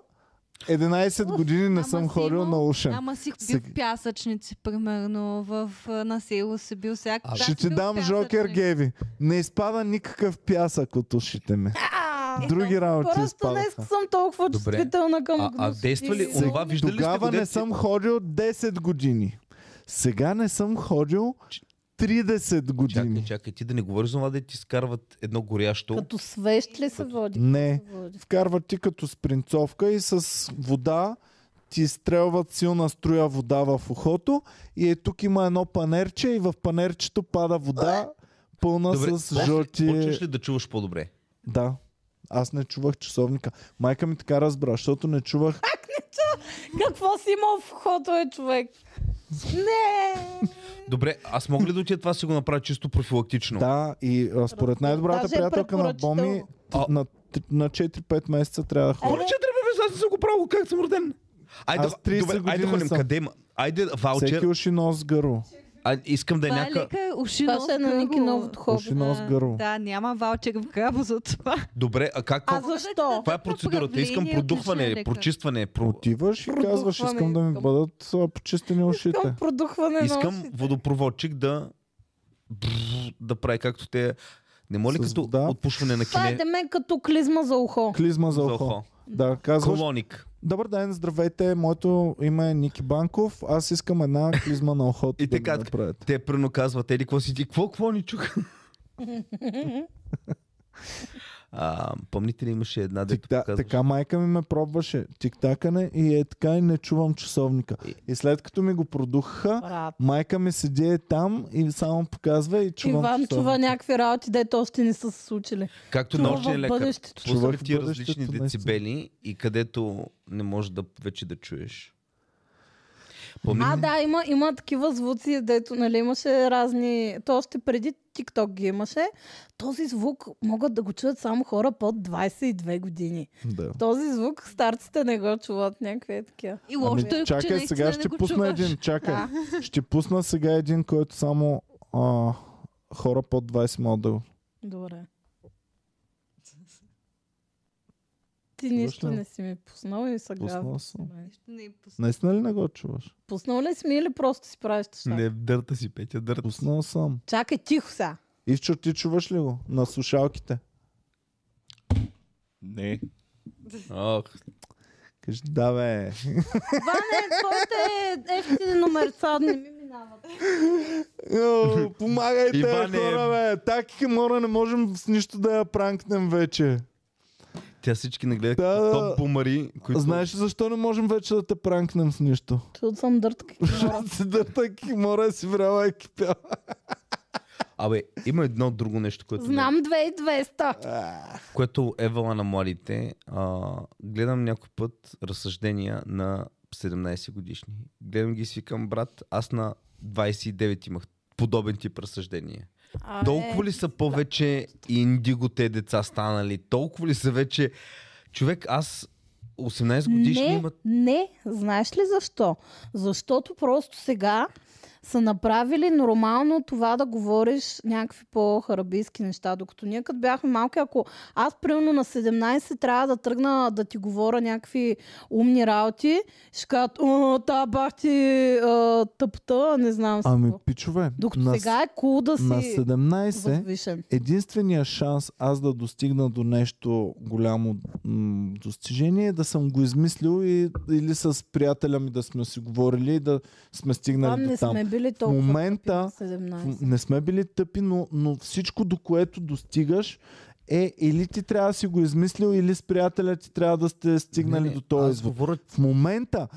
[SPEAKER 2] 11
[SPEAKER 6] Уф,
[SPEAKER 2] години не
[SPEAKER 6] ама
[SPEAKER 2] съм
[SPEAKER 6] си
[SPEAKER 2] ходил
[SPEAKER 6] имал-
[SPEAKER 2] на ушен.
[SPEAKER 6] Ама си бил
[SPEAKER 2] Сега-
[SPEAKER 6] в пясъчници, примерно, в, а, на село си бил всяк.
[SPEAKER 4] Абе.
[SPEAKER 6] Да,
[SPEAKER 2] Ще
[SPEAKER 6] си
[SPEAKER 2] ти
[SPEAKER 6] бил нали?
[SPEAKER 2] дам
[SPEAKER 6] в
[SPEAKER 2] жокер, Е,
[SPEAKER 6] пясъчник.
[SPEAKER 2] Геви. Не изпада никакъв пясък от ушите ми. Други работи
[SPEAKER 3] е, Просто днес
[SPEAKER 2] изпадаха.
[SPEAKER 3] съм толкова
[SPEAKER 1] Добре.
[SPEAKER 3] чувствителна към
[SPEAKER 1] А- а
[SPEAKER 3] гнус.
[SPEAKER 1] действа Е, ли
[SPEAKER 3] И-
[SPEAKER 1] онова
[SPEAKER 3] и-
[SPEAKER 1] вижда- Виждали ли сте го,
[SPEAKER 2] Тогава не
[SPEAKER 1] дето-
[SPEAKER 2] съм ходил 10 години. Сега не съм ходил 30
[SPEAKER 1] Чакай,
[SPEAKER 2] години.
[SPEAKER 1] чакай, ти да не говориш за това, да ти скарват едно горящо.
[SPEAKER 3] Като свещ ли се води?
[SPEAKER 2] Не.
[SPEAKER 3] Се води.
[SPEAKER 2] Вкарват ти като спринцовка и с вода ти изстрелват силна струя вода в ухото и е тук има едно панерче и в панерчето пада вода пълна
[SPEAKER 1] Добре,
[SPEAKER 2] с
[SPEAKER 1] после
[SPEAKER 2] жълти...
[SPEAKER 1] Почваш ли да чуваш по-добре?
[SPEAKER 2] Да. Аз не чувах часовника. Майка ми така разбра, защото не чувах
[SPEAKER 3] Какво си имал в хото е човек? Не!
[SPEAKER 1] Добре, аз мога ли да отида това да си го направя чисто профилактично?
[SPEAKER 2] Да, и а, според най-добрата
[SPEAKER 3] Даже е
[SPEAKER 2] приятелка на Боми,
[SPEAKER 1] А.
[SPEAKER 2] на, т- на 4-5 месеца трябва
[SPEAKER 3] Е,
[SPEAKER 2] да
[SPEAKER 1] Моля,
[SPEAKER 2] ходя.
[SPEAKER 1] че трябва бе, аз не съм го правил, как съм роден? Айде,
[SPEAKER 2] Аз 30
[SPEAKER 1] добре, айде
[SPEAKER 2] години
[SPEAKER 1] ходим,
[SPEAKER 2] съм.
[SPEAKER 1] къде има? Айде,
[SPEAKER 2] Всеки
[SPEAKER 1] ваучер.
[SPEAKER 2] уши нос гърло.
[SPEAKER 1] А, искам да е
[SPEAKER 6] Това е
[SPEAKER 1] някакъв...
[SPEAKER 6] лека уши
[SPEAKER 3] Това
[SPEAKER 6] нос
[SPEAKER 3] ще е на Ники
[SPEAKER 6] гърло.
[SPEAKER 3] новото хоби.
[SPEAKER 2] Уши нос
[SPEAKER 6] А,
[SPEAKER 2] гърло.
[SPEAKER 6] Да, няма валчер в грабо за това.
[SPEAKER 1] Добре, а как?
[SPEAKER 3] А защо?
[SPEAKER 1] Каква е процедурата? Искам
[SPEAKER 6] Управление, отлична
[SPEAKER 1] продухване,
[SPEAKER 6] лека.
[SPEAKER 1] прочистване. Про...
[SPEAKER 2] Отиваш и
[SPEAKER 3] Продухване
[SPEAKER 2] казваш, искам да ми
[SPEAKER 3] искам.
[SPEAKER 2] бъдат а, почистени ушите.
[SPEAKER 3] Към продухване на
[SPEAKER 1] Искам
[SPEAKER 3] ушите.
[SPEAKER 1] водопроводчик да... Бррр, да прави както те... Не моли
[SPEAKER 2] С
[SPEAKER 1] като
[SPEAKER 2] вода.
[SPEAKER 1] отпушване на
[SPEAKER 3] Това е
[SPEAKER 1] кине.
[SPEAKER 3] деме като клизма за ухо.
[SPEAKER 2] Клизма за
[SPEAKER 1] За
[SPEAKER 2] ухо.
[SPEAKER 1] ухо.
[SPEAKER 2] Да, казваш,
[SPEAKER 1] Колоник.
[SPEAKER 2] добър ден, здравейте, моето име е Ники Банков, аз искам една клизма на ухото
[SPEAKER 1] И
[SPEAKER 2] да
[SPEAKER 1] те
[SPEAKER 2] ми
[SPEAKER 1] казват,
[SPEAKER 2] направите.
[SPEAKER 1] Те прено казват, еди, какво си ти? Какво, какво ни чух? а, помните ли имаше една дето
[SPEAKER 2] Тикта,
[SPEAKER 1] казваш?
[SPEAKER 2] така майка ми ме пробваше тиктакане и е така и не чувам часовника. И след като ми го продухаха,
[SPEAKER 3] Брат.
[SPEAKER 2] майка ми седи е там и само показва и чувам
[SPEAKER 3] Иван
[SPEAKER 2] часовника.
[SPEAKER 3] чува някакви работи, дето още не са се случили.
[SPEAKER 1] Както
[SPEAKER 3] Чува
[SPEAKER 1] научен
[SPEAKER 3] в
[SPEAKER 1] лекар.
[SPEAKER 3] бъдещето.
[SPEAKER 1] Пуснали
[SPEAKER 2] Чувах
[SPEAKER 1] ти
[SPEAKER 2] в
[SPEAKER 1] различни
[SPEAKER 2] бъдещето, наистина.
[SPEAKER 1] децибели и където не можеш да вече да чуеш. Помни...
[SPEAKER 3] А, да, има, има такива звуци, дето нали, имаше разни... То още преди TikTok ги имаше. Този звук могат да го чуят само хора под 22 години.
[SPEAKER 2] Да.
[SPEAKER 6] Ами,
[SPEAKER 3] Този звук старците не го чуват някакви е такива.
[SPEAKER 6] И лошото е, че
[SPEAKER 2] Ами, чакай,
[SPEAKER 6] наистина
[SPEAKER 2] сега
[SPEAKER 6] не
[SPEAKER 2] ще
[SPEAKER 6] го
[SPEAKER 2] пусна
[SPEAKER 6] чуваш.
[SPEAKER 2] един. Чакай. Ще пусна сега един, който само а, хора под 20 могат да го.
[SPEAKER 3] Добре. Ти
[SPEAKER 2] Чуваш
[SPEAKER 3] нищо
[SPEAKER 2] ли?
[SPEAKER 3] не си ми пуснал и сега...
[SPEAKER 2] Пуснал съм.
[SPEAKER 6] Не е пусна.
[SPEAKER 2] Наистина ли не го чуваш?
[SPEAKER 3] Пуснал ли си ми или просто си правиш чаша?
[SPEAKER 1] Не, дърта си, Петя, дърта.
[SPEAKER 2] Пуснал съм.
[SPEAKER 3] Чакай, тихо сега.
[SPEAKER 2] Ивчо, ти чуваш ли го? На слушалките.
[SPEAKER 4] Не.
[SPEAKER 1] Ох,
[SPEAKER 2] Кажи, да бе.
[SPEAKER 3] Ване, твоите ефтини номерца не ми минават.
[SPEAKER 2] Йо, Помагайте,
[SPEAKER 1] Иване.
[SPEAKER 2] хора, бе. Таки мора не можем с нищо да я пранкнем вече.
[SPEAKER 1] тя всички не гледа
[SPEAKER 2] Да,
[SPEAKER 1] да,
[SPEAKER 2] да.
[SPEAKER 1] топ бумари, които...
[SPEAKER 2] Знаеш ли защо не можем вече да те пранкнем с нищо?
[SPEAKER 3] Чуд съм дъртка.
[SPEAKER 2] Защото си дърта кимора и си вряла и кипяла.
[SPEAKER 1] Абе, има едно друго нещо, което...
[SPEAKER 3] Знам 2200.
[SPEAKER 1] което е вала на младите. А, гледам някой път разсъждения на 17 годишни. Гледам ги и свикам, брат, аз на 29 имах подобен тип разсъждения.
[SPEAKER 3] А, е,
[SPEAKER 1] толкова ли са повече индиго те деца станали? Толкова ли са вече... Човек, аз 18 годишни
[SPEAKER 3] не,
[SPEAKER 1] имат...
[SPEAKER 3] не, знаеш ли защо? Защото просто сега са направили нормално това да говориш някакви по-харабийски неща. Докато ние като бяхме малки, ако аз примерно на 17 трябва да тръгна да ти говоря някакви умни работи, ще кажат, «О, та бах ти а, тъпта, не знам си
[SPEAKER 2] Ами,
[SPEAKER 3] какво».
[SPEAKER 2] пичове,
[SPEAKER 3] Докато
[SPEAKER 2] на,
[SPEAKER 3] сега е кул да си
[SPEAKER 2] на 17
[SPEAKER 3] възвишен.
[SPEAKER 2] единствения шанс аз да достигна до нещо голямо м- достижение е да съм го измислил и, или с приятеля ми да сме си говорили и да сме
[SPEAKER 3] Там
[SPEAKER 2] стигнали
[SPEAKER 3] не
[SPEAKER 2] до там.
[SPEAKER 3] сме били толкова
[SPEAKER 2] момента-
[SPEAKER 3] тъпи на
[SPEAKER 2] В-
[SPEAKER 3] 17.
[SPEAKER 2] Не сме били тъпи, но, но всичко до което достигаш е или ти трябва да си го измислил, или с приятеля ти трябва да сте стигнали
[SPEAKER 1] Не, не,
[SPEAKER 2] до този
[SPEAKER 1] аз
[SPEAKER 2] извод.
[SPEAKER 1] говоря-
[SPEAKER 2] В момента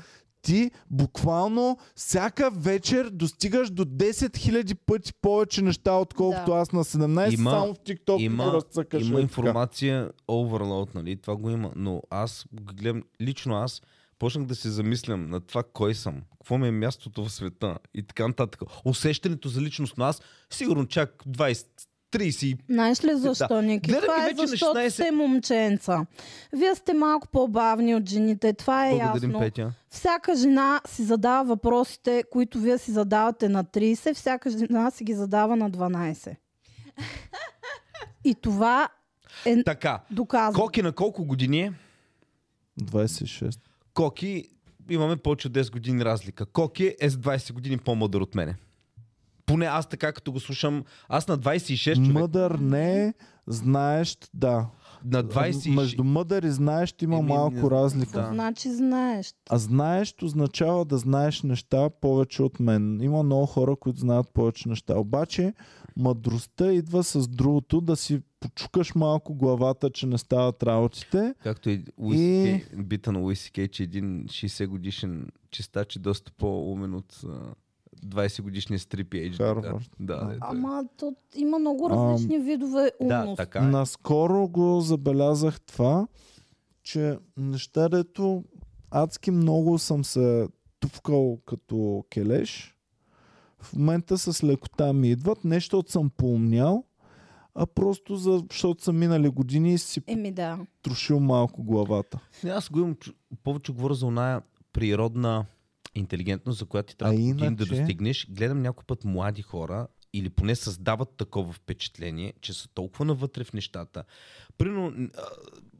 [SPEAKER 2] ти буквално всяка вечер достигаш до 10 000 пъти повече неща, отколкото аз на 17,
[SPEAKER 1] Има-
[SPEAKER 2] само в TikTok ми
[SPEAKER 1] има,
[SPEAKER 2] разцъкаш е
[SPEAKER 1] има
[SPEAKER 2] така.
[SPEAKER 1] информация overload, нали? Това го има. Но аз гледам, лично аз почнах да се замислям на това кой съм, какво ми е мястото в света и така нататък. Усещането за личност на аз, сигурно чак 20, 30 и
[SPEAKER 3] Знаеш ли защо,
[SPEAKER 1] Да.
[SPEAKER 3] Ники?
[SPEAKER 1] Гледам
[SPEAKER 3] Това
[SPEAKER 1] ги
[SPEAKER 3] е
[SPEAKER 1] вече на
[SPEAKER 3] защото
[SPEAKER 1] 16.
[SPEAKER 3] сте момченца. Вие сте малко по-бавни от жените. Това е
[SPEAKER 1] благодарим
[SPEAKER 3] ясно.
[SPEAKER 1] Петя.
[SPEAKER 3] Всяка жена си задава въпросите, които вие си задавате на 30, всяка жена си ги задава на 12. И това е
[SPEAKER 1] Така,
[SPEAKER 3] доказано.
[SPEAKER 1] Коки на колко години е?
[SPEAKER 2] 26.
[SPEAKER 1] Коки, имаме повече от 10 години разлика. Коки е с 20 години по-мъдър от мене. Поне аз така като го слушам, аз на 26 човек,
[SPEAKER 2] Мъдър не е, знаещ, да.
[SPEAKER 1] на 26...
[SPEAKER 2] Между мъдър и знаещ има
[SPEAKER 1] Еми, не
[SPEAKER 2] малко
[SPEAKER 1] знам,
[SPEAKER 2] разлика.
[SPEAKER 1] да.
[SPEAKER 3] Значи знаеш.
[SPEAKER 2] А знаещ означава да знаеш неща повече от мен. Има много хора, които знаят повече неща. Обаче мъдростта идва с другото да си почукаш малко главата, че не стават работите.
[SPEAKER 1] Както и
[SPEAKER 2] И-
[SPEAKER 1] Уиси Кей- бита на Уиси Кей, че един 60 годишен чистач е доста по-умен от а, 20 годишния стрип age.
[SPEAKER 2] Харвард.
[SPEAKER 1] Да, да, да,
[SPEAKER 3] Ама то има много различни видове
[SPEAKER 1] да,
[SPEAKER 3] умност.
[SPEAKER 1] така е.
[SPEAKER 2] Наскоро го забелязах това, че неща, дето адски много съм се тупкал като келеш, в момента с лекота ми идват, нещо от съм поумнял, а просто за, защото са минали години и си
[SPEAKER 3] Еми да.
[SPEAKER 2] трошил малко главата.
[SPEAKER 1] Не, аз го имам, чу- повече говоря за оная природна интелигентност, за която ти трябва
[SPEAKER 2] А
[SPEAKER 1] да години да
[SPEAKER 2] иначе-
[SPEAKER 1] достигнеш. Гледам някой път млади хора или поне създават такова впечатление, че са толкова навътре в нещата. Прино,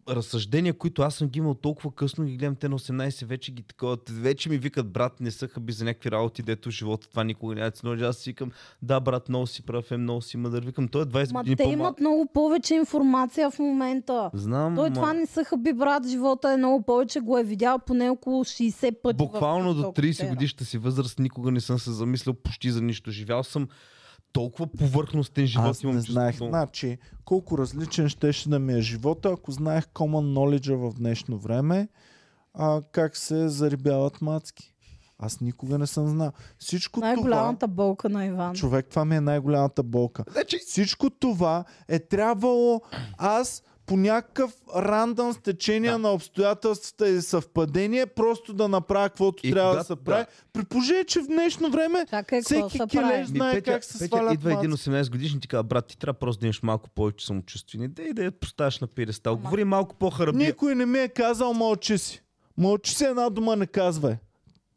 [SPEAKER 1] разсъждения, които аз съм ги имал толкова късно, ги гледам те на 18, вече ги такова, вече ми викат, брат, не са хаби за някакви работи, дето в живота това никога няма да ти се наложи. Аз си викам, да, брат, много си прав, е, много си мъдър. Викам, той е 20
[SPEAKER 3] Ма
[SPEAKER 1] години
[SPEAKER 3] те
[SPEAKER 1] по-млад.
[SPEAKER 3] имат много повече информация в момента.
[SPEAKER 1] Знам,
[SPEAKER 3] Той е
[SPEAKER 1] ма-
[SPEAKER 3] това не са хаби, брат, живота е много повече, го е видял поне около 60 пъти. в
[SPEAKER 1] Буквално до
[SPEAKER 3] TikTok
[SPEAKER 1] 30
[SPEAKER 3] сфера.
[SPEAKER 1] годишната си възраст никога не съм се замислял почти за нищо. Живял съм толкова повърхностен живот.
[SPEAKER 2] Аз не
[SPEAKER 1] имам чувството-
[SPEAKER 2] знаех. Значи, колко различен щеше да ми е живота, ако знаех common knowledge в днешно време, а, как се зарибяват мацки. Аз никога не съм знал. Всичко това...
[SPEAKER 3] Най-голямата болка на Иван.
[SPEAKER 2] Човек, това ми е най-голямата болка.
[SPEAKER 1] Значи,
[SPEAKER 2] Всичко това е трябвало аз по някакъв рандъм стечение да. на обстоятелствата и съвпадение просто да направя каквото
[SPEAKER 1] И
[SPEAKER 2] трябва да
[SPEAKER 1] когато-
[SPEAKER 2] се прави.
[SPEAKER 1] да.
[SPEAKER 2] При положение, че в днешно време
[SPEAKER 3] Чакай, е, какво
[SPEAKER 2] всеки
[SPEAKER 3] се
[SPEAKER 2] кележ
[SPEAKER 3] прави?
[SPEAKER 1] ми
[SPEAKER 2] знае
[SPEAKER 1] Петя-
[SPEAKER 2] как се
[SPEAKER 1] Петя
[SPEAKER 2] свалят
[SPEAKER 1] идва един
[SPEAKER 2] мацки.
[SPEAKER 1] 18 годишник и ти казва, брат, ти трябва просто да имаш малко повече самочувствие. Не дай да я поставяш на пиедестал. Говори малко по-харабия.
[SPEAKER 2] Никой не ми е казал мълчи си. Мълчи си една дума не казвай.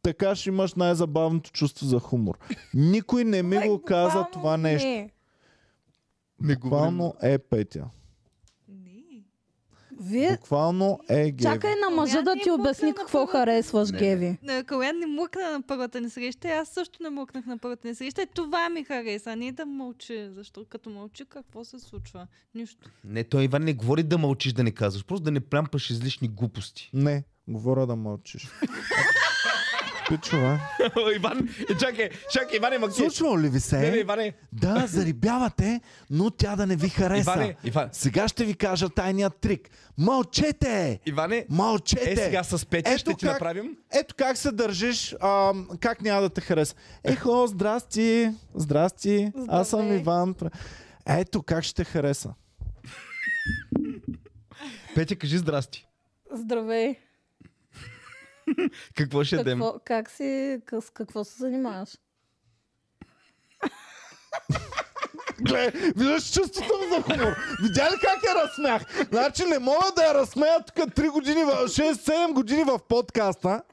[SPEAKER 2] Така ще имаш най-забавното чувство за хумор. Никой не ми го каза
[SPEAKER 3] Буквално
[SPEAKER 2] това нещо.
[SPEAKER 3] Не.
[SPEAKER 1] Не
[SPEAKER 2] Буквално е Петя.
[SPEAKER 3] Вие
[SPEAKER 2] Буквално е Геви.
[SPEAKER 3] чакай на мъжа да
[SPEAKER 6] не
[SPEAKER 3] ти
[SPEAKER 6] е
[SPEAKER 3] обясни
[SPEAKER 6] мъкна на
[SPEAKER 3] какво
[SPEAKER 6] първата.
[SPEAKER 3] харесваш,
[SPEAKER 1] Не.
[SPEAKER 3] Геви.
[SPEAKER 6] На Калян не млъкна на първата ни среща, и аз също не млъкнах на първата ни среща. И това ми хареса, а не да мълчи. Защо като мълчи, какво се случва? Нищо.
[SPEAKER 1] Не, той Иван не говори да мълчиш, да не казваш. Просто да не плямпаш излишни глупости.
[SPEAKER 2] Не, говоря да мълчиш. Пичове.
[SPEAKER 1] Иван, е, чакай, чакай, Иване, ма
[SPEAKER 2] Е,
[SPEAKER 1] е-
[SPEAKER 2] Случвало ли ви се?
[SPEAKER 1] Иване,
[SPEAKER 2] Да, зарибявате, но тя да не ви хареса.
[SPEAKER 1] Иване, Иван.
[SPEAKER 2] Сега ще ви кажа тайният трик. Мълчете!
[SPEAKER 1] Иване,
[SPEAKER 2] Мълчете!
[SPEAKER 1] Е, сега с Петя ще ти направим.
[SPEAKER 2] Ето как се държиш, а, как няма да те хареса. Ехо, здрасти, здрасти, аз съм
[SPEAKER 3] Здравей.
[SPEAKER 2] Иван. Ето как ще те хареса.
[SPEAKER 1] Петя, кажи здрасти.
[SPEAKER 3] Здравей.
[SPEAKER 1] Какво ще дем?
[SPEAKER 3] Какво, как си, с какво се занимаваш?
[SPEAKER 2] Гле, виждаш чувството ми за хумор. Видя ли как я разсмях? Значи не мога да я разсмея тук 3 години, в- 6-7 години в подкаста.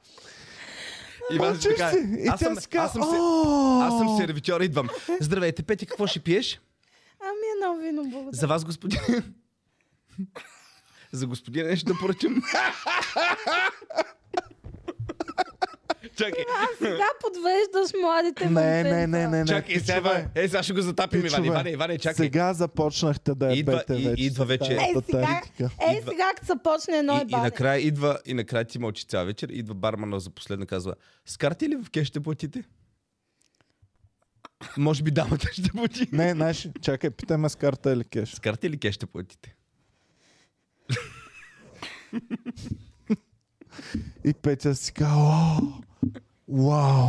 [SPEAKER 1] Иван,
[SPEAKER 2] Мълчиш
[SPEAKER 1] така,
[SPEAKER 2] си. И
[SPEAKER 1] аз
[SPEAKER 2] тя
[SPEAKER 1] съм,
[SPEAKER 2] си
[SPEAKER 1] аз съм,
[SPEAKER 2] казва,
[SPEAKER 1] се-
[SPEAKER 2] «О!»
[SPEAKER 1] Аз съм сервитьор, идвам. Здравейте, Петя, какво ще пиеш?
[SPEAKER 3] Ами едно вино, благодаря.
[SPEAKER 1] За вас, господин. За господин нещо да поръчам. Чакай,
[SPEAKER 3] Сега подвеждаш младите
[SPEAKER 2] Не,
[SPEAKER 3] момченца.
[SPEAKER 2] не, не, не, не.
[SPEAKER 1] чакай, сега,
[SPEAKER 2] пичове,
[SPEAKER 1] Иван- е, сега ще го затапим, Иван,
[SPEAKER 2] пичове.
[SPEAKER 1] Иване, Иване, чакай.
[SPEAKER 2] Сега започнахте да е
[SPEAKER 1] Идва-
[SPEAKER 2] бете
[SPEAKER 1] и-
[SPEAKER 2] вече.
[SPEAKER 1] идва
[SPEAKER 2] с
[SPEAKER 1] вече.
[SPEAKER 2] тази
[SPEAKER 3] Ей, Е, сега,
[SPEAKER 2] тактика.
[SPEAKER 3] ей,
[SPEAKER 1] Идва-
[SPEAKER 3] сега, като се почне едно
[SPEAKER 1] И, и,
[SPEAKER 3] ебане.
[SPEAKER 1] накрая идва, и накрая ти мълчи цял вечер, идва бармана за последно казва, с карти ли в кеш ще платите? Може би дамата ще плати.
[SPEAKER 2] Не, знаеш, чакай, питаме с карта или кеш.
[SPEAKER 1] С карти ли кеш ще платите?
[SPEAKER 2] И Петя си казва, «О, вау.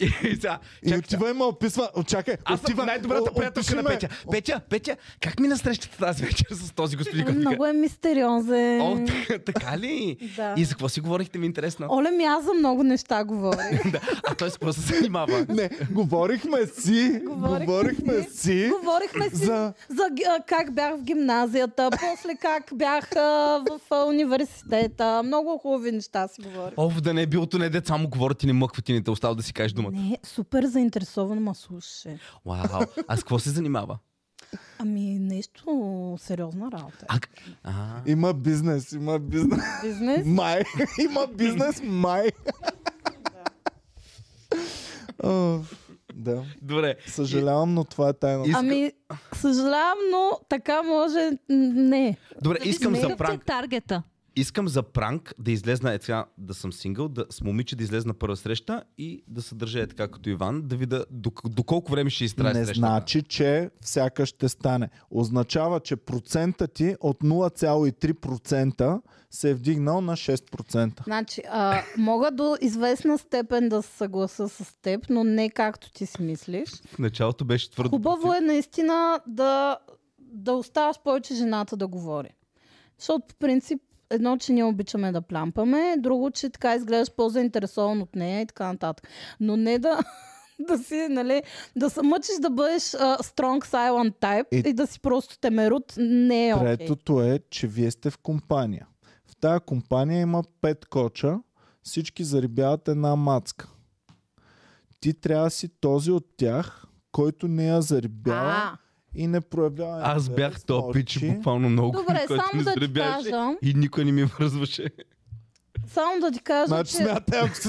[SPEAKER 1] И сега,
[SPEAKER 2] И
[SPEAKER 1] чак-
[SPEAKER 2] отива и ме описва. О, Чакай,
[SPEAKER 1] Аз съм
[SPEAKER 2] отива.
[SPEAKER 1] най-добрата
[SPEAKER 2] о,
[SPEAKER 1] приятелка
[SPEAKER 2] опиши
[SPEAKER 1] на
[SPEAKER 2] ме.
[SPEAKER 1] Петя. Петя, Петя, как мина срещата тази вечер с този господин, който вика?
[SPEAKER 3] Много е мистериозен.
[SPEAKER 1] О, т- така ли?
[SPEAKER 3] Да.
[SPEAKER 1] И за какво си говорихте ми е интересно?
[SPEAKER 3] Оле ми, аз за много неща говоря.
[SPEAKER 1] Да. А той се просто се занимава.
[SPEAKER 2] Не, говорихме си,
[SPEAKER 3] Говорихме
[SPEAKER 2] говорихме си,
[SPEAKER 3] Говорихме си за,
[SPEAKER 2] Е, За-
[SPEAKER 3] за ги- а, как бях в гимназията, после как бях а, в а, университета. Много хубави неща си говорих.
[SPEAKER 1] Ов, да не е било то не деца, му говорят и не мъкват и не те остава да си кажеш думата.
[SPEAKER 3] Не, супер заинтересован ма слушаше.
[SPEAKER 1] Вау, а с какво се занимава?
[SPEAKER 3] Ами нещо сериозна работа.
[SPEAKER 1] А, к- а,
[SPEAKER 2] Има бизнес, има бизнес.
[SPEAKER 3] Бизнес?
[SPEAKER 2] Май. Има бизнес, май. О, Да.
[SPEAKER 1] добре.
[SPEAKER 2] Съжалявам, но това е тайна.
[SPEAKER 1] И- иска-
[SPEAKER 3] Ами, съжалявам, но така може... м, Не.
[SPEAKER 1] Добре, искам за
[SPEAKER 6] Какъв ти е
[SPEAKER 1] пранк.
[SPEAKER 6] таргета?
[SPEAKER 1] Искам за пранк да излезна, е така, да съм сингъл, да, с момиче да излезна първа среща и да се държа е така като Иван, да видя до, до колко време ще изтрае
[SPEAKER 2] Не
[SPEAKER 1] срещата.
[SPEAKER 2] значи, че всяка ще стане. Означава, че процента ти от 0,3% се е вдигнал на 6%.
[SPEAKER 3] Значи, а, мога до известна степен да се съгласа с теб, но не както ти си мислиш.
[SPEAKER 1] В началото беше твърдо.
[SPEAKER 3] Хубаво е наистина да, да оставаш повече жената да говори. Защото по принцип едно, че ние обичаме да плямпаме, друго, че така изглеждаш по-заинтересован от нея и така нататък. Но не да, да си, нали, да се мъчиш да бъдеш uh, strong silent type и...
[SPEAKER 2] И-
[SPEAKER 3] и да си просто темерут, не е окей. Okay.
[SPEAKER 2] Третото е, че вие сте в компания. В тази компания има пет коча, всички зарибяват една мацка. Ти трябва да си този от тях, който не я зарибява
[SPEAKER 3] А,
[SPEAKER 2] и не проявява.
[SPEAKER 1] Аз
[SPEAKER 2] интерес,
[SPEAKER 1] бях то пич
[SPEAKER 2] мълчи.
[SPEAKER 1] буквално много,
[SPEAKER 3] Добре,
[SPEAKER 1] който
[SPEAKER 3] само
[SPEAKER 1] ми
[SPEAKER 3] да ти
[SPEAKER 1] заребяваше
[SPEAKER 3] кажа.
[SPEAKER 1] и никой не ми връзваше.
[SPEAKER 3] само да ти кажа,
[SPEAKER 2] Значи
[SPEAKER 3] че...
[SPEAKER 2] смятай, ако си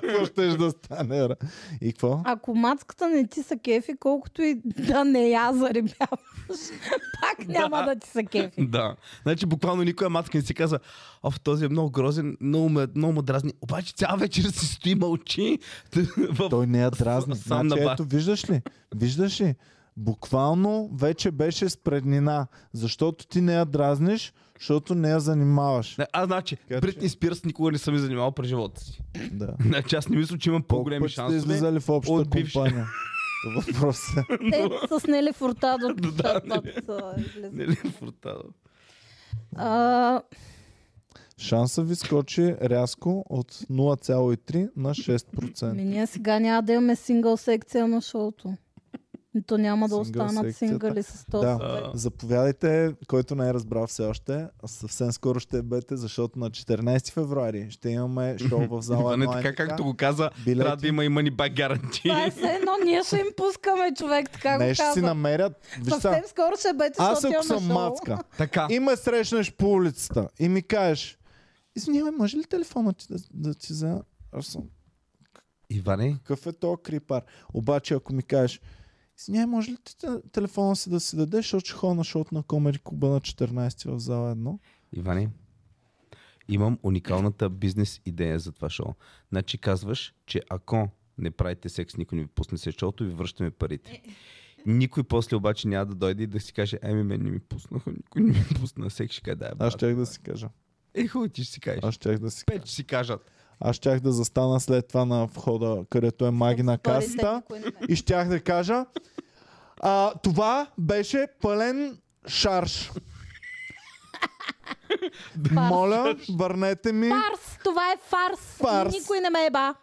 [SPEAKER 2] какво ще да стане. бра? И какво?
[SPEAKER 3] Ако мацката не ти са кефи, колкото и да не я заребяваш, пак няма да ти са кефи.
[SPEAKER 1] Да. Значи буквално никоя матка не си казва, оф, този е много грозен, много ме, много ме дразни. Обаче цяла вечер си стои мълчи. в...
[SPEAKER 2] Той не я дразни.
[SPEAKER 1] С- сам
[SPEAKER 2] Значи,
[SPEAKER 1] на бар.
[SPEAKER 2] ето, виждаш ли? Виждаш ли? Буквално вече беше с преднина. Защото ти не я дразниш, защото не я занимаваш.
[SPEAKER 1] Не, А, значи,
[SPEAKER 2] Така че-
[SPEAKER 1] Бритни Спирс никога не съм и занимавал през живота си.
[SPEAKER 2] Да.
[SPEAKER 1] Значи аз не мисля, че имам
[SPEAKER 2] Колко
[SPEAKER 1] по-големи
[SPEAKER 2] пъти сте
[SPEAKER 1] шансове.
[SPEAKER 2] излизали в общата
[SPEAKER 1] от бивши.
[SPEAKER 2] компания? Това Въпрос е.
[SPEAKER 3] Те са снели фурта до
[SPEAKER 1] Да,
[SPEAKER 3] до-
[SPEAKER 1] не.
[SPEAKER 3] до-
[SPEAKER 1] Не ли е фуртадо?
[SPEAKER 3] А,
[SPEAKER 2] Шанса ви скочи рязко от 0,3 на 6%.
[SPEAKER 3] Ми ами ние сега няма да имаме сингъл секция на шоуто. И То няма да
[SPEAKER 2] Сингъл
[SPEAKER 3] останат
[SPEAKER 2] секцията.
[SPEAKER 3] сингъли с този.
[SPEAKER 2] Да, заповядайте, който не е разбрал все още. Съвсем скоро ще бъдете, защото на 14 февруари ще имаме шоу в зала.
[SPEAKER 1] Иване,
[SPEAKER 2] едно
[SPEAKER 1] така
[SPEAKER 2] НК.
[SPEAKER 1] както го каза,
[SPEAKER 2] е билети.
[SPEAKER 1] трябва да има и money back
[SPEAKER 3] Това е
[SPEAKER 1] guarantee.
[SPEAKER 3] все едно, ние ще им пускаме човек, така
[SPEAKER 2] Не,
[SPEAKER 3] го
[SPEAKER 2] ще си
[SPEAKER 3] казвам.
[SPEAKER 2] намерят. Виж сега,
[SPEAKER 3] Съвсем скоро ще бъдете,
[SPEAKER 2] аз
[SPEAKER 3] защото
[SPEAKER 2] ако
[SPEAKER 3] имаме
[SPEAKER 2] съм
[SPEAKER 3] шоу.
[SPEAKER 2] мацка
[SPEAKER 1] Така.
[SPEAKER 2] и ме срещнеш по улицата и ми кажеш, извинявай, може ли телефона ти да, да ти за... Аз съм,
[SPEAKER 1] Иване,
[SPEAKER 2] какъв е то крипар? Обаче ако ми кажеш, извинявай, може ли ти те- телефона си да си дадеш, защото ще ходя на шоуто на Комери Куба на 14 в зала 1.
[SPEAKER 1] Иване, имам уникалната бизнес идея за това шоу. Значи казваш, че ако не правите секс, никой не ви пусне се шоуто, ви връщаме парите. Никой после обаче няма да дойде и да си каже, еми мен не ми пуснаха, никой не ми пусна секс, ще кажа, да,
[SPEAKER 2] Аз щях да си кажа.
[SPEAKER 1] Е, хубаво ти ще си кажеш.
[SPEAKER 2] Аз щях да си
[SPEAKER 1] Пет ще си кажат.
[SPEAKER 2] Аз щях да застана след това на входа, където е магина
[SPEAKER 3] Отворите,
[SPEAKER 2] касата
[SPEAKER 3] никой не ме.
[SPEAKER 2] и щях да кажа а, това беше пълен шарш. Моля, върнете ми.
[SPEAKER 3] Фарс, това е фарс.
[SPEAKER 2] Фарс.
[SPEAKER 3] Никой не ме еба.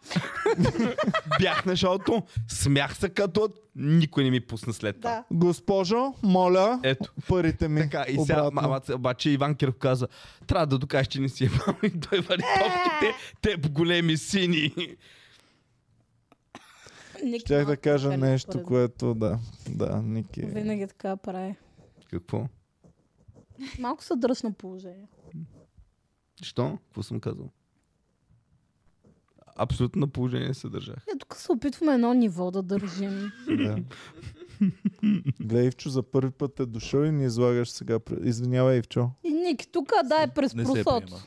[SPEAKER 1] Бях на шоуто, смях се като никой не ми пусна след това.
[SPEAKER 3] Да.
[SPEAKER 2] Госпожо, моля,
[SPEAKER 1] Ето.
[SPEAKER 2] парите ми.
[SPEAKER 1] Е, Така, и сега
[SPEAKER 2] обратно.
[SPEAKER 1] мамаца, обаче Иван Киров каза, трябва да докажеш, че не си е мама и той вари топките, те големи сини.
[SPEAKER 3] Ники
[SPEAKER 2] Щях да
[SPEAKER 3] малко
[SPEAKER 2] кажа
[SPEAKER 3] прекален,
[SPEAKER 2] нещо, е.
[SPEAKER 3] според
[SPEAKER 2] което да. Да, Ники.
[SPEAKER 3] мен. Винаги така прави.
[SPEAKER 1] Какво?
[SPEAKER 3] Малко се дръсна положение.
[SPEAKER 1] Що? Какво съм казал? Абсолютно на положение се държах.
[SPEAKER 3] Е, тук се опитваме едно ниво да държим.
[SPEAKER 2] Да. Гледай, Ивчо, за първи път е дошъл и ни излагаш сега. пр- Извинявай, Ивчо.
[SPEAKER 3] И Ники, тук дай през
[SPEAKER 4] Не се е
[SPEAKER 3] просото.
[SPEAKER 4] приема.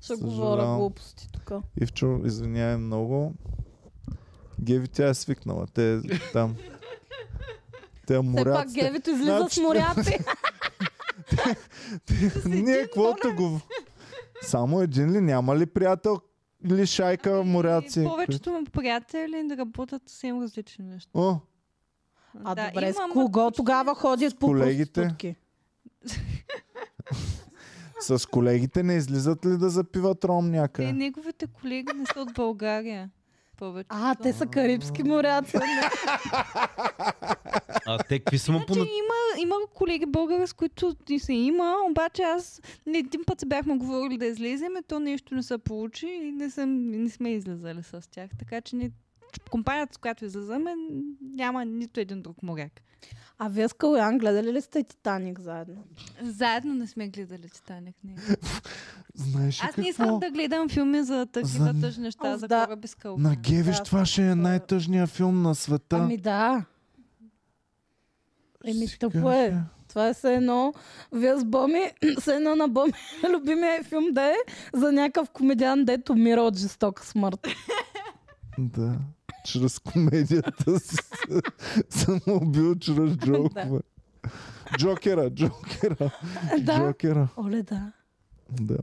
[SPEAKER 3] Ще
[SPEAKER 2] Съжалявам.
[SPEAKER 3] говоря глупости тук.
[SPEAKER 2] Ивчо, извинявай много. Геви, тя е свикнала. Те там. Те
[SPEAKER 3] Все пак
[SPEAKER 2] моряците.
[SPEAKER 3] гевито излиза с
[SPEAKER 2] Значи-
[SPEAKER 3] моряци.
[SPEAKER 2] Ние каквото го... Само един ли? Няма ли приятел или шайка
[SPEAKER 6] Ами,
[SPEAKER 2] Е, моряци?
[SPEAKER 6] Повечето му приятели работят съвсем различни неща.
[SPEAKER 2] О,
[SPEAKER 3] А
[SPEAKER 6] Да,
[SPEAKER 3] добре, с
[SPEAKER 6] имам,
[SPEAKER 3] кого
[SPEAKER 6] ама почти
[SPEAKER 3] тогава ходят по
[SPEAKER 2] колегите.
[SPEAKER 3] проститутки?
[SPEAKER 2] с колегите не излизат ли да запиват ром
[SPEAKER 6] Те,
[SPEAKER 2] някъде?
[SPEAKER 6] неговите колеги не са от България. Повече.
[SPEAKER 3] А, те са карибски моряци.
[SPEAKER 1] А те какви са му по...
[SPEAKER 6] Значи има, има колеги българи, с които и се има, обаче аз не един път се бяхме говорили да излезем, и то нещо не се получи и не, съм, не сме излезали с тях. Така че не, компанията, с която излизаме, няма нито един друг моряк.
[SPEAKER 3] А вие с Калоян гледали ли сте Титаник заедно?
[SPEAKER 6] Заедно не сме гледали Титаник. Не.
[SPEAKER 2] Знаеш ли
[SPEAKER 6] Аз не
[SPEAKER 2] какво?
[SPEAKER 6] искам да гледам филми за такива
[SPEAKER 2] За-
[SPEAKER 6] тъжни неща,
[SPEAKER 3] О,
[SPEAKER 6] за
[SPEAKER 3] да.
[SPEAKER 6] кораби с кълбан.
[SPEAKER 2] На Гевиш
[SPEAKER 3] Да,
[SPEAKER 2] това ще е
[SPEAKER 3] това е.
[SPEAKER 2] най-тъжният филм на света.
[SPEAKER 3] Ами да. Еми,
[SPEAKER 2] Си
[SPEAKER 3] тъпо е.
[SPEAKER 2] кажа.
[SPEAKER 3] Това е все едно, вие с Боми, все едно на Боми, любимия филм да е за някакъв комедиан, дето мира от жестока смърт.
[SPEAKER 2] Да. Чрез комедията си се- съм убил чрез джокове. Джокера, Джокера,
[SPEAKER 3] да,
[SPEAKER 2] Джокера.
[SPEAKER 3] оле да.
[SPEAKER 2] Да.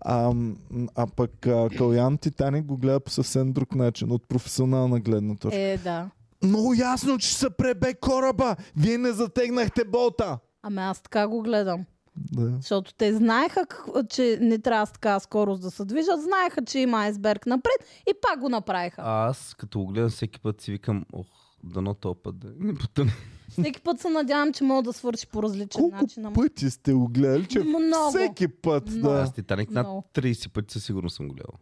[SPEAKER 2] А, м, а пък а, Калян Титаник го гледа по съвсем друг начин, от професионална гледна точка.
[SPEAKER 3] Е, да.
[SPEAKER 2] Много ясно, че се пребе кораба! Вие не затегнахте болта!
[SPEAKER 3] Ами аз така го гледам.
[SPEAKER 2] Да.
[SPEAKER 3] Защото те знаеха, как- че не трябва с така скорост да се движат, знаеха, че има айсберг напред и пак го направиха.
[SPEAKER 1] А аз като го гледам всеки път си викам, ох, дано този път да не потъне.
[SPEAKER 3] Всеки път се надявам, че мога да свърши по различен
[SPEAKER 2] Колко
[SPEAKER 3] начин. ама-
[SPEAKER 2] пъти сте го гледали, че
[SPEAKER 3] Много.
[SPEAKER 2] всеки път,
[SPEAKER 3] Много.
[SPEAKER 2] да.
[SPEAKER 1] Аз Титаник над
[SPEAKER 3] Много.
[SPEAKER 1] 30 пъти със сигурност съм го гледал.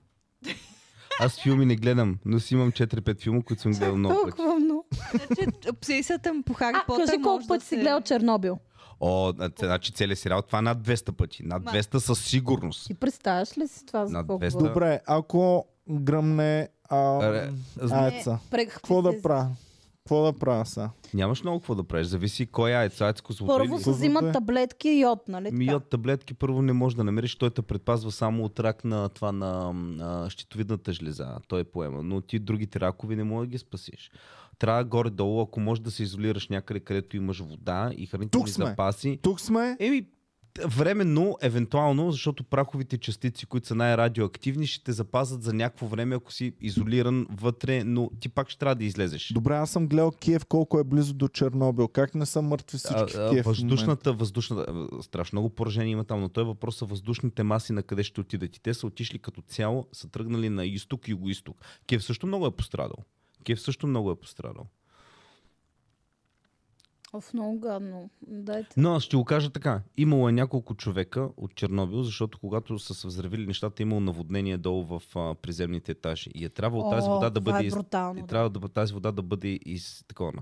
[SPEAKER 1] Аз филми не гледам, но си имам 4-5 филма, които съм гледал много пъти.
[SPEAKER 3] Толкова много.
[SPEAKER 6] Значи, обсесията му по Хари
[SPEAKER 3] А,
[SPEAKER 6] Потър
[SPEAKER 3] кажи колко
[SPEAKER 6] може да
[SPEAKER 3] пъти си
[SPEAKER 6] се-
[SPEAKER 3] гледал Чернобил?
[SPEAKER 1] О, а, т- значи целият сериал, това над 200 пъти. Над
[SPEAKER 6] Ма.
[SPEAKER 1] 200 със сигурност.
[SPEAKER 3] Ти представяш ли си това за
[SPEAKER 1] На
[SPEAKER 3] какво
[SPEAKER 1] 200.
[SPEAKER 3] говоря?
[SPEAKER 2] Добре, ако гръмне а,
[SPEAKER 1] Ре- зна-
[SPEAKER 2] аеца,
[SPEAKER 3] Прехапи
[SPEAKER 2] какво
[SPEAKER 3] се.
[SPEAKER 2] да правя? Какво да правя сега?
[SPEAKER 1] Нямаш много какво да правиш. Зависи кой е яйца, яйца
[SPEAKER 3] Първо се
[SPEAKER 2] Добре.
[SPEAKER 3] взимат таблетки и йод,
[SPEAKER 2] Е,
[SPEAKER 3] нали?
[SPEAKER 1] Ми
[SPEAKER 3] така?
[SPEAKER 1] от таблетки първо не можеш да намериш, той те предпазва само от рак на това на, на щитовидната жлеза, той поема, но ти другите ракови не можеш да ги спасиш. Трябва горе-долу, ако можеш да се изолираш някъде, където имаш вода и
[SPEAKER 2] Тук
[SPEAKER 1] хранителни
[SPEAKER 2] сме.
[SPEAKER 1] запаси.
[SPEAKER 2] Тук сме.
[SPEAKER 1] Еми, временно, евентуално, защото праховите частици, които са най-радиоактивни, ще те запазят за някакво време, ако си изолиран вътре, но ти пак ще трябва да излезеш.
[SPEAKER 2] Добре, аз съм гледал Киев колко е близо до Чернобил. Как не са мъртви всички
[SPEAKER 1] А,
[SPEAKER 2] в
[SPEAKER 1] а,
[SPEAKER 2] Киев? в момента?
[SPEAKER 1] въздушната, въздушната, а, страшно много поражение има там, но той е въпрос за въздушните маси на къде ще отидат. И те са отишли като цяло, са тръгнали на изток, юго-исток. Киев също много е пострадал. Киев също много е пострадал.
[SPEAKER 3] Оф, много гадно. Дайте.
[SPEAKER 1] Но аз ще го кажа така. Имало е няколко човека от Чернобил, защото когато са се взривили нещата, е имало наводнение долу в а, приземните етажи. И е трябвало тази
[SPEAKER 3] О,
[SPEAKER 1] вода да
[SPEAKER 3] това
[SPEAKER 1] бъде
[SPEAKER 3] е
[SPEAKER 1] из-
[SPEAKER 3] брутално,
[SPEAKER 1] И
[SPEAKER 3] да.
[SPEAKER 1] трябва да бъ- тази вода да бъде из такова.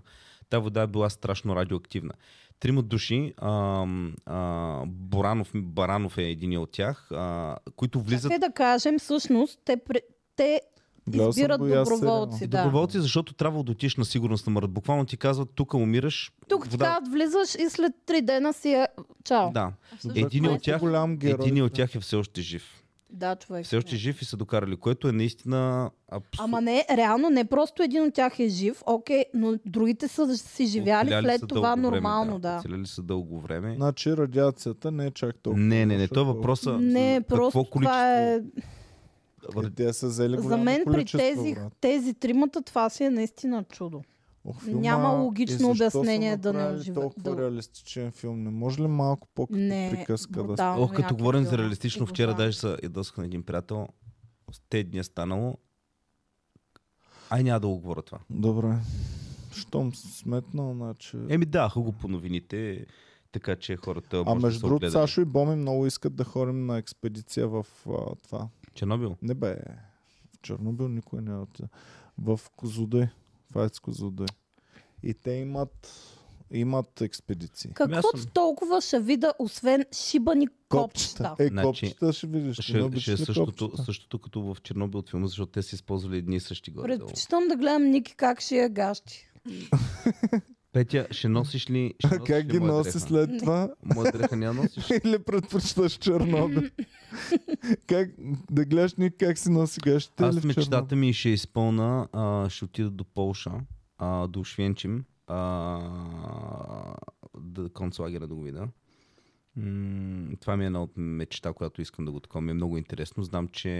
[SPEAKER 1] Та вода е била страшно радиоактивна. Трима души, а, а, Боранов, Баранов е един от тях, а, които влизат
[SPEAKER 3] Чакай да кажем, всъщност, те, пре- те
[SPEAKER 2] Гледал съм
[SPEAKER 3] избират
[SPEAKER 2] го и аз сериала.
[SPEAKER 3] доброволци. Да.
[SPEAKER 1] доброволци, защото трябва да отиш на сигурност на мърт. Буквално ти казват, тук умираш.
[SPEAKER 3] Тук ти казват, влизаш и след три дена си е... Чао. Да,
[SPEAKER 1] Да.
[SPEAKER 6] Всъщност
[SPEAKER 1] Един
[SPEAKER 6] това е
[SPEAKER 1] от тях,
[SPEAKER 2] голям герой.
[SPEAKER 1] един от тях е все още жив.
[SPEAKER 3] човек.
[SPEAKER 1] Все още жив и са докарали, което е наистина абсурд.
[SPEAKER 3] Ама не, реално не просто един от тях е жив, окей, но другите са си живяли
[SPEAKER 1] Оцеляли
[SPEAKER 3] след
[SPEAKER 1] са
[SPEAKER 3] това
[SPEAKER 1] дълго
[SPEAKER 3] нормално,
[SPEAKER 1] време,
[SPEAKER 3] да.
[SPEAKER 1] Оцеляли са дълго време.
[SPEAKER 2] Значи радиацията не е чак толкова.
[SPEAKER 1] Не, е не, не.
[SPEAKER 2] лоша,
[SPEAKER 1] Той
[SPEAKER 2] колкото-
[SPEAKER 1] въпроса.
[SPEAKER 3] Не,
[SPEAKER 1] какво
[SPEAKER 3] просто това е...
[SPEAKER 1] количество-
[SPEAKER 2] Те са взели
[SPEAKER 3] За мен при
[SPEAKER 2] количество,
[SPEAKER 3] тези,
[SPEAKER 2] брат.
[SPEAKER 3] тези тримата това си е наистина чудо.
[SPEAKER 2] Ох, филма,
[SPEAKER 3] няма логично
[SPEAKER 2] и защо са
[SPEAKER 3] обяснение да не
[SPEAKER 2] направили
[SPEAKER 3] оживе-
[SPEAKER 2] толкова
[SPEAKER 3] да-
[SPEAKER 2] реалистичен филм. Не може ли малко по-като
[SPEAKER 3] Не,
[SPEAKER 2] приказка да...
[SPEAKER 3] брутално
[SPEAKER 1] Ох, като
[SPEAKER 3] яко
[SPEAKER 1] говорим
[SPEAKER 3] филм.
[SPEAKER 1] за реалистично,
[SPEAKER 3] И го
[SPEAKER 1] вчера
[SPEAKER 3] знам.
[SPEAKER 1] даже се ядосах на един приятел. С те дни е станало. Ай, няма да го говоря това.
[SPEAKER 2] Добре. Щом сметнал, значи...
[SPEAKER 1] Еми да, го по новините, така че хората
[SPEAKER 2] а
[SPEAKER 1] може да се
[SPEAKER 2] между другото,
[SPEAKER 1] огледат.
[SPEAKER 2] Сашо и Боми много искат да ходим на експедиция в а, това.
[SPEAKER 1] Чернобил?
[SPEAKER 2] Не бе, в Чернобил никой не отиде. В Козудой, в Айц Козудой. И те имат, имат експедиции.
[SPEAKER 3] Какво
[SPEAKER 1] Ами аз съм-
[SPEAKER 3] толкова ще вида, освен шибани копчета?
[SPEAKER 2] Е,
[SPEAKER 1] Значи,
[SPEAKER 2] копчета ще видиш. Ще,
[SPEAKER 1] Ще,
[SPEAKER 2] не
[SPEAKER 1] ще е
[SPEAKER 2] обичаш ли
[SPEAKER 1] същото,
[SPEAKER 2] копчета?
[SPEAKER 1] същото като в Чернобил филма, защото те са използвали едни и същи горе.
[SPEAKER 3] Предпочитам да гледам Ники как ще я гащи.
[SPEAKER 1] Петя, ще носиш ли... Ще е
[SPEAKER 2] А
[SPEAKER 1] носиш
[SPEAKER 2] как
[SPEAKER 1] ли
[SPEAKER 2] ги
[SPEAKER 1] моя
[SPEAKER 2] носи
[SPEAKER 1] дреха?
[SPEAKER 2] след това?
[SPEAKER 1] Моя дреха няма носиш?
[SPEAKER 2] Или предпочиташ Чернобил? как, да гледаш ни как си носи гащите или
[SPEAKER 1] Аз
[SPEAKER 2] в Чернобил?
[SPEAKER 1] мечтата ми ще изпълна, а, ще отида до Полша, а, до Швенчим, а, да концлагера да го видя. М, това ми е една от мечта, която искам да го такова. Ми е много интересно. Знам, че...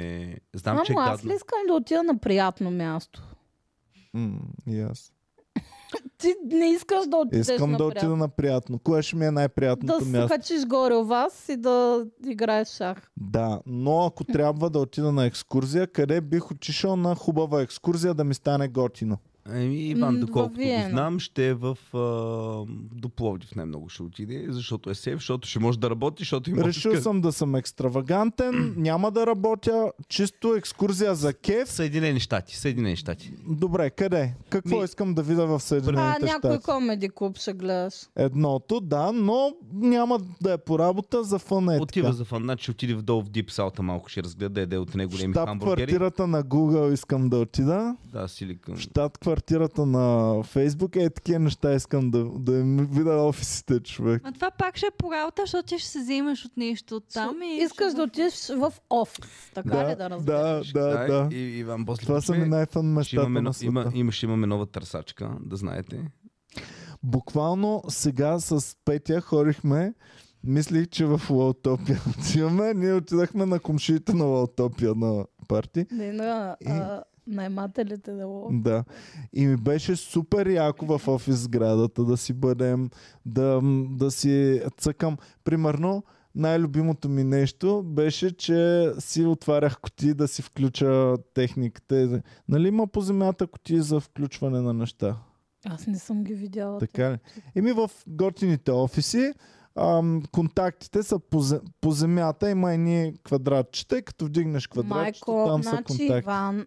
[SPEAKER 1] Знам, че е
[SPEAKER 3] Мамо, аз
[SPEAKER 1] гадно.
[SPEAKER 3] ли искам да отида на приятно място?
[SPEAKER 2] М, и аз.
[SPEAKER 3] Ти не искаш да отидеш
[SPEAKER 2] Искам
[SPEAKER 3] на
[SPEAKER 2] да
[SPEAKER 3] приятно.
[SPEAKER 2] отида на приятно. Кое ще ми е
[SPEAKER 3] Да
[SPEAKER 2] най-приятното
[SPEAKER 3] се
[SPEAKER 2] място?
[SPEAKER 3] качиш горе у вас и да играеш шах.
[SPEAKER 2] Да, но ако трябва да отида на екскурзия, къде бих отишъл на хубава екскурзия да ми стане готино?
[SPEAKER 1] Еми,
[SPEAKER 3] М,
[SPEAKER 1] Ами, Иван,
[SPEAKER 3] във
[SPEAKER 1] доколкото го
[SPEAKER 3] Виена.
[SPEAKER 1] знам, ще е в... А, до Пловдив най-много ще отиде, защото е сейф, защото ще може да работи, защото има...
[SPEAKER 2] Решил съм да съм екстравагантен, няма да работя, чисто екскурзия за
[SPEAKER 1] В
[SPEAKER 2] кеф.
[SPEAKER 1] Съединени щати, Съединени щати.
[SPEAKER 2] Добре, къде? Какво
[SPEAKER 1] Ми-
[SPEAKER 2] искам да видя в
[SPEAKER 3] А,
[SPEAKER 2] Съединените
[SPEAKER 3] някой
[SPEAKER 2] щати?
[SPEAKER 3] комеди клуб ще гледаш.
[SPEAKER 2] Едното, да, но няма да е по работа, за фън е
[SPEAKER 1] Отива
[SPEAKER 2] така.
[SPEAKER 1] за фан, значи отиде вдолу в Дип Салта, малко ще разгледа, еде от най-големи
[SPEAKER 2] Штаб
[SPEAKER 1] хамбургери.
[SPEAKER 2] квартирата на Google искам да отида.
[SPEAKER 1] Да, силикън.
[SPEAKER 2] Штат квартирата на Facebook. Е, такива неща искам да, да им видя офисите, човек.
[SPEAKER 6] А това пак ще е по работа, защото ти ще се вземеш от нещо от там е и...
[SPEAKER 3] Искаш да отидеш в офис, така ли да
[SPEAKER 2] Да, да,
[SPEAKER 3] разбереш?
[SPEAKER 2] да, да.
[SPEAKER 1] И, Иван, после
[SPEAKER 2] Това са ми най-фън
[SPEAKER 1] ще
[SPEAKER 2] нещата
[SPEAKER 1] имаме,
[SPEAKER 2] на
[SPEAKER 1] но-
[SPEAKER 2] света.
[SPEAKER 1] има, има, ще имаме нова търсачка, да знаете.
[SPEAKER 2] Буквално сега с Петя хорихме Мислих, че в Лаутопия отиваме. Ние отидахме на комшиите на Лаутопия на парти.
[SPEAKER 3] Не на
[SPEAKER 2] И-
[SPEAKER 3] а, наймателите да го...
[SPEAKER 2] Да. И ми беше супер яко в офис сградата да си бъдем, да, да си цъкам. Примерно, най-любимото ми нещо беше, че си отварях коти да си включа техниката. Нали има по земята коти за включване на неща?
[SPEAKER 3] Аз не съм ги видяла.
[SPEAKER 2] Така ли? Еми в готините офиси ам, контактите са по, зе- по земята, има едни квадратчета, и като вдигнеш квадратчето,
[SPEAKER 3] Майко,
[SPEAKER 2] там са
[SPEAKER 3] значи
[SPEAKER 2] контакти.
[SPEAKER 3] Иван,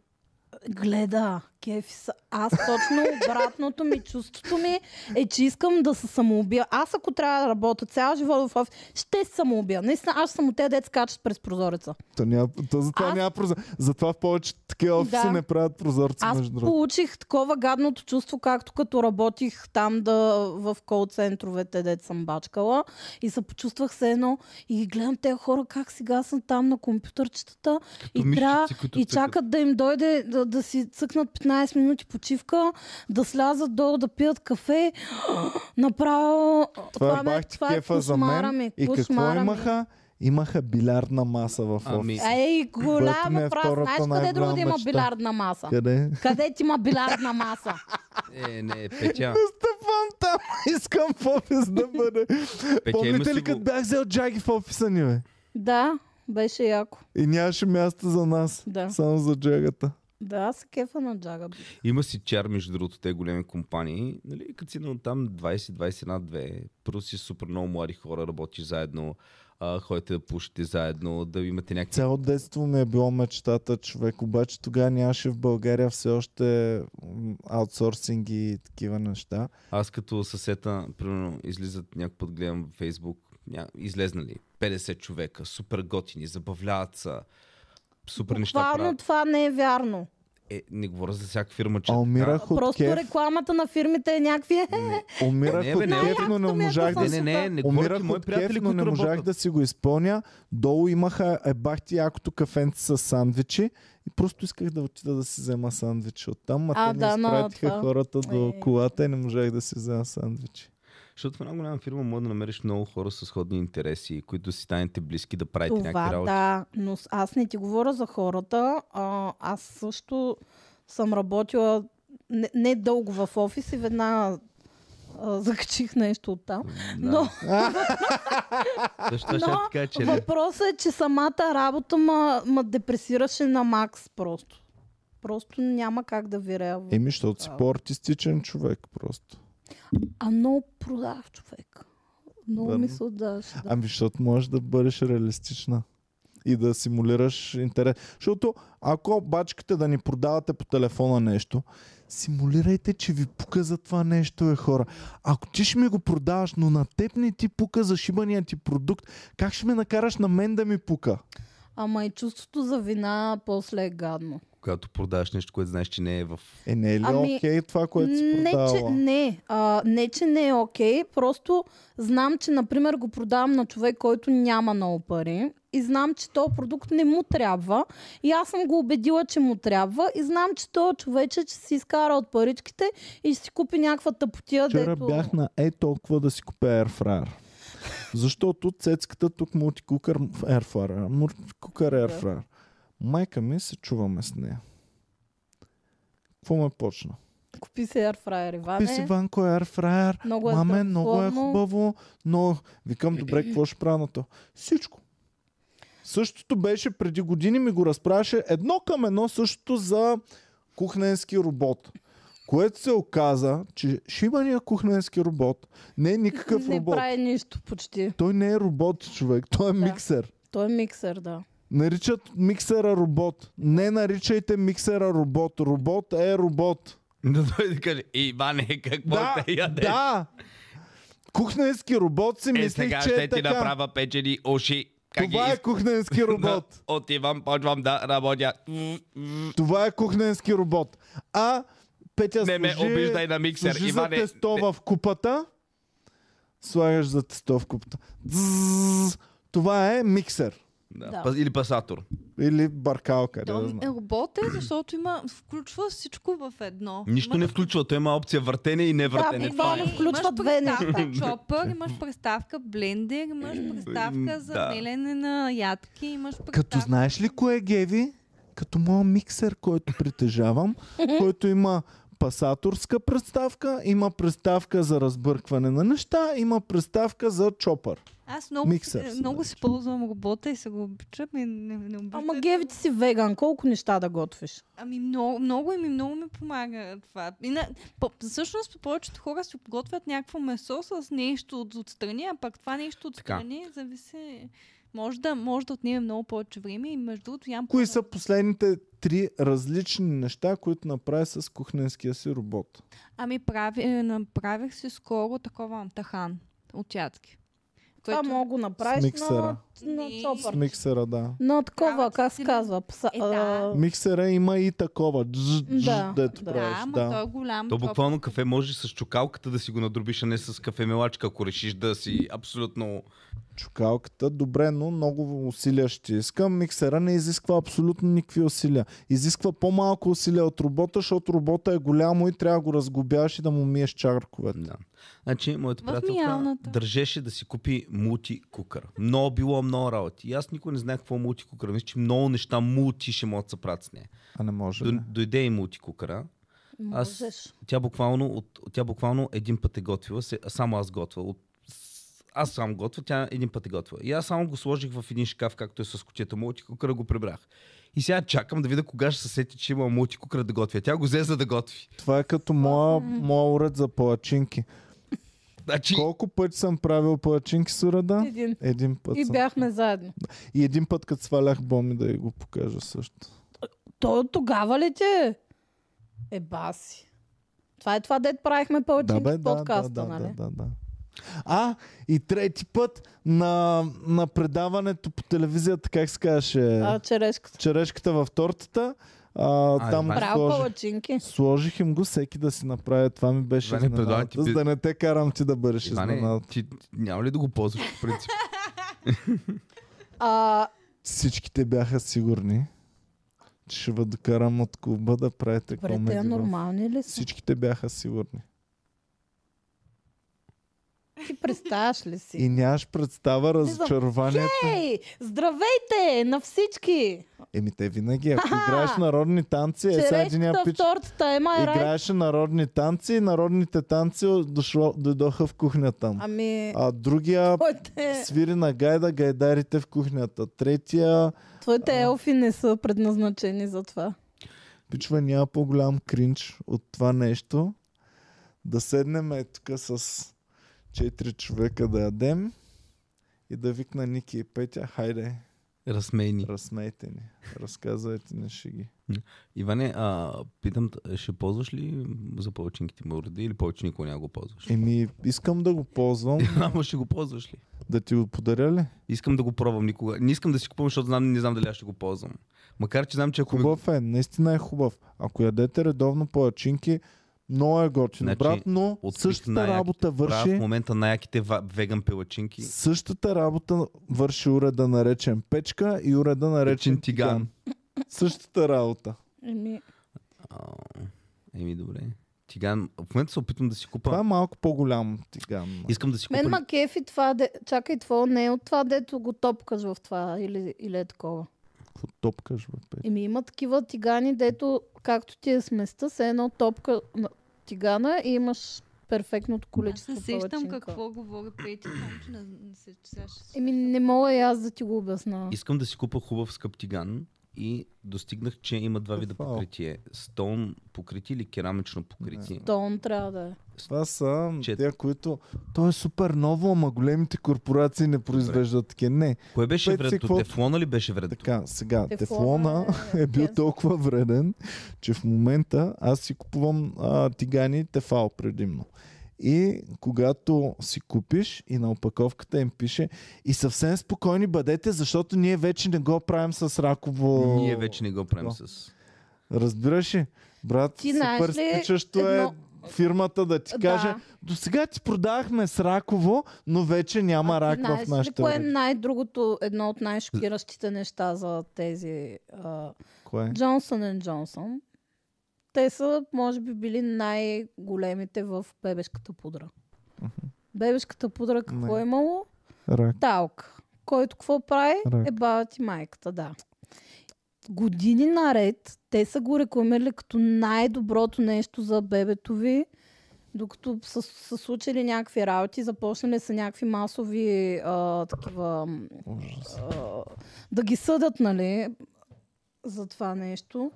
[SPEAKER 3] гледа, кефи са. Аз точно обратното ми чувството ми е, че искам да се самоубия. Аз ако трябва да работя цял живот в офис, ще се самоубия. Наистина, аз съм от тези деца скачат през прозореца.
[SPEAKER 2] То няма, то затова
[SPEAKER 3] Аз-
[SPEAKER 2] няма прозор. Затова в повечето такива офиси
[SPEAKER 3] Да.
[SPEAKER 2] не правят прозорци,
[SPEAKER 3] Аз
[SPEAKER 2] между другото.
[SPEAKER 3] получих такова гадното чувство, както като работих там да, в кол-центровете, дет съм бачкала. И се почувствах се едно и ги гледам тези хора как сега са там на компютърчетата и,
[SPEAKER 1] мишчици,
[SPEAKER 3] трябва,
[SPEAKER 1] които
[SPEAKER 3] и
[SPEAKER 1] цъкат.
[SPEAKER 3] чакат да им дойде да, да си цъкнат 15 минути почивка, да слязат долу да пият кафе. Направо...
[SPEAKER 2] Това,
[SPEAKER 3] ме-
[SPEAKER 2] е бах ти кефа за
[SPEAKER 3] кошмара
[SPEAKER 2] мен.
[SPEAKER 3] ми,
[SPEAKER 2] и какво
[SPEAKER 3] кошмара ми.
[SPEAKER 2] имаха? Имаха билярдна маса в офис.
[SPEAKER 1] Ами,
[SPEAKER 3] Ей,
[SPEAKER 2] ми е
[SPEAKER 3] голяма права.
[SPEAKER 2] втората
[SPEAKER 3] Знаеш къде друго да
[SPEAKER 2] най-голяма
[SPEAKER 3] има
[SPEAKER 2] мечта.
[SPEAKER 3] билярдна маса?
[SPEAKER 2] Къде?
[SPEAKER 3] Къде ти има билярдна маса?
[SPEAKER 1] Е, не, Петя.
[SPEAKER 2] Стъпвам там. Искам в офис да бъде.
[SPEAKER 1] Петя има
[SPEAKER 2] Помните
[SPEAKER 1] си
[SPEAKER 2] ли като
[SPEAKER 1] го...
[SPEAKER 2] бях взел джаги в офиса ни, бе?
[SPEAKER 3] Да, беше яко.
[SPEAKER 2] И нямаше място за нас.
[SPEAKER 3] Да.
[SPEAKER 2] Само за джагата.
[SPEAKER 3] Да, се кефа на джага. бе.
[SPEAKER 1] Има си чар, между другото, те големи компании. Нали, като си на там 20-21-2, първо си супер много млади хора, работиш заедно, а, ходите да пушите заедно, да имате някакви...
[SPEAKER 2] Цяло детство ми е било мечтата, човек. Обаче тогава нямаше в България все още м, аутсорсинги и такива неща.
[SPEAKER 1] Аз като съсета, примерно, излизат някой път, гледам във Фейсбук, ня... излезнали 50 човека, супер готини, забавляват са, супер неща
[SPEAKER 3] Буквално
[SPEAKER 1] правят.
[SPEAKER 3] това не е вярно.
[SPEAKER 1] Е, не говоря за всяка фирма, че...
[SPEAKER 2] А
[SPEAKER 1] е така.
[SPEAKER 2] умирах от
[SPEAKER 3] Просто
[SPEAKER 2] кеф.
[SPEAKER 3] рекламата на фирмите е някакви...
[SPEAKER 1] Не,
[SPEAKER 2] Умирах
[SPEAKER 1] Не,
[SPEAKER 2] от
[SPEAKER 1] бе, не,
[SPEAKER 2] кеф, но не
[SPEAKER 3] най-якото ми е
[SPEAKER 2] можах
[SPEAKER 3] да
[SPEAKER 2] да
[SPEAKER 1] не,
[SPEAKER 2] си
[SPEAKER 1] не, не, не говоря ти,
[SPEAKER 2] Умирах
[SPEAKER 1] мои
[SPEAKER 2] от кеф,
[SPEAKER 1] приятели,
[SPEAKER 2] но не
[SPEAKER 1] които
[SPEAKER 2] можах
[SPEAKER 1] работят.
[SPEAKER 2] да си го изпълня. Долу имаха ебах ти якото кафенце с сандвичи и просто исках да отида да си взема сандвичи оттам, а,
[SPEAKER 3] А,
[SPEAKER 2] те не
[SPEAKER 3] да, но
[SPEAKER 2] изпратиха
[SPEAKER 3] това-
[SPEAKER 2] хората до
[SPEAKER 3] Е.
[SPEAKER 2] колата и не можах да си взема сандвичи.
[SPEAKER 1] Защото в една голяма фирма може да намериш много хора с сходни интереси, които си станете близки да правите някакви
[SPEAKER 3] Това
[SPEAKER 1] работи.
[SPEAKER 3] да, но с- аз не ти говоря за хората. А, аз също съм работила не, не дълго в офис и веднага а, закачих нещо оттам. Но
[SPEAKER 1] Защо ще
[SPEAKER 3] но-
[SPEAKER 1] ти кажа, че не?
[SPEAKER 3] въпросът е, че самата работа ма, ма депресираше на макс просто. Просто няма как да виря.
[SPEAKER 2] Еми, защото си
[SPEAKER 3] Да.
[SPEAKER 2] по-артистичен човек просто.
[SPEAKER 3] А много продах човек. Много
[SPEAKER 2] Да,
[SPEAKER 3] да, ми
[SPEAKER 2] но-
[SPEAKER 3] се отдаваше. Да.
[SPEAKER 2] Ами, защото можеш да бъдеш реалистична и да симулираш интерес. Защото ако бачкате да ни продавате по телефона нещо, симулирайте, че ви пука за това нещо, е хора. Ако ти ще ми го продаваш, но на теб не ти пука за шибания ти продукт, как ще ме накараш на мен да ми пука?
[SPEAKER 3] Ама и чувството за вина после е гадно.
[SPEAKER 1] Когато продаваш нещо, което знаеш, че не е в...
[SPEAKER 2] Е, не е ли
[SPEAKER 3] Ами,
[SPEAKER 2] ами, окей това, което си
[SPEAKER 3] не, че,
[SPEAKER 2] продавала?
[SPEAKER 3] не, а, не, че не е окей. Просто знам, че, например, го продавам на човек, който няма много пари. И знам, че този продукт не му трябва. И аз съм го убедила, че му трябва. И знам, че този човече ще си изкара от паричките и ще си купи някаква тъпотия.
[SPEAKER 2] Вчера
[SPEAKER 3] дето...
[SPEAKER 2] бях на е толкова да си купя Airfryer. Защото цецката тук мултикукър ерфара. Мултикукър ерфара. Майка ми се чуваме с нея. Какво ме почна?
[SPEAKER 3] Купи си Airfryer, Иване.
[SPEAKER 2] Писи Ванко Airfryer.
[SPEAKER 3] Много е
[SPEAKER 2] Маме, много е
[SPEAKER 3] здравословно.
[SPEAKER 2] хубаво, но викам,
[SPEAKER 1] Е,
[SPEAKER 2] добре, какво ще правя на то? Всичко. Същото беше преди години ми го разправяше едно към едно същото за кухненски робот. Което се оказа, че шибания кухненски робот не е никакъв
[SPEAKER 3] не
[SPEAKER 2] робот.
[SPEAKER 3] прави нищо почти.
[SPEAKER 2] Той не е робот, човек. Той е
[SPEAKER 3] Да.
[SPEAKER 2] миксер.
[SPEAKER 3] Той е миксер, да.
[SPEAKER 2] Наричат миксера робот. Не наричайте миксера робот. Робот е робот.
[SPEAKER 1] Да дойде да каже, Иване, какво
[SPEAKER 2] Да,
[SPEAKER 1] те яде?
[SPEAKER 2] да. Кухненски робот си
[SPEAKER 1] е,
[SPEAKER 2] мислих,
[SPEAKER 1] сега
[SPEAKER 2] че
[SPEAKER 1] ще
[SPEAKER 2] е
[SPEAKER 1] ти
[SPEAKER 2] така.
[SPEAKER 1] направя печени уши. Как
[SPEAKER 2] Това
[SPEAKER 1] ги
[SPEAKER 2] е
[SPEAKER 1] искам
[SPEAKER 2] кухненски
[SPEAKER 1] да
[SPEAKER 2] робот.
[SPEAKER 1] Отивам, почвам да работя.
[SPEAKER 2] Това е кухненски робот. А Петя
[SPEAKER 1] Не ме
[SPEAKER 2] служи,
[SPEAKER 1] обиждай на миксер,
[SPEAKER 2] служи
[SPEAKER 1] Иване.
[SPEAKER 2] за тесто в купата. Слагаш за тесто в купата. Дзз. Това е миксер.
[SPEAKER 1] Да.
[SPEAKER 3] Да.
[SPEAKER 1] Паз- Или пасатор.
[SPEAKER 2] Или баркалка. Да,
[SPEAKER 6] То
[SPEAKER 2] знам.
[SPEAKER 6] е работе, защото има, включва всичко в едно.
[SPEAKER 1] Нищо
[SPEAKER 6] Има-
[SPEAKER 1] не включва. Той има опция въртене и невъртене.
[SPEAKER 3] Да, буквално
[SPEAKER 1] Това е.
[SPEAKER 3] не включва
[SPEAKER 6] имаш
[SPEAKER 3] две
[SPEAKER 6] приставка чопър, имаш приставка блендер, имаш приставка за
[SPEAKER 1] Е, Да.
[SPEAKER 6] мелене на ядки, имаш приставка...
[SPEAKER 2] Като знаеш ли кое е геви? Като моят миксер, който притежавам, който има пасаторска представка, има представка за разбъркване на неща, има представка за чопър.
[SPEAKER 6] Аз много,
[SPEAKER 2] миксер
[SPEAKER 6] си-
[SPEAKER 2] се
[SPEAKER 6] много си ползвам работа и се го обичам и не, не обичам.
[SPEAKER 3] Ама Геви, ти си веган, колко неща да готвиш?
[SPEAKER 6] Ами много, много и ми много ми помага това. И на, по, всъщност повечето хора си подготвят някакво месо с нещо от отстрани, а пък това нещо отстрани зависи... Може да, може да отнеме много повече време и между другото ям
[SPEAKER 2] Кои
[SPEAKER 6] по-
[SPEAKER 2] са последните три различни неща, които направи с кухненския си робот?
[SPEAKER 6] Ами прави, е, направих си скоро такова тахан от ядки. е
[SPEAKER 3] Това мога го
[SPEAKER 2] С
[SPEAKER 3] направиш
[SPEAKER 2] миксера.
[SPEAKER 3] на, на
[SPEAKER 6] Не.
[SPEAKER 2] С
[SPEAKER 3] чопър.
[SPEAKER 2] миксера, да.
[SPEAKER 3] На такова,
[SPEAKER 6] Трябва
[SPEAKER 3] как
[SPEAKER 6] да
[SPEAKER 3] се
[SPEAKER 6] си-
[SPEAKER 3] казва? Пса,
[SPEAKER 6] Е, да.
[SPEAKER 3] а,
[SPEAKER 2] Миксера има и такова. Дж, дж,
[SPEAKER 3] Да,
[SPEAKER 2] дето
[SPEAKER 3] да.
[SPEAKER 6] Да,
[SPEAKER 2] правиш,
[SPEAKER 6] ама
[SPEAKER 2] да.
[SPEAKER 6] той е голям.
[SPEAKER 1] То
[SPEAKER 6] чоп.
[SPEAKER 1] буквално кафе може с чукалката да си го надробиш, а не с кафемелачка, ако решиш да си абсолютно...
[SPEAKER 2] чукалката. Добре, но много усилия ще иска. Миксера не изисква абсолютно никакви усилия. Изисква по-малко усилия от робота, защото робота е голямо и трябва да го разглобяваш и да му миеш чарковете.
[SPEAKER 1] Да. Значи, моята
[SPEAKER 6] В
[SPEAKER 1] приятелка
[SPEAKER 6] миялната.
[SPEAKER 1] държеше да си купи мултикукър. Много било много работи. И аз никога не знаех какво е мултикукър. Мисля, че много неща мулти ще могат да се правят с нея.
[SPEAKER 2] А не може.
[SPEAKER 1] До,
[SPEAKER 2] До...
[SPEAKER 1] дойде и мултикукъра. Аз-
[SPEAKER 3] Можеш.
[SPEAKER 1] Тя буквално, от, тя буквално един път е готвила, се, а само аз готвя. От, с- аз сам готвя, тя един път е готвила. И аз само го сложих в един шкаф, както е с кутията мултикукъра, го прибрах. И сега чакам да видя кога ще се сети, че има мултикукъра да готвя. Тя го взе за да готви.
[SPEAKER 2] Това е като моя, моя уред за палачинки.
[SPEAKER 1] Значи,
[SPEAKER 2] Колко пъти съм правил палачинки с уреда?
[SPEAKER 3] Един.
[SPEAKER 2] Един път.
[SPEAKER 3] И
[SPEAKER 2] съм.
[SPEAKER 3] бяхме заедно.
[SPEAKER 2] и един път, като свалях боми, да я го покажа също.
[SPEAKER 3] Той от тогава ли те? Е, баси. Това е това, дед правихме
[SPEAKER 2] Да,
[SPEAKER 3] пълчинки
[SPEAKER 2] бе, да,
[SPEAKER 3] в
[SPEAKER 2] да,
[SPEAKER 3] подкаста,
[SPEAKER 2] да,
[SPEAKER 3] нали?
[SPEAKER 2] да, да, да. А, и трети път на, на предаването по телевизията, как се казваше?
[SPEAKER 3] А, черешката.
[SPEAKER 2] черешката в тортата. А,
[SPEAKER 1] А,
[SPEAKER 2] там
[SPEAKER 1] Иван.
[SPEAKER 2] го
[SPEAKER 3] Право
[SPEAKER 2] сложих.
[SPEAKER 3] пълчинки.
[SPEAKER 2] Сложих им го всеки да си направи. Това ми беше
[SPEAKER 1] Иване, предлагам
[SPEAKER 2] изненадата,
[SPEAKER 1] ти би-
[SPEAKER 2] за да не те карам ти да бъдеш
[SPEAKER 1] Иване,
[SPEAKER 2] изненадата.
[SPEAKER 1] ти няма ли да го ползваш по принцип?
[SPEAKER 3] А,
[SPEAKER 2] Всичките бяха сигурни, че ще ви докарам от клуба да правите
[SPEAKER 3] добре, те е
[SPEAKER 2] комеди. в-
[SPEAKER 3] нормални ли са?
[SPEAKER 2] Всичките бяха сигурни.
[SPEAKER 3] Ти представяш ли си?
[SPEAKER 2] И нямаш представа
[SPEAKER 3] Влизам.
[SPEAKER 2] разочарованието.
[SPEAKER 3] Ей, здравейте на всички!
[SPEAKER 2] Еми те винаги, ако играеш народни танци, е сега един
[SPEAKER 3] Черешката в
[SPEAKER 2] пич
[SPEAKER 3] тортата, ема е рай.
[SPEAKER 2] играеше народни танци и народните танци дошло, дойдоха в кухнята. му.
[SPEAKER 3] Ами, е?
[SPEAKER 2] А другия
[SPEAKER 3] твоите,
[SPEAKER 2] свири на гайда гайдарите в кухнята. Третия,
[SPEAKER 3] твоите елфи не са предназначени за това.
[SPEAKER 2] пичва, няма по-голям кринч от това нещо. Да седнем е тук с четири човека да ядем и да викна Ники и Петя, хайде,
[SPEAKER 1] Размени.
[SPEAKER 2] разсмейте ни, разказвайте ни шиги.
[SPEAKER 1] Иване, а, питам, те, ще ползваш ли за палачинките мореди или повече никога няма го ползваш?
[SPEAKER 2] Еми, искам да го ползвам,
[SPEAKER 1] Ама ще го ползваш ли?
[SPEAKER 2] да ти го подаря ли?
[SPEAKER 1] Искам да го пробвам никога. Не искам да си купувам, защото знам, не знам дали аз ще го ползвам. Макар, че знам, че ако ми го
[SPEAKER 2] Хубав е, наистина е хубав. Ако ядете редовно палачинки, много е готино,
[SPEAKER 1] Значи,
[SPEAKER 2] брат, но
[SPEAKER 1] открих
[SPEAKER 2] същата
[SPEAKER 1] най-яките.
[SPEAKER 2] работа
[SPEAKER 1] правя в
[SPEAKER 2] върши
[SPEAKER 1] момента най-яките ва- веган пелачинки.
[SPEAKER 2] Същата работа върши уреда наречен печка и уреда наречен
[SPEAKER 1] Речен тиган.
[SPEAKER 3] Ами,
[SPEAKER 2] тиган. Същата работа.
[SPEAKER 3] Еми,
[SPEAKER 1] А, Еми, добре. Тиган. В момента се опитвам да си купа.
[SPEAKER 2] Това е малко по-голям тиган.
[SPEAKER 1] Искам да си купа.
[SPEAKER 3] Мен ма кефи това, де... чакай, това не е от това, дето го топкаш в това или, или е такова.
[SPEAKER 2] Какво топкаш, бе, Петя?
[SPEAKER 3] Еми има такива тигани, дето както ти е сместа, се едно топка на тигана и имаш перфектното
[SPEAKER 6] Аз
[SPEAKER 3] количество
[SPEAKER 6] се сещам
[SPEAKER 3] палачинка.
[SPEAKER 6] какво говори Петя, само че не, не се, че сега ще се
[SPEAKER 3] Еми не мога и аз да ти го обясна.
[SPEAKER 1] Искам да си купа хубав скъп тиган и достигнах, че има два вида
[SPEAKER 2] Е, Вау.
[SPEAKER 1] покритие. Стон покритие или керамично покритие.
[SPEAKER 3] Тон трябва да е.
[SPEAKER 2] Това са
[SPEAKER 1] Чет.
[SPEAKER 2] тия, които... То е супер ново, ама големите корпорации не произвеждат такива. Не.
[SPEAKER 1] Кое беше
[SPEAKER 2] Пет си
[SPEAKER 1] вредното?
[SPEAKER 2] какво-
[SPEAKER 1] Тефлона ли беше вредното?
[SPEAKER 2] Така, сега,
[SPEAKER 3] Тефлона
[SPEAKER 2] тефлона
[SPEAKER 3] е
[SPEAKER 2] е бил
[SPEAKER 3] кенсъл.
[SPEAKER 2] толкова вреден, че в момента аз си купувам а, тигани тефал предимно. И когато си купиш и на опаковката им пише и съвсем спокойни бъдете, защото ние вече не го правим с раково...
[SPEAKER 1] Ние вече не го правим
[SPEAKER 2] Какво?
[SPEAKER 1] с...
[SPEAKER 2] Разбираш ли? Брат,
[SPEAKER 3] Ти
[SPEAKER 2] супер
[SPEAKER 3] знаеш ли
[SPEAKER 2] стичащо
[SPEAKER 3] едно-
[SPEAKER 2] е фирмата да ти
[SPEAKER 3] Да.
[SPEAKER 2] каже до сега ти продавахме с раково, но вече няма
[SPEAKER 3] А
[SPEAKER 2] рак
[SPEAKER 3] ти знаеш
[SPEAKER 2] в
[SPEAKER 3] ли
[SPEAKER 2] нашата
[SPEAKER 3] Кое е
[SPEAKER 2] верига».
[SPEAKER 3] най-другото, едно от най-шокиращите неща за тези а,
[SPEAKER 2] Кое?
[SPEAKER 3] Джонсон and Джонсон? Те са, може би, били най-големите в бебешката пудра. Бебешката пудра какво
[SPEAKER 2] Не.
[SPEAKER 3] е имало?
[SPEAKER 2] Рак.
[SPEAKER 3] Талка. Който какво прави?
[SPEAKER 2] Рак.
[SPEAKER 3] Е баба ти майката, да. Години наред те са го рекламирали като най-доброто нещо за бебето ви, докато са, са случили някакви работи, започнали са някакви масови а, такива... м,
[SPEAKER 2] Ужас.
[SPEAKER 3] а, да ги съдат, нали, за това нещо.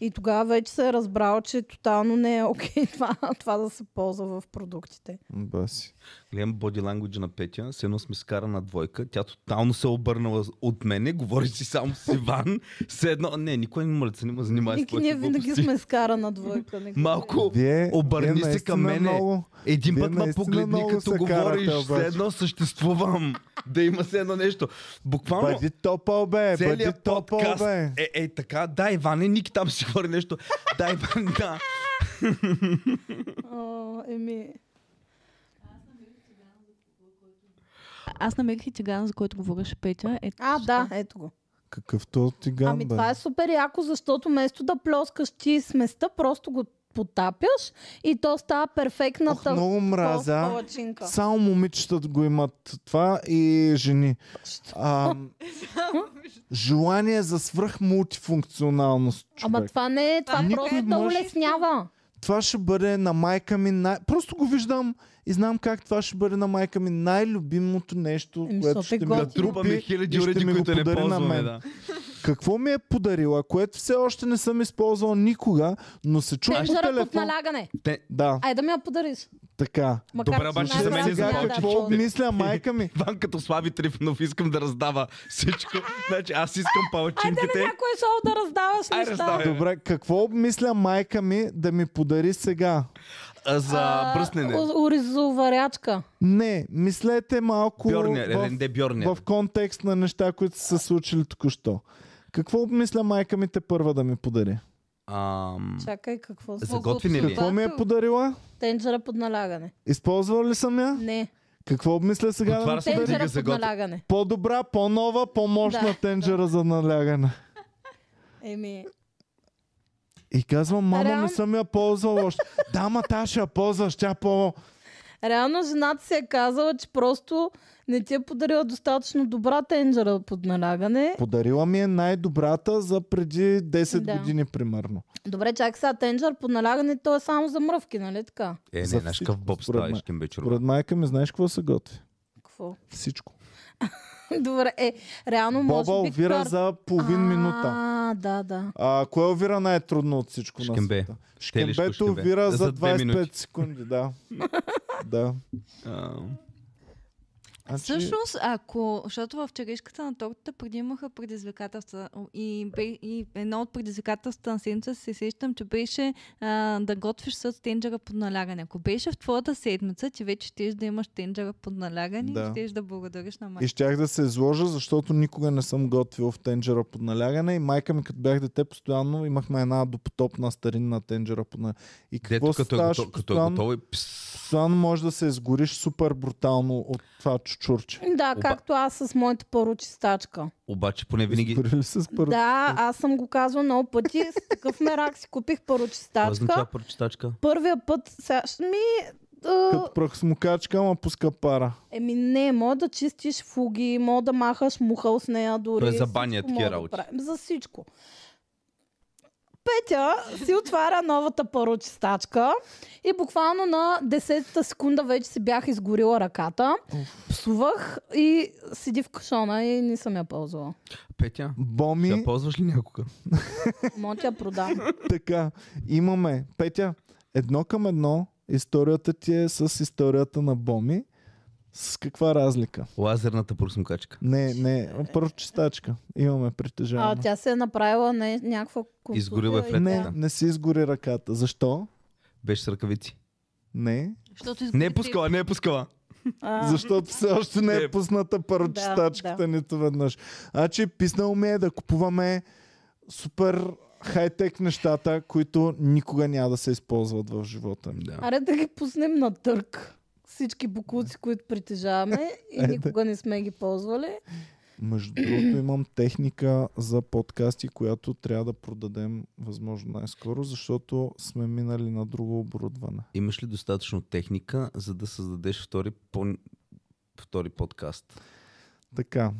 [SPEAKER 3] И тогава вече се е разбрал, че тотално не е окей това, това да се ползва в продуктите.
[SPEAKER 2] Баси.
[SPEAKER 1] Гледам боди language на Петя, с едно сме скара на двойка, тя тотално се е обърнала от мене, говори си само с Иван, с едно... Не, никой не ме не ме занимава с
[SPEAKER 3] Ники,
[SPEAKER 1] твоите
[SPEAKER 3] ние винаги
[SPEAKER 1] глупости.
[SPEAKER 3] сме скара на двойка. Ники.
[SPEAKER 1] Малко
[SPEAKER 2] Вие,
[SPEAKER 1] обърни
[SPEAKER 2] вие
[SPEAKER 1] се към
[SPEAKER 2] наистина
[SPEAKER 1] мене.
[SPEAKER 2] Много,
[SPEAKER 1] Един
[SPEAKER 2] Вие
[SPEAKER 1] път ме
[SPEAKER 2] наистина
[SPEAKER 1] погледни
[SPEAKER 2] много
[SPEAKER 1] като
[SPEAKER 2] се карате,
[SPEAKER 1] говориш, все
[SPEAKER 2] обаче.
[SPEAKER 1] едно съществувам. да има все едно нещо. Буквално
[SPEAKER 2] бъди топъл, бе, бъди
[SPEAKER 1] целият
[SPEAKER 2] топъл,
[SPEAKER 1] подкаст.
[SPEAKER 2] бе.
[SPEAKER 1] Е, е, така, да, Иване, Ники там си говори нещо. Да, Иван, да.
[SPEAKER 3] О, еми,
[SPEAKER 6] Аз намерих и тигана, за който говореше Петя. Е,
[SPEAKER 3] А, да, ето го.
[SPEAKER 2] Какъвто тиган,
[SPEAKER 3] Ами
[SPEAKER 2] бе.
[SPEAKER 3] това е супер яко, защото вместо да плоскаш ти с места, просто го потапяш и то става
[SPEAKER 2] Ох,
[SPEAKER 3] перфектната
[SPEAKER 2] много мразя.
[SPEAKER 3] палачинка.
[SPEAKER 2] Само момичета го имат това и жени.
[SPEAKER 3] Що?
[SPEAKER 2] А, желание за свръх мултифункционалност.
[SPEAKER 3] Ама
[SPEAKER 2] човек.
[SPEAKER 3] това не е, това
[SPEAKER 2] Никой
[SPEAKER 3] просто да
[SPEAKER 2] мъж-
[SPEAKER 3] улеснява.
[SPEAKER 2] Това ще бъде на майка ми най... Просто го виждам и знам как това ще бъде на майка ми най-любимото нещо,
[SPEAKER 3] Еми,
[SPEAKER 2] което
[SPEAKER 3] защото е
[SPEAKER 2] ще ми
[SPEAKER 3] готино.
[SPEAKER 2] купи
[SPEAKER 1] Трупаме хиляди
[SPEAKER 2] и ще
[SPEAKER 1] уреди,
[SPEAKER 2] ми го
[SPEAKER 1] които не
[SPEAKER 2] подари на
[SPEAKER 1] ползваме.
[SPEAKER 2] мен.
[SPEAKER 1] Да.
[SPEAKER 2] Какво ми е подарила, което все още не съм използвал никога, но се чу по
[SPEAKER 3] Тенджера под
[SPEAKER 2] телефон.
[SPEAKER 3] налягане.
[SPEAKER 2] Да,
[SPEAKER 3] Айде да ми я подариш.
[SPEAKER 2] така.
[SPEAKER 3] Макар,
[SPEAKER 1] Добре,
[SPEAKER 3] че
[SPEAKER 1] обаче
[SPEAKER 3] най-
[SPEAKER 1] за мен е
[SPEAKER 3] аз
[SPEAKER 2] сега
[SPEAKER 1] за
[SPEAKER 3] няма да
[SPEAKER 1] повече.
[SPEAKER 2] какво
[SPEAKER 3] ползвам.
[SPEAKER 2] мисля майка ми?
[SPEAKER 1] Иван като Слави Трифонов искам да раздава всичко. Значи аз искам
[SPEAKER 3] Айде на
[SPEAKER 1] палачинките.
[SPEAKER 3] някое шоу да раздаваш
[SPEAKER 1] Ай,
[SPEAKER 3] неща.
[SPEAKER 1] раздавай.
[SPEAKER 2] Добре, какво мисля майка ми да ми подари сега?
[SPEAKER 1] а, за
[SPEAKER 3] А,
[SPEAKER 1] бръснене.
[SPEAKER 3] у- Оризоварячка.
[SPEAKER 2] Не, мислете малко
[SPEAKER 1] Бьорнер,
[SPEAKER 2] в,
[SPEAKER 1] Еленде Бьорнер.
[SPEAKER 2] в контекст на неща, които са се случили току-що. Какво мисля майка ми те първа да ми подари?
[SPEAKER 1] Ам,
[SPEAKER 3] Чакай, какво
[SPEAKER 1] За
[SPEAKER 3] са?
[SPEAKER 1] готвене ли? е?
[SPEAKER 2] Какво ми е подарила?
[SPEAKER 3] Тенджера под налягане.
[SPEAKER 2] Използвала ли съм я?
[SPEAKER 3] Не.
[SPEAKER 2] Какво обмисля сега да
[SPEAKER 1] Отваря
[SPEAKER 2] ми
[SPEAKER 1] се
[SPEAKER 2] подари?
[SPEAKER 1] дига
[SPEAKER 3] Тенджера
[SPEAKER 1] за
[SPEAKER 3] под
[SPEAKER 1] готвене.
[SPEAKER 3] налягане.
[SPEAKER 2] По-добра, по-нова, по-мощна
[SPEAKER 3] Да,
[SPEAKER 2] тенджера за налягане.
[SPEAKER 3] Еми,
[SPEAKER 2] И казвам, мама,
[SPEAKER 3] Реално-
[SPEAKER 2] не съм я ползвала още. Да, ма, та ще я ползваш, тя по...
[SPEAKER 3] Реално жената си е казала, че просто не ти е подарила достатъчно добра тенджера под налягане.
[SPEAKER 2] Подарила ми е най-добрата за преди 10
[SPEAKER 3] Да.
[SPEAKER 2] години, примерно.
[SPEAKER 3] Добре, чакай сега, тенджер под налягане, то е само за мръвки, нали така?
[SPEAKER 1] Е,
[SPEAKER 2] За
[SPEAKER 1] не, наш
[SPEAKER 2] всичко,
[SPEAKER 1] къв боб
[SPEAKER 2] според
[SPEAKER 1] ставаш
[SPEAKER 2] мен.
[SPEAKER 1] към вечер.
[SPEAKER 2] Поред майка ми, знаеш какво се готви?
[SPEAKER 3] Какво?
[SPEAKER 2] Всичко.
[SPEAKER 3] Добре, е, реално може
[SPEAKER 2] Боба
[SPEAKER 3] би...
[SPEAKER 2] овира
[SPEAKER 3] кар-
[SPEAKER 2] за половин минута.
[SPEAKER 3] А, да, да.
[SPEAKER 2] А, кое овира най-трудно от всичко на
[SPEAKER 1] Шкембе.
[SPEAKER 2] света?
[SPEAKER 1] Щелешко
[SPEAKER 2] Шкембето
[SPEAKER 1] шкембе.
[SPEAKER 2] овира
[SPEAKER 1] За
[SPEAKER 2] за
[SPEAKER 1] две минути.
[SPEAKER 2] 25 секунди, да. да.
[SPEAKER 1] Ам,
[SPEAKER 2] Значи,
[SPEAKER 6] Всъщност, ако, защото в черешката на тортата преди имаха предизвикателства о, и, бе- и едно от предизвикателствата на седмица се сещам, че беше а, да готвиш с тенджера под налягане. Ако беше в твоята седмица, ти вече щеш да имаш тенджера под налягане да.
[SPEAKER 2] Да.
[SPEAKER 6] и щеш да благодариш на майка.
[SPEAKER 2] И щях да се изложа, защото никога не съм готвил в тенджера под налягане и майка ми като бях дете постоянно имахме една допотопна старинна тенджера под налягане. И какво
[SPEAKER 1] Дето
[SPEAKER 2] се
[SPEAKER 1] като е
[SPEAKER 2] ставаше
[SPEAKER 1] готов, като е
[SPEAKER 2] постоянно,
[SPEAKER 1] готово и пс.
[SPEAKER 2] постоянно може да се изгориш супер брутално от това чурче.
[SPEAKER 3] Да,
[SPEAKER 1] Оба-
[SPEAKER 3] както аз с моята парочистачка.
[SPEAKER 1] Обаче поне винаги...
[SPEAKER 2] Изпарили се с първо.
[SPEAKER 3] Да, аз съм го казвала много пъти. С такъв мерак си купих
[SPEAKER 1] Това означава
[SPEAKER 3] парочистачка.
[SPEAKER 1] прочитачка.
[SPEAKER 3] Първия път, сега, ще ми... а,
[SPEAKER 2] Като прахсмукачка, ама пуска пара.
[SPEAKER 3] Еми не, мога да чистиш фуги, мога да махаш мухъл с нея дори.
[SPEAKER 1] Тоест за
[SPEAKER 3] всичко
[SPEAKER 1] баня такива
[SPEAKER 3] мога да
[SPEAKER 1] работи.
[SPEAKER 3] правим, за всичко. Петя си отваря новата парочистачка и буквално на 10-та секунда вече си бях изгорила ръката. Псувах и седи в кашона и не съм я ползвала.
[SPEAKER 1] Петя,
[SPEAKER 2] Боми,
[SPEAKER 1] да ползваш ли някога?
[SPEAKER 3] Мога да я продам.
[SPEAKER 2] така. Имаме. Петя, едно към едно, историята ти е с историята на Боми. С каква разлика?
[SPEAKER 1] Лазерната просмукачка.
[SPEAKER 2] Не, не, първо чистачка. Имаме
[SPEAKER 3] А,
[SPEAKER 2] притежаване.
[SPEAKER 3] тя се е направила не, някаква контузия.
[SPEAKER 1] Изгорила е
[SPEAKER 3] и
[SPEAKER 1] в
[SPEAKER 3] тя-
[SPEAKER 2] Не, не си изгори ръката. Защо?
[SPEAKER 1] Беше с ръкавици.
[SPEAKER 2] Не.
[SPEAKER 6] Защото
[SPEAKER 1] Не е пускала, не е пускала.
[SPEAKER 3] А,
[SPEAKER 2] Защото все още не е
[SPEAKER 1] Не.
[SPEAKER 2] пусната парочистачката
[SPEAKER 3] Да,
[SPEAKER 2] нито веднъж. А че писнал ми е да купуваме супер хай-тек нещата, които никога няма да се използват в живота ми.
[SPEAKER 1] Да.
[SPEAKER 3] Аре да ги пуснем на търк. Всички буклуци, които притежаваме
[SPEAKER 2] Е,
[SPEAKER 3] и никога не сме ги ползвали.
[SPEAKER 2] Между другото имам техника за подкасти, която трябва да продадем възможно най-скоро, защото сме минали на друго оборудване.
[SPEAKER 1] Имаш ли достатъчно техника, за да създадеш втори, по... втори подкаст?
[SPEAKER 2] Така,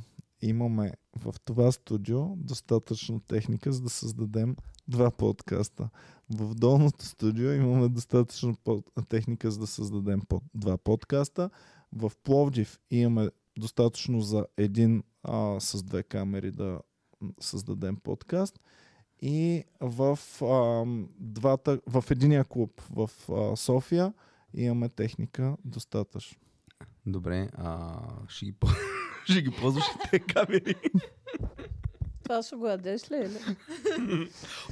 [SPEAKER 2] имаме в това студио достатъчно техника, за да създадем два подкаста. В долното студио имаме достатъчно под... техника, за да създадем по... два подкаста. В Пловдив имаме достатъчно за един а, с две камери да м, създадем подкаст. И в, а, двата, в единия клуб в а, София имаме техника достатъчно.
[SPEAKER 1] Добре, а... ще, ги... пол- ще ги ползваш ли те камери?
[SPEAKER 3] Това ще го ядеш ли? Или?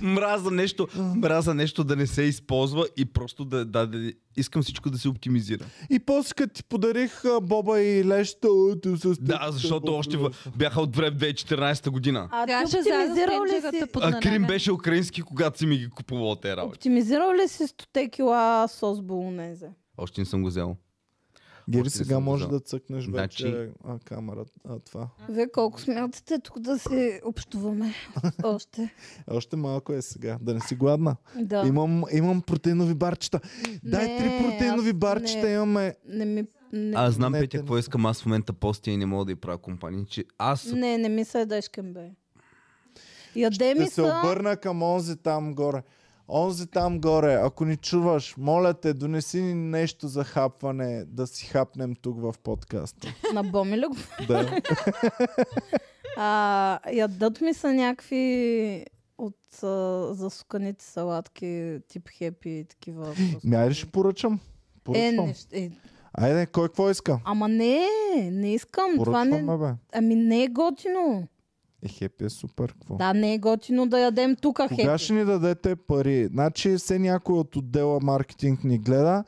[SPEAKER 1] мраза нещо, мраза нещо да не се използва и просто да, да, да искам всичко да се оптимизира.
[SPEAKER 2] И после като ти подарих а, Боба и Леща... а, ти се
[SPEAKER 1] Да,
[SPEAKER 2] стъпи,
[SPEAKER 1] защото
[SPEAKER 2] Боба
[SPEAKER 1] още
[SPEAKER 2] и
[SPEAKER 1] в...
[SPEAKER 2] Леща.
[SPEAKER 1] бяха от време 2014 година.
[SPEAKER 3] А ти
[SPEAKER 6] Трябваше заедно с
[SPEAKER 3] оптимизирал ли си,
[SPEAKER 6] пенджерата под
[SPEAKER 1] А Крим
[SPEAKER 6] нанага.
[SPEAKER 1] беше украински, когато си ми ги купувал те работи.
[SPEAKER 3] оптимизирал ли си 100 кила сос болонезе?
[SPEAKER 1] Още не съм го взел.
[SPEAKER 2] Гери,
[SPEAKER 1] Още не
[SPEAKER 2] сега
[SPEAKER 1] съм
[SPEAKER 2] може
[SPEAKER 1] държал.
[SPEAKER 2] да цъкнеш
[SPEAKER 1] Значи-
[SPEAKER 2] вече а, камерата. А, това.
[SPEAKER 3] Вие колко смятате тук да се общуваме още?
[SPEAKER 2] Още малко е сега. Да не си гладна.
[SPEAKER 3] Да.
[SPEAKER 2] Имам, имам протеинови барчета. Дай
[SPEAKER 3] Не,
[SPEAKER 2] три протеинови
[SPEAKER 3] аз не.
[SPEAKER 2] барчета имаме.
[SPEAKER 3] Не ми... Не,
[SPEAKER 1] Аз знам,
[SPEAKER 2] Не, те
[SPEAKER 1] Петя,
[SPEAKER 2] не
[SPEAKER 1] какво искам аз в момента постя и не мога да й правя компания. Че аз...
[SPEAKER 3] не, не ми се ядеш кембе. Яде ми
[SPEAKER 2] Ще се
[SPEAKER 3] са...
[SPEAKER 2] обърна към онзи там горе. Онзи там горе, ако ни чуваш, моля те, донеси ни нещо за хапване, да си хапнем тук в подкаста.
[SPEAKER 3] На боми ли го?
[SPEAKER 2] Да.
[SPEAKER 3] А, ядат ми са някакви от а, засуканите салатки, тип хепи и такива. просто.
[SPEAKER 2] Мяри ще поръчам.
[SPEAKER 3] Е,
[SPEAKER 2] Поръчвам.
[SPEAKER 3] не, ще- е,
[SPEAKER 2] Айде, кой какво иска?
[SPEAKER 3] ама не, не искам. Това не,
[SPEAKER 2] Поръчваме, бе.
[SPEAKER 3] ами не е готино.
[SPEAKER 2] Е, хепи е супер. Какво?
[SPEAKER 3] Да, не е готино да ядем тук
[SPEAKER 2] Кога
[SPEAKER 3] хепи.
[SPEAKER 2] ще ни дадете пари? Значи все някой от отдела маркетинг ни гледа.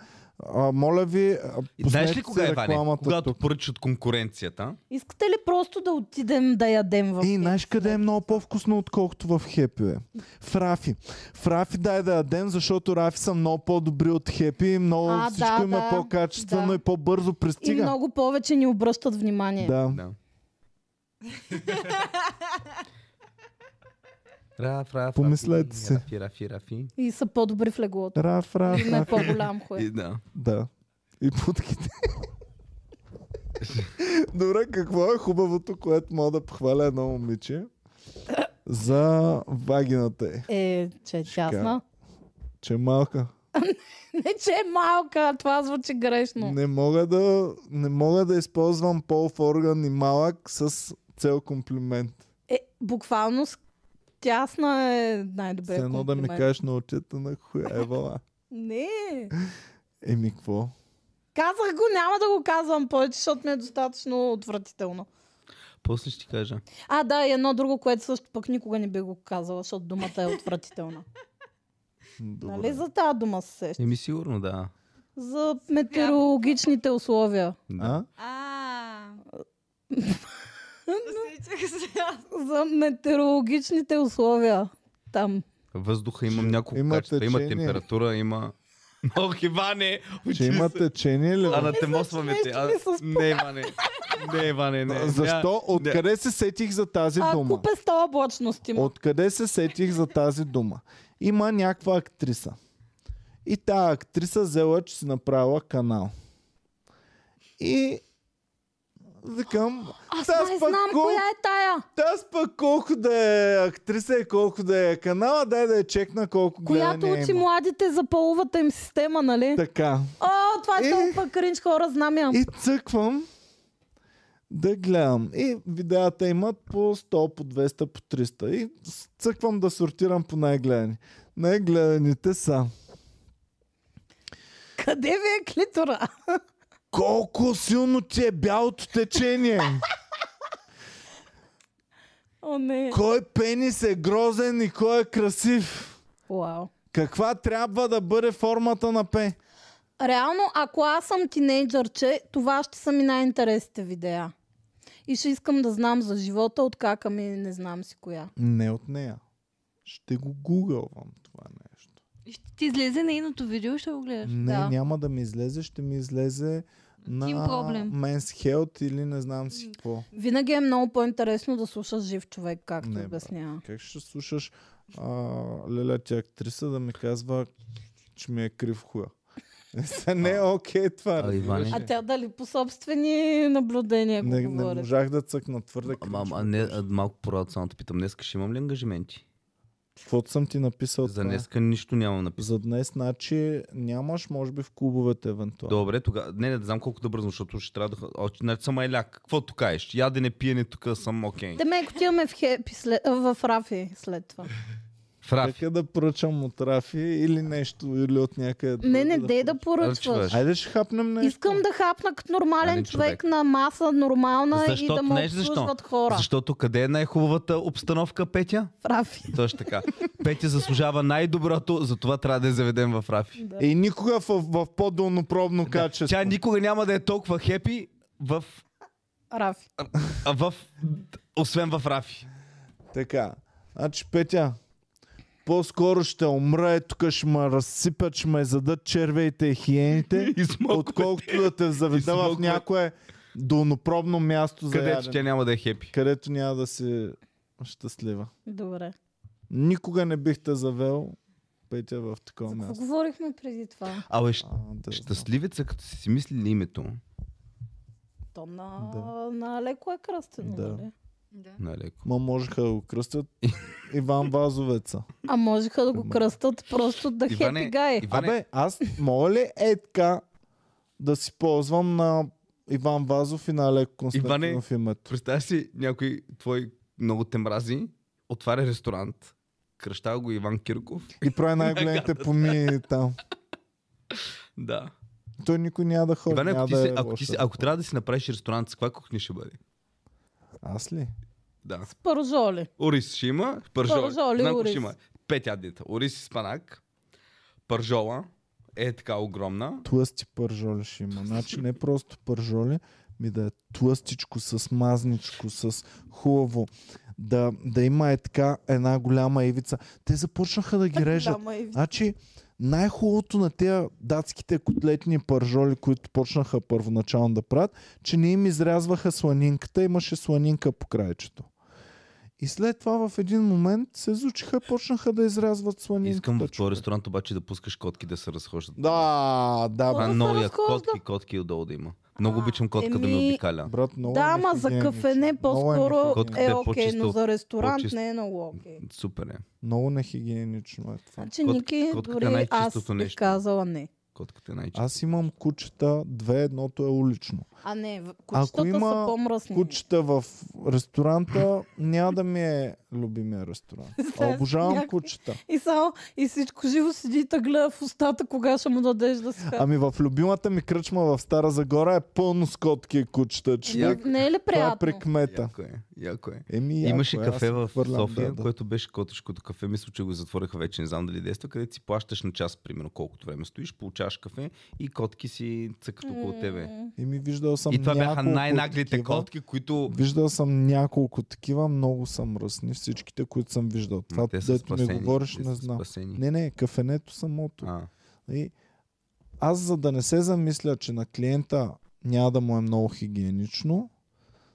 [SPEAKER 2] А, моля ви, а,
[SPEAKER 1] И
[SPEAKER 2] пуснете
[SPEAKER 1] Знаеш ли кога
[SPEAKER 2] си
[SPEAKER 1] е, Ване?
[SPEAKER 2] рекламата
[SPEAKER 1] Когато
[SPEAKER 2] тук.
[SPEAKER 1] поръчат конкуренцията,
[SPEAKER 3] Искате ли просто да отидем да ядем в
[SPEAKER 2] И
[SPEAKER 3] хепи?
[SPEAKER 2] знаеш къде е много по-вкусно, отколкото в Хепи, бе? В Рафи. В Рафи дай да ядем, защото Рафи са много по-добри от Хепи и много
[SPEAKER 3] А,
[SPEAKER 2] всичко
[SPEAKER 3] да,
[SPEAKER 2] има
[SPEAKER 3] да,
[SPEAKER 2] по-качествено
[SPEAKER 3] да.
[SPEAKER 2] и по-бързо
[SPEAKER 3] И
[SPEAKER 2] пристига.
[SPEAKER 3] много повече ни обръщат внимание.
[SPEAKER 2] Да.
[SPEAKER 1] да. Раф, раф,
[SPEAKER 2] Помислете
[SPEAKER 1] рафи,
[SPEAKER 2] си.
[SPEAKER 1] Рафи, рафи, рафи.
[SPEAKER 3] И са по-добри в леглото.
[SPEAKER 2] Раф, раф,
[SPEAKER 3] И не е
[SPEAKER 2] раф.
[SPEAKER 3] по-голям хуй.
[SPEAKER 1] И, да.
[SPEAKER 2] Да. И путките. Добре, какво е хубавото, което мога да похваля едно момиче? За вагината е,
[SPEAKER 3] Е, че е тясна.
[SPEAKER 2] че е малка.
[SPEAKER 3] Не, че е малка, това звучи грешно.
[SPEAKER 2] Не мога да, не мога да използвам полов орган и малък с цел комплимент.
[SPEAKER 3] Е, буквално с- тясна е най-добре.
[SPEAKER 2] С едно да ми
[SPEAKER 3] комплимент.
[SPEAKER 2] кажеш на очите на хуя. Евала.
[SPEAKER 3] Не.
[SPEAKER 2] Еми, какво?
[SPEAKER 3] Казах го, няма да го казвам повече, защото ми е достатъчно отвратително.
[SPEAKER 1] После ще ти кажа.
[SPEAKER 3] А, да, и едно друго, което също пък никога не би го казала, защото думата е отвратителна. нали
[SPEAKER 2] Добре.
[SPEAKER 3] за тази дума се сеща?
[SPEAKER 1] Еми сигурно, да.
[SPEAKER 3] За метеорологичните условия.
[SPEAKER 1] да.
[SPEAKER 2] А?
[SPEAKER 6] А. Засичах се аз.
[SPEAKER 3] За метеорологичните условия. Там.
[SPEAKER 1] Въздуха имам няколко
[SPEAKER 2] има
[SPEAKER 1] има качества. Има
[SPEAKER 2] течение.
[SPEAKER 1] температура, има... Ох, Иване!
[SPEAKER 2] Че
[SPEAKER 1] очи
[SPEAKER 2] има
[SPEAKER 1] се-
[SPEAKER 2] течение ли?
[SPEAKER 1] А на темосваме те.
[SPEAKER 3] нещо ми се
[SPEAKER 1] Не, Иване. Не, Иване, не. няма-
[SPEAKER 2] Защо? Откъде се сетих за тази
[SPEAKER 3] А,
[SPEAKER 2] дума?
[SPEAKER 3] купе сто облачности му.
[SPEAKER 2] Откъде се сетих за тази дума? Има някаква актриса. И тая актриса взела, че си направила канал. И викам,
[SPEAKER 3] Аз
[SPEAKER 2] Да,
[SPEAKER 3] не
[SPEAKER 2] спа-
[SPEAKER 3] знам
[SPEAKER 2] кол-
[SPEAKER 3] коя е тая.
[SPEAKER 2] аз пък колко да е актриса и колко да е канала, дай да я чекна колко
[SPEAKER 3] Която
[SPEAKER 2] гледания
[SPEAKER 3] учи
[SPEAKER 2] има.
[SPEAKER 3] младите за половата им система, нали?
[SPEAKER 2] Така.
[SPEAKER 3] О, това е
[SPEAKER 2] Е.
[SPEAKER 3] толкова кринч, хора, знам я.
[SPEAKER 2] И цъквам да гледам. И видеята имат по 100, по 200, по 300. И с- цъквам да сортирам по най-гледани. Най-гледаните са
[SPEAKER 3] Къде ви е клитора?
[SPEAKER 2] Колко силно ти е бялото течение!
[SPEAKER 3] О, не.
[SPEAKER 2] Кой пенис е грозен и кой е красив!
[SPEAKER 3] Вау.
[SPEAKER 2] Каква трябва да бъде формата на пе?
[SPEAKER 3] Реално, ако аз съм тинейджърче, това ще са ми най-интересните видеа. И ще искам да знам за живота, от кака ми не знам си коя.
[SPEAKER 2] Не от нея. Ще го гугълвам това нещо.
[SPEAKER 6] Ще ти излезе нейното видео, и ще го гледаш.
[SPEAKER 2] Не,
[SPEAKER 3] Да.
[SPEAKER 2] няма да ми излезе, ще ми излезе на
[SPEAKER 6] Team Problem.
[SPEAKER 2] Men's Health или не знам си какво.
[SPEAKER 3] Винаги е много по-интересно да слушаш жив човек, както
[SPEAKER 2] Не, бе.
[SPEAKER 3] обяснява.
[SPEAKER 2] Как ще слушаш а, леля ти актриса да ми казва, че ми е крив хуя? не е окей това.
[SPEAKER 1] А, Иване,
[SPEAKER 3] А тя дали по собствени наблюдения го
[SPEAKER 2] Не,
[SPEAKER 3] не,
[SPEAKER 2] не
[SPEAKER 3] говори?
[SPEAKER 2] можах да цъкна твърде
[SPEAKER 1] Ама,
[SPEAKER 2] кринч.
[SPEAKER 1] а не, а, малко порад само те питам. Днес ще имам ли ангажименти?
[SPEAKER 2] Каквото съм ти написал
[SPEAKER 1] За
[SPEAKER 2] това е.
[SPEAKER 1] днеска нищо нямам написано.
[SPEAKER 2] За днес, значи нямаш, може би в клубовете евентуално.
[SPEAKER 1] Добре, тогава. Не, не, да знам колко да бързам, защото ще трябва да. х- О, Значи съм айляк. Какво тук е? еш? Ядене, пиене, тук съм окей.
[SPEAKER 3] Те ме отиваме в, хепи след, а, в Рафи след това.
[SPEAKER 1] Фрафи.
[SPEAKER 2] Така е да поръчам от Рафи или нещо, или от някъде.
[SPEAKER 3] Не,
[SPEAKER 2] друга
[SPEAKER 3] не,
[SPEAKER 2] да
[SPEAKER 3] дей да
[SPEAKER 2] поръчам.
[SPEAKER 3] поръчваш.
[SPEAKER 1] Поръчваш.
[SPEAKER 2] Айде ще хапнем нещо.
[SPEAKER 3] Искам да хапна като нормален
[SPEAKER 1] Един
[SPEAKER 3] човек,
[SPEAKER 1] човек.
[SPEAKER 3] на маса, нормална и
[SPEAKER 1] Защото-
[SPEAKER 3] да му
[SPEAKER 1] знаеш защо?
[SPEAKER 3] обслужват хора.
[SPEAKER 1] Защото къде е най-хубавата обстановка, Петя?
[SPEAKER 3] В Рафи.
[SPEAKER 1] Точно така. Петя заслужава най-доброто, затова трябва да я заведем в Рафи.
[SPEAKER 2] И никога в, в по-долнопробно качество.
[SPEAKER 1] Тя никога няма да е толкова хепи в,
[SPEAKER 3] Рафи.
[SPEAKER 1] а, в освен в Рафи.
[SPEAKER 2] Така. Значи, Петя, по-скоро ще умра, е, тук ще ме разсипят, ще ме задат червеите и хиените,
[SPEAKER 1] И смокве.
[SPEAKER 2] отколкото да те заведа в
[SPEAKER 1] Измоквай.
[SPEAKER 2] някое долнопробно място за
[SPEAKER 1] Където
[SPEAKER 2] ядене,
[SPEAKER 1] тя няма да е хепи.
[SPEAKER 2] където няма да си щастлива.
[SPEAKER 3] Добре.
[SPEAKER 2] Никога не бих те завел, Петя, в такова
[SPEAKER 3] За какво
[SPEAKER 2] място.
[SPEAKER 3] говорихме преди това?
[SPEAKER 1] Абе,
[SPEAKER 2] А,
[SPEAKER 1] щ-
[SPEAKER 2] да,
[SPEAKER 1] щастливеца, като си си мисли името,
[SPEAKER 3] То на,
[SPEAKER 2] Да.
[SPEAKER 3] на леко е кръстено,
[SPEAKER 2] Да.
[SPEAKER 3] нали?
[SPEAKER 2] Значи
[SPEAKER 1] налеко.
[SPEAKER 2] Ма можеха да го кръстят Иван Вазовеца.
[SPEAKER 3] А можеха да го кръстат просто да
[SPEAKER 1] Иване,
[SPEAKER 3] хепи гай.
[SPEAKER 1] Иване,
[SPEAKER 2] Абе, аз мога ли е така да си ползвам на Иван Вазов и на Алеко
[SPEAKER 1] е-
[SPEAKER 2] Константинов името?
[SPEAKER 1] Представяш си някой твой много те мрази, отваря ресторант, кръщава го Иван е Кирков.
[SPEAKER 2] И прави най-големите помии там.
[SPEAKER 1] Да.
[SPEAKER 2] Той никой няма да ходи.
[SPEAKER 1] Иване,
[SPEAKER 2] няма
[SPEAKER 1] ако, ти
[SPEAKER 2] да
[SPEAKER 1] си,
[SPEAKER 2] е
[SPEAKER 1] ако, ти
[SPEAKER 2] лоша.
[SPEAKER 1] си, ако трябва да си направиш ресторант, с каква кухня ще бъде?
[SPEAKER 2] Аз ли?
[SPEAKER 1] Да.
[SPEAKER 3] С пържоли.
[SPEAKER 1] Орис ще има, пържоли.
[SPEAKER 3] Пържоли,
[SPEAKER 1] Знам,
[SPEAKER 3] ориз.
[SPEAKER 1] ще има. Пет ядета. Орис и спанак, пържола, е така огромна.
[SPEAKER 2] Тлъсти пържоли ще има. Значи не просто пържоли, ми да е тлъстичко, с мазничко, с хубаво. Да, да има е така една голяма ивица. Те започнаха да ги режат.
[SPEAKER 3] Да, ма и...
[SPEAKER 2] Значи, най-хубавото на тези датските котлетни пържоли, които почнаха първоначално да правят, че не им изрязваха сланинката, имаше сланинка по краечето. И след това в един момент се зучиха и почнаха да изрязват сланинката.
[SPEAKER 1] Искам в
[SPEAKER 2] човек.
[SPEAKER 1] твой ресторант обаче да пускаш котки да се разхождат.
[SPEAKER 2] Да, да,
[SPEAKER 1] Това
[SPEAKER 2] брат.
[SPEAKER 1] е
[SPEAKER 3] се
[SPEAKER 1] много як.
[SPEAKER 3] разхожда.
[SPEAKER 1] Котки, котки отдолу да има. Много
[SPEAKER 3] А,
[SPEAKER 1] обичам котка да
[SPEAKER 3] еми,
[SPEAKER 1] ми обикаля.
[SPEAKER 2] брат много
[SPEAKER 3] да
[SPEAKER 2] е
[SPEAKER 3] ама за
[SPEAKER 2] нехигиенично.
[SPEAKER 3] кафене
[SPEAKER 2] Много
[SPEAKER 3] по-скоро
[SPEAKER 1] Котката
[SPEAKER 2] нехигиенично.
[SPEAKER 3] е,
[SPEAKER 1] е
[SPEAKER 3] окей,
[SPEAKER 1] по-чиста
[SPEAKER 3] но
[SPEAKER 1] от-
[SPEAKER 3] за ресторант
[SPEAKER 1] по-чист-
[SPEAKER 3] не е много окей.
[SPEAKER 1] Супер е.
[SPEAKER 2] Много нехигиенично е това.
[SPEAKER 3] Значи
[SPEAKER 1] Кот-
[SPEAKER 3] Ники,
[SPEAKER 1] котката е
[SPEAKER 3] дори аз
[SPEAKER 1] най-чистото
[SPEAKER 3] бих
[SPEAKER 1] нещо.
[SPEAKER 3] казала не.
[SPEAKER 1] Котката е най
[SPEAKER 2] Аз имам кучета, две, едното е улично.
[SPEAKER 3] А не, в- кучетата
[SPEAKER 2] има
[SPEAKER 3] са по-мръсни.
[SPEAKER 2] кучета в ресторанта, няма да ми е любимия ресторант. А обожавам
[SPEAKER 3] някакви-
[SPEAKER 2] кучета.
[SPEAKER 3] И, само, и всичко живо седи и те гледа в устата, кога ще му дадеш да се хапне.
[SPEAKER 2] Ами в любимата ми кръчма в Стара Загора е пълно с котки и кучета.
[SPEAKER 3] Еми,
[SPEAKER 2] Човек,
[SPEAKER 3] Не е ли
[SPEAKER 2] това е
[SPEAKER 3] приятно?
[SPEAKER 2] при кмета.
[SPEAKER 1] Яко е, яко е.
[SPEAKER 2] Еми, яко
[SPEAKER 1] Имаше
[SPEAKER 2] е, аз
[SPEAKER 1] кафе
[SPEAKER 2] се
[SPEAKER 1] в
[SPEAKER 2] хвърлям,
[SPEAKER 1] София,
[SPEAKER 2] да, да.
[SPEAKER 1] което беше котешкото кафе. Мисля, че го затвориха вече, не знам дали действа, където си плащаш на час, примерно колкото време стоиш, получаваш кафе и котки си цъкат около тебе.
[SPEAKER 3] М,
[SPEAKER 2] Еми, виждал съм
[SPEAKER 1] И това бяха
[SPEAKER 2] няколко
[SPEAKER 1] най-наглите
[SPEAKER 2] такива.
[SPEAKER 1] котки, които...
[SPEAKER 2] Виждал съм няколко такива, много са мръсни, всичките, които съм виждал. Това,
[SPEAKER 1] Ма, Те са
[SPEAKER 2] дето ми
[SPEAKER 1] спасени.
[SPEAKER 2] говориш,
[SPEAKER 1] те
[SPEAKER 2] не
[SPEAKER 1] са
[SPEAKER 2] знам.
[SPEAKER 1] Спасени.
[SPEAKER 2] Не, не, кафенето самото.
[SPEAKER 1] А,
[SPEAKER 2] И аз за да не се замисля, че на клиента няма да му е много хигиенично,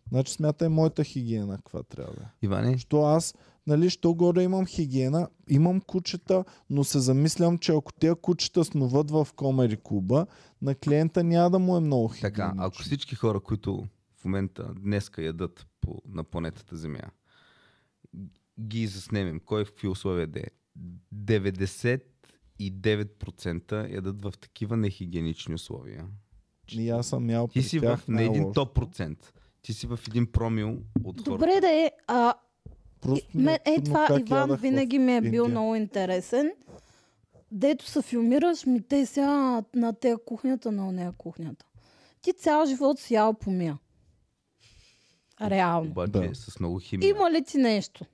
[SPEAKER 2] Значи смятай моята хигиена, каква трябва да е.
[SPEAKER 1] Иване,
[SPEAKER 2] Що аз, нали, що горе имам хигиена, имам кучета, но се замислям, че ако тези кучета снуват в комери клуба, на клиента няма да му е много хигиена.
[SPEAKER 1] така, ако всички хора, които в момента днеска ядат по, на планетата Земя, ги заснемем, кой в какви условия да е. 99% ядат в такива нехигиенични условия.
[SPEAKER 2] И аз съм ял
[SPEAKER 1] Ти
[SPEAKER 2] при
[SPEAKER 1] си в
[SPEAKER 2] тях, е
[SPEAKER 1] не един
[SPEAKER 2] най-лошо.
[SPEAKER 1] топ процент. Ти си в един промил от хората.
[SPEAKER 3] Добре да е. А,
[SPEAKER 2] Просто ми
[SPEAKER 3] мен, е
[SPEAKER 2] чудно
[SPEAKER 3] това
[SPEAKER 2] как
[SPEAKER 3] Иван
[SPEAKER 2] ядах в
[SPEAKER 3] винаги ми е бил
[SPEAKER 2] Индия.
[SPEAKER 3] много интересен. Дето се филмираш, ми те сега на тея кухнята, на нея кухнята. Ти цял живот си ял помия. Реално.
[SPEAKER 1] Обаче
[SPEAKER 2] Да.
[SPEAKER 1] с много химия.
[SPEAKER 3] Има ли ти нещо?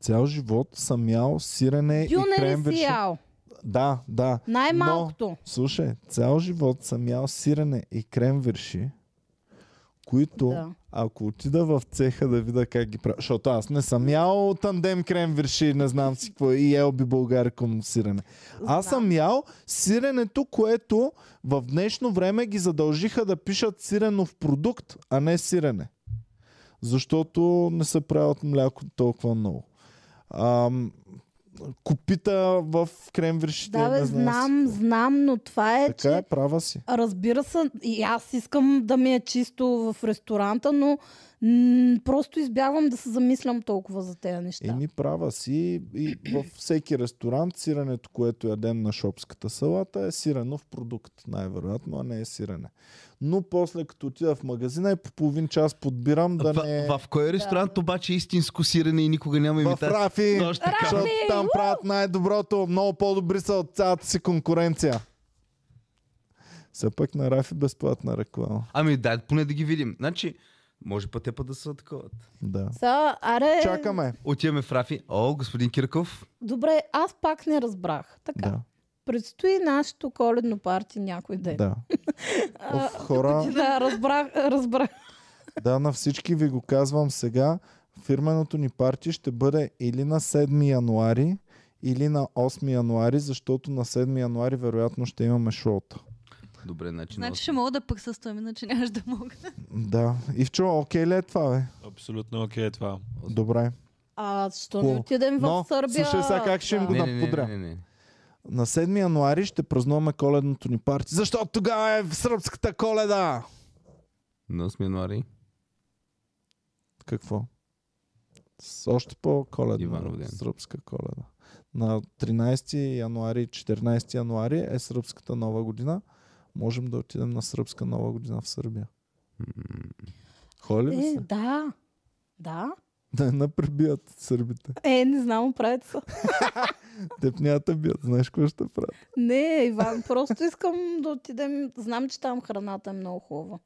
[SPEAKER 2] Цял живот съм ял сирене Е, и
[SPEAKER 3] Дюне ли си
[SPEAKER 2] кремвирши.
[SPEAKER 3] ял?
[SPEAKER 2] Да, да.
[SPEAKER 3] Най-малкото.
[SPEAKER 2] Слушай, цял живот съм ял сирене и кремвирши, които,
[SPEAKER 3] Да.
[SPEAKER 2] да. ако отида в цеха да видя как ги правя, защото аз не съм ял тандем кремвирши, не знам си какво е, и ел би българиком сирене. Аз съм ял сиренето, което в днешно време ги задължиха да пишат сиренов продукт, а не сирене. Защото не се правят мляко толкова много. Ам, купита в кремвиршите.
[SPEAKER 3] Да, бе,
[SPEAKER 2] не знам, си
[SPEAKER 3] знам,
[SPEAKER 2] какво.
[SPEAKER 3] знам, но това е,
[SPEAKER 2] Така е,
[SPEAKER 3] че
[SPEAKER 2] права си.
[SPEAKER 3] разбира се, и аз искам да ми е чисто в ресторанта, но м- просто избягвам да се замислям толкова за тези неща.
[SPEAKER 2] Еми, права си. И във всеки ресторант сирането, което ядем на шопската салата, е сиренов продукт, най-вероятно, а не е сирене. Но после, като отида в магазина и по половин час подбирам да
[SPEAKER 1] в,
[SPEAKER 2] не...
[SPEAKER 1] в, кой ресторант обаче е истинско сирене и никога няма
[SPEAKER 2] в
[SPEAKER 1] имитация?
[SPEAKER 2] Рафи,
[SPEAKER 1] Точно така.
[SPEAKER 2] защото
[SPEAKER 3] Ами,
[SPEAKER 2] там правят най-доброто, много по-добри са от цялата си конкуренция. Все пък на Рафи безплатна реклама.
[SPEAKER 1] Ами дай поне да ги видим. Значи, може път е път да са такова.
[SPEAKER 2] Да.
[SPEAKER 3] Са, аре,
[SPEAKER 2] Чакаме.
[SPEAKER 1] Отиваме в Рафи. О, господин Кирков.
[SPEAKER 3] добре, аз пак не разбрах. Така,
[SPEAKER 2] Да,
[SPEAKER 3] предстои нашето коледно парти някой ден.
[SPEAKER 2] да.
[SPEAKER 3] А,
[SPEAKER 2] Оф, хора.
[SPEAKER 3] да разбрах, разбрах.
[SPEAKER 2] Да, на всички ви го казвам сега. Фирменото ни парти ще бъде или на 7 януари, или на 8 януари, защото на 7 януари вероятно ще имаме шоута.
[SPEAKER 1] Добре, значи. на
[SPEAKER 6] Значи ще мога да присъствам, иначе нямаш да мога.
[SPEAKER 2] Да. И вчора, окей ли е това, бе?
[SPEAKER 4] Абсолютно окей okay, това.
[SPEAKER 2] Добре.
[SPEAKER 3] А, защо не
[SPEAKER 2] Хубаво.
[SPEAKER 3] отидем
[SPEAKER 2] Но,
[SPEAKER 3] в Сърбия?
[SPEAKER 2] слушай сега как ще им
[SPEAKER 3] Да.
[SPEAKER 2] го
[SPEAKER 1] Не, не, не,
[SPEAKER 2] напудря.
[SPEAKER 1] не, не, не.
[SPEAKER 2] На 7 януари ще празнуваме коледното ни парти, защото тогава е в сръбската коледа!
[SPEAKER 1] На 8 е януари.
[SPEAKER 2] Какво? С още по-коледна
[SPEAKER 1] Иванов ден.
[SPEAKER 2] сръбска коледа. На 13 януари, 14 януари е сръбската нова година. Можем да отидем на сръбска нова година в Сърбия. Холи ли
[SPEAKER 3] Е,
[SPEAKER 2] се?
[SPEAKER 3] да. Да.
[SPEAKER 2] Да не прибият сърбите.
[SPEAKER 3] Е, не знам, правят са.
[SPEAKER 2] Теб няма да бият. Знаеш какво ще правят?
[SPEAKER 3] Не, Иван, просто искам да отидем. Знам, че там храната е много хубава.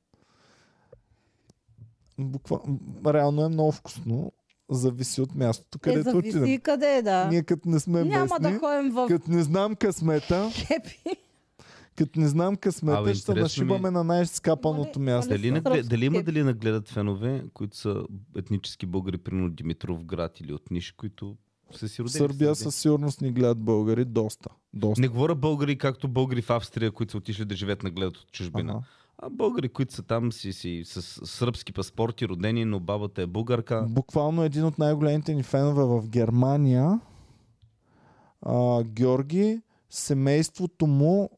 [SPEAKER 2] Буква... м, Реално е много вкусно. Зависи от мястото,
[SPEAKER 3] Е,
[SPEAKER 2] където
[SPEAKER 3] зависи и
[SPEAKER 2] отидем.
[SPEAKER 3] къде, да.
[SPEAKER 2] Ние като не сме
[SPEAKER 3] Няма
[SPEAKER 2] местни,
[SPEAKER 3] да ходим в
[SPEAKER 2] като не знам късмета,
[SPEAKER 3] Кепи.
[SPEAKER 2] като не знам късмета,
[SPEAKER 1] Абе,
[SPEAKER 2] ще се
[SPEAKER 1] интересно ми-
[SPEAKER 2] нашибаме на най-скапаното
[SPEAKER 3] Моля,
[SPEAKER 2] място.
[SPEAKER 1] Дали,
[SPEAKER 3] са
[SPEAKER 1] нагле...
[SPEAKER 3] сръбски
[SPEAKER 1] дали има
[SPEAKER 3] кефи.
[SPEAKER 1] дали нагледат фенове, които са етнически българи, примерно Димитров град или от Ниш, които са си
[SPEAKER 2] В
[SPEAKER 1] родени. в
[SPEAKER 2] Сърбия със сигурност ни гледат българи доста. Доста.
[SPEAKER 1] Не говоря българи, както българи в Австрия, които са отишли да живеят на гледат от чужбина.
[SPEAKER 2] Ага.
[SPEAKER 1] А българи, които са там си, си с сръбски паспорти, родени, но бабата е българка.
[SPEAKER 2] Буквално един от най-големите ни фенове в Германия, а, Георги, семейството му,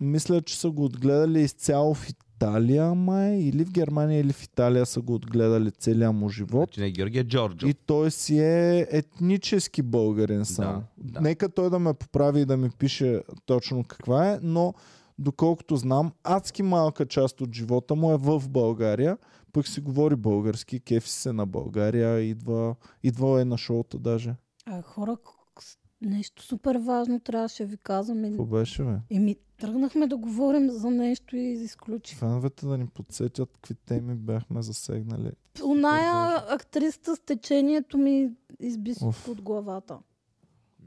[SPEAKER 2] мисля, че са го отгледали изцяло в Италия, май, или в Германия, или в Италия са го отгледали целия му живот.
[SPEAKER 1] Значи не Георгия, Джорджо.
[SPEAKER 2] И той си е етнически българин само.
[SPEAKER 1] да.
[SPEAKER 2] Нека той да ме поправи и да ми пише точно каква е, но доколкото знам, адски малка част от живота му е в България, пък си говори български, кефи се на България, идва, идва е на шоута даже.
[SPEAKER 3] А, хора, к- с- нещо супер важно трябваше да ви казвам. И,
[SPEAKER 2] Какво беше, бе?
[SPEAKER 3] и ми тръгнахме да говорим за нещо и изключих.
[SPEAKER 2] Феновете да ни подсетят какви теми бяхме засегнали. Е,
[SPEAKER 3] Оная актрисата с течението ми изби
[SPEAKER 2] Оф.
[SPEAKER 3] от главата.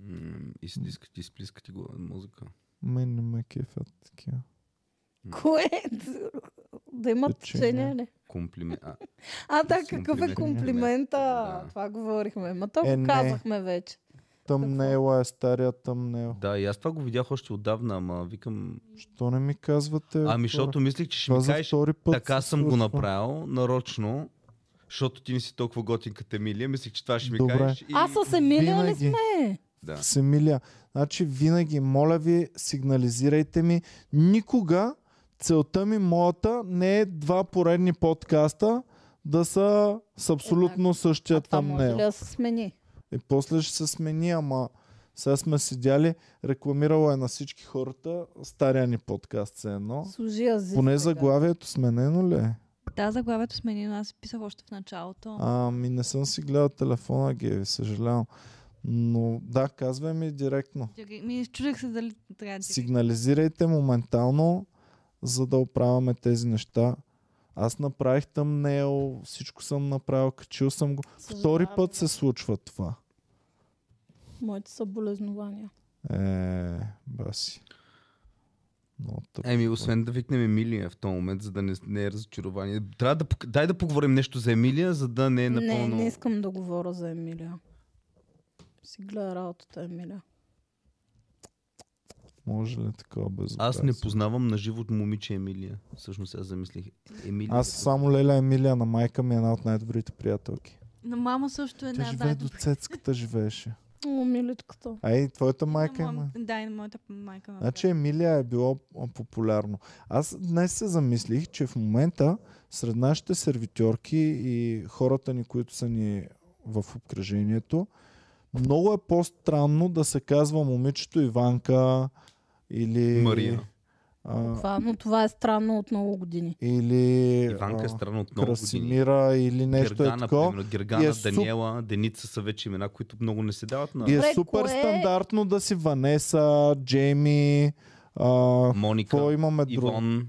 [SPEAKER 1] М, И си дискат, и сплискат ти го мозъка.
[SPEAKER 2] Мен не ме кефят такива.
[SPEAKER 3] Кое? Да има
[SPEAKER 2] Течение.
[SPEAKER 3] течение ли?
[SPEAKER 1] Комплимент. А,
[SPEAKER 3] А, да,
[SPEAKER 1] С
[SPEAKER 3] какъв е
[SPEAKER 1] комплимент.
[SPEAKER 3] комплимента?
[SPEAKER 1] Да.
[SPEAKER 3] Това говорихме. Ма то
[SPEAKER 2] Е,
[SPEAKER 3] го
[SPEAKER 2] не.
[SPEAKER 3] казахме вече.
[SPEAKER 2] Тъмнела е стария тъмнел.
[SPEAKER 1] да, и аз това го видях още отдавна, ама викам...
[SPEAKER 2] Що не ми казвате? бе,
[SPEAKER 1] Ами,
[SPEAKER 2] хора?
[SPEAKER 1] защото мислих, че ще
[SPEAKER 2] Е, Това
[SPEAKER 1] ми
[SPEAKER 2] за
[SPEAKER 1] кажеш,
[SPEAKER 2] втори път
[SPEAKER 1] така
[SPEAKER 2] се
[SPEAKER 1] съм го
[SPEAKER 2] случва.
[SPEAKER 1] направил, нарочно, Защото ти не си толкова готин като Емилия, мислих, че това ще ми
[SPEAKER 2] Добре.
[SPEAKER 1] кажеш. И...
[SPEAKER 3] Аз с Емилия не
[SPEAKER 2] Винаги.
[SPEAKER 3] сме.
[SPEAKER 1] Да.
[SPEAKER 2] с Емилия. Значи винаги, моля ви, сигнализирайте ми. Никога целта ми, моята, не е два поредни подкаста да са с абсолютно същия
[SPEAKER 3] А това може ли
[SPEAKER 2] thumbnail.
[SPEAKER 3] да се смени?
[SPEAKER 2] И после ще се смени, ама сега сме седяли, рекламирала е на всички хората стария ни подкаст все едно.
[SPEAKER 3] Служи аз.
[SPEAKER 2] Поне заглавието сменено ли е?
[SPEAKER 6] Да, заглавието смени, но аз писах още в началото.
[SPEAKER 2] Ами не съм си гледал телефона, Геви, съжалявам. Но да, казвай ми директно.
[SPEAKER 6] Чакай, Ми, чудех се дали трябва да ти
[SPEAKER 2] сигнализирайте моментално, за да оправяме тези неща. Аз направих тъмнел, всичко съм направил, качил съм го. Втори път се случва това.
[SPEAKER 3] Моите съболезнования.
[SPEAKER 2] Е, баси. Много тъпо.
[SPEAKER 1] Еми, освен да викнем Емилия в този момент, за да не, не е разочарование. Трябва да, пок- дай да поговорим нещо за Емилия, за да не е
[SPEAKER 3] Не,
[SPEAKER 1] напълно...
[SPEAKER 3] не искам да говоря за Емилия. Си гледа работата, Емилия.
[SPEAKER 2] Може ли такова без
[SPEAKER 1] Аз не познавам на живот момиче Емилия. Всъщност аз замислих. Емилия.
[SPEAKER 2] Аз само Леля Емилия на майка ми е една от най-добрите приятелки.
[SPEAKER 6] На мама също е
[SPEAKER 2] Тя
[SPEAKER 6] една
[SPEAKER 2] живее
[SPEAKER 6] да,
[SPEAKER 2] до цецката живееше.
[SPEAKER 3] О, миличката.
[SPEAKER 2] А и твоята
[SPEAKER 6] майка
[SPEAKER 2] майка
[SPEAKER 6] на
[SPEAKER 2] има.
[SPEAKER 6] моя, Да, и на моята майка. ме
[SPEAKER 2] Значи Емилия е било а, популярно. Аз днес се замислих, че в момента сред нашите сервитьорки и хората ни, които са ни в обкръжението, много е по-странно да се казва момичето Иванка или...
[SPEAKER 1] Мария.
[SPEAKER 2] А,
[SPEAKER 3] Това, но това е странно от много години.
[SPEAKER 2] или...
[SPEAKER 1] Иванка е
[SPEAKER 2] а,
[SPEAKER 1] странно от много години.
[SPEAKER 2] Красимира или нещо е
[SPEAKER 1] Гергана,
[SPEAKER 2] такова.
[SPEAKER 1] примерно. Гергана,
[SPEAKER 2] И е
[SPEAKER 1] е
[SPEAKER 2] суп-
[SPEAKER 1] Даниела, Деница са вече имена, които много не се дават на
[SPEAKER 2] И е
[SPEAKER 3] Добре,
[SPEAKER 2] супер
[SPEAKER 3] кое е-
[SPEAKER 2] стандартно да си Ванеса, Джейми, а, какво
[SPEAKER 1] Моника,
[SPEAKER 2] имаме друго?
[SPEAKER 1] Ивон.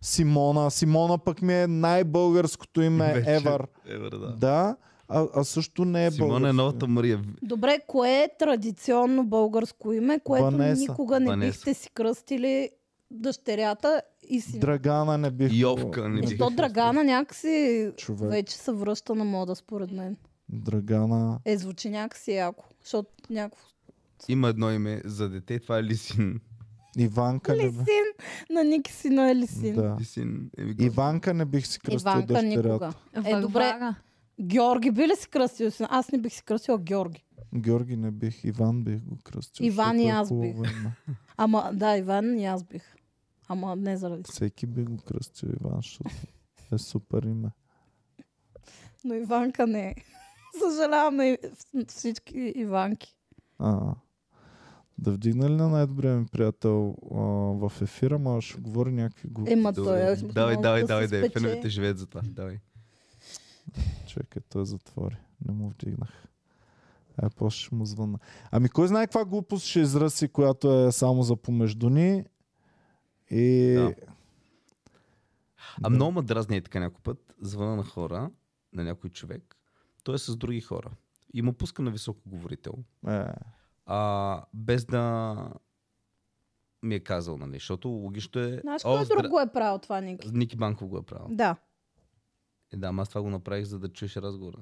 [SPEAKER 2] Симона. Симона пък ми е най-българското име
[SPEAKER 1] Вече.
[SPEAKER 2] ever.
[SPEAKER 1] Евър,
[SPEAKER 2] Да,
[SPEAKER 1] да.
[SPEAKER 2] да а, а също не е
[SPEAKER 1] Симона е
[SPEAKER 2] българско
[SPEAKER 1] новата
[SPEAKER 2] име.
[SPEAKER 1] Мария.
[SPEAKER 3] Добре, кое е традиционно българско име, което
[SPEAKER 2] Ванеса.
[SPEAKER 3] никога не
[SPEAKER 1] Ванеса.
[SPEAKER 3] бихте си кръстили дъщерята и си...
[SPEAKER 2] Драгана не бих...
[SPEAKER 1] Йовка не
[SPEAKER 2] не
[SPEAKER 1] бих.
[SPEAKER 3] Защо Драгана някакси
[SPEAKER 2] Човек.
[SPEAKER 3] вече се връща на мода, според мен.
[SPEAKER 2] Драгана...
[SPEAKER 3] Е, звучи някакси яко, защото някакво...
[SPEAKER 1] Има едно име за дете, това е Лисин.
[SPEAKER 2] Иванка не бе?
[SPEAKER 3] Лисин! На Ники Нали си на Лисин.
[SPEAKER 2] Да.
[SPEAKER 1] Лисин. Еми, го-
[SPEAKER 2] Иванка не бих си кръстил
[SPEAKER 3] Иванка
[SPEAKER 2] дъщерята.
[SPEAKER 3] никога.
[SPEAKER 6] пита.
[SPEAKER 3] Е, добре,
[SPEAKER 6] Варвара.
[SPEAKER 3] Георги би ли си кръстил сина? Аз не бих си кръстила Георги.
[SPEAKER 2] Георги не бих, Иван бих го кръстил.
[SPEAKER 3] Иван
[SPEAKER 2] защото
[SPEAKER 3] и
[SPEAKER 2] е
[SPEAKER 3] аз
[SPEAKER 2] хубаво име.
[SPEAKER 3] Ама, да, Иван и аз бих. Ама не заради.
[SPEAKER 2] Всеки би го кръстил Иван, защото е супер име.
[SPEAKER 3] Но Иванка не е. Съжалявам на и- всички Иванки.
[SPEAKER 2] А, да вдигна ли на най-добрия ми приятел а, в ефира, ма ще говори някакви глупости.
[SPEAKER 3] Ема той е.
[SPEAKER 1] Добре. Давай,
[SPEAKER 3] може
[SPEAKER 1] давай,
[SPEAKER 3] да
[SPEAKER 1] давай,
[SPEAKER 3] се
[SPEAKER 1] давай.
[SPEAKER 3] спече.
[SPEAKER 1] Феновете живеят за това. Давай.
[SPEAKER 2] Чакай, е, той затвори. Не му вдигнах. А, после ще му звънна. Ами кой знае каква глупост ще изрази, която е само за помежду ни. И...
[SPEAKER 1] Да. А
[SPEAKER 2] Да.
[SPEAKER 1] много ме дразни е така някой път, звъна на хора, на някой човек, той е с други хора и му пуска на високоговорител,
[SPEAKER 2] Е,
[SPEAKER 1] а, без да ми е казал, нали, защото логично е...
[SPEAKER 3] Знаеш, кой
[SPEAKER 1] здра-
[SPEAKER 3] друг го е правил това, Ники?
[SPEAKER 1] Ники Банков го е правил.
[SPEAKER 3] Да.
[SPEAKER 1] Е, да, ама аз това го направих, за да чуеш разговора.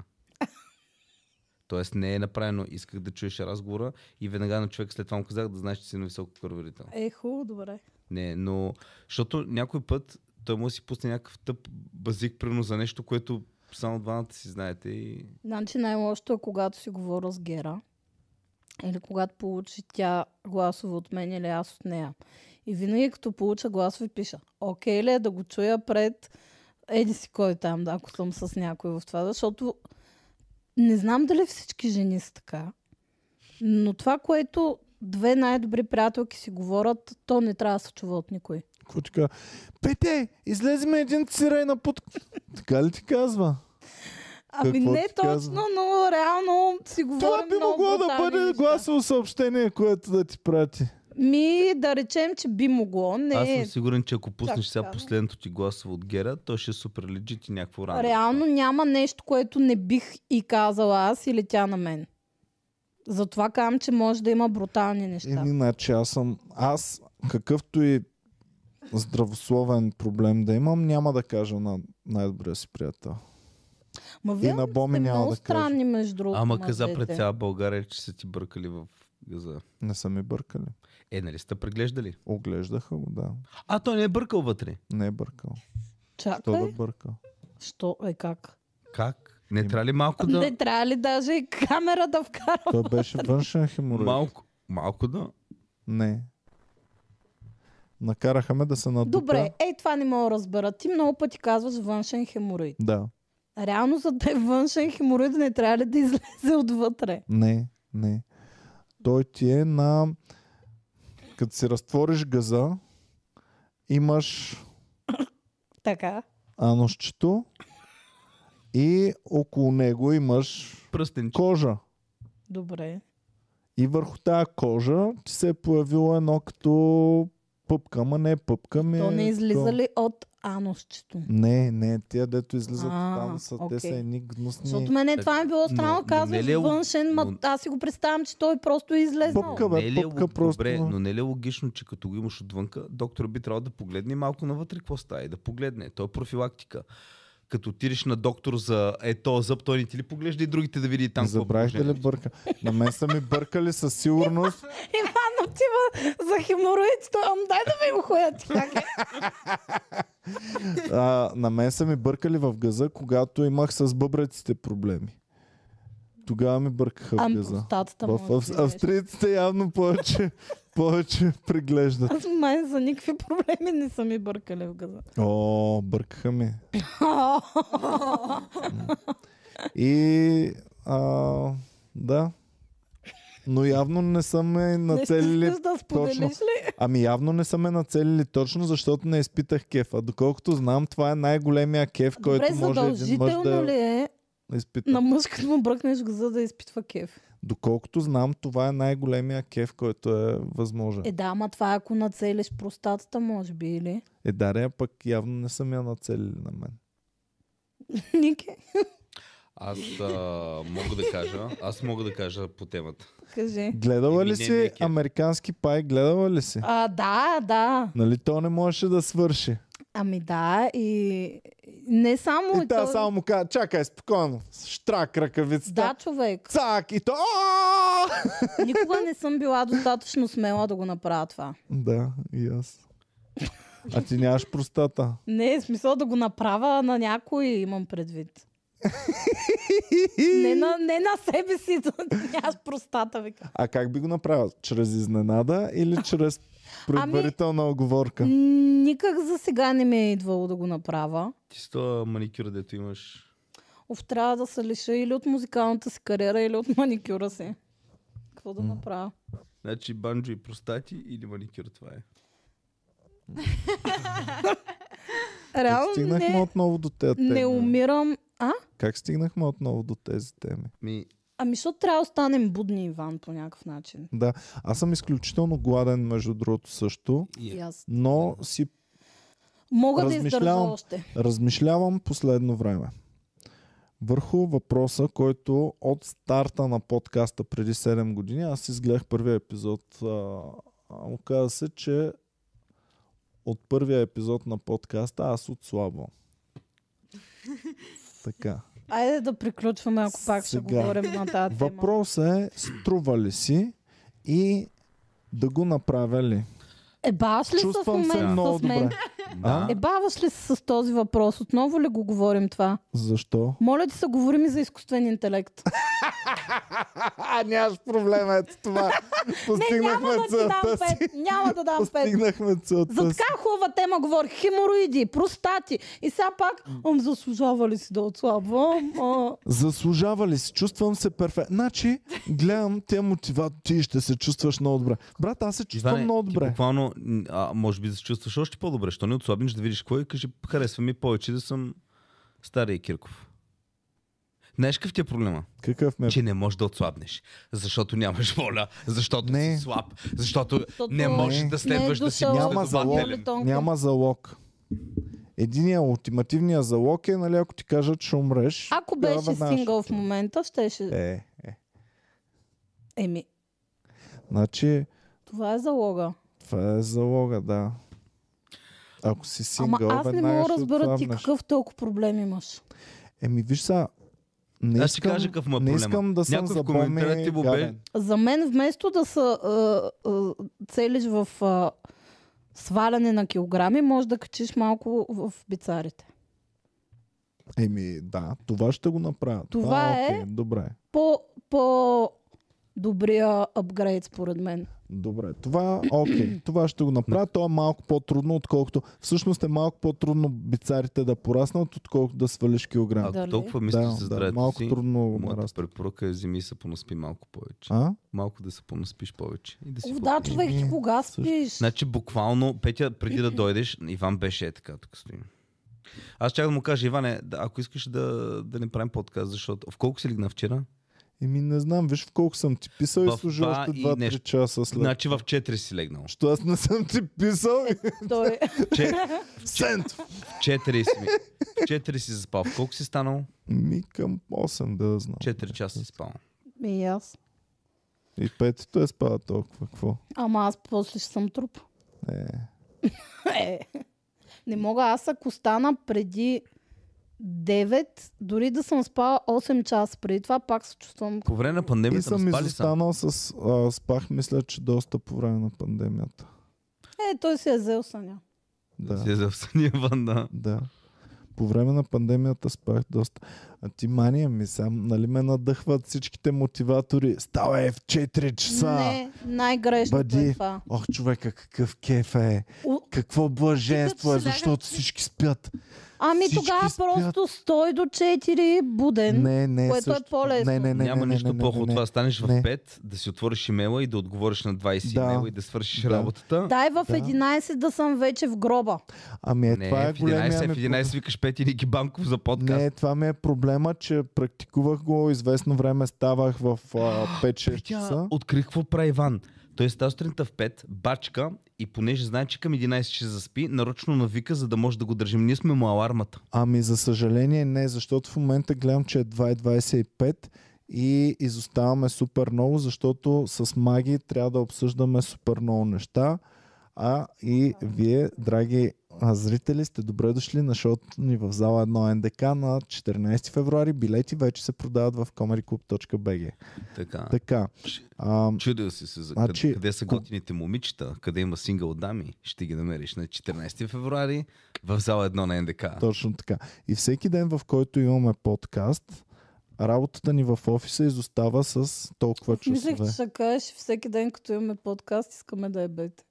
[SPEAKER 1] Тоест не е направено, исках да чуеш разговора и веднага на човек след това му казах да знаеш, че си на високоговорител.
[SPEAKER 3] Е, хубаво, добре.
[SPEAKER 1] Не, но... Защото някой път той може да си пусне някакъв тъп базик, примерно за нещо, което само двамата си знаете и...
[SPEAKER 3] Значи най-лошото е, когато си говоря с Гера. Или когато получи тя гласове от мен или аз от нея. И винаги като получа гласове пиша, окей ли е да го чуя пред еди си кой там, да, ако съм с някой в това. Защото не знам дали всички жени са така, но това, което две най-добри приятелки си говорят, то не трябва да се чува от никой.
[SPEAKER 2] какво ти казва? Пете, излезе ми един цирай на пут. така ли ти казва?
[SPEAKER 3] Ами
[SPEAKER 2] Какво
[SPEAKER 3] не
[SPEAKER 2] ти
[SPEAKER 3] точно,
[SPEAKER 2] казва?
[SPEAKER 3] но реално си говорим
[SPEAKER 2] Това би
[SPEAKER 3] много
[SPEAKER 2] могло да
[SPEAKER 3] брутални
[SPEAKER 2] бъде
[SPEAKER 3] неща.
[SPEAKER 2] гласово съобщение, което да ти прати.
[SPEAKER 3] Ми, да речем, че би могло. Не,
[SPEAKER 1] Аз съм сигурен, че ако пуснеш сега
[SPEAKER 3] така.
[SPEAKER 1] последното ти гласово от Гера, то ще е супер легит и някакво рано.
[SPEAKER 3] реално няма нещо, което не бих и казала аз или тя на мен. Затова казвам, че може да има брутални неща.
[SPEAKER 2] Еми, значи аз съм... Аз, какъвто и здравословен проблем да имам, няма да кажа на най-добрия си приятел.
[SPEAKER 3] Ма
[SPEAKER 2] И
[SPEAKER 3] вие
[SPEAKER 2] на Боми
[SPEAKER 3] сте
[SPEAKER 2] няма
[SPEAKER 3] много
[SPEAKER 2] да кажа.
[SPEAKER 3] странни, между другото.
[SPEAKER 1] Ама каза пред
[SPEAKER 3] мъжете.
[SPEAKER 1] цяла България, че са ти бъркали в газа.
[SPEAKER 2] Не са ми бъркали.
[SPEAKER 1] Е, нали сте преглеждали?
[SPEAKER 2] Оглеждаха го, да.
[SPEAKER 1] А, той не е бъркал вътре.
[SPEAKER 2] Не е бъркал. Що да
[SPEAKER 3] Чакай.
[SPEAKER 2] бъркал?
[SPEAKER 3] Що? Е, как?
[SPEAKER 1] Как? Не трябва ли малко
[SPEAKER 3] Да.
[SPEAKER 1] да...
[SPEAKER 3] Не трябва ли даже и камера да вкара?
[SPEAKER 2] Това беше външен хеморой.
[SPEAKER 1] Малко, малко да...
[SPEAKER 2] Не. Накараха ме да се надупя.
[SPEAKER 3] Добре, ей това не мога да разбера. Ти много пъти казваш външен хемороид.
[SPEAKER 2] Да.
[SPEAKER 3] Реално за да е външен хемороид не трябва ли да излезе отвътре?
[SPEAKER 2] Не, не. Той ти е на... Като си разтвориш газа, имаш
[SPEAKER 3] Така.
[SPEAKER 2] анушчето и около него имаш
[SPEAKER 1] Пръстенче.
[SPEAKER 2] кожа.
[SPEAKER 3] Добре.
[SPEAKER 2] И върху тази кожа ти се е появило едно като пъпка, ама не е пъпка ми.
[SPEAKER 3] То не
[SPEAKER 2] е
[SPEAKER 3] излиза
[SPEAKER 2] то-
[SPEAKER 3] ли от анусчето?
[SPEAKER 2] Не, не, тия дето излизат
[SPEAKER 3] А,
[SPEAKER 2] там са, те са
[SPEAKER 3] окей.
[SPEAKER 2] едни гнусни.
[SPEAKER 3] Защото мене това ми било странно,
[SPEAKER 1] но не
[SPEAKER 3] казваш
[SPEAKER 1] ли е л-
[SPEAKER 3] външен, ма
[SPEAKER 1] но-
[SPEAKER 3] аз си го представям, че той просто е излезнал.
[SPEAKER 2] Пъпка, бе,
[SPEAKER 1] не е ли, е
[SPEAKER 2] пъпка
[SPEAKER 1] лог-
[SPEAKER 2] просто.
[SPEAKER 1] Добре, но не е ли е логично, че като го имаш отвънка, доктор би трябвало да погледне малко навътре какво става и да погледне. То е профилактика. Като отидеш на доктор за е този зъб, той не ти ли поглежда и другите да види там
[SPEAKER 2] Не
[SPEAKER 1] какво е
[SPEAKER 2] забравих да ли
[SPEAKER 1] положението?
[SPEAKER 2] бърка. На мен са ми бъркали със сигурност.
[SPEAKER 3] Иван отива за хемороид, той ам дай да ми го ходят. Как?
[SPEAKER 2] А, на мен са ми бъркали в газа, когато имах с бъбреците проблеми. Тогава ми бъркаха в
[SPEAKER 3] Ам
[SPEAKER 2] газа.
[SPEAKER 3] устатата
[SPEAKER 2] В
[SPEAKER 3] Ами, му.
[SPEAKER 2] Ав- австрийците явно повече, повече приглеждат.
[SPEAKER 3] Аз май за никакви проблеми не са ми бъркали в газа.
[SPEAKER 2] О, бъркаха ми. И а, да. Но явно не са ме
[SPEAKER 3] Не
[SPEAKER 2] нацелили.
[SPEAKER 3] искаш да споделиш ли?
[SPEAKER 2] Ами явно не са ме нацелили точно, защото не изпитах кеф. А доколкото знам, това е най-големия кеф, който
[SPEAKER 3] Добре,
[SPEAKER 2] може един мъж
[SPEAKER 3] задължително
[SPEAKER 2] да
[SPEAKER 3] ли е
[SPEAKER 2] изпита.
[SPEAKER 3] на мъж, като му бръкнеш газа да изпитва кеф?
[SPEAKER 2] Доколкото знам, това е най-големия кеф, който е възможен.
[SPEAKER 3] Е да, ама това е ако нацелиш простатата, може би, или?
[SPEAKER 2] Е, Дария пък явно не са ми я нацелили на мен.
[SPEAKER 3] Нике,
[SPEAKER 1] Аз а, мога да кажа, аз мога да кажа по темата.
[SPEAKER 3] кажи.
[SPEAKER 2] Гледала
[SPEAKER 1] Еми,
[SPEAKER 2] ли
[SPEAKER 1] не ми е
[SPEAKER 2] си
[SPEAKER 1] кеф.
[SPEAKER 2] американски пай? Гледала ли си?
[SPEAKER 3] А, да, да.
[SPEAKER 2] Нали то не можеше да свърши?
[SPEAKER 3] Ами да, и не само...
[SPEAKER 2] И та
[SPEAKER 3] то-
[SPEAKER 2] Е, само му каза, чакай спокойно, штрак ръкавицата.
[SPEAKER 3] Да, човек.
[SPEAKER 2] Цак! И то... «Ааа!»
[SPEAKER 3] Никога не съм била достатъчно смела да го направя това.
[SPEAKER 2] Да, и аз. А ти нямаш простата.
[SPEAKER 3] Не, в смисъл да го направя на някой, имам предвид. не, на, не на себе си, аз простата вика.
[SPEAKER 2] А как би го направил? Чрез изненада или чрез
[SPEAKER 3] Ами,
[SPEAKER 2] предварителна оговорка?
[SPEAKER 3] Никак за сега не ми е идвало да го направя.
[SPEAKER 1] Ти с този маникюр, дето имаш...
[SPEAKER 3] Оф, трябва да се лиша или от музикалната си кариера, или от маникюра си. Какво да направя?
[SPEAKER 1] Значи банджо и простати или маникюр, това е.
[SPEAKER 2] Как
[SPEAKER 3] Реално
[SPEAKER 2] стигнахме
[SPEAKER 3] не,
[SPEAKER 2] отново до тези
[SPEAKER 3] не
[SPEAKER 2] теми?
[SPEAKER 3] умирам. А?
[SPEAKER 2] Как стигнахме отново до тези теми?
[SPEAKER 1] Ми,
[SPEAKER 3] Ами, защото трябва да останем будни, Иван, по някакъв начин.
[SPEAKER 2] Да, аз съм изключително гладен, между другото също,
[SPEAKER 3] И аз.
[SPEAKER 2] но си
[SPEAKER 3] Мога да издържа
[SPEAKER 2] Размишлявам.
[SPEAKER 3] още.
[SPEAKER 2] размишлявам последно време върху въпроса, който от старта на подкаста преди 7 години, аз изгледах първия епизод. а, а, Оказа се, че от първия епизод на подкаста аз отслабвам. Така.
[SPEAKER 3] Айде да приключваме, ако пак ще
[SPEAKER 2] Сега.
[SPEAKER 3] говорим на тази тема.
[SPEAKER 2] Въпросът е, струва ли си и да го направя ли?
[SPEAKER 3] Е, баваш ли се в
[SPEAKER 2] Чувствам се
[SPEAKER 3] момента
[SPEAKER 2] много
[SPEAKER 3] с мен?
[SPEAKER 2] добре. А?
[SPEAKER 3] Е, баваш ли се с този въпрос? Отново ли го говорим това?
[SPEAKER 2] Защо?
[SPEAKER 3] Моля ти се, говорим и за изкуствен интелект.
[SPEAKER 2] А, нямаш проблем, ето това.
[SPEAKER 3] Не, няма
[SPEAKER 2] Постигнахме
[SPEAKER 3] да ти дам
[SPEAKER 2] целта си.
[SPEAKER 3] пет. Няма да дам пет.
[SPEAKER 2] Постигнахме
[SPEAKER 3] За
[SPEAKER 2] целта си.
[SPEAKER 3] така хубава тема говори. Хемороиди, простати. И сега пак, ам заслужава ли си да отслабвам? А,
[SPEAKER 2] Заслужава ли си? Чувствам се перфектно. Значи, гледам те мотиват, ти ще се чувстваш много добре. Брат, аз се чувствам
[SPEAKER 1] Иване,
[SPEAKER 2] много
[SPEAKER 1] ти
[SPEAKER 2] добре.
[SPEAKER 1] Буквално, м, а, може би да се чувстваш още по-добре. Що не отслабнеш да видиш какво е и кажи, харесва ми повече да съм стария Кирков. Знаеш какъв ти е проблема?
[SPEAKER 2] Какъв ме...
[SPEAKER 1] Че не можеш да отслабнеш. Защото нямаш воля, защото
[SPEAKER 2] Не.
[SPEAKER 1] не. си слаб, защото,
[SPEAKER 3] Защото
[SPEAKER 1] не можеш
[SPEAKER 2] не.
[SPEAKER 1] да следваш
[SPEAKER 3] Не е
[SPEAKER 1] да си
[SPEAKER 3] дошъл
[SPEAKER 2] Няма
[SPEAKER 1] последователен.
[SPEAKER 3] залог.
[SPEAKER 2] Няма залог. Единия ултимативния залог е, нали, ако ти кажат, че умреш.
[SPEAKER 3] Ако
[SPEAKER 2] тогава
[SPEAKER 3] беше
[SPEAKER 2] веднага ще
[SPEAKER 3] сингъл в
[SPEAKER 2] отидеш.
[SPEAKER 3] момента, щеше...
[SPEAKER 2] Е, е.
[SPEAKER 3] Еми,
[SPEAKER 2] Значи,
[SPEAKER 3] това е залога.
[SPEAKER 2] това е залога, да. Ако си
[SPEAKER 3] Ама
[SPEAKER 2] сингъл,
[SPEAKER 3] аз не
[SPEAKER 2] веднага
[SPEAKER 3] мога
[SPEAKER 2] ще
[SPEAKER 3] да разбера ти
[SPEAKER 2] отслабнеш.
[SPEAKER 3] какъв толкова проблем имаш.
[SPEAKER 2] Еми, виж са, не
[SPEAKER 1] Аз ще
[SPEAKER 2] искам,
[SPEAKER 1] кажа какъв му е
[SPEAKER 2] не
[SPEAKER 1] проблема.
[SPEAKER 2] искам да съм
[SPEAKER 1] Някой в
[SPEAKER 2] за Боми
[SPEAKER 1] коментарите му бе-
[SPEAKER 2] гаден.
[SPEAKER 3] За мен, вместо да се а, а, целиш в а, сваляне на килограми, може да качиш малко в в бицарите.
[SPEAKER 2] Еми, да, това ще го направя.
[SPEAKER 3] Това е-
[SPEAKER 2] окей, добре.
[SPEAKER 3] По, по добрия апгрейд, според мен.
[SPEAKER 2] Добре, това, окей, това ще го направя. То е малко по-трудно, отколкото... Всъщност е малко по-трудно бицарите да пораснат, отколкото да свалиш килограм.
[SPEAKER 1] Ако
[SPEAKER 3] Дали?
[SPEAKER 1] толкова мислиш за
[SPEAKER 2] да, да,
[SPEAKER 1] здравето
[SPEAKER 2] малко
[SPEAKER 1] си,
[SPEAKER 2] трудно
[SPEAKER 1] моята
[SPEAKER 2] нараства.
[SPEAKER 1] препоръка е вземи се понаспи малко повече.
[SPEAKER 2] А?
[SPEAKER 1] Малко да се понаспиш повече. И да си
[SPEAKER 3] О, да,
[SPEAKER 1] по-трудно.
[SPEAKER 3] човек, ти кога спиш?
[SPEAKER 1] Значи буквално, Петя, преди да дойдеш, Иван беше е така, тук стоим. Аз чак да му кажа, Иване, да, ако искаш да, да не правим подкаст, защото... В колко си лигна вчера?
[SPEAKER 2] Еми, не знам, виж в колко съм ти писал и
[SPEAKER 1] В
[SPEAKER 2] служи
[SPEAKER 1] два
[SPEAKER 2] още
[SPEAKER 1] и
[SPEAKER 2] 2-3
[SPEAKER 1] нещо.
[SPEAKER 2] часа след.
[SPEAKER 1] Значи в 4 си легнал.
[SPEAKER 2] Що аз не съм ти писал?
[SPEAKER 3] Той... е-
[SPEAKER 1] Че,
[SPEAKER 2] Сент!
[SPEAKER 1] в 4 си, ми- в 4 си заспал. В колко си станал?
[SPEAKER 2] Ми към 8 да знам.
[SPEAKER 1] 4 часа си спал.
[SPEAKER 3] И аз.
[SPEAKER 2] И петито е спала толкова. Какво?
[SPEAKER 3] Ама аз после ще съм труп.
[SPEAKER 2] Е.
[SPEAKER 3] Е. Не мога аз ако стана преди 9, дори да съм спала 8 часа преди това, пак се чувствам
[SPEAKER 1] По време на
[SPEAKER 2] И
[SPEAKER 1] пандемията
[SPEAKER 2] съм
[SPEAKER 1] съм спали са.
[SPEAKER 2] изостанал с... А, спах, мисля, че доста по време на пандемията.
[SPEAKER 3] Е, той си е взел съня.
[SPEAKER 2] Да.
[SPEAKER 1] Си е завсъния вън, да.
[SPEAKER 2] Да. По време на пандемията спах доста. А ти мания ми сам, нали ме надъхват всичките мотиватори. Става е в 4 часа.
[SPEAKER 3] Не, най-грешното
[SPEAKER 2] Бъди.
[SPEAKER 3] е това.
[SPEAKER 2] Ох, човека, какъв кеф е.
[SPEAKER 3] У-
[SPEAKER 2] Какво блаженство е,
[SPEAKER 6] Ти като си
[SPEAKER 2] защото всички спят.
[SPEAKER 3] Ами
[SPEAKER 2] Всички
[SPEAKER 3] тогава
[SPEAKER 2] спят.
[SPEAKER 3] просто стой до 4 буден.
[SPEAKER 2] Не, не,
[SPEAKER 3] което е
[SPEAKER 2] също.
[SPEAKER 3] по-лесно.
[SPEAKER 2] Не, не, не,
[SPEAKER 1] Няма
[SPEAKER 2] не, не,
[SPEAKER 1] нищо
[SPEAKER 2] не, не,
[SPEAKER 1] плохо от
[SPEAKER 2] не.
[SPEAKER 1] това. да Станеш в
[SPEAKER 2] Не.
[SPEAKER 1] 5, да си отвориш имейла и да отговориш на 20
[SPEAKER 2] Да.
[SPEAKER 1] имейла и да свършиш
[SPEAKER 2] Да.
[SPEAKER 1] работата.
[SPEAKER 3] Дай в
[SPEAKER 2] Да.
[SPEAKER 3] 11 да съм вече в гроба.
[SPEAKER 2] Ами е,
[SPEAKER 1] не,
[SPEAKER 2] това е
[SPEAKER 1] в 11,
[SPEAKER 2] големия
[SPEAKER 1] в
[SPEAKER 2] ми
[SPEAKER 1] 11 викаш Пети Ники Банков за подкаст.
[SPEAKER 2] Не, това ми е проблема, че практикувах го известно време, ставах в а, 5-6
[SPEAKER 1] Петя,
[SPEAKER 2] часа.
[SPEAKER 1] открих Е, какво прави Иван. Той става сутринта в 5, бачка и понеже знае, че към 11 ще заспи, нарочно навика, за да може да го държим. Ние сме му алармата.
[SPEAKER 2] Ами за съжаление не, защото в момента гледам, че е 2.25 и изоставаме супер много, защото с маги трябва да обсъждаме супер много неща. А и вие, драги а, зрители, сте добре дошли на шоуто ни в зала 1 НДК на 14 февруари. Билети вече се продават в comedyclub.bg.
[SPEAKER 1] Така.
[SPEAKER 2] Така, а,
[SPEAKER 1] Чудил си се за
[SPEAKER 2] Значи,
[SPEAKER 1] къде, къде са
[SPEAKER 2] ко-
[SPEAKER 1] готините момичета, къде има сингъл дами, ще ги намериш на 14 февруари в зала 1 на НДК.
[SPEAKER 2] Точно така. И всеки ден, в който имаме подкаст, работата ни в офиса изостава с толкова
[SPEAKER 3] Мислех, че
[SPEAKER 2] часове.
[SPEAKER 3] ще кажеш всеки ден, като имаме подкаст, искаме да е бед.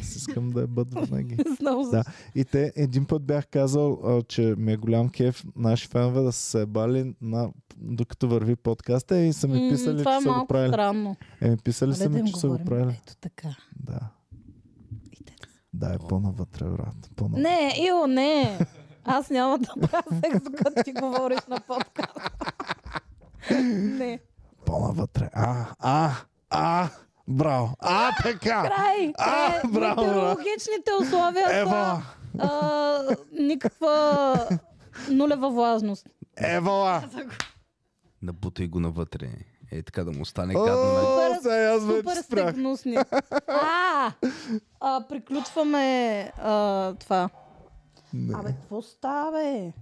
[SPEAKER 2] Аз искам да я бъда винаги.
[SPEAKER 3] Знам
[SPEAKER 2] Да. И те един път бях казал, а, че ми е голям кеф наши фенове да са се бали на, докато върви подкаста и са ми писали,
[SPEAKER 3] това е
[SPEAKER 2] че са го
[SPEAKER 3] малко
[SPEAKER 2] правили.
[SPEAKER 3] странно.
[SPEAKER 2] Еми, писали са
[SPEAKER 3] Хайде да
[SPEAKER 2] ми,
[SPEAKER 3] им
[SPEAKER 2] че са го
[SPEAKER 3] говорим.
[SPEAKER 2] правили.
[SPEAKER 3] Ето така.
[SPEAKER 2] Да.
[SPEAKER 3] И те да са-
[SPEAKER 2] Да, е по-навътре, брат. По-навътре.
[SPEAKER 3] Не, Ио, не. Аз няма да правя секс, докато ти говориш на подкаст. не.
[SPEAKER 2] По-навътре. А, а, а, браво. А, така.
[SPEAKER 3] Край!
[SPEAKER 2] А,
[SPEAKER 3] Те-
[SPEAKER 2] браво, браво.
[SPEAKER 3] е, Метеорологичните условия са
[SPEAKER 2] Ева,
[SPEAKER 3] а, никаква нулева влажност.
[SPEAKER 2] евала.
[SPEAKER 1] Набутай го навътре. Е така да му стане гадно. нали? на-
[SPEAKER 2] О, сега аз вече
[SPEAKER 3] Супер сте
[SPEAKER 2] спрях.
[SPEAKER 3] гнусни. А, а, приключваме а, това.
[SPEAKER 2] Не.
[SPEAKER 3] Абе, какво става, бе?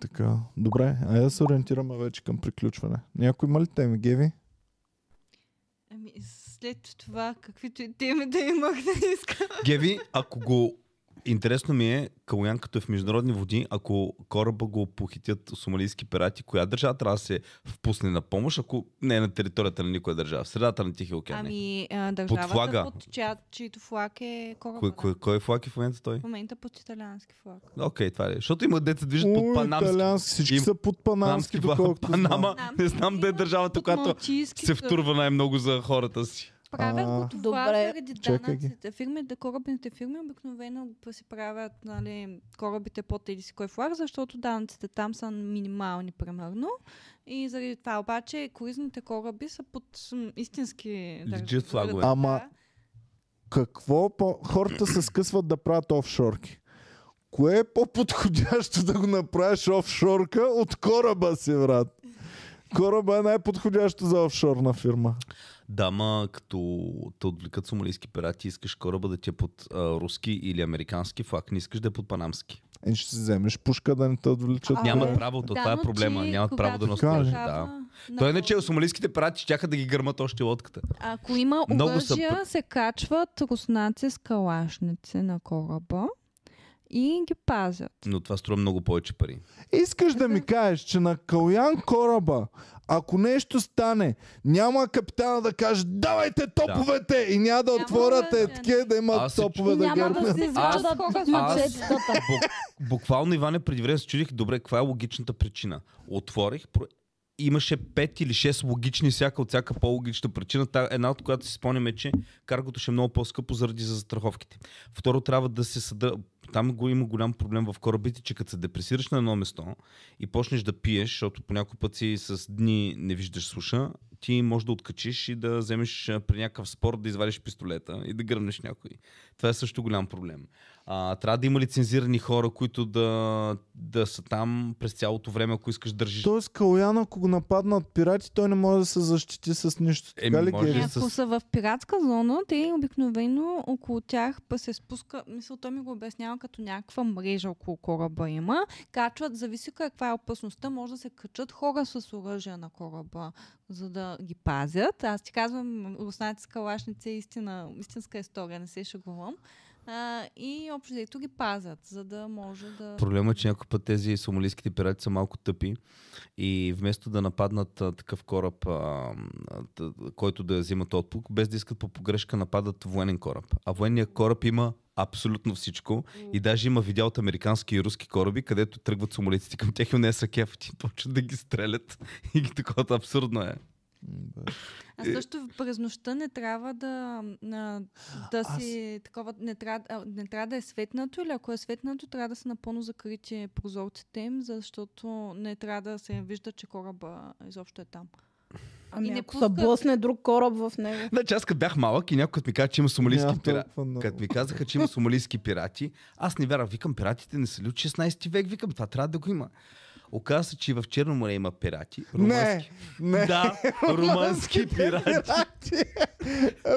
[SPEAKER 2] Така, добре, а я се ориентираме вече към приключване. Някой има ли теми, Геви?
[SPEAKER 6] Ами, след това, каквито и теми да имах да искам.
[SPEAKER 1] Геви, ако го... Интересно ми е, Калуян, като е в международни води, ако кораба го похитят сомалийски пирати, коя държава трябва да се впусне на помощ, ако не е на територията на никоя държава, в средата на Тихия океан? е?
[SPEAKER 6] Ами, а, държавата, под,
[SPEAKER 1] флага.
[SPEAKER 6] чия, чието флаг е кораба.
[SPEAKER 1] Кой,
[SPEAKER 6] да.
[SPEAKER 1] кой, кой е флаг е в момента той?
[SPEAKER 6] В момента под италиански флаг.
[SPEAKER 1] Окей, това е. Защото има деца движат под панамски.
[SPEAKER 2] италиански, всички
[SPEAKER 1] Им-
[SPEAKER 2] са под панамски,
[SPEAKER 1] флаг.
[SPEAKER 2] доколкото
[SPEAKER 1] Панама,
[SPEAKER 6] знам.
[SPEAKER 1] не знам да е
[SPEAKER 6] Има
[SPEAKER 1] държавата,
[SPEAKER 6] под
[SPEAKER 1] която
[SPEAKER 6] малтийски
[SPEAKER 1] се
[SPEAKER 6] флаг.
[SPEAKER 1] втурва най-много за хората си.
[SPEAKER 6] Правят
[SPEAKER 2] А.
[SPEAKER 6] го това
[SPEAKER 3] Добре,
[SPEAKER 6] заради
[SPEAKER 2] чакай ги.
[SPEAKER 6] данъците. Фирми, да корабните фирми обикновено па си правят нали, корабите под или си кой флаг, защото данъците там са минимални примерно. И заради това обаче коризните кораби са под м, истински
[SPEAKER 1] Legit
[SPEAKER 6] държави.
[SPEAKER 1] флагове.
[SPEAKER 2] Ама- знам. Какво по... Хората се скъсват да правят офшорки. Кое е по-подходящо да го направиш офшорка от кораба си, брат? Кораба е най-подходящо за офшорна фирма.
[SPEAKER 1] Да, ма като те отвлекат сомалийски пирати, искаш кораба да ти е под а, руски или американски флаг, не искаш да е под панамски.
[SPEAKER 2] Е, ще си вземеш пушка да не те отвличат.
[SPEAKER 6] А,
[SPEAKER 1] Нямат
[SPEAKER 6] е.
[SPEAKER 1] право, то това е проблема.
[SPEAKER 6] Данъци,
[SPEAKER 1] Нямат право да
[SPEAKER 6] когато
[SPEAKER 1] носят
[SPEAKER 2] Така ли?
[SPEAKER 1] оръжие. Да.
[SPEAKER 6] държава
[SPEAKER 1] Той е не
[SPEAKER 6] наложи-
[SPEAKER 1] че сомалийските пирати щяха да ги гърмат още лодката.
[SPEAKER 6] Ако има
[SPEAKER 1] Много са
[SPEAKER 6] оръжия, се качват руснаци с калашници на кораба и ги пазят.
[SPEAKER 1] Но това струва много повече пари.
[SPEAKER 2] Искаш да ми кажеш, че на Калян кораба, ако нещо стане, няма капитана да каже, давайте топовете и няма да
[SPEAKER 6] Няма
[SPEAKER 2] отворят
[SPEAKER 6] да-
[SPEAKER 2] етке да имат
[SPEAKER 1] Аз се
[SPEAKER 2] топове да
[SPEAKER 3] Няма да
[SPEAKER 2] гърнат.
[SPEAKER 3] се
[SPEAKER 1] Аз-
[SPEAKER 3] извадат
[SPEAKER 6] аз-
[SPEAKER 3] мачетата.
[SPEAKER 1] Бук, буквално Иване преди време се чудих, добре, каква е логичната причина? Отворих, про... имаше 5 или 6 логични, всяка от всяка по-логична причина. Та, една от която си спомням е, че каргото ще е много по-скъпо заради за застраховките. Второ, трябва да се съдържа. Там го има голям проблем в корабите, че като се депресираш на едно место и почнеш да пиеш, защото по някой път си с дни не виждаш суша, ти можеш да откачиш и да вземеш а, при някакъв спорт да извадиш пистолета и да гръмнеш някой. Това е също голям проблем. А, трябва да има лицензирани хора, които да, да са там през цялото време, ако искаш държиш.
[SPEAKER 2] Тоест Калян, ако го нападнат пирати, той не може да се защити с нищо.
[SPEAKER 1] Еми,
[SPEAKER 2] Така ли
[SPEAKER 1] може.
[SPEAKER 2] Гери?
[SPEAKER 1] Е,
[SPEAKER 6] Ако
[SPEAKER 1] с-
[SPEAKER 6] са в пиратска зона, те обикновено около тях па се спуска, мисъл, той ми го обяснява като някаква мрежа около кораба има, качват, зависи каква е опасността, може да се качат хора с оръжия на кораба, за да ги пазят. Аз ти казвам, руснаци с калашници е истина, истинска история, не се шегувам. А, и общо взето ги пазят, за да може да...
[SPEAKER 1] Проблема е, че някой път тези сомалийските пирати са малко тъпи и вместо да нападнат а, такъв кораб, а, а, т- който да взимат отпук, без да искат по погрешка нападат военен кораб. А военният кораб има абсолютно всичко и даже има видеа от американски и руски кораби, където тръгват сомалиците към тях и не са кефати, почват да ги стрелят и ги такова абсурдно е.
[SPEAKER 6] А също в- през нощта не трябва да, а, да
[SPEAKER 2] Аз-
[SPEAKER 6] си такова, не трябва, а, не трябва да е светнато или ако е светнато, трябва да са напълно закрити прозорците им, защото не трябва да се вижда, че кораба изобщо е там.
[SPEAKER 3] Ами
[SPEAKER 6] И не
[SPEAKER 3] ако се
[SPEAKER 6] пускат-
[SPEAKER 3] блъсне друг кораб в него.
[SPEAKER 1] Значи аз като бях малък и някой като ми каза, че има сомалийски
[SPEAKER 2] Няма
[SPEAKER 1] пирати.
[SPEAKER 2] толкова много.
[SPEAKER 1] Като ми казаха, че има сомалийски пирати, аз не вярвах. Викам, пиратите не са ли от 16 век? Викам, това трябва да го има. Оказва се, че и в Черно море има пирати.
[SPEAKER 2] Не,
[SPEAKER 1] Румънски.
[SPEAKER 2] не.
[SPEAKER 1] Да, румънски пирати.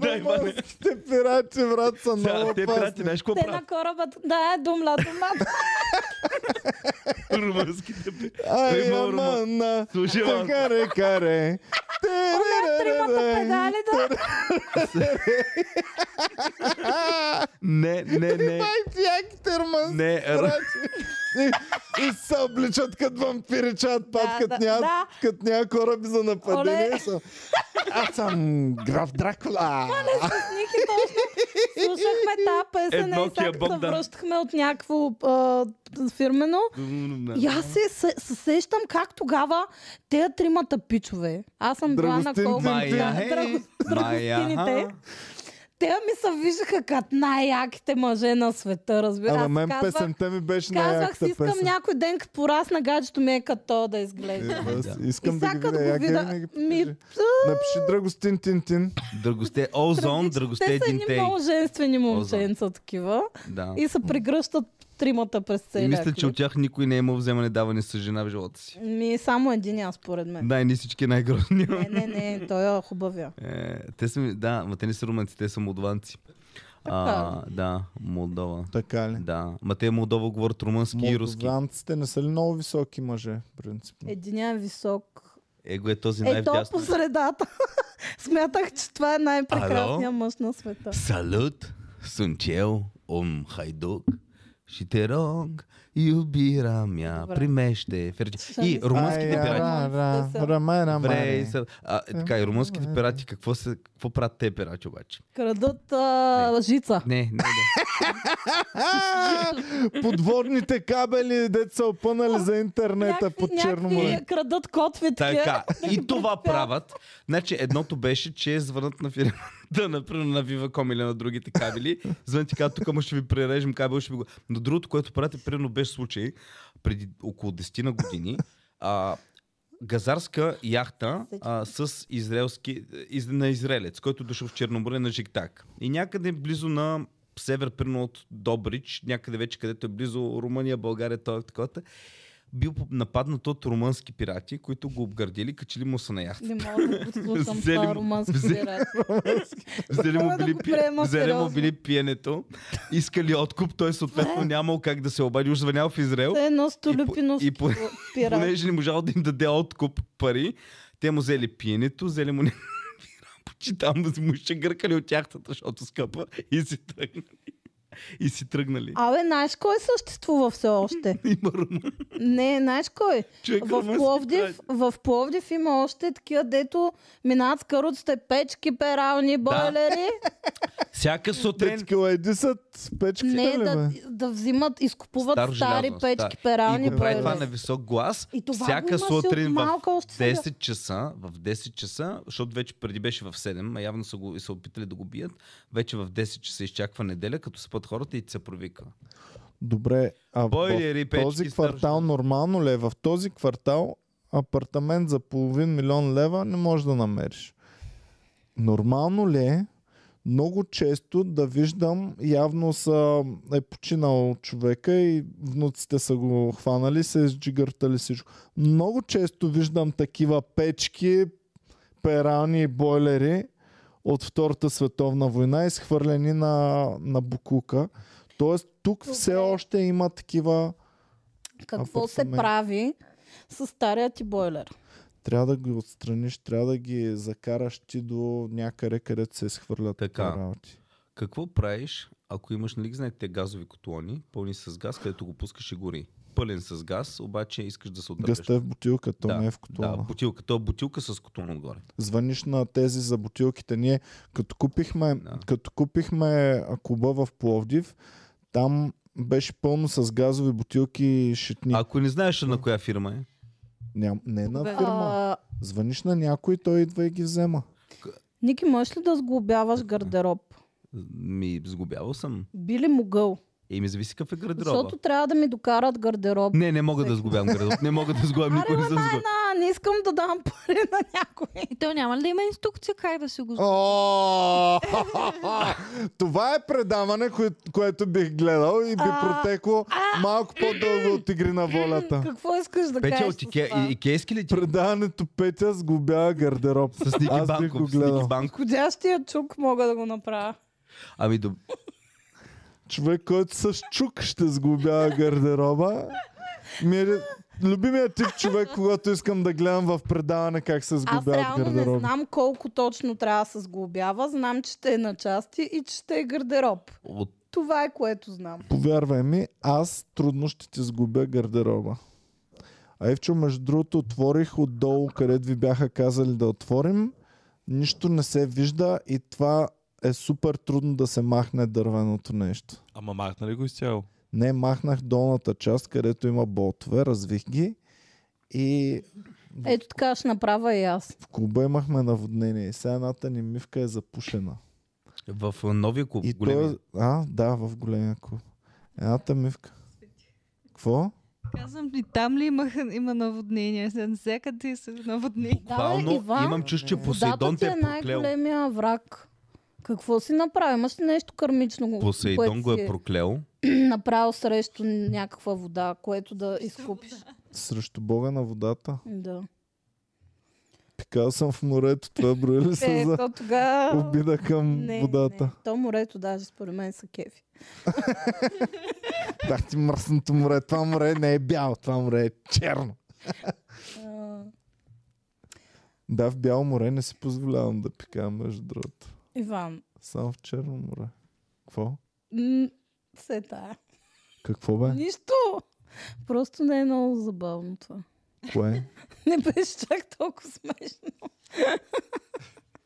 [SPEAKER 1] Да, Иване.
[SPEAKER 2] Румънските пирати, брат, са
[SPEAKER 1] Да,
[SPEAKER 2] много
[SPEAKER 1] те пирати,
[SPEAKER 2] опасни.
[SPEAKER 1] знаеш какво
[SPEAKER 3] Те на
[SPEAKER 1] правят?
[SPEAKER 3] кораба, да, е думла, думла.
[SPEAKER 1] Румънските
[SPEAKER 2] Ай,
[SPEAKER 1] Има
[SPEAKER 2] ама,
[SPEAKER 1] е румън-
[SPEAKER 2] на...
[SPEAKER 1] Служи, ама.
[SPEAKER 2] Каре, каре.
[SPEAKER 3] Тримата педали, да.
[SPEAKER 1] Не, не, не.
[SPEAKER 2] Яките румънски
[SPEAKER 1] Не, р-
[SPEAKER 2] пирати. И, и се обличат като вампири, че
[SPEAKER 3] Да,
[SPEAKER 2] отпад, като
[SPEAKER 3] да,
[SPEAKER 2] няма
[SPEAKER 3] да.
[SPEAKER 2] като няма кораби за нападение.
[SPEAKER 3] Оле.
[SPEAKER 2] са. Аз съм граф Дракула.
[SPEAKER 3] Ники точно слушахме тази песен
[SPEAKER 1] Еднокия
[SPEAKER 3] и сега като се
[SPEAKER 1] Богдан.
[SPEAKER 3] връщахме от някакво а, фирмено. И аз се, се, се сещам как тогава те тримата пичове. Аз съм била на
[SPEAKER 2] Драгостин,
[SPEAKER 3] колко.
[SPEAKER 2] тин,
[SPEAKER 1] Май,
[SPEAKER 2] тин.
[SPEAKER 3] Да,
[SPEAKER 1] ахей,
[SPEAKER 3] драго-
[SPEAKER 1] май,
[SPEAKER 3] драгостините.
[SPEAKER 1] аха.
[SPEAKER 3] Те ми се виждаха като най-яките мъже на света, разбира.
[SPEAKER 2] Ама
[SPEAKER 3] Аз
[SPEAKER 2] мен
[SPEAKER 3] казвах-
[SPEAKER 2] песента ми беше на
[SPEAKER 3] Казвах
[SPEAKER 2] яката
[SPEAKER 3] си, искам
[SPEAKER 2] песен.
[SPEAKER 3] някой ден, като порасна гаджето ми е като то да изглежда.
[SPEAKER 2] Е, аз
[SPEAKER 1] Да.
[SPEAKER 2] Искам
[SPEAKER 3] и
[SPEAKER 2] да
[SPEAKER 3] сега
[SPEAKER 2] ги
[SPEAKER 3] като
[SPEAKER 2] видя. Я
[SPEAKER 3] го
[SPEAKER 2] ги ми ги
[SPEAKER 3] видя,
[SPEAKER 2] покажи.
[SPEAKER 3] ми...
[SPEAKER 2] Напиши Драгостин Тинтин.
[SPEAKER 1] Драгосте Озон,
[SPEAKER 3] Те
[SPEAKER 1] Драгосте
[SPEAKER 3] са едни
[SPEAKER 1] Динтей.
[SPEAKER 3] много женствени момченца такива.
[SPEAKER 1] Да.
[SPEAKER 3] И се прегръщат тримата през целия
[SPEAKER 1] И мисля, че
[SPEAKER 3] клип.
[SPEAKER 1] от тях никой не е имал вземане даване с жена в живота си.
[SPEAKER 3] Ми само един аз, според мен.
[SPEAKER 1] Да, и ние всички най-грозни.
[SPEAKER 3] Не, не, не, той е хубавия.
[SPEAKER 1] Е, те са, ми- да, ма те не са румънци, те са молдованци. А, да, Молдова.
[SPEAKER 2] Така ли?
[SPEAKER 1] Да, ма те Молдова говорят румънски и руски.
[SPEAKER 2] Молдованците не са ли много високи мъже, принципно?
[SPEAKER 3] Единия е висок.
[SPEAKER 1] Его е този
[SPEAKER 3] Е, то по
[SPEAKER 1] най-вдясно.
[SPEAKER 3] средата. Смятах, че това е най-прекрасният мъж на света.
[SPEAKER 1] Салют, Сунчел, Ом Хайдук, Шитеронг, Юбирам я,
[SPEAKER 3] Добре.
[SPEAKER 1] примеще, ферджи.
[SPEAKER 3] Ще
[SPEAKER 1] И
[SPEAKER 3] ми-
[SPEAKER 1] румънските
[SPEAKER 2] Ай,
[SPEAKER 1] пирати.
[SPEAKER 2] ра, ра,
[SPEAKER 3] Те са-
[SPEAKER 2] рама, рама,
[SPEAKER 1] Добре, и
[SPEAKER 2] ре.
[SPEAKER 1] са- а, е, така, и румънските пирати, какво, са, какво правят те пирати обаче?
[SPEAKER 3] Крадат а, жица.
[SPEAKER 1] Не, не, не.
[SPEAKER 2] А, Подводните кабели, дет са опънали за интернета
[SPEAKER 3] Някакви-
[SPEAKER 2] е под Черно
[SPEAKER 3] някакви
[SPEAKER 2] море.
[SPEAKER 3] крадат котви такива.
[SPEAKER 1] Така, и това правят. Значи, едното беше, че звънат на фирма. Да, например, на Viva.com или на другите кабели. Звънят и казват, тук ама ще ви прережем кабел, ще ви го... Но другото, което правите, примерно беше случай преди около 10 на години. А, газарска яхта а, с израелски, из, на израелец, който е дошъл в Черноморе на Жиктак. И някъде близо на север, примерно от Добрич, някъде вече където е близо Румъния, България, това такова, бил поп- нападнат от румънски пирати, които го обгърдили, качили му са на яхта.
[SPEAKER 3] Не мога да подслушам
[SPEAKER 1] Взели
[SPEAKER 3] това
[SPEAKER 1] му-
[SPEAKER 3] румънски
[SPEAKER 1] взели-
[SPEAKER 3] пират.
[SPEAKER 1] Взели му
[SPEAKER 3] Трябва да
[SPEAKER 1] били,
[SPEAKER 3] го
[SPEAKER 1] пие-
[SPEAKER 3] приема
[SPEAKER 1] взели му
[SPEAKER 3] сериозно.
[SPEAKER 1] били пиенето, искали откуп, той съответно нямал как да се обади, уж звънял в Израел.
[SPEAKER 3] Те е едно
[SPEAKER 1] и по-
[SPEAKER 3] столюпиновско
[SPEAKER 1] и по-
[SPEAKER 3] пират.
[SPEAKER 1] понеже не можал да им даде откуп пари, те му взели пиенето, взели му някакви работи, там му ще гъркали от яхтата, защото скъпа и си тръгнали. и си тръгнали.
[SPEAKER 3] Абе, знаеш кой е съществува все още?
[SPEAKER 1] Има румън.
[SPEAKER 3] Не, знаеш кой?
[SPEAKER 1] Човек
[SPEAKER 3] В
[SPEAKER 1] румънски
[SPEAKER 3] Пловдив,
[SPEAKER 1] прави.
[SPEAKER 3] в Пловдив има още такива, дето минават с каруците печки, перални, бойлери.
[SPEAKER 1] Всяка сутрин
[SPEAKER 2] Печки лайди са печките
[SPEAKER 3] Не,
[SPEAKER 2] ли,
[SPEAKER 3] да,
[SPEAKER 2] бе?
[SPEAKER 3] да взимат, изкупуват
[SPEAKER 1] Старо
[SPEAKER 3] стари
[SPEAKER 1] желязо,
[SPEAKER 3] печки,
[SPEAKER 1] ста-
[SPEAKER 3] перални,
[SPEAKER 1] и го прави
[SPEAKER 3] бойлери.
[SPEAKER 1] това на висок глас.
[SPEAKER 3] И това го
[SPEAKER 1] всяка
[SPEAKER 3] имаше от
[SPEAKER 1] сутрин в
[SPEAKER 3] малка още сега.
[SPEAKER 1] 10 часа, в 10 часа, защото вече преди беше в 7, а явно са, го, са опитали да го бият, вече в 10 часа изчаква неделя, като спът хората и се провика.
[SPEAKER 2] Добре, а
[SPEAKER 1] Бойлери,
[SPEAKER 2] в този
[SPEAKER 1] печки,
[SPEAKER 2] квартал
[SPEAKER 1] стържа.
[SPEAKER 2] нормално ли е? В този квартал апартамент за половин милион лева не можеш да намериш. Нормално ли е много често да виждам, явно са, е починал човека и внуците са го хванали, се изджигъртали всичко. Много често виждам такива печки, перални и бойлери от Втората световна война, изхвърлени на, на Букука. Тоест, тук
[SPEAKER 3] Добре.
[SPEAKER 2] все още има такива.
[SPEAKER 3] Какво се
[SPEAKER 2] апартамент.
[SPEAKER 3] прави с стария ти бойлер?
[SPEAKER 2] Трябва да ги отстраниш, трябва да ги закараш ти до някъде, където се изхвърлят
[SPEAKER 1] Така.
[SPEAKER 2] тези работи.
[SPEAKER 1] Какво правиш, ако имаш, нали ги знаете, те газови котлони, пълни с газ, където го пускаш и гори? Пълен с газ, обаче искаш да се отдържаш.
[SPEAKER 2] Гъста е в бутилка, то не е в котлона.
[SPEAKER 1] Да, бутилка. То е бутилка с котлон отгоре.
[SPEAKER 2] звъниш на тези за бутилките. Ние като купихме,
[SPEAKER 1] Да.
[SPEAKER 2] като купихме а, клуба в Пловдив, там беше пълно с газови бутилки и шитни. А...
[SPEAKER 1] Ако не знаеш на коя фирма е,
[SPEAKER 2] Ням, не е на
[SPEAKER 6] Бе.
[SPEAKER 2] фирма.
[SPEAKER 3] А,
[SPEAKER 2] Звъниш на някой, той идва и ги взема.
[SPEAKER 3] Ники, можеш ли да сглобяваш гардероб?
[SPEAKER 1] ми сгубявал съм.
[SPEAKER 3] Би ли могъл?
[SPEAKER 1] И ми зависи какъв е гардероба.
[SPEAKER 3] Защото трябва да ми докарат гардероб.
[SPEAKER 1] Не, не мога да сгубявам градът. Не мога да сгубявам никой. Не съм сгубявал.
[SPEAKER 3] А, не искам да дам пари на някой.
[SPEAKER 6] И то няма ли да има инструкция как да се го...
[SPEAKER 2] О! Това е предаване, кое- което бих гледал и би протекло малко по-дълго от игри на волята.
[SPEAKER 3] Какво искаш да
[SPEAKER 1] Петя
[SPEAKER 3] кажеш
[SPEAKER 1] от
[SPEAKER 3] с това?
[SPEAKER 1] Ике... и- Икейски ли ти?
[SPEAKER 2] Предаването Петя сгубява гардероб.
[SPEAKER 1] С Ники
[SPEAKER 2] Аз бих го
[SPEAKER 1] Банков. С Ники
[SPEAKER 2] гледал.
[SPEAKER 1] Банков.
[SPEAKER 3] Ходящия чук мога да го направя.
[SPEAKER 1] Ами доб...
[SPEAKER 2] Човек, който с чук ще сглобява гардероба. Ми е любимият тип човек, когато искам да гледам в предаване как се
[SPEAKER 3] Аз
[SPEAKER 2] сглобяват
[SPEAKER 3] реално не
[SPEAKER 2] гардероба.
[SPEAKER 3] знам колко точно трябва да се сглобява. Знам, че ще е на части и че ще е гардероб.
[SPEAKER 1] от...
[SPEAKER 3] Това е което знам.
[SPEAKER 2] Повярвай ми, аз трудно ще ти сгубя гардероба. А Евчо, между другото, отворих отдолу, където ви бяха казали да отворим. Нищо не се вижда и това е супер трудно да се махне дървеното нещо.
[SPEAKER 4] Ама махна ли го изцяло?
[SPEAKER 2] Не, махнах долната част, където има болтове, развих ги и
[SPEAKER 3] Ето така ще направя и аз.
[SPEAKER 2] В клуба имахме наводнение и сега едната ни мивка е запушена.
[SPEAKER 1] В новия клуб.
[SPEAKER 2] И
[SPEAKER 1] големия.
[SPEAKER 2] той... А, да, в големия клуб. Едната мивка. Какво?
[SPEAKER 6] Казвам ли, там ли имах, има наводнения? Сега Навсякъде са наводнения.
[SPEAKER 3] Да, бе,
[SPEAKER 1] Буквално
[SPEAKER 3] Иван,
[SPEAKER 1] имам чуш, че
[SPEAKER 3] водата
[SPEAKER 1] Посейдон
[SPEAKER 3] ти
[SPEAKER 1] те
[SPEAKER 3] е
[SPEAKER 1] е проклел.
[SPEAKER 3] най-големия враг. Какво си направи? Имаш ли нещо кармично, което
[SPEAKER 1] Посейдон го
[SPEAKER 3] си
[SPEAKER 1] е проклел.
[SPEAKER 3] направил срещу някаква вода, което да изкупиш?
[SPEAKER 2] Срещу бога на водата.
[SPEAKER 3] Да.
[SPEAKER 2] Пикал съм в морето, това брои ли се
[SPEAKER 3] Е,
[SPEAKER 2] за
[SPEAKER 3] то тогава...
[SPEAKER 2] обида към
[SPEAKER 3] Не,
[SPEAKER 2] водата?
[SPEAKER 3] не. То морето даже според мен са кефи.
[SPEAKER 2] Так ти мръсното море, това море не е бяло, това море е черно.
[SPEAKER 3] А,
[SPEAKER 2] Да, в бяло море не си позволявам да пикам, между другото.
[SPEAKER 3] Иван,
[SPEAKER 2] Само в черно море. Какво?
[SPEAKER 3] м- се тая.
[SPEAKER 2] Какво бе?
[SPEAKER 3] Нищо! Просто не е много забавно това.
[SPEAKER 2] Кое?
[SPEAKER 3] Не беше чак толкова смешно.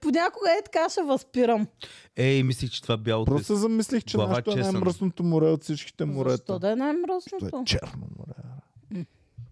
[SPEAKER 3] Понякога е така ще възпирам.
[SPEAKER 1] Ей, мислих, че това е бяло.
[SPEAKER 2] Просто се замислих, че
[SPEAKER 1] Глава
[SPEAKER 2] нашето е
[SPEAKER 1] чесън.
[SPEAKER 2] най-мръсното море от всичките морета.
[SPEAKER 3] Защо да е
[SPEAKER 2] То е
[SPEAKER 3] най-мръсното?
[SPEAKER 2] черно море.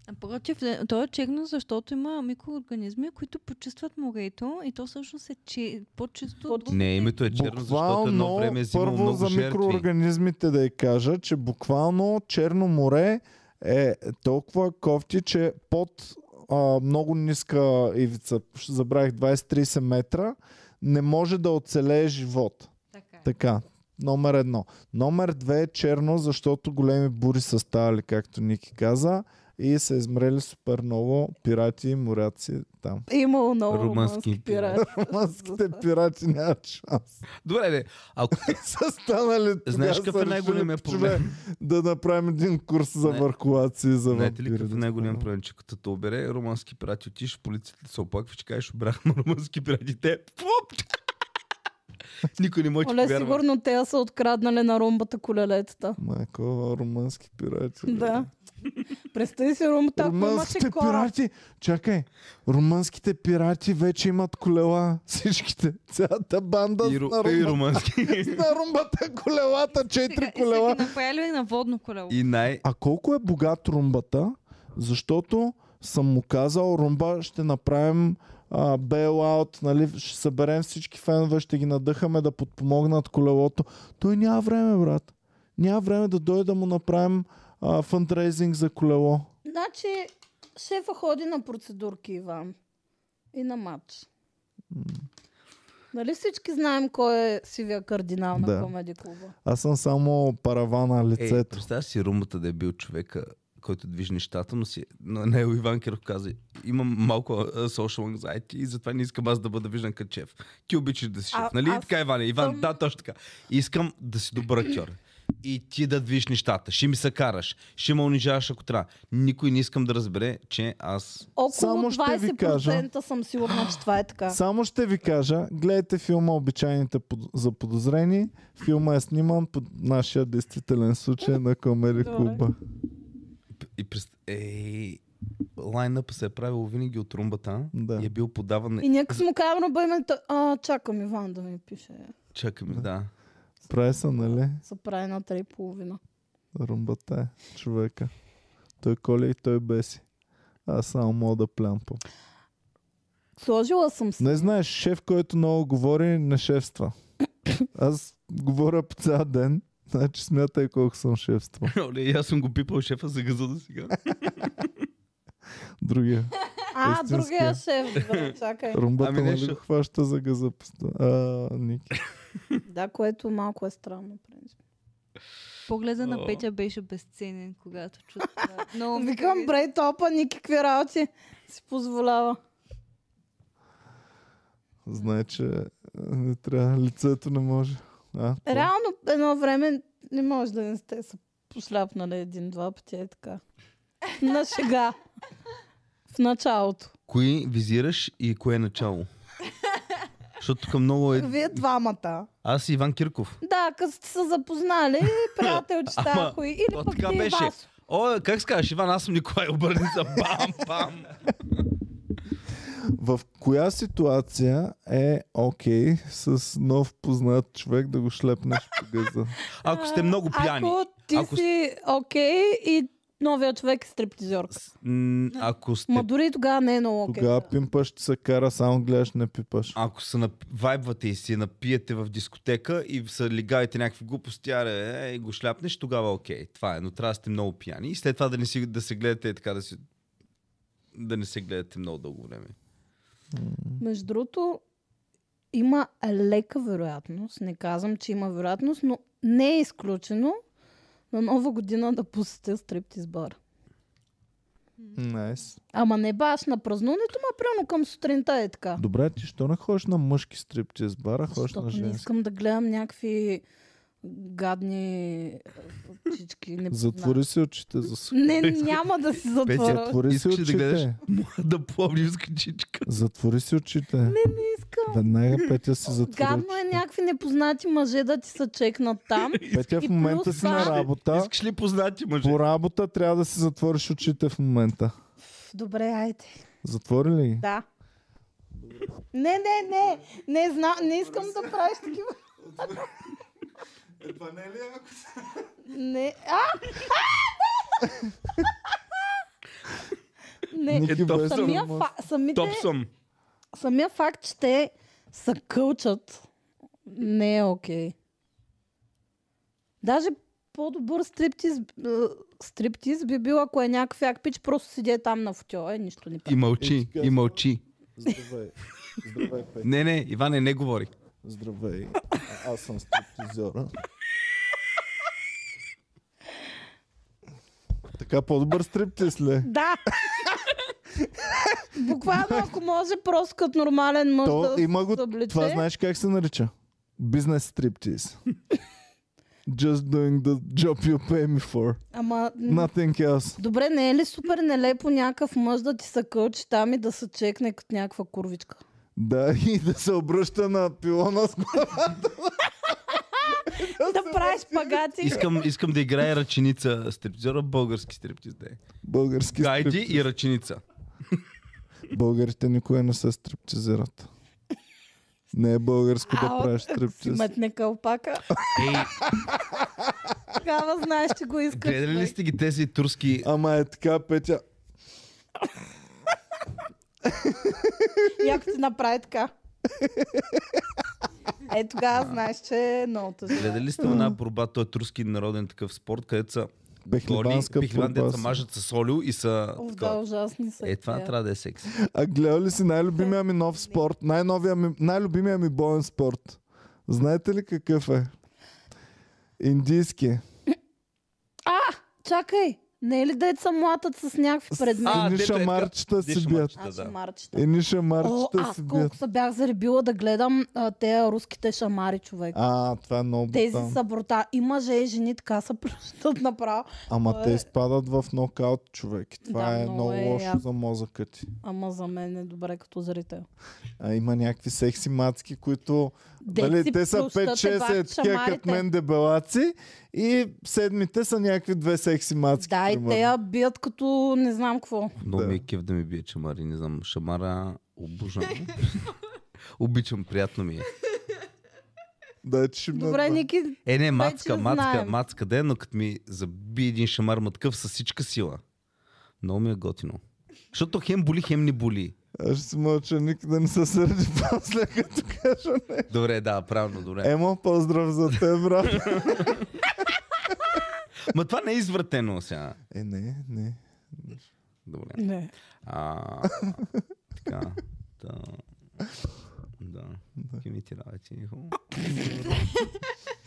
[SPEAKER 6] Напротив, ле- то е черно, защото има микроорганизми, които почистват морето и то всъщност е че... по-чисто от...
[SPEAKER 1] Не, името е черно, защото едно време е взимало
[SPEAKER 2] първо
[SPEAKER 1] много
[SPEAKER 2] за
[SPEAKER 1] жертви.
[SPEAKER 2] микроорганизмите да я кажа, че буквално Черно море е толкова кофти, че под а, много ниска ивица, ще забравих 20-30 метра, не може да оцелее живот.
[SPEAKER 6] Така.
[SPEAKER 2] Така, номер едно. Номер две е черно, защото големи бури са ставали, както Ники каза, и са измрели супер много пирати и моряци там.
[SPEAKER 3] Е Имало много
[SPEAKER 1] Румънски
[SPEAKER 3] румънски
[SPEAKER 1] пират.
[SPEAKER 3] пират.
[SPEAKER 2] Румънските пирати нямат шанс.
[SPEAKER 1] Добре, не. Ако
[SPEAKER 2] са станали
[SPEAKER 1] Знаеш
[SPEAKER 2] тогава
[SPEAKER 1] какъв
[SPEAKER 2] са
[SPEAKER 1] е най-големия
[SPEAKER 2] решили,
[SPEAKER 1] проблем?
[SPEAKER 2] че Да направим един курс за
[SPEAKER 1] Не.
[SPEAKER 2] върхолаци и за
[SPEAKER 1] Знаете ли
[SPEAKER 2] вампири,
[SPEAKER 1] какъв е
[SPEAKER 2] да
[SPEAKER 1] най-голям
[SPEAKER 2] стане.
[SPEAKER 1] проблем, че като те обере румънски пирати, отиш в полицията, се оплакваш, че кажеш, обрах на румънски пирати, те... Фуп! Никой не може да ти
[SPEAKER 3] Оле,
[SPEAKER 1] повярва.
[SPEAKER 3] сигурно те са откраднали на румбата колелецата.
[SPEAKER 2] Майко, румънски пирати. бе.
[SPEAKER 3] Да. Представи си румбата, ако имаше
[SPEAKER 2] Румънските
[SPEAKER 3] кораб.
[SPEAKER 2] пирати. Чакай. Румънските пирати вече имат колела. Всичките. Цялата банда
[SPEAKER 1] И, ру... и
[SPEAKER 2] на, румба,
[SPEAKER 1] румънски.
[SPEAKER 2] на румбата колелата. Четири
[SPEAKER 6] Сега, сега
[SPEAKER 2] Е, колела.
[SPEAKER 6] ги направили на водно колело.
[SPEAKER 1] и най...
[SPEAKER 2] А колко е богат румбата? Защото съм му казал, румба ще направим а, bailout, нали, ще съберем всички фенове, ще ги надъхаме да подпомогнат колелото. Той няма време, брат. Няма време да дойде да му направим а, фандрейзинг за колело.
[SPEAKER 3] Значи, шефа ходи на процедурки, Иван. И на матч. Нали всички знаем кой е сивия кардинал
[SPEAKER 2] Да.
[SPEAKER 3] на комеди клуба?
[SPEAKER 2] Аз съм само паравана
[SPEAKER 1] Е,
[SPEAKER 2] лицето.
[SPEAKER 1] представяш си румата да е бил човека, който движи нещата, но си... Но не, Иван Киров каза, имам малко а, social anxiety и затова не искам аз да бъда виждан като шеф. Ти обичаш да си шеф,
[SPEAKER 3] А,
[SPEAKER 1] нали?
[SPEAKER 3] аз
[SPEAKER 1] Така, Иван, Иван, да, точно така. Искам да си добър актьор. И ти да движиш нещата. Ще ми се караш. Ще ме унижаваш, ако трябва. Никой не искам да разбере, че аз...
[SPEAKER 3] Около
[SPEAKER 2] Само ще ви
[SPEAKER 3] 20% съм сигурна, че това е така.
[SPEAKER 2] Само ще ви кажа, гледайте филма Обичайните под... за подозрени. Филма е сниман под нашия действителен случай на Комери
[SPEAKER 3] Добре.
[SPEAKER 2] Куба.
[SPEAKER 1] И през... Ей... Лайнъпа се е правил винаги от румбата
[SPEAKER 2] Да.
[SPEAKER 1] и е бил подаван...
[SPEAKER 3] И някак му казвам на бъймента, а, чакам Иван да ми пише.
[SPEAKER 1] Чакай ми, да.
[SPEAKER 2] Прави са, нали?
[SPEAKER 3] Се прави на 3,5.
[SPEAKER 2] Румбата е човека. Той коли и той беси. Аз само мога да плямпам.
[SPEAKER 3] Сложила съм си.
[SPEAKER 2] Не знаеш, шеф, който много говори, не шефства. Аз говоря по цял ден, значи смятай колко съм шефство.
[SPEAKER 1] Оле, и аз съм го пипал шефа за газа до сега.
[SPEAKER 2] Другия.
[SPEAKER 3] А,
[SPEAKER 2] истинския.
[SPEAKER 3] другия шеф. Добре, чакай.
[SPEAKER 2] Румбата
[SPEAKER 1] Ами
[SPEAKER 2] ами
[SPEAKER 1] не,
[SPEAKER 2] нали
[SPEAKER 1] ще-
[SPEAKER 2] го хваща за газа? поста- А, Ники.
[SPEAKER 3] Да, което малко е странно. в принцип.
[SPEAKER 6] Погледа на Петя беше безценен, когато чу това. Но
[SPEAKER 3] Викам, брей топа, никакви работи си позволява.
[SPEAKER 2] Знае, че не трябва. Лицето не може. А, то-
[SPEAKER 3] Реално едно време не може да не сте се пошляпнали един-два пъти е така. На шега. В началото.
[SPEAKER 1] Кои визираш и кое е начало? Защото тук много е...
[SPEAKER 3] Вие двамата.
[SPEAKER 1] Аз и Иван Кирков.
[SPEAKER 3] Да, като сте се запознали, приятелчета,
[SPEAKER 1] Ама,
[SPEAKER 3] ако и... Или
[SPEAKER 1] то
[SPEAKER 3] пък
[SPEAKER 1] така
[SPEAKER 3] ти и
[SPEAKER 1] беше.
[SPEAKER 3] Васо.
[SPEAKER 1] О, как се казваш, Иван, аз съм Николай Обърница. Бам, бам.
[SPEAKER 2] В коя ситуация е окей с нов познат човек да го шлепнеш по газа?
[SPEAKER 1] Ако сте много пияни.
[SPEAKER 3] Ако ти
[SPEAKER 1] Ако с-
[SPEAKER 3] си окей и новия човек е стриптизьорка.
[SPEAKER 1] М, Ако сте...
[SPEAKER 3] Ма дори и тогава не е много окей.
[SPEAKER 2] Тогава пимпаш ще се кара, само гледаш, не пипаш.
[SPEAKER 1] Ако се нап... вайбвате и си напиете в дискотека и се лигаете някакви глупости, аре, е, и го шляпнеш, тогава окей. Това е, но трябва да сте много пияни. И след това да не си, да се гледате така, да, си... да не се гледате много дълго време.
[SPEAKER 3] Между другото, има лека вероятност, не казвам, че има вероятност, но не е изключено на нова година да посетя стриптиз бар.
[SPEAKER 2] Найс.
[SPEAKER 3] Ама не баш на празнуването, ма примерно към сутринта е така.
[SPEAKER 2] Добре, ти що не ходиш на мъжки стриптиз бара, ходиш на
[SPEAKER 3] Защото не
[SPEAKER 2] женски?
[SPEAKER 3] искам да гледам някакви гадни е, чички. Не,
[SPEAKER 2] Затвори си очите за суха.
[SPEAKER 3] Не, няма да си затворя.
[SPEAKER 2] Затвори си
[SPEAKER 1] Искаш ли да гледаш?
[SPEAKER 2] очите.
[SPEAKER 1] да пловни с качичка.
[SPEAKER 2] Затвори си очите. Не, не
[SPEAKER 3] искам.
[SPEAKER 2] Веднага Петя си затвори
[SPEAKER 3] Гадно е
[SPEAKER 2] очите.
[SPEAKER 3] някакви непознати мъже да ти са чекнат там.
[SPEAKER 2] Петя
[SPEAKER 3] И
[SPEAKER 2] в момента
[SPEAKER 3] плюс
[SPEAKER 2] си на
[SPEAKER 3] това-
[SPEAKER 2] работа.
[SPEAKER 1] Искаш ли познати мъже?
[SPEAKER 2] По работа трябва да си затвориш очите в момента.
[SPEAKER 3] Добре, айде.
[SPEAKER 2] Затвори ли ги?
[SPEAKER 3] Да. Не, не, не. Не, зна... не искам да правиш такива. Не. А! Не.
[SPEAKER 2] Ники
[SPEAKER 1] Е, топ
[SPEAKER 2] без
[SPEAKER 1] съм.
[SPEAKER 3] Самия,
[SPEAKER 2] тормоз.
[SPEAKER 3] фа... самите...
[SPEAKER 1] Топ съм.
[SPEAKER 3] Самия факт, че те са кълчат, не е окей. Okay. Даже по-добър стриптиз, е, стриптиз би бил, ако е някакъв як пич, просто седи там на футьола и нищо не прави.
[SPEAKER 1] И
[SPEAKER 2] Е,
[SPEAKER 1] мълчи, и мълчи.
[SPEAKER 2] Здравей. Здравей, Петя.
[SPEAKER 1] Не, не, Иване, не говори.
[SPEAKER 2] Здравей. А- Аз съм стриптизьора. Така по-добър стриптиз ли?
[SPEAKER 3] Да! Буквално, ако може, просто като нормален мъж
[SPEAKER 2] То
[SPEAKER 3] да
[SPEAKER 2] има го.
[SPEAKER 3] се облече.
[SPEAKER 2] Това знаеш как се нарича? Бизнес стриптиз. Just doing the job you pay me for.
[SPEAKER 3] Ама... м,
[SPEAKER 2] Nothing else.
[SPEAKER 3] Добре, не е ли супер нелепо някакъв мъж да ти се кълчи там и да се чекне като някаква курвичка?
[SPEAKER 2] Да, и да се обръща на пилона с главата.
[SPEAKER 3] да правиш пагати.
[SPEAKER 1] Искам, искам да играе ръченица. Стриптизора български стриптиз да е.
[SPEAKER 2] Български
[SPEAKER 1] Гайди
[SPEAKER 2] стрип...
[SPEAKER 1] и ръченица.
[SPEAKER 2] Българите никога не се стриптизират. Не е българско да
[SPEAKER 3] Ао,
[SPEAKER 2] правиш
[SPEAKER 3] Си
[SPEAKER 2] стриптиз.
[SPEAKER 3] метне кълпака.
[SPEAKER 1] Ей,
[SPEAKER 3] Тогава знаеш, че го искаш.
[SPEAKER 1] гледали ли
[SPEAKER 3] човек.
[SPEAKER 1] сте ги тези турски?
[SPEAKER 2] Ама е така, Петя.
[SPEAKER 3] И ако ти направи така. Е, тогава знаеш, че е много тъжно.
[SPEAKER 1] Гледали ли сте една борба, той е турски народен такъв спорт, където са голи,
[SPEAKER 2] Пехливанска
[SPEAKER 1] пихливан,
[SPEAKER 2] борба
[SPEAKER 1] дето
[SPEAKER 2] с-
[SPEAKER 1] са мажат с олио и са...
[SPEAKER 3] Уф, да,
[SPEAKER 1] такова.
[SPEAKER 3] ужасни са.
[SPEAKER 1] Е, това
[SPEAKER 3] тия.
[SPEAKER 1] трябва да е секси.
[SPEAKER 2] А гледал ли си най-любимия ми нов спорт? Най-новия ми, най-любимия ми боен спорт. Знаете ли какъв е? Индийски.
[SPEAKER 3] Чакай, не е ли дет са млатът с някакви предмети?
[SPEAKER 1] А,
[SPEAKER 2] Едни
[SPEAKER 1] дето е така.
[SPEAKER 2] шамарчета си
[SPEAKER 1] Диша
[SPEAKER 2] бият.
[SPEAKER 1] мачта,
[SPEAKER 3] Аз
[SPEAKER 1] да.
[SPEAKER 3] шамарчета.
[SPEAKER 2] Едни
[SPEAKER 3] О,
[SPEAKER 2] Е, шамарчета
[SPEAKER 3] аз
[SPEAKER 2] си бият.
[SPEAKER 3] колко се бях заребила да гледам а, те руските шамари, човек.
[SPEAKER 2] А, това е много
[SPEAKER 3] Тези
[SPEAKER 2] брутално.
[SPEAKER 3] са брута. И мъже и жени така са пръщат направо.
[SPEAKER 2] Ама
[SPEAKER 3] Това
[SPEAKER 2] те
[SPEAKER 3] е-
[SPEAKER 2] изпадат в нокаут, човек. И Това
[SPEAKER 3] Да,
[SPEAKER 2] е
[SPEAKER 3] много
[SPEAKER 2] много
[SPEAKER 3] е
[SPEAKER 2] лошо
[SPEAKER 3] яко.
[SPEAKER 2] за мозъка ти.
[SPEAKER 3] Ама за мен е добре като зрител.
[SPEAKER 2] А, има някакви секси мацки, които...
[SPEAKER 3] Дет
[SPEAKER 2] Дали,
[SPEAKER 3] си
[SPEAKER 2] Нали, те са
[SPEAKER 3] плющат,
[SPEAKER 2] 5-6 е
[SPEAKER 3] ебат,
[SPEAKER 2] такива като
[SPEAKER 3] шамарите.
[SPEAKER 2] мен дебелаци и седмите са някакви две секси мацки.
[SPEAKER 3] Да, и
[SPEAKER 2] примерно.
[SPEAKER 3] те я бият като не знам какво.
[SPEAKER 1] Много
[SPEAKER 2] Да.
[SPEAKER 1] ми е кеф да ми бие шамари, не знам. Шамара обожам. Обичам, приятно ми е.
[SPEAKER 2] Да, че ще ме-
[SPEAKER 3] Добре, Ники,
[SPEAKER 1] Е, не, мацка,
[SPEAKER 3] Вече
[SPEAKER 1] мацка,
[SPEAKER 3] знаем.
[SPEAKER 1] мацка, да е, но като ми заби един шамар мъткъв с всичка сила. Много ми е готино. Защото хем боли, хем не боли.
[SPEAKER 2] Аз ще си мълча, никой да не се сърди после, като кажа не.
[SPEAKER 1] Добре, да, правилно, добре.
[SPEAKER 2] Емо, поздрав за теб, брат.
[SPEAKER 1] Ма това не е извратено сега.
[SPEAKER 2] Е, не, не.
[SPEAKER 1] Добре.
[SPEAKER 3] не.
[SPEAKER 1] А, така. Да. Да. Кими ти работи.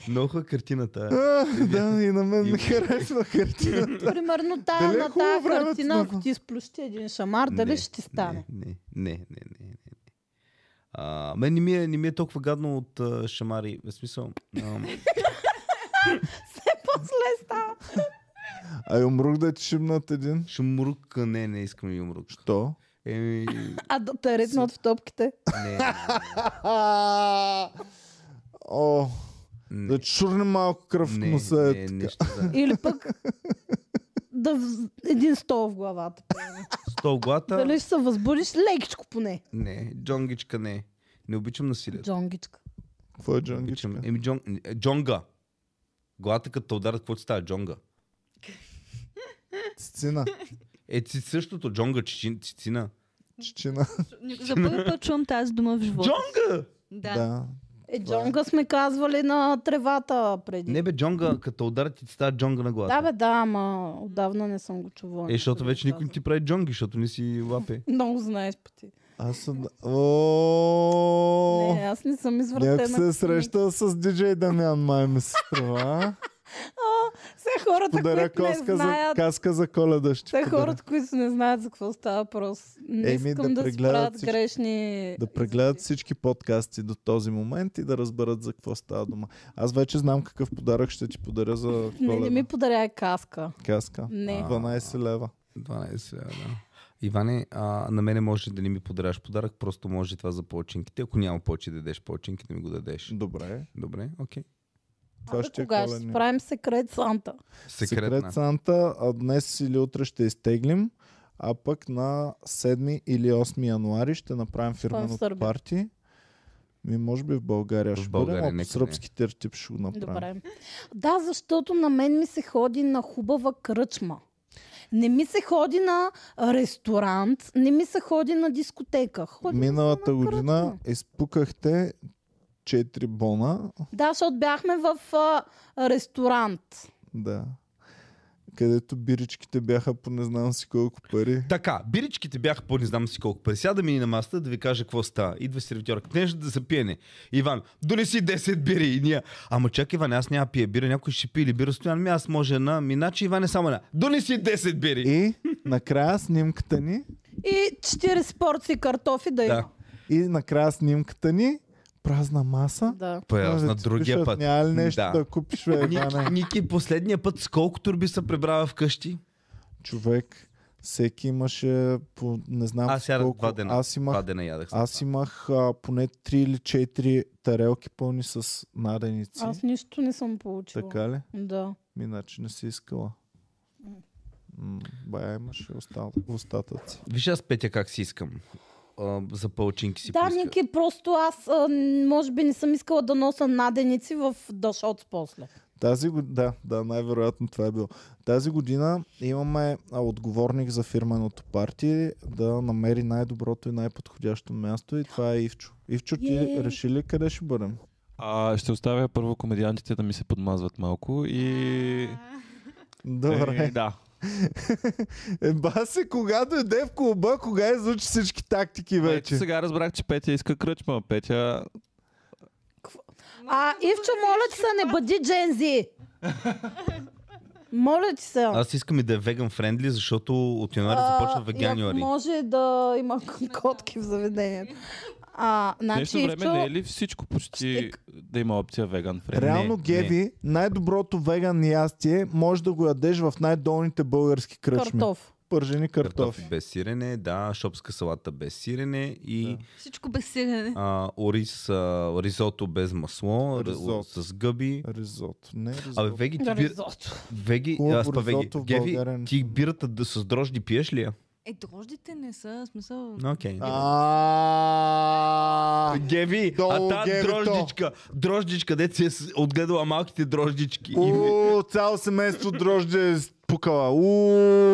[SPEAKER 1] Много хубава картината.
[SPEAKER 2] А, да, и на мен ми
[SPEAKER 1] И-
[SPEAKER 2] харесва картината.
[SPEAKER 3] Примерно
[SPEAKER 2] Дали
[SPEAKER 3] тая
[SPEAKER 2] е
[SPEAKER 3] на
[SPEAKER 2] хубаво
[SPEAKER 3] тая
[SPEAKER 2] времето,
[SPEAKER 3] картина,
[SPEAKER 2] Марко?
[SPEAKER 3] ако ти сплющи един шамар, дали
[SPEAKER 1] Не,
[SPEAKER 3] ще ти стане?
[SPEAKER 1] Не, не, не, не, не. не. А, мен не ми, е, не ми е толкова гадно от а, шамари. В смисъл. А,
[SPEAKER 3] После става.
[SPEAKER 2] А юмрук да ти шибнат един.
[SPEAKER 1] шумрук, не, не искам юмрук.
[SPEAKER 2] То.
[SPEAKER 1] Еми,
[SPEAKER 3] А да те ритнат в топките.
[SPEAKER 1] не,
[SPEAKER 2] О,
[SPEAKER 1] не,
[SPEAKER 2] да ти шурне малко кръв в
[SPEAKER 1] не,
[SPEAKER 2] носа. е
[SPEAKER 1] не,
[SPEAKER 2] така.
[SPEAKER 1] нещо за...
[SPEAKER 3] Или пък да вз- един стол в главата.
[SPEAKER 1] Стол глата,
[SPEAKER 3] Дали ще се възбудиш лекичко поне.
[SPEAKER 1] не, джонгичка не. Не обичам
[SPEAKER 2] Е,
[SPEAKER 1] насилието.
[SPEAKER 3] Джонгичка.
[SPEAKER 2] Какво е
[SPEAKER 1] Обичам.
[SPEAKER 2] джангичка?
[SPEAKER 1] Еми, джон, е, джонга. Главата като те ударят, какво ти става? Джонга.
[SPEAKER 2] Цицина.
[SPEAKER 1] Е, ти същото, джонга, чичи- цицина.
[SPEAKER 2] Чичина.
[SPEAKER 6] За първи път чувам тази дума в живота.
[SPEAKER 1] Джонга!
[SPEAKER 6] Да.
[SPEAKER 2] Да.
[SPEAKER 3] Е, Джонга сме казвали на тревата преди.
[SPEAKER 1] Не бе, джонга, като те ударят, ти става джонга на
[SPEAKER 3] да,
[SPEAKER 1] главата.
[SPEAKER 3] бе, да, ама отдавна не съм го чувала.
[SPEAKER 1] Е, защото вече никой не ти прави джонги, защото не си лапе.
[SPEAKER 3] Много знаеш пъти.
[SPEAKER 2] Аз съм... О,
[SPEAKER 3] Не, аз не съм извратена.
[SPEAKER 2] Някой се е
[SPEAKER 3] като
[SPEAKER 2] срещал с диджей Дамян, май ми се струва. а?
[SPEAKER 3] Все хората,
[SPEAKER 2] Подаря
[SPEAKER 3] които не
[SPEAKER 2] коска за,
[SPEAKER 3] знаят,
[SPEAKER 2] каска за коледа ще ти
[SPEAKER 3] те
[SPEAKER 2] подаря.
[SPEAKER 3] хората, които не знаят за какво става въпрос. Не
[SPEAKER 2] Еми,
[SPEAKER 3] искам
[SPEAKER 2] да
[SPEAKER 3] да, да си
[SPEAKER 2] прегледат
[SPEAKER 3] правят
[SPEAKER 2] всички-
[SPEAKER 3] грешни...
[SPEAKER 2] Да прегледат всички подкасти до този момент и да разберат за какво става дума. Аз вече знам какъв подарък ще ти подаря за
[SPEAKER 3] Не, не ми
[SPEAKER 2] коледа.
[SPEAKER 3] подаряй каска.
[SPEAKER 2] Каска.
[SPEAKER 3] Не.
[SPEAKER 2] 12 лева.
[SPEAKER 1] 12 лева, да. Иване, а, на мене може да не ми подаряш подарък, просто може това за починките. Ако няма повече да дадеш починки, да ми го дадеш.
[SPEAKER 2] Добре.
[SPEAKER 1] Добре, окей.
[SPEAKER 2] Това
[SPEAKER 3] Абе,
[SPEAKER 2] ще е
[SPEAKER 3] кога ще
[SPEAKER 2] коледни.
[SPEAKER 3] си правим секрет Санта?
[SPEAKER 1] Секретна.
[SPEAKER 2] Секрет Санта а днес или утре ще изтеглим, а пък на 7 или 8 януари ще направим фирменото
[SPEAKER 3] Сърбия.
[SPEAKER 2] парти. Ми, може би в България
[SPEAKER 1] В
[SPEAKER 2] ще
[SPEAKER 1] България,
[SPEAKER 2] бъдем, а
[SPEAKER 1] нека
[SPEAKER 2] по
[SPEAKER 1] не.
[SPEAKER 2] сръбските тип ще го направим.
[SPEAKER 3] Добре. е. Да, защото на мен ми се ходи на хубава кръчма. Не ми се ходи на ресторант, не ми се ходи на дискотека. Ходи ми се
[SPEAKER 2] Миналата
[SPEAKER 3] на
[SPEAKER 2] година
[SPEAKER 3] кръчма.
[SPEAKER 2] изпукахте 4 бона,
[SPEAKER 3] Да, защото бяхме в а, ресторант.
[SPEAKER 2] да. Където биричките бяха по не знам си колко пари.
[SPEAKER 1] Така, биричките бяха по не знам си колко пари. Сега да мини на масата да ви кажа какво става. Идва сервитьорка. Нещо да се пиене. Иван, донеси 10 бири и ние. Ама чакай, Иван, аз няма пия бира. Някой ще пие или бира стоян. Ми аз може една. Ми, значи Иван е само една. Донеси 10 бири.
[SPEAKER 2] И накрая снимката ни,
[SPEAKER 3] И 40 порции картофи
[SPEAKER 2] Е,
[SPEAKER 3] да,
[SPEAKER 1] Да.
[SPEAKER 3] има.
[SPEAKER 2] и накрая снимката ни, празна маса.
[SPEAKER 3] Да.
[SPEAKER 1] Па, Е, аз
[SPEAKER 2] Може
[SPEAKER 1] на
[SPEAKER 2] ти
[SPEAKER 1] другия
[SPEAKER 2] пишат,
[SPEAKER 1] път.
[SPEAKER 2] Няма ли нещо да,
[SPEAKER 1] Да.
[SPEAKER 2] купиш, бе,
[SPEAKER 1] Ники,
[SPEAKER 2] Иване?
[SPEAKER 1] Ники, последния път с колко турби се прибрава вкъщи?
[SPEAKER 2] Човек, Всеки имаше по не знам
[SPEAKER 1] Аз
[SPEAKER 2] си
[SPEAKER 1] ядах
[SPEAKER 2] колко.
[SPEAKER 1] два дена.
[SPEAKER 2] Аз имах,
[SPEAKER 1] Два дена ядах. след
[SPEAKER 2] аз
[SPEAKER 1] това.
[SPEAKER 2] имах а, поне 3 или 4 тарелки пълни с наденици.
[SPEAKER 3] Аз нищо не съм получила.
[SPEAKER 2] Така ли?
[SPEAKER 3] Да.
[SPEAKER 2] Ми, Иначе не си искала. М, Бая имаше остал... остатъци.
[SPEAKER 1] Виж аз петя как си искам. А, за пълчинки си
[SPEAKER 3] да,
[SPEAKER 1] поисках.
[SPEAKER 3] Ники, просто аз а, н- може би не съм искала да носа наденици в Дашот после.
[SPEAKER 2] Тази година, да, да, най-вероятно това е било. Тази година имаме а, отговорник за фирменото парти да намери най-доброто и най-подходящо място и това е Ивчо. Ивчо, ти
[SPEAKER 3] Е.
[SPEAKER 2] реши ли къде ще бъдем?
[SPEAKER 4] А, ще оставя първо комедиантите да ми се подмазват малко и... Е,
[SPEAKER 2] Добре.
[SPEAKER 4] да.
[SPEAKER 2] Е, басе, кога дойде в клуба, кога изучи всички тактики
[SPEAKER 4] Вече
[SPEAKER 2] вече?
[SPEAKER 4] Е, сега разбрах, че Петя иска кръчма. Петя...
[SPEAKER 3] А, Ивчо, моля ти се, не бъди джензи! Моля ти се.
[SPEAKER 1] Аз искам и да е веган френдли, защото от януари
[SPEAKER 3] А,
[SPEAKER 1] започва
[SPEAKER 3] и
[SPEAKER 1] веганюари.
[SPEAKER 3] Ако може да има котки в заведението. А,
[SPEAKER 4] В
[SPEAKER 3] значи,
[SPEAKER 4] днешно време
[SPEAKER 3] Ивчо,
[SPEAKER 4] не е ли всичко почти да има опция веган френд?
[SPEAKER 2] Реално,
[SPEAKER 1] не.
[SPEAKER 2] Геви, най-доброто веган ястие може да го ядеш в най-долните български кръчми.
[SPEAKER 3] картоф.
[SPEAKER 2] Пържени картофи.
[SPEAKER 1] Картофи без сирене, да, шопска салата без сирене и
[SPEAKER 6] Всичко е. без сирене.
[SPEAKER 1] а, ориз, а, ризото без масло,
[SPEAKER 2] Ризото.
[SPEAKER 1] ризото. с гъби.
[SPEAKER 2] Ризото. Не ризото.
[SPEAKER 1] Абе, веги, ти бир...
[SPEAKER 3] Ризото.
[SPEAKER 1] Веги,
[SPEAKER 2] Хубаво
[SPEAKER 1] аз па веги.
[SPEAKER 2] ризото в
[SPEAKER 1] Геви,
[SPEAKER 2] България не
[SPEAKER 1] ти
[SPEAKER 2] съм.
[SPEAKER 1] бирата да с дрожди пиеш ли я?
[SPEAKER 6] Е, дрождите не са, в смисъл...
[SPEAKER 1] Ну, Окей.
[SPEAKER 2] А,
[SPEAKER 1] Геви,
[SPEAKER 2] долу
[SPEAKER 1] а та
[SPEAKER 2] гевито.
[SPEAKER 1] дрождичка, дрождичка, дете си е с- отгледала малките дрождички. И-
[SPEAKER 2] У, цяло семейство дрожди е спукала.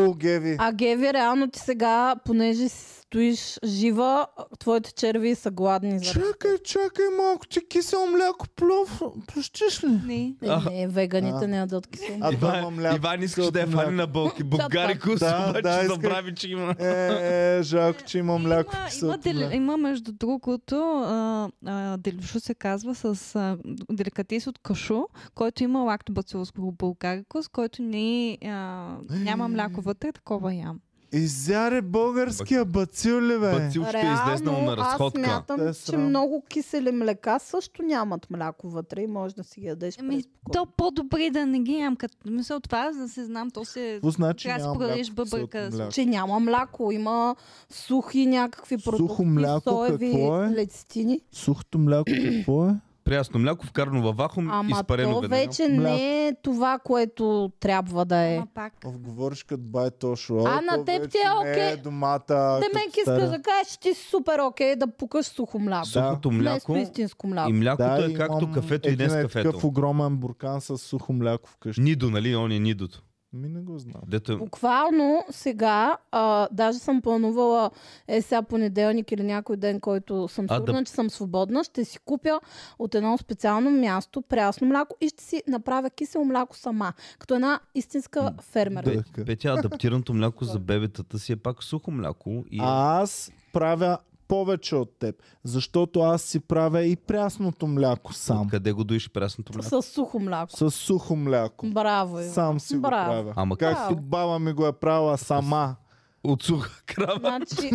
[SPEAKER 2] У, Геви.
[SPEAKER 3] А Геви, реално ти сега, понеже си стоиш жива, твоите черви са гладни. За...
[SPEAKER 2] Чакай, чакай малко, ти кисело мляко плов. Пущиш ли?
[SPEAKER 6] Не.
[SPEAKER 3] Е, не, веганите не ядат кисело.
[SPEAKER 2] А да,
[SPEAKER 1] Иван,
[SPEAKER 2] имам мляко.
[SPEAKER 1] Иван искаш да е
[SPEAKER 2] кисело
[SPEAKER 1] фани на бълки. Българикус,
[SPEAKER 2] Да,
[SPEAKER 1] обаче
[SPEAKER 2] да, исках.
[SPEAKER 1] забрави, че има.
[SPEAKER 2] Е, е, жалко, че имам мляко.
[SPEAKER 6] Има,
[SPEAKER 2] кисело
[SPEAKER 6] има, дел,
[SPEAKER 2] мляко.
[SPEAKER 6] има между другото, а, а, делюшо се казва с а, деликатес от кашо, който има лактобацилус булгарикус, който не е, а, няма мляко вътре, такова ям.
[SPEAKER 2] Изяре българския бацил ли, бе?
[SPEAKER 1] Бацил ще е излезнал на разходка.
[SPEAKER 3] аз смятам,
[SPEAKER 2] Те е
[SPEAKER 3] че
[SPEAKER 2] срам.
[SPEAKER 3] много кисели млека също нямат мляко вътре и може да си ги ядеш
[SPEAKER 6] Ами,
[SPEAKER 3] преспокойно.
[SPEAKER 6] то по-добре да не ги ям, като мисъл това, за да се знам, то се...
[SPEAKER 2] Какво значи
[SPEAKER 6] Трябва да
[SPEAKER 2] няма
[SPEAKER 6] си продадеш
[SPEAKER 2] мляко, киселото
[SPEAKER 6] бъбърка,
[SPEAKER 2] мляко?
[SPEAKER 3] Че няма мляко, има сухи някакви
[SPEAKER 2] Сухо
[SPEAKER 3] продукти,
[SPEAKER 2] мляко
[SPEAKER 3] соеви,
[SPEAKER 2] какво е?
[SPEAKER 3] лецитини.
[SPEAKER 2] Сухото мляко какво е?
[SPEAKER 1] Прясно мляко, вкарано във вакуум,
[SPEAKER 3] Ама
[SPEAKER 1] изпарено
[SPEAKER 3] то
[SPEAKER 1] веднага.
[SPEAKER 3] вече
[SPEAKER 2] Мляко.
[SPEAKER 3] не е това, което трябва да е.
[SPEAKER 6] Ама пак.
[SPEAKER 2] Ов, говориш като бай Тошо.
[SPEAKER 3] А, на
[SPEAKER 2] то
[SPEAKER 3] теб
[SPEAKER 2] вече
[SPEAKER 3] ти е
[SPEAKER 2] не
[SPEAKER 3] окей.
[SPEAKER 2] домата.
[SPEAKER 3] Демек
[SPEAKER 2] като
[SPEAKER 3] искаш
[SPEAKER 2] стара.
[SPEAKER 3] да кажеш, че ти си супер окей да пукаш сухо мляко.
[SPEAKER 2] Да.
[SPEAKER 1] Сухото
[SPEAKER 3] Вместо
[SPEAKER 1] мляко
[SPEAKER 3] истинско
[SPEAKER 1] и
[SPEAKER 3] мляко.
[SPEAKER 1] млякото е
[SPEAKER 2] имам
[SPEAKER 1] както кафето и
[SPEAKER 2] един
[SPEAKER 1] днес
[SPEAKER 2] е
[SPEAKER 1] кафето.
[SPEAKER 2] такъв огромен буркан с сухо мляко вкъщи.
[SPEAKER 1] Нидо, нали? Он е нидото.
[SPEAKER 2] Ми не го знам.
[SPEAKER 1] Дето е...
[SPEAKER 3] Буквално сега, а, даже съм планувала е сега понеделник или някой ден, който съм
[SPEAKER 1] А, да-
[SPEAKER 3] сигурна, че съм свободна, ще си купя от едно специално място прясно мляко и ще си направя кисело мляко сама. Като една истинска фермерка.
[SPEAKER 2] Да.
[SPEAKER 3] Да.
[SPEAKER 2] Така.
[SPEAKER 1] Петя, адаптираното мляко за бебетата си е пак сухо мляко. И...
[SPEAKER 2] А аз правя повече от теб, защото аз си правя и прясното мляко сам.
[SPEAKER 1] Къде го доиш прясното мляко?
[SPEAKER 3] С сухо мляко.
[SPEAKER 2] С сухо мляко.
[SPEAKER 3] Браво. Иван.
[SPEAKER 2] Сам си го
[SPEAKER 3] Браво.
[SPEAKER 2] правя.
[SPEAKER 1] Ама
[SPEAKER 2] Както
[SPEAKER 3] как?
[SPEAKER 2] баба ми го е правила сама.
[SPEAKER 1] От суха крава.
[SPEAKER 3] Значи...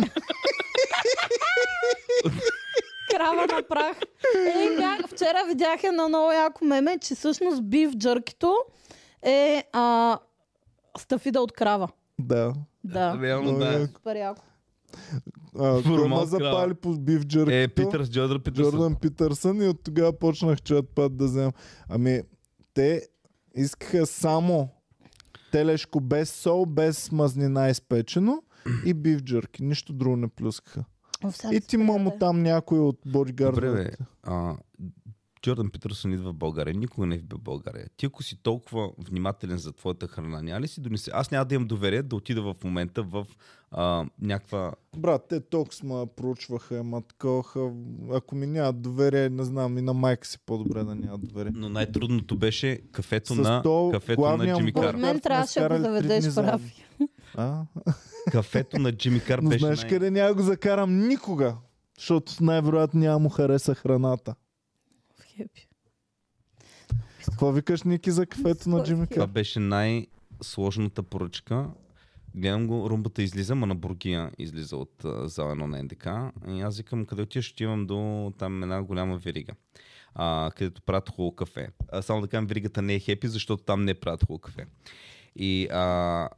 [SPEAKER 3] Крава на прах. Е, как... Вчера видях едно много яко меме, че всъщност бив джъркито е а, стафида от крава.
[SPEAKER 2] Да.
[SPEAKER 3] Да.
[SPEAKER 1] Реално
[SPEAKER 2] Много
[SPEAKER 1] да.
[SPEAKER 2] яко.
[SPEAKER 3] Супер яко.
[SPEAKER 2] А, кой ма
[SPEAKER 1] Формал
[SPEAKER 2] запали
[SPEAKER 1] крава.
[SPEAKER 2] по бив джеркито?
[SPEAKER 1] Е, Питър, Джордан Питърсън.
[SPEAKER 2] Джордан Питърсън и от тогава почнах чат път да вземам. Ами, те искаха само телешко без сол, без мазнина изпечено и бив джърки. Нищо друго не плюскаха. И ти мамо там някой от
[SPEAKER 1] Добре, бе.
[SPEAKER 2] бодигардовете.
[SPEAKER 1] А, Джордан Питърсън идва в България. Никога не е бил в България. Ти ако си толкова внимателен за твоята храна, няма ли си донесе? Аз няма да имам доверие да отида в момента в а, някаква...
[SPEAKER 2] Брат, те толкова ме проучваха, ма такоха. Ако ми нямат доверие, не знам, и на майка си по-добре да нямат доверие.
[SPEAKER 1] Но най-трудното беше кафето
[SPEAKER 2] С
[SPEAKER 1] на,
[SPEAKER 2] то
[SPEAKER 1] кафето
[SPEAKER 2] главния
[SPEAKER 1] на Джимми
[SPEAKER 2] бургер
[SPEAKER 1] Кар.
[SPEAKER 3] Според мен трябваше да
[SPEAKER 2] Карали
[SPEAKER 3] го
[SPEAKER 2] три дни
[SPEAKER 3] заведеш
[SPEAKER 2] заедно.
[SPEAKER 3] прави.
[SPEAKER 2] А?
[SPEAKER 1] Кафето на Джимми Кар
[SPEAKER 2] Но
[SPEAKER 1] беше
[SPEAKER 2] знаеш
[SPEAKER 1] най...
[SPEAKER 2] къде няма го закарам никога, защото най-вероятно няма му хареса храната. Какво викаш, Ники, за кафето на Джимми
[SPEAKER 1] Това
[SPEAKER 2] Кар?
[SPEAKER 1] беше най-сложната поръчка. Гледам го, румбата излиза, ма на бургия излиза от а, зала едно на НДК. И аз викам, къде отиваш, отивам до там една голяма верига, а, където правят хубаво кафе. А, само да кажем, веригата не е хепи, защото там не правят хубаво кафе. И а,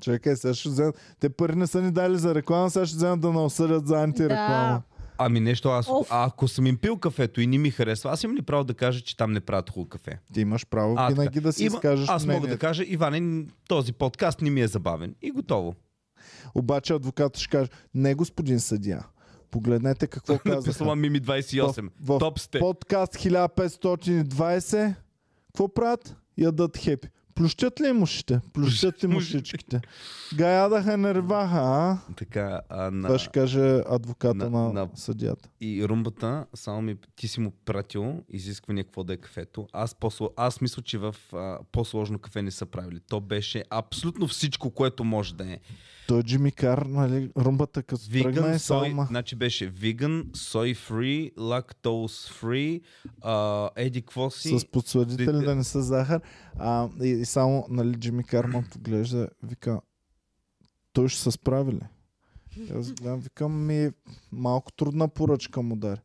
[SPEAKER 2] Чакай, сега ще вземат. Те пари не са ни дали за реклама, сега ще вземат да ме осъдят за антиреклама.
[SPEAKER 1] Ами нещо, аз,
[SPEAKER 3] Оф.
[SPEAKER 1] а ако съм им пил кафето и не ми харесва, аз имам ли право да кажа, че там не правят хубаво кафе?
[SPEAKER 2] Ти имаш право
[SPEAKER 1] А,
[SPEAKER 2] винаги
[SPEAKER 1] така.
[SPEAKER 2] да си
[SPEAKER 1] Има-
[SPEAKER 2] изкажеш
[SPEAKER 1] Аз мога да
[SPEAKER 2] мнението.
[SPEAKER 1] кажа, Иване, този подкаст не ми е забавен. И готово.
[SPEAKER 2] Обаче адвокатът ще каже, не господин съдия, погледнете какво
[SPEAKER 1] Написала
[SPEAKER 2] казаха.
[SPEAKER 1] Мими 28.
[SPEAKER 2] В- в
[SPEAKER 1] Топ сте.
[SPEAKER 2] Подкаст 1520, какво правят? Ядат хепи. Плющат ли им ушите? Плющат им
[SPEAKER 1] Мушите.
[SPEAKER 2] ушичките. Гаядаха нерваха, а?
[SPEAKER 1] Така, а, на...
[SPEAKER 2] Това ще каже
[SPEAKER 1] на-
[SPEAKER 2] адвоката на,
[SPEAKER 1] на-
[SPEAKER 2] съдията.
[SPEAKER 1] И румбата, само ми, ти си му пратил изискване какво да е кафето. Аз, по-сло... аз мисля, че в а, по-сложно кафе не са правили. То беше абсолютно всичко, което може да е.
[SPEAKER 2] Той Джимми Кар, нали, румбата като тръгна е
[SPEAKER 1] Виган, сой,
[SPEAKER 2] салма.
[SPEAKER 1] значи беше виган, сой фри, лактоз фри, а, еди какво си.
[SPEAKER 2] С подсладители
[SPEAKER 1] Дете-
[SPEAKER 2] да не са захар. А, и, и само, нали, Джимми Карма поглежда, вика, той ще се справи ли? И Аз гледам, викам ми, малко трудна поръчка му дари.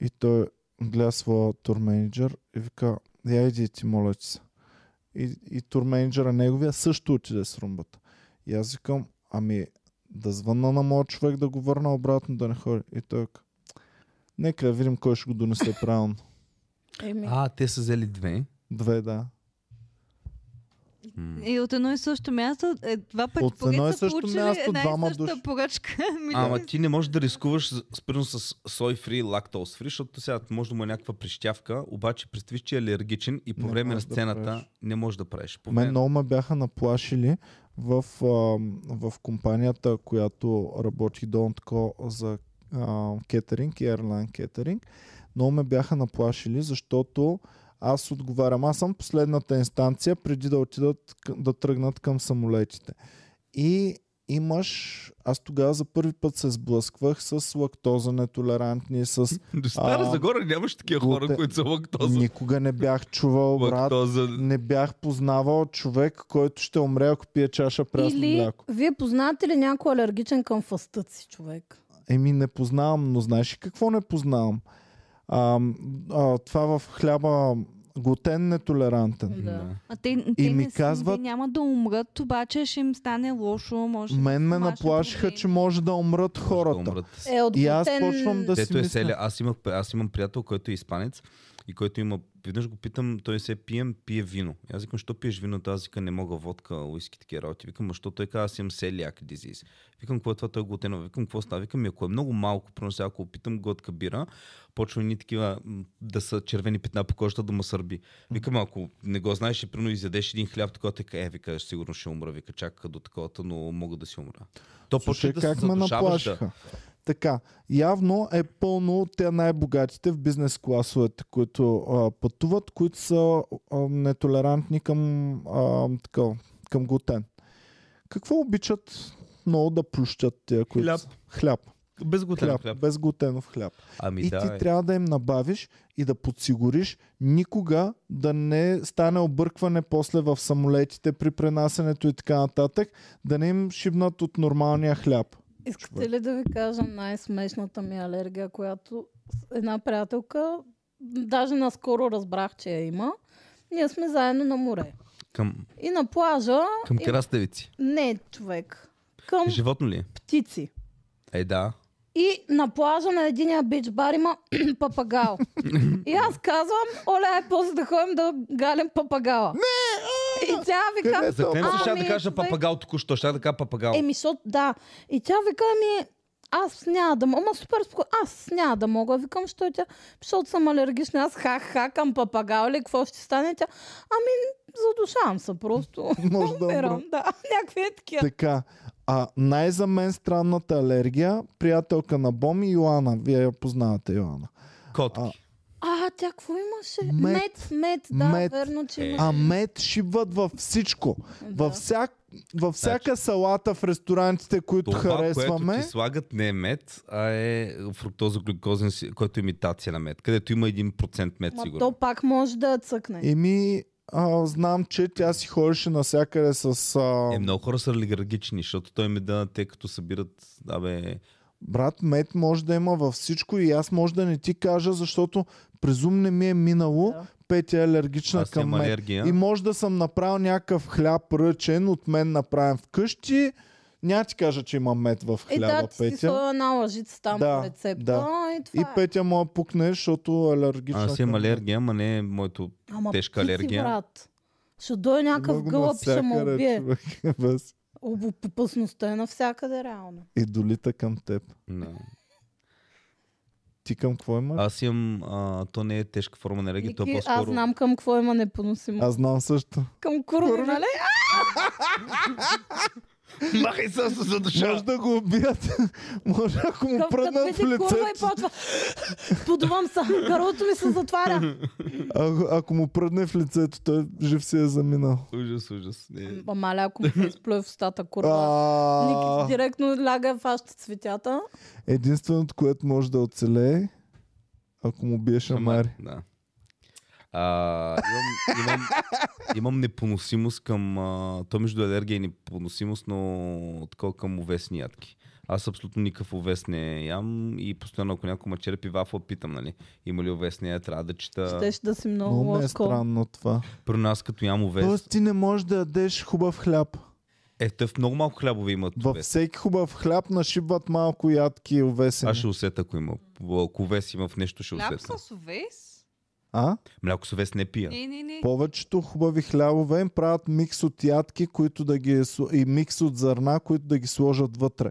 [SPEAKER 2] И той гледа своя тур менеджер и вика, я иди ти, моля ти се. И, и тур менеджера неговия също отиде с румбата. И аз викам, ами да звънна на моят човек да го върна обратно да не ходи. И той вика, нека да видим кой ще го донесе правилно.
[SPEAKER 3] Еми,
[SPEAKER 1] А, те са взели две.
[SPEAKER 2] Две, да.
[SPEAKER 1] М.
[SPEAKER 6] И от едно и също място, е, два пъти
[SPEAKER 2] От
[SPEAKER 6] поред
[SPEAKER 2] едно и
[SPEAKER 6] са
[SPEAKER 2] също
[SPEAKER 6] получили
[SPEAKER 2] място,
[SPEAKER 6] една
[SPEAKER 2] двама
[SPEAKER 6] и съща
[SPEAKER 2] души.
[SPEAKER 6] поръчка. Ами, Ми,
[SPEAKER 1] Ама ти не можеш да рискуваш с- спрямо с сой фри, лактоз фри, защото сега може да му е някаква прищявка, обаче представиш, че е алергичен и по
[SPEAKER 2] Не
[SPEAKER 1] време на
[SPEAKER 2] можеш да
[SPEAKER 1] сцената
[SPEAKER 2] правиш.
[SPEAKER 1] не можеш да правиш. По
[SPEAKER 2] Мен
[SPEAKER 1] време-
[SPEAKER 2] много ме бяха наплашили в, а, в компанията, която работих долу тако за а, кетеринг и airline кетеринг. Много ме бяха наплашили, защото аз отговарям. Аз съм последната инстанция, преди да отидат к- да тръгнат към самолетите. И имаш... Аз тогава за първи път се сблъсквах с лактоза нетолерантни, с...
[SPEAKER 1] До Стара
[SPEAKER 2] А,
[SPEAKER 1] Загора нямаш такива хора,
[SPEAKER 2] глуте-
[SPEAKER 1] които са лактоза.
[SPEAKER 2] Никога не бях чувал, брат.
[SPEAKER 1] Лактоза.
[SPEAKER 2] не бях познавал човек, който ще умре, ако пие чаша прясно
[SPEAKER 3] или
[SPEAKER 2] мляко.
[SPEAKER 3] вие познавате ли някой алергичен към фастъци човек?
[SPEAKER 2] Еми, не познавам, но знаеш ли какво не познавам? А, а, това в хляба глутен нетолерантен.
[SPEAKER 1] Е, Да.
[SPEAKER 6] А те, те
[SPEAKER 2] И ми
[SPEAKER 6] не, казват...
[SPEAKER 2] казват-
[SPEAKER 6] те няма да умрат, обаче ще им стане лошо, може
[SPEAKER 2] Мен ме
[SPEAKER 6] домашно
[SPEAKER 2] наплашиха,
[SPEAKER 6] поведение.
[SPEAKER 2] че може да умрат
[SPEAKER 1] Може да
[SPEAKER 2] хората.
[SPEAKER 1] умрат.
[SPEAKER 3] Е, от
[SPEAKER 2] И аз
[SPEAKER 3] глутен-
[SPEAKER 2] почвам да си
[SPEAKER 1] Дето е
[SPEAKER 2] мисля.
[SPEAKER 1] селя. Аз, имах, аз имам приятел, който е испанец и който има... Веднъж го питам, той се пием, пие вино. И аз викам, що пиеш вино? Той аз вика, не мога водка, уиски, такива работи. Викам, защо той казва, аз имам селяк дизиз. Викам, какво е това, той е глутенов. Викам, какво става? Викам, ми, ако е много малко, примерно сега, ако опитам глътка бира, почва ни такива м, да са червени петна по кожата да му сърби. Викам, ако не го знаеш, и примерно изядеш един хляб, така, така, е, вика, сигурно ще умра, вика, чака до таковата, но мога да си умра. То почва
[SPEAKER 2] Слушай,
[SPEAKER 1] да
[SPEAKER 2] как
[SPEAKER 1] се
[SPEAKER 2] ме
[SPEAKER 1] задушаваш, да.
[SPEAKER 2] наплашиха. Така, явно е пълно от те най-богатите в бизнес класовете, които а, пътуват, които са а, нетолерантни към, а, така, към глутен. Какво обичат много да плющат тия, които...
[SPEAKER 1] Хляб.
[SPEAKER 2] са? Хляб.
[SPEAKER 1] Без глутен
[SPEAKER 2] Хляб.
[SPEAKER 1] хляб.
[SPEAKER 2] Без глутенов хляб.
[SPEAKER 1] Ами
[SPEAKER 2] и
[SPEAKER 1] да,
[SPEAKER 2] ти
[SPEAKER 1] е.
[SPEAKER 2] трябва да им набавиш и да подсигуриш никога да не стане объркване после в самолетите при пренасенето и така нататък, да не им шибнат от нормалния хляб.
[SPEAKER 3] Искате ли да ви кажа най-смешната ми алергия, която с- една приятелка, даже наскоро разбрах, че я има. Ние сме заедно на море.
[SPEAKER 1] Към,
[SPEAKER 3] И на плажа...
[SPEAKER 1] към
[SPEAKER 3] и-
[SPEAKER 1] краставици.
[SPEAKER 3] Не, човек. Към
[SPEAKER 1] Животно ли? е?
[SPEAKER 3] птици.
[SPEAKER 1] Е, да.
[SPEAKER 3] И на плажа на единия бич бар има папагал. и аз казвам, оля, ай после да ходим да галим папагала. Не! И тя вика,
[SPEAKER 2] Къде
[SPEAKER 1] За клем
[SPEAKER 3] Ами,
[SPEAKER 1] се ще да кажа
[SPEAKER 3] бе.
[SPEAKER 1] папагал току-що. Ще да кажа папагал.
[SPEAKER 3] Еми, защото да. И тя вика ми, аз няма да мога. Ама супер спокойно. Аз няма да мога. Викам, що тя, защото съм алергична. Аз ха-ха към папагал или какво ще стане тя. Ами, задушавам се просто.
[SPEAKER 2] Ами, Може да умра.
[SPEAKER 3] Умирам, да. Някакви е такива.
[SPEAKER 2] Така. А най за мен странната алергия, приятелка на Боми, Йоана. Вие я познавате, Йоана.
[SPEAKER 1] Котки.
[SPEAKER 3] А, тя какво имаше?
[SPEAKER 2] Мед.
[SPEAKER 3] Мед, мед, да,
[SPEAKER 2] Мед.
[SPEAKER 3] верно, че
[SPEAKER 1] Е.
[SPEAKER 3] имаше.
[SPEAKER 2] А мед шибват във всичко.
[SPEAKER 3] Да.
[SPEAKER 2] Във, всяк, във всяка салата в ресторантите, които
[SPEAKER 1] Значи, Това,
[SPEAKER 2] харесваме.
[SPEAKER 1] което ти слагат не е мед, а е фруктозоглюкозен, си- който е имитация на мед, където има 1% мед,
[SPEAKER 3] Ма то
[SPEAKER 1] сигурно.
[SPEAKER 3] пак може да я цъкне.
[SPEAKER 2] Еми, а, знам, че тя си ходеше навсякъде с... А...
[SPEAKER 1] Е, много хора са алергични, защото той ми да, те като събират, абе,
[SPEAKER 2] Брат, мед може да има във всичко и аз може да не ти кажа, защото през ум не ми е минало.
[SPEAKER 3] Да.
[SPEAKER 2] Петя е алергична
[SPEAKER 1] Аз
[SPEAKER 2] към
[SPEAKER 1] имам
[SPEAKER 2] мен.
[SPEAKER 1] алергия.
[SPEAKER 2] И може да съм направил някакъв хляб ръчен от мен направен вкъщи. Няма ти кажа, че има мед в
[SPEAKER 3] И
[SPEAKER 2] хляба,
[SPEAKER 3] Е, да, ти си
[SPEAKER 2] Петя.
[SPEAKER 3] слоя една лъжица там
[SPEAKER 2] Да,
[SPEAKER 3] по рецепта.
[SPEAKER 2] да.
[SPEAKER 3] И, това
[SPEAKER 2] И
[SPEAKER 3] е.
[SPEAKER 2] Петя му я пукне, защото е алергична.
[SPEAKER 1] Аз
[SPEAKER 2] към
[SPEAKER 1] имам
[SPEAKER 2] мен.
[SPEAKER 1] алергия, ама не е моето
[SPEAKER 3] Ама
[SPEAKER 1] тежка
[SPEAKER 3] пици,
[SPEAKER 1] алергия.
[SPEAKER 3] Брат. Ще дойде някакъв
[SPEAKER 2] Много
[SPEAKER 3] гълъб, ще му
[SPEAKER 2] навсякъде,
[SPEAKER 3] убие.
[SPEAKER 2] човек, е без
[SPEAKER 3] Опасността е навсякъде, реално.
[SPEAKER 2] Идолита към теб.
[SPEAKER 1] Да.
[SPEAKER 2] Ти към какво имаш?
[SPEAKER 1] Аз имам, а, то не е тежка форма на алергия, то е
[SPEAKER 3] Ники,
[SPEAKER 1] по-скоро...
[SPEAKER 3] аз знам към какво има непоносимо.
[SPEAKER 2] Аз знам също.
[SPEAKER 3] Към курви, нали?
[SPEAKER 1] Махай се за душа!
[SPEAKER 2] Може да го убият. Може ако му
[SPEAKER 3] Към като
[SPEAKER 2] пръднат в
[SPEAKER 3] види курва и
[SPEAKER 2] лицето.
[SPEAKER 3] почва. Подувам се, гърлото ми се затваря.
[SPEAKER 2] Ако, ако му пръдне в лицето, той жив си е заминал.
[SPEAKER 1] Ужас, ужас. Не.
[SPEAKER 3] М, Ама ля, ако ми се изплюе в устата, курва.
[SPEAKER 2] А,
[SPEAKER 3] Ники директно ляга и фаща цветята.
[SPEAKER 2] единственото, което може да оцелее, ако му биеш амари.
[SPEAKER 1] Да. А, имам, имам, имам непоносимост към... А, то между алергия и непоносимост, но такова към овесни ядки. Аз абсолютно никакъв овес не ям и постоянно ако някой ме черпи вафла, питам, нали? Има ли овесния, яд, трябва да чета.
[SPEAKER 3] Щеше да си много
[SPEAKER 2] Много ми е
[SPEAKER 3] лошко.
[SPEAKER 2] странно това.
[SPEAKER 1] При нас като ям овес...
[SPEAKER 2] Тоест ти не можеш да ядеш хубав хляб.
[SPEAKER 1] Е, те в много малко хлябове имат
[SPEAKER 2] Във
[SPEAKER 1] овес.
[SPEAKER 2] всеки хубав хляб нашибват малко ядки и овесени.
[SPEAKER 1] Аз ще усета, ако има. Ако овес има в нещо, ще
[SPEAKER 6] Хляб
[SPEAKER 1] усета.
[SPEAKER 6] с овес?
[SPEAKER 2] А?
[SPEAKER 1] Мляко с овес не пия.
[SPEAKER 6] Не, не, не.
[SPEAKER 2] Повечето хубави хлябове им правят микс от ядки, които да ги, сло- и микс от зърна, които да ги сложат вътре.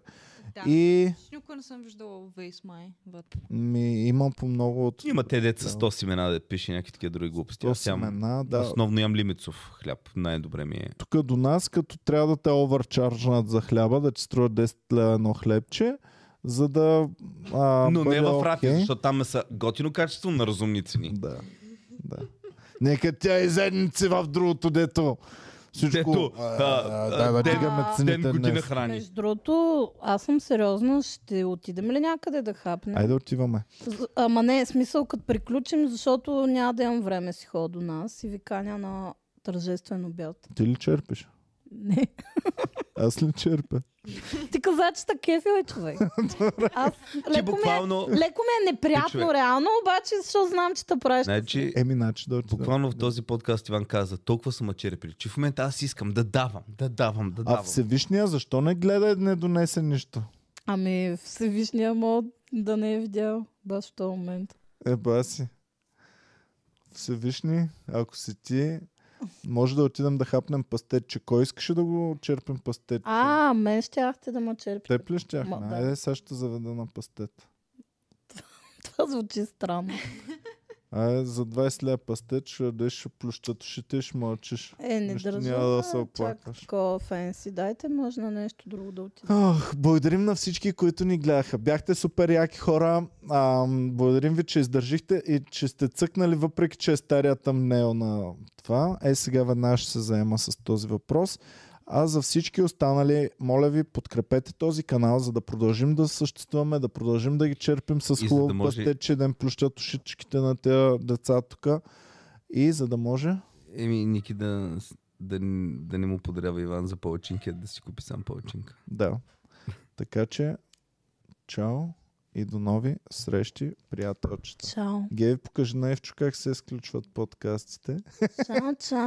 [SPEAKER 6] Да.
[SPEAKER 2] И
[SPEAKER 6] Аз Никога не съм виждала овес май. вътре.
[SPEAKER 2] ми, има по много от
[SPEAKER 1] Има те деца с 100 семена да пише някакви такива други глупости. Аз ям-
[SPEAKER 2] семена. Да.
[SPEAKER 1] Основно ям лимицов хляб. Най-добре ми е.
[SPEAKER 2] Тук до нас, като трябва да те овърчаржнат за хляба, да ти струва 10 лева едно хлебче, за да а,
[SPEAKER 1] Но
[SPEAKER 2] бъде
[SPEAKER 1] не в Рафи,
[SPEAKER 2] окей.
[SPEAKER 1] защото там е са готино качество на разумни цени.
[SPEAKER 2] Да. да. Нека тя е седници в другото дето. Всичко.
[SPEAKER 1] Дето,
[SPEAKER 2] а,
[SPEAKER 1] а,
[SPEAKER 2] а, да,
[SPEAKER 1] а,
[SPEAKER 2] да,
[SPEAKER 1] ден-
[SPEAKER 2] дигаме цените
[SPEAKER 1] Ден година
[SPEAKER 2] днес.
[SPEAKER 1] храни.
[SPEAKER 3] Между другото, аз съм сериозна. Ще отидем ли някъде да хапнем?
[SPEAKER 2] Айде отиваме.
[SPEAKER 3] З- Ама не е смисъл, като приключим, защото няма да имам време си хода до нас и ви каня на тържествен обяд.
[SPEAKER 2] Ти ли черпиш?
[SPEAKER 3] Не.
[SPEAKER 2] Аз ли черпя?
[SPEAKER 3] Ти каза, че така кефил е човек. Аз
[SPEAKER 1] Ти
[SPEAKER 3] леко ми, е,
[SPEAKER 1] буквално,
[SPEAKER 3] леко ми е неприятно,
[SPEAKER 1] човек.
[SPEAKER 3] реално, обаче, защото знам, че те правиш.
[SPEAKER 1] значи,
[SPEAKER 2] Еми, значи да отидем.
[SPEAKER 1] буквално в този подкаст Иван каза, толкова са ме черпили, че в момента аз искам да давам, да давам, да
[SPEAKER 2] А
[SPEAKER 1] давам.
[SPEAKER 2] Всевишния защо не гледа и не донесе нищо?
[SPEAKER 3] Ами, Всевишния мод да не е видял баш в този момент.
[SPEAKER 2] Е, баси. Всевишни, ако си ти, може да отидем да хапнем пастетче. Кой искаше да го черпим пастетче?
[SPEAKER 3] А, мен щяхте да ме черпите.
[SPEAKER 2] Теб ли щях?
[SPEAKER 3] Ма, да.
[SPEAKER 2] Айде, сега ще заведа на пастет.
[SPEAKER 3] Това звучи странно.
[SPEAKER 2] Айде, за 20 ля пастет ще ядеш, ще плющат ушите и ще мълчиш.
[SPEAKER 3] Е, не
[SPEAKER 2] Нищо
[SPEAKER 3] държа.
[SPEAKER 2] няма да се
[SPEAKER 3] а,
[SPEAKER 2] оплакваш.
[SPEAKER 3] Чак такова фенси. Дайте, може на нещо друго да отиде.
[SPEAKER 2] Ох, благодарим на всички, които ни гледаха. Бяхте супер яки хора. Ам, благодарим ви, че издържихте и че сте цъкнали, въпреки че е стария тъмнел на това. Е, сега веднага ще се заема с този въпрос. А за всички останали, моля ви, подкрепете този канал, за да продължим да съществуваме, да продължим да ги черпим с
[SPEAKER 1] да
[SPEAKER 2] хубаво да
[SPEAKER 1] може-
[SPEAKER 2] пастече, да им плющат ушичките на тези деца тук. И за да може...
[SPEAKER 1] Еми, Ники да, да, да не му подарява Иван за палачинки, а да си купи сам палачинка.
[SPEAKER 2] Да. Така че, чао и до нови срещи, приятелчета.
[SPEAKER 3] Чао.
[SPEAKER 2] Геви, покажи на Евчо как се изключват подкастите.
[SPEAKER 3] Чао, чао.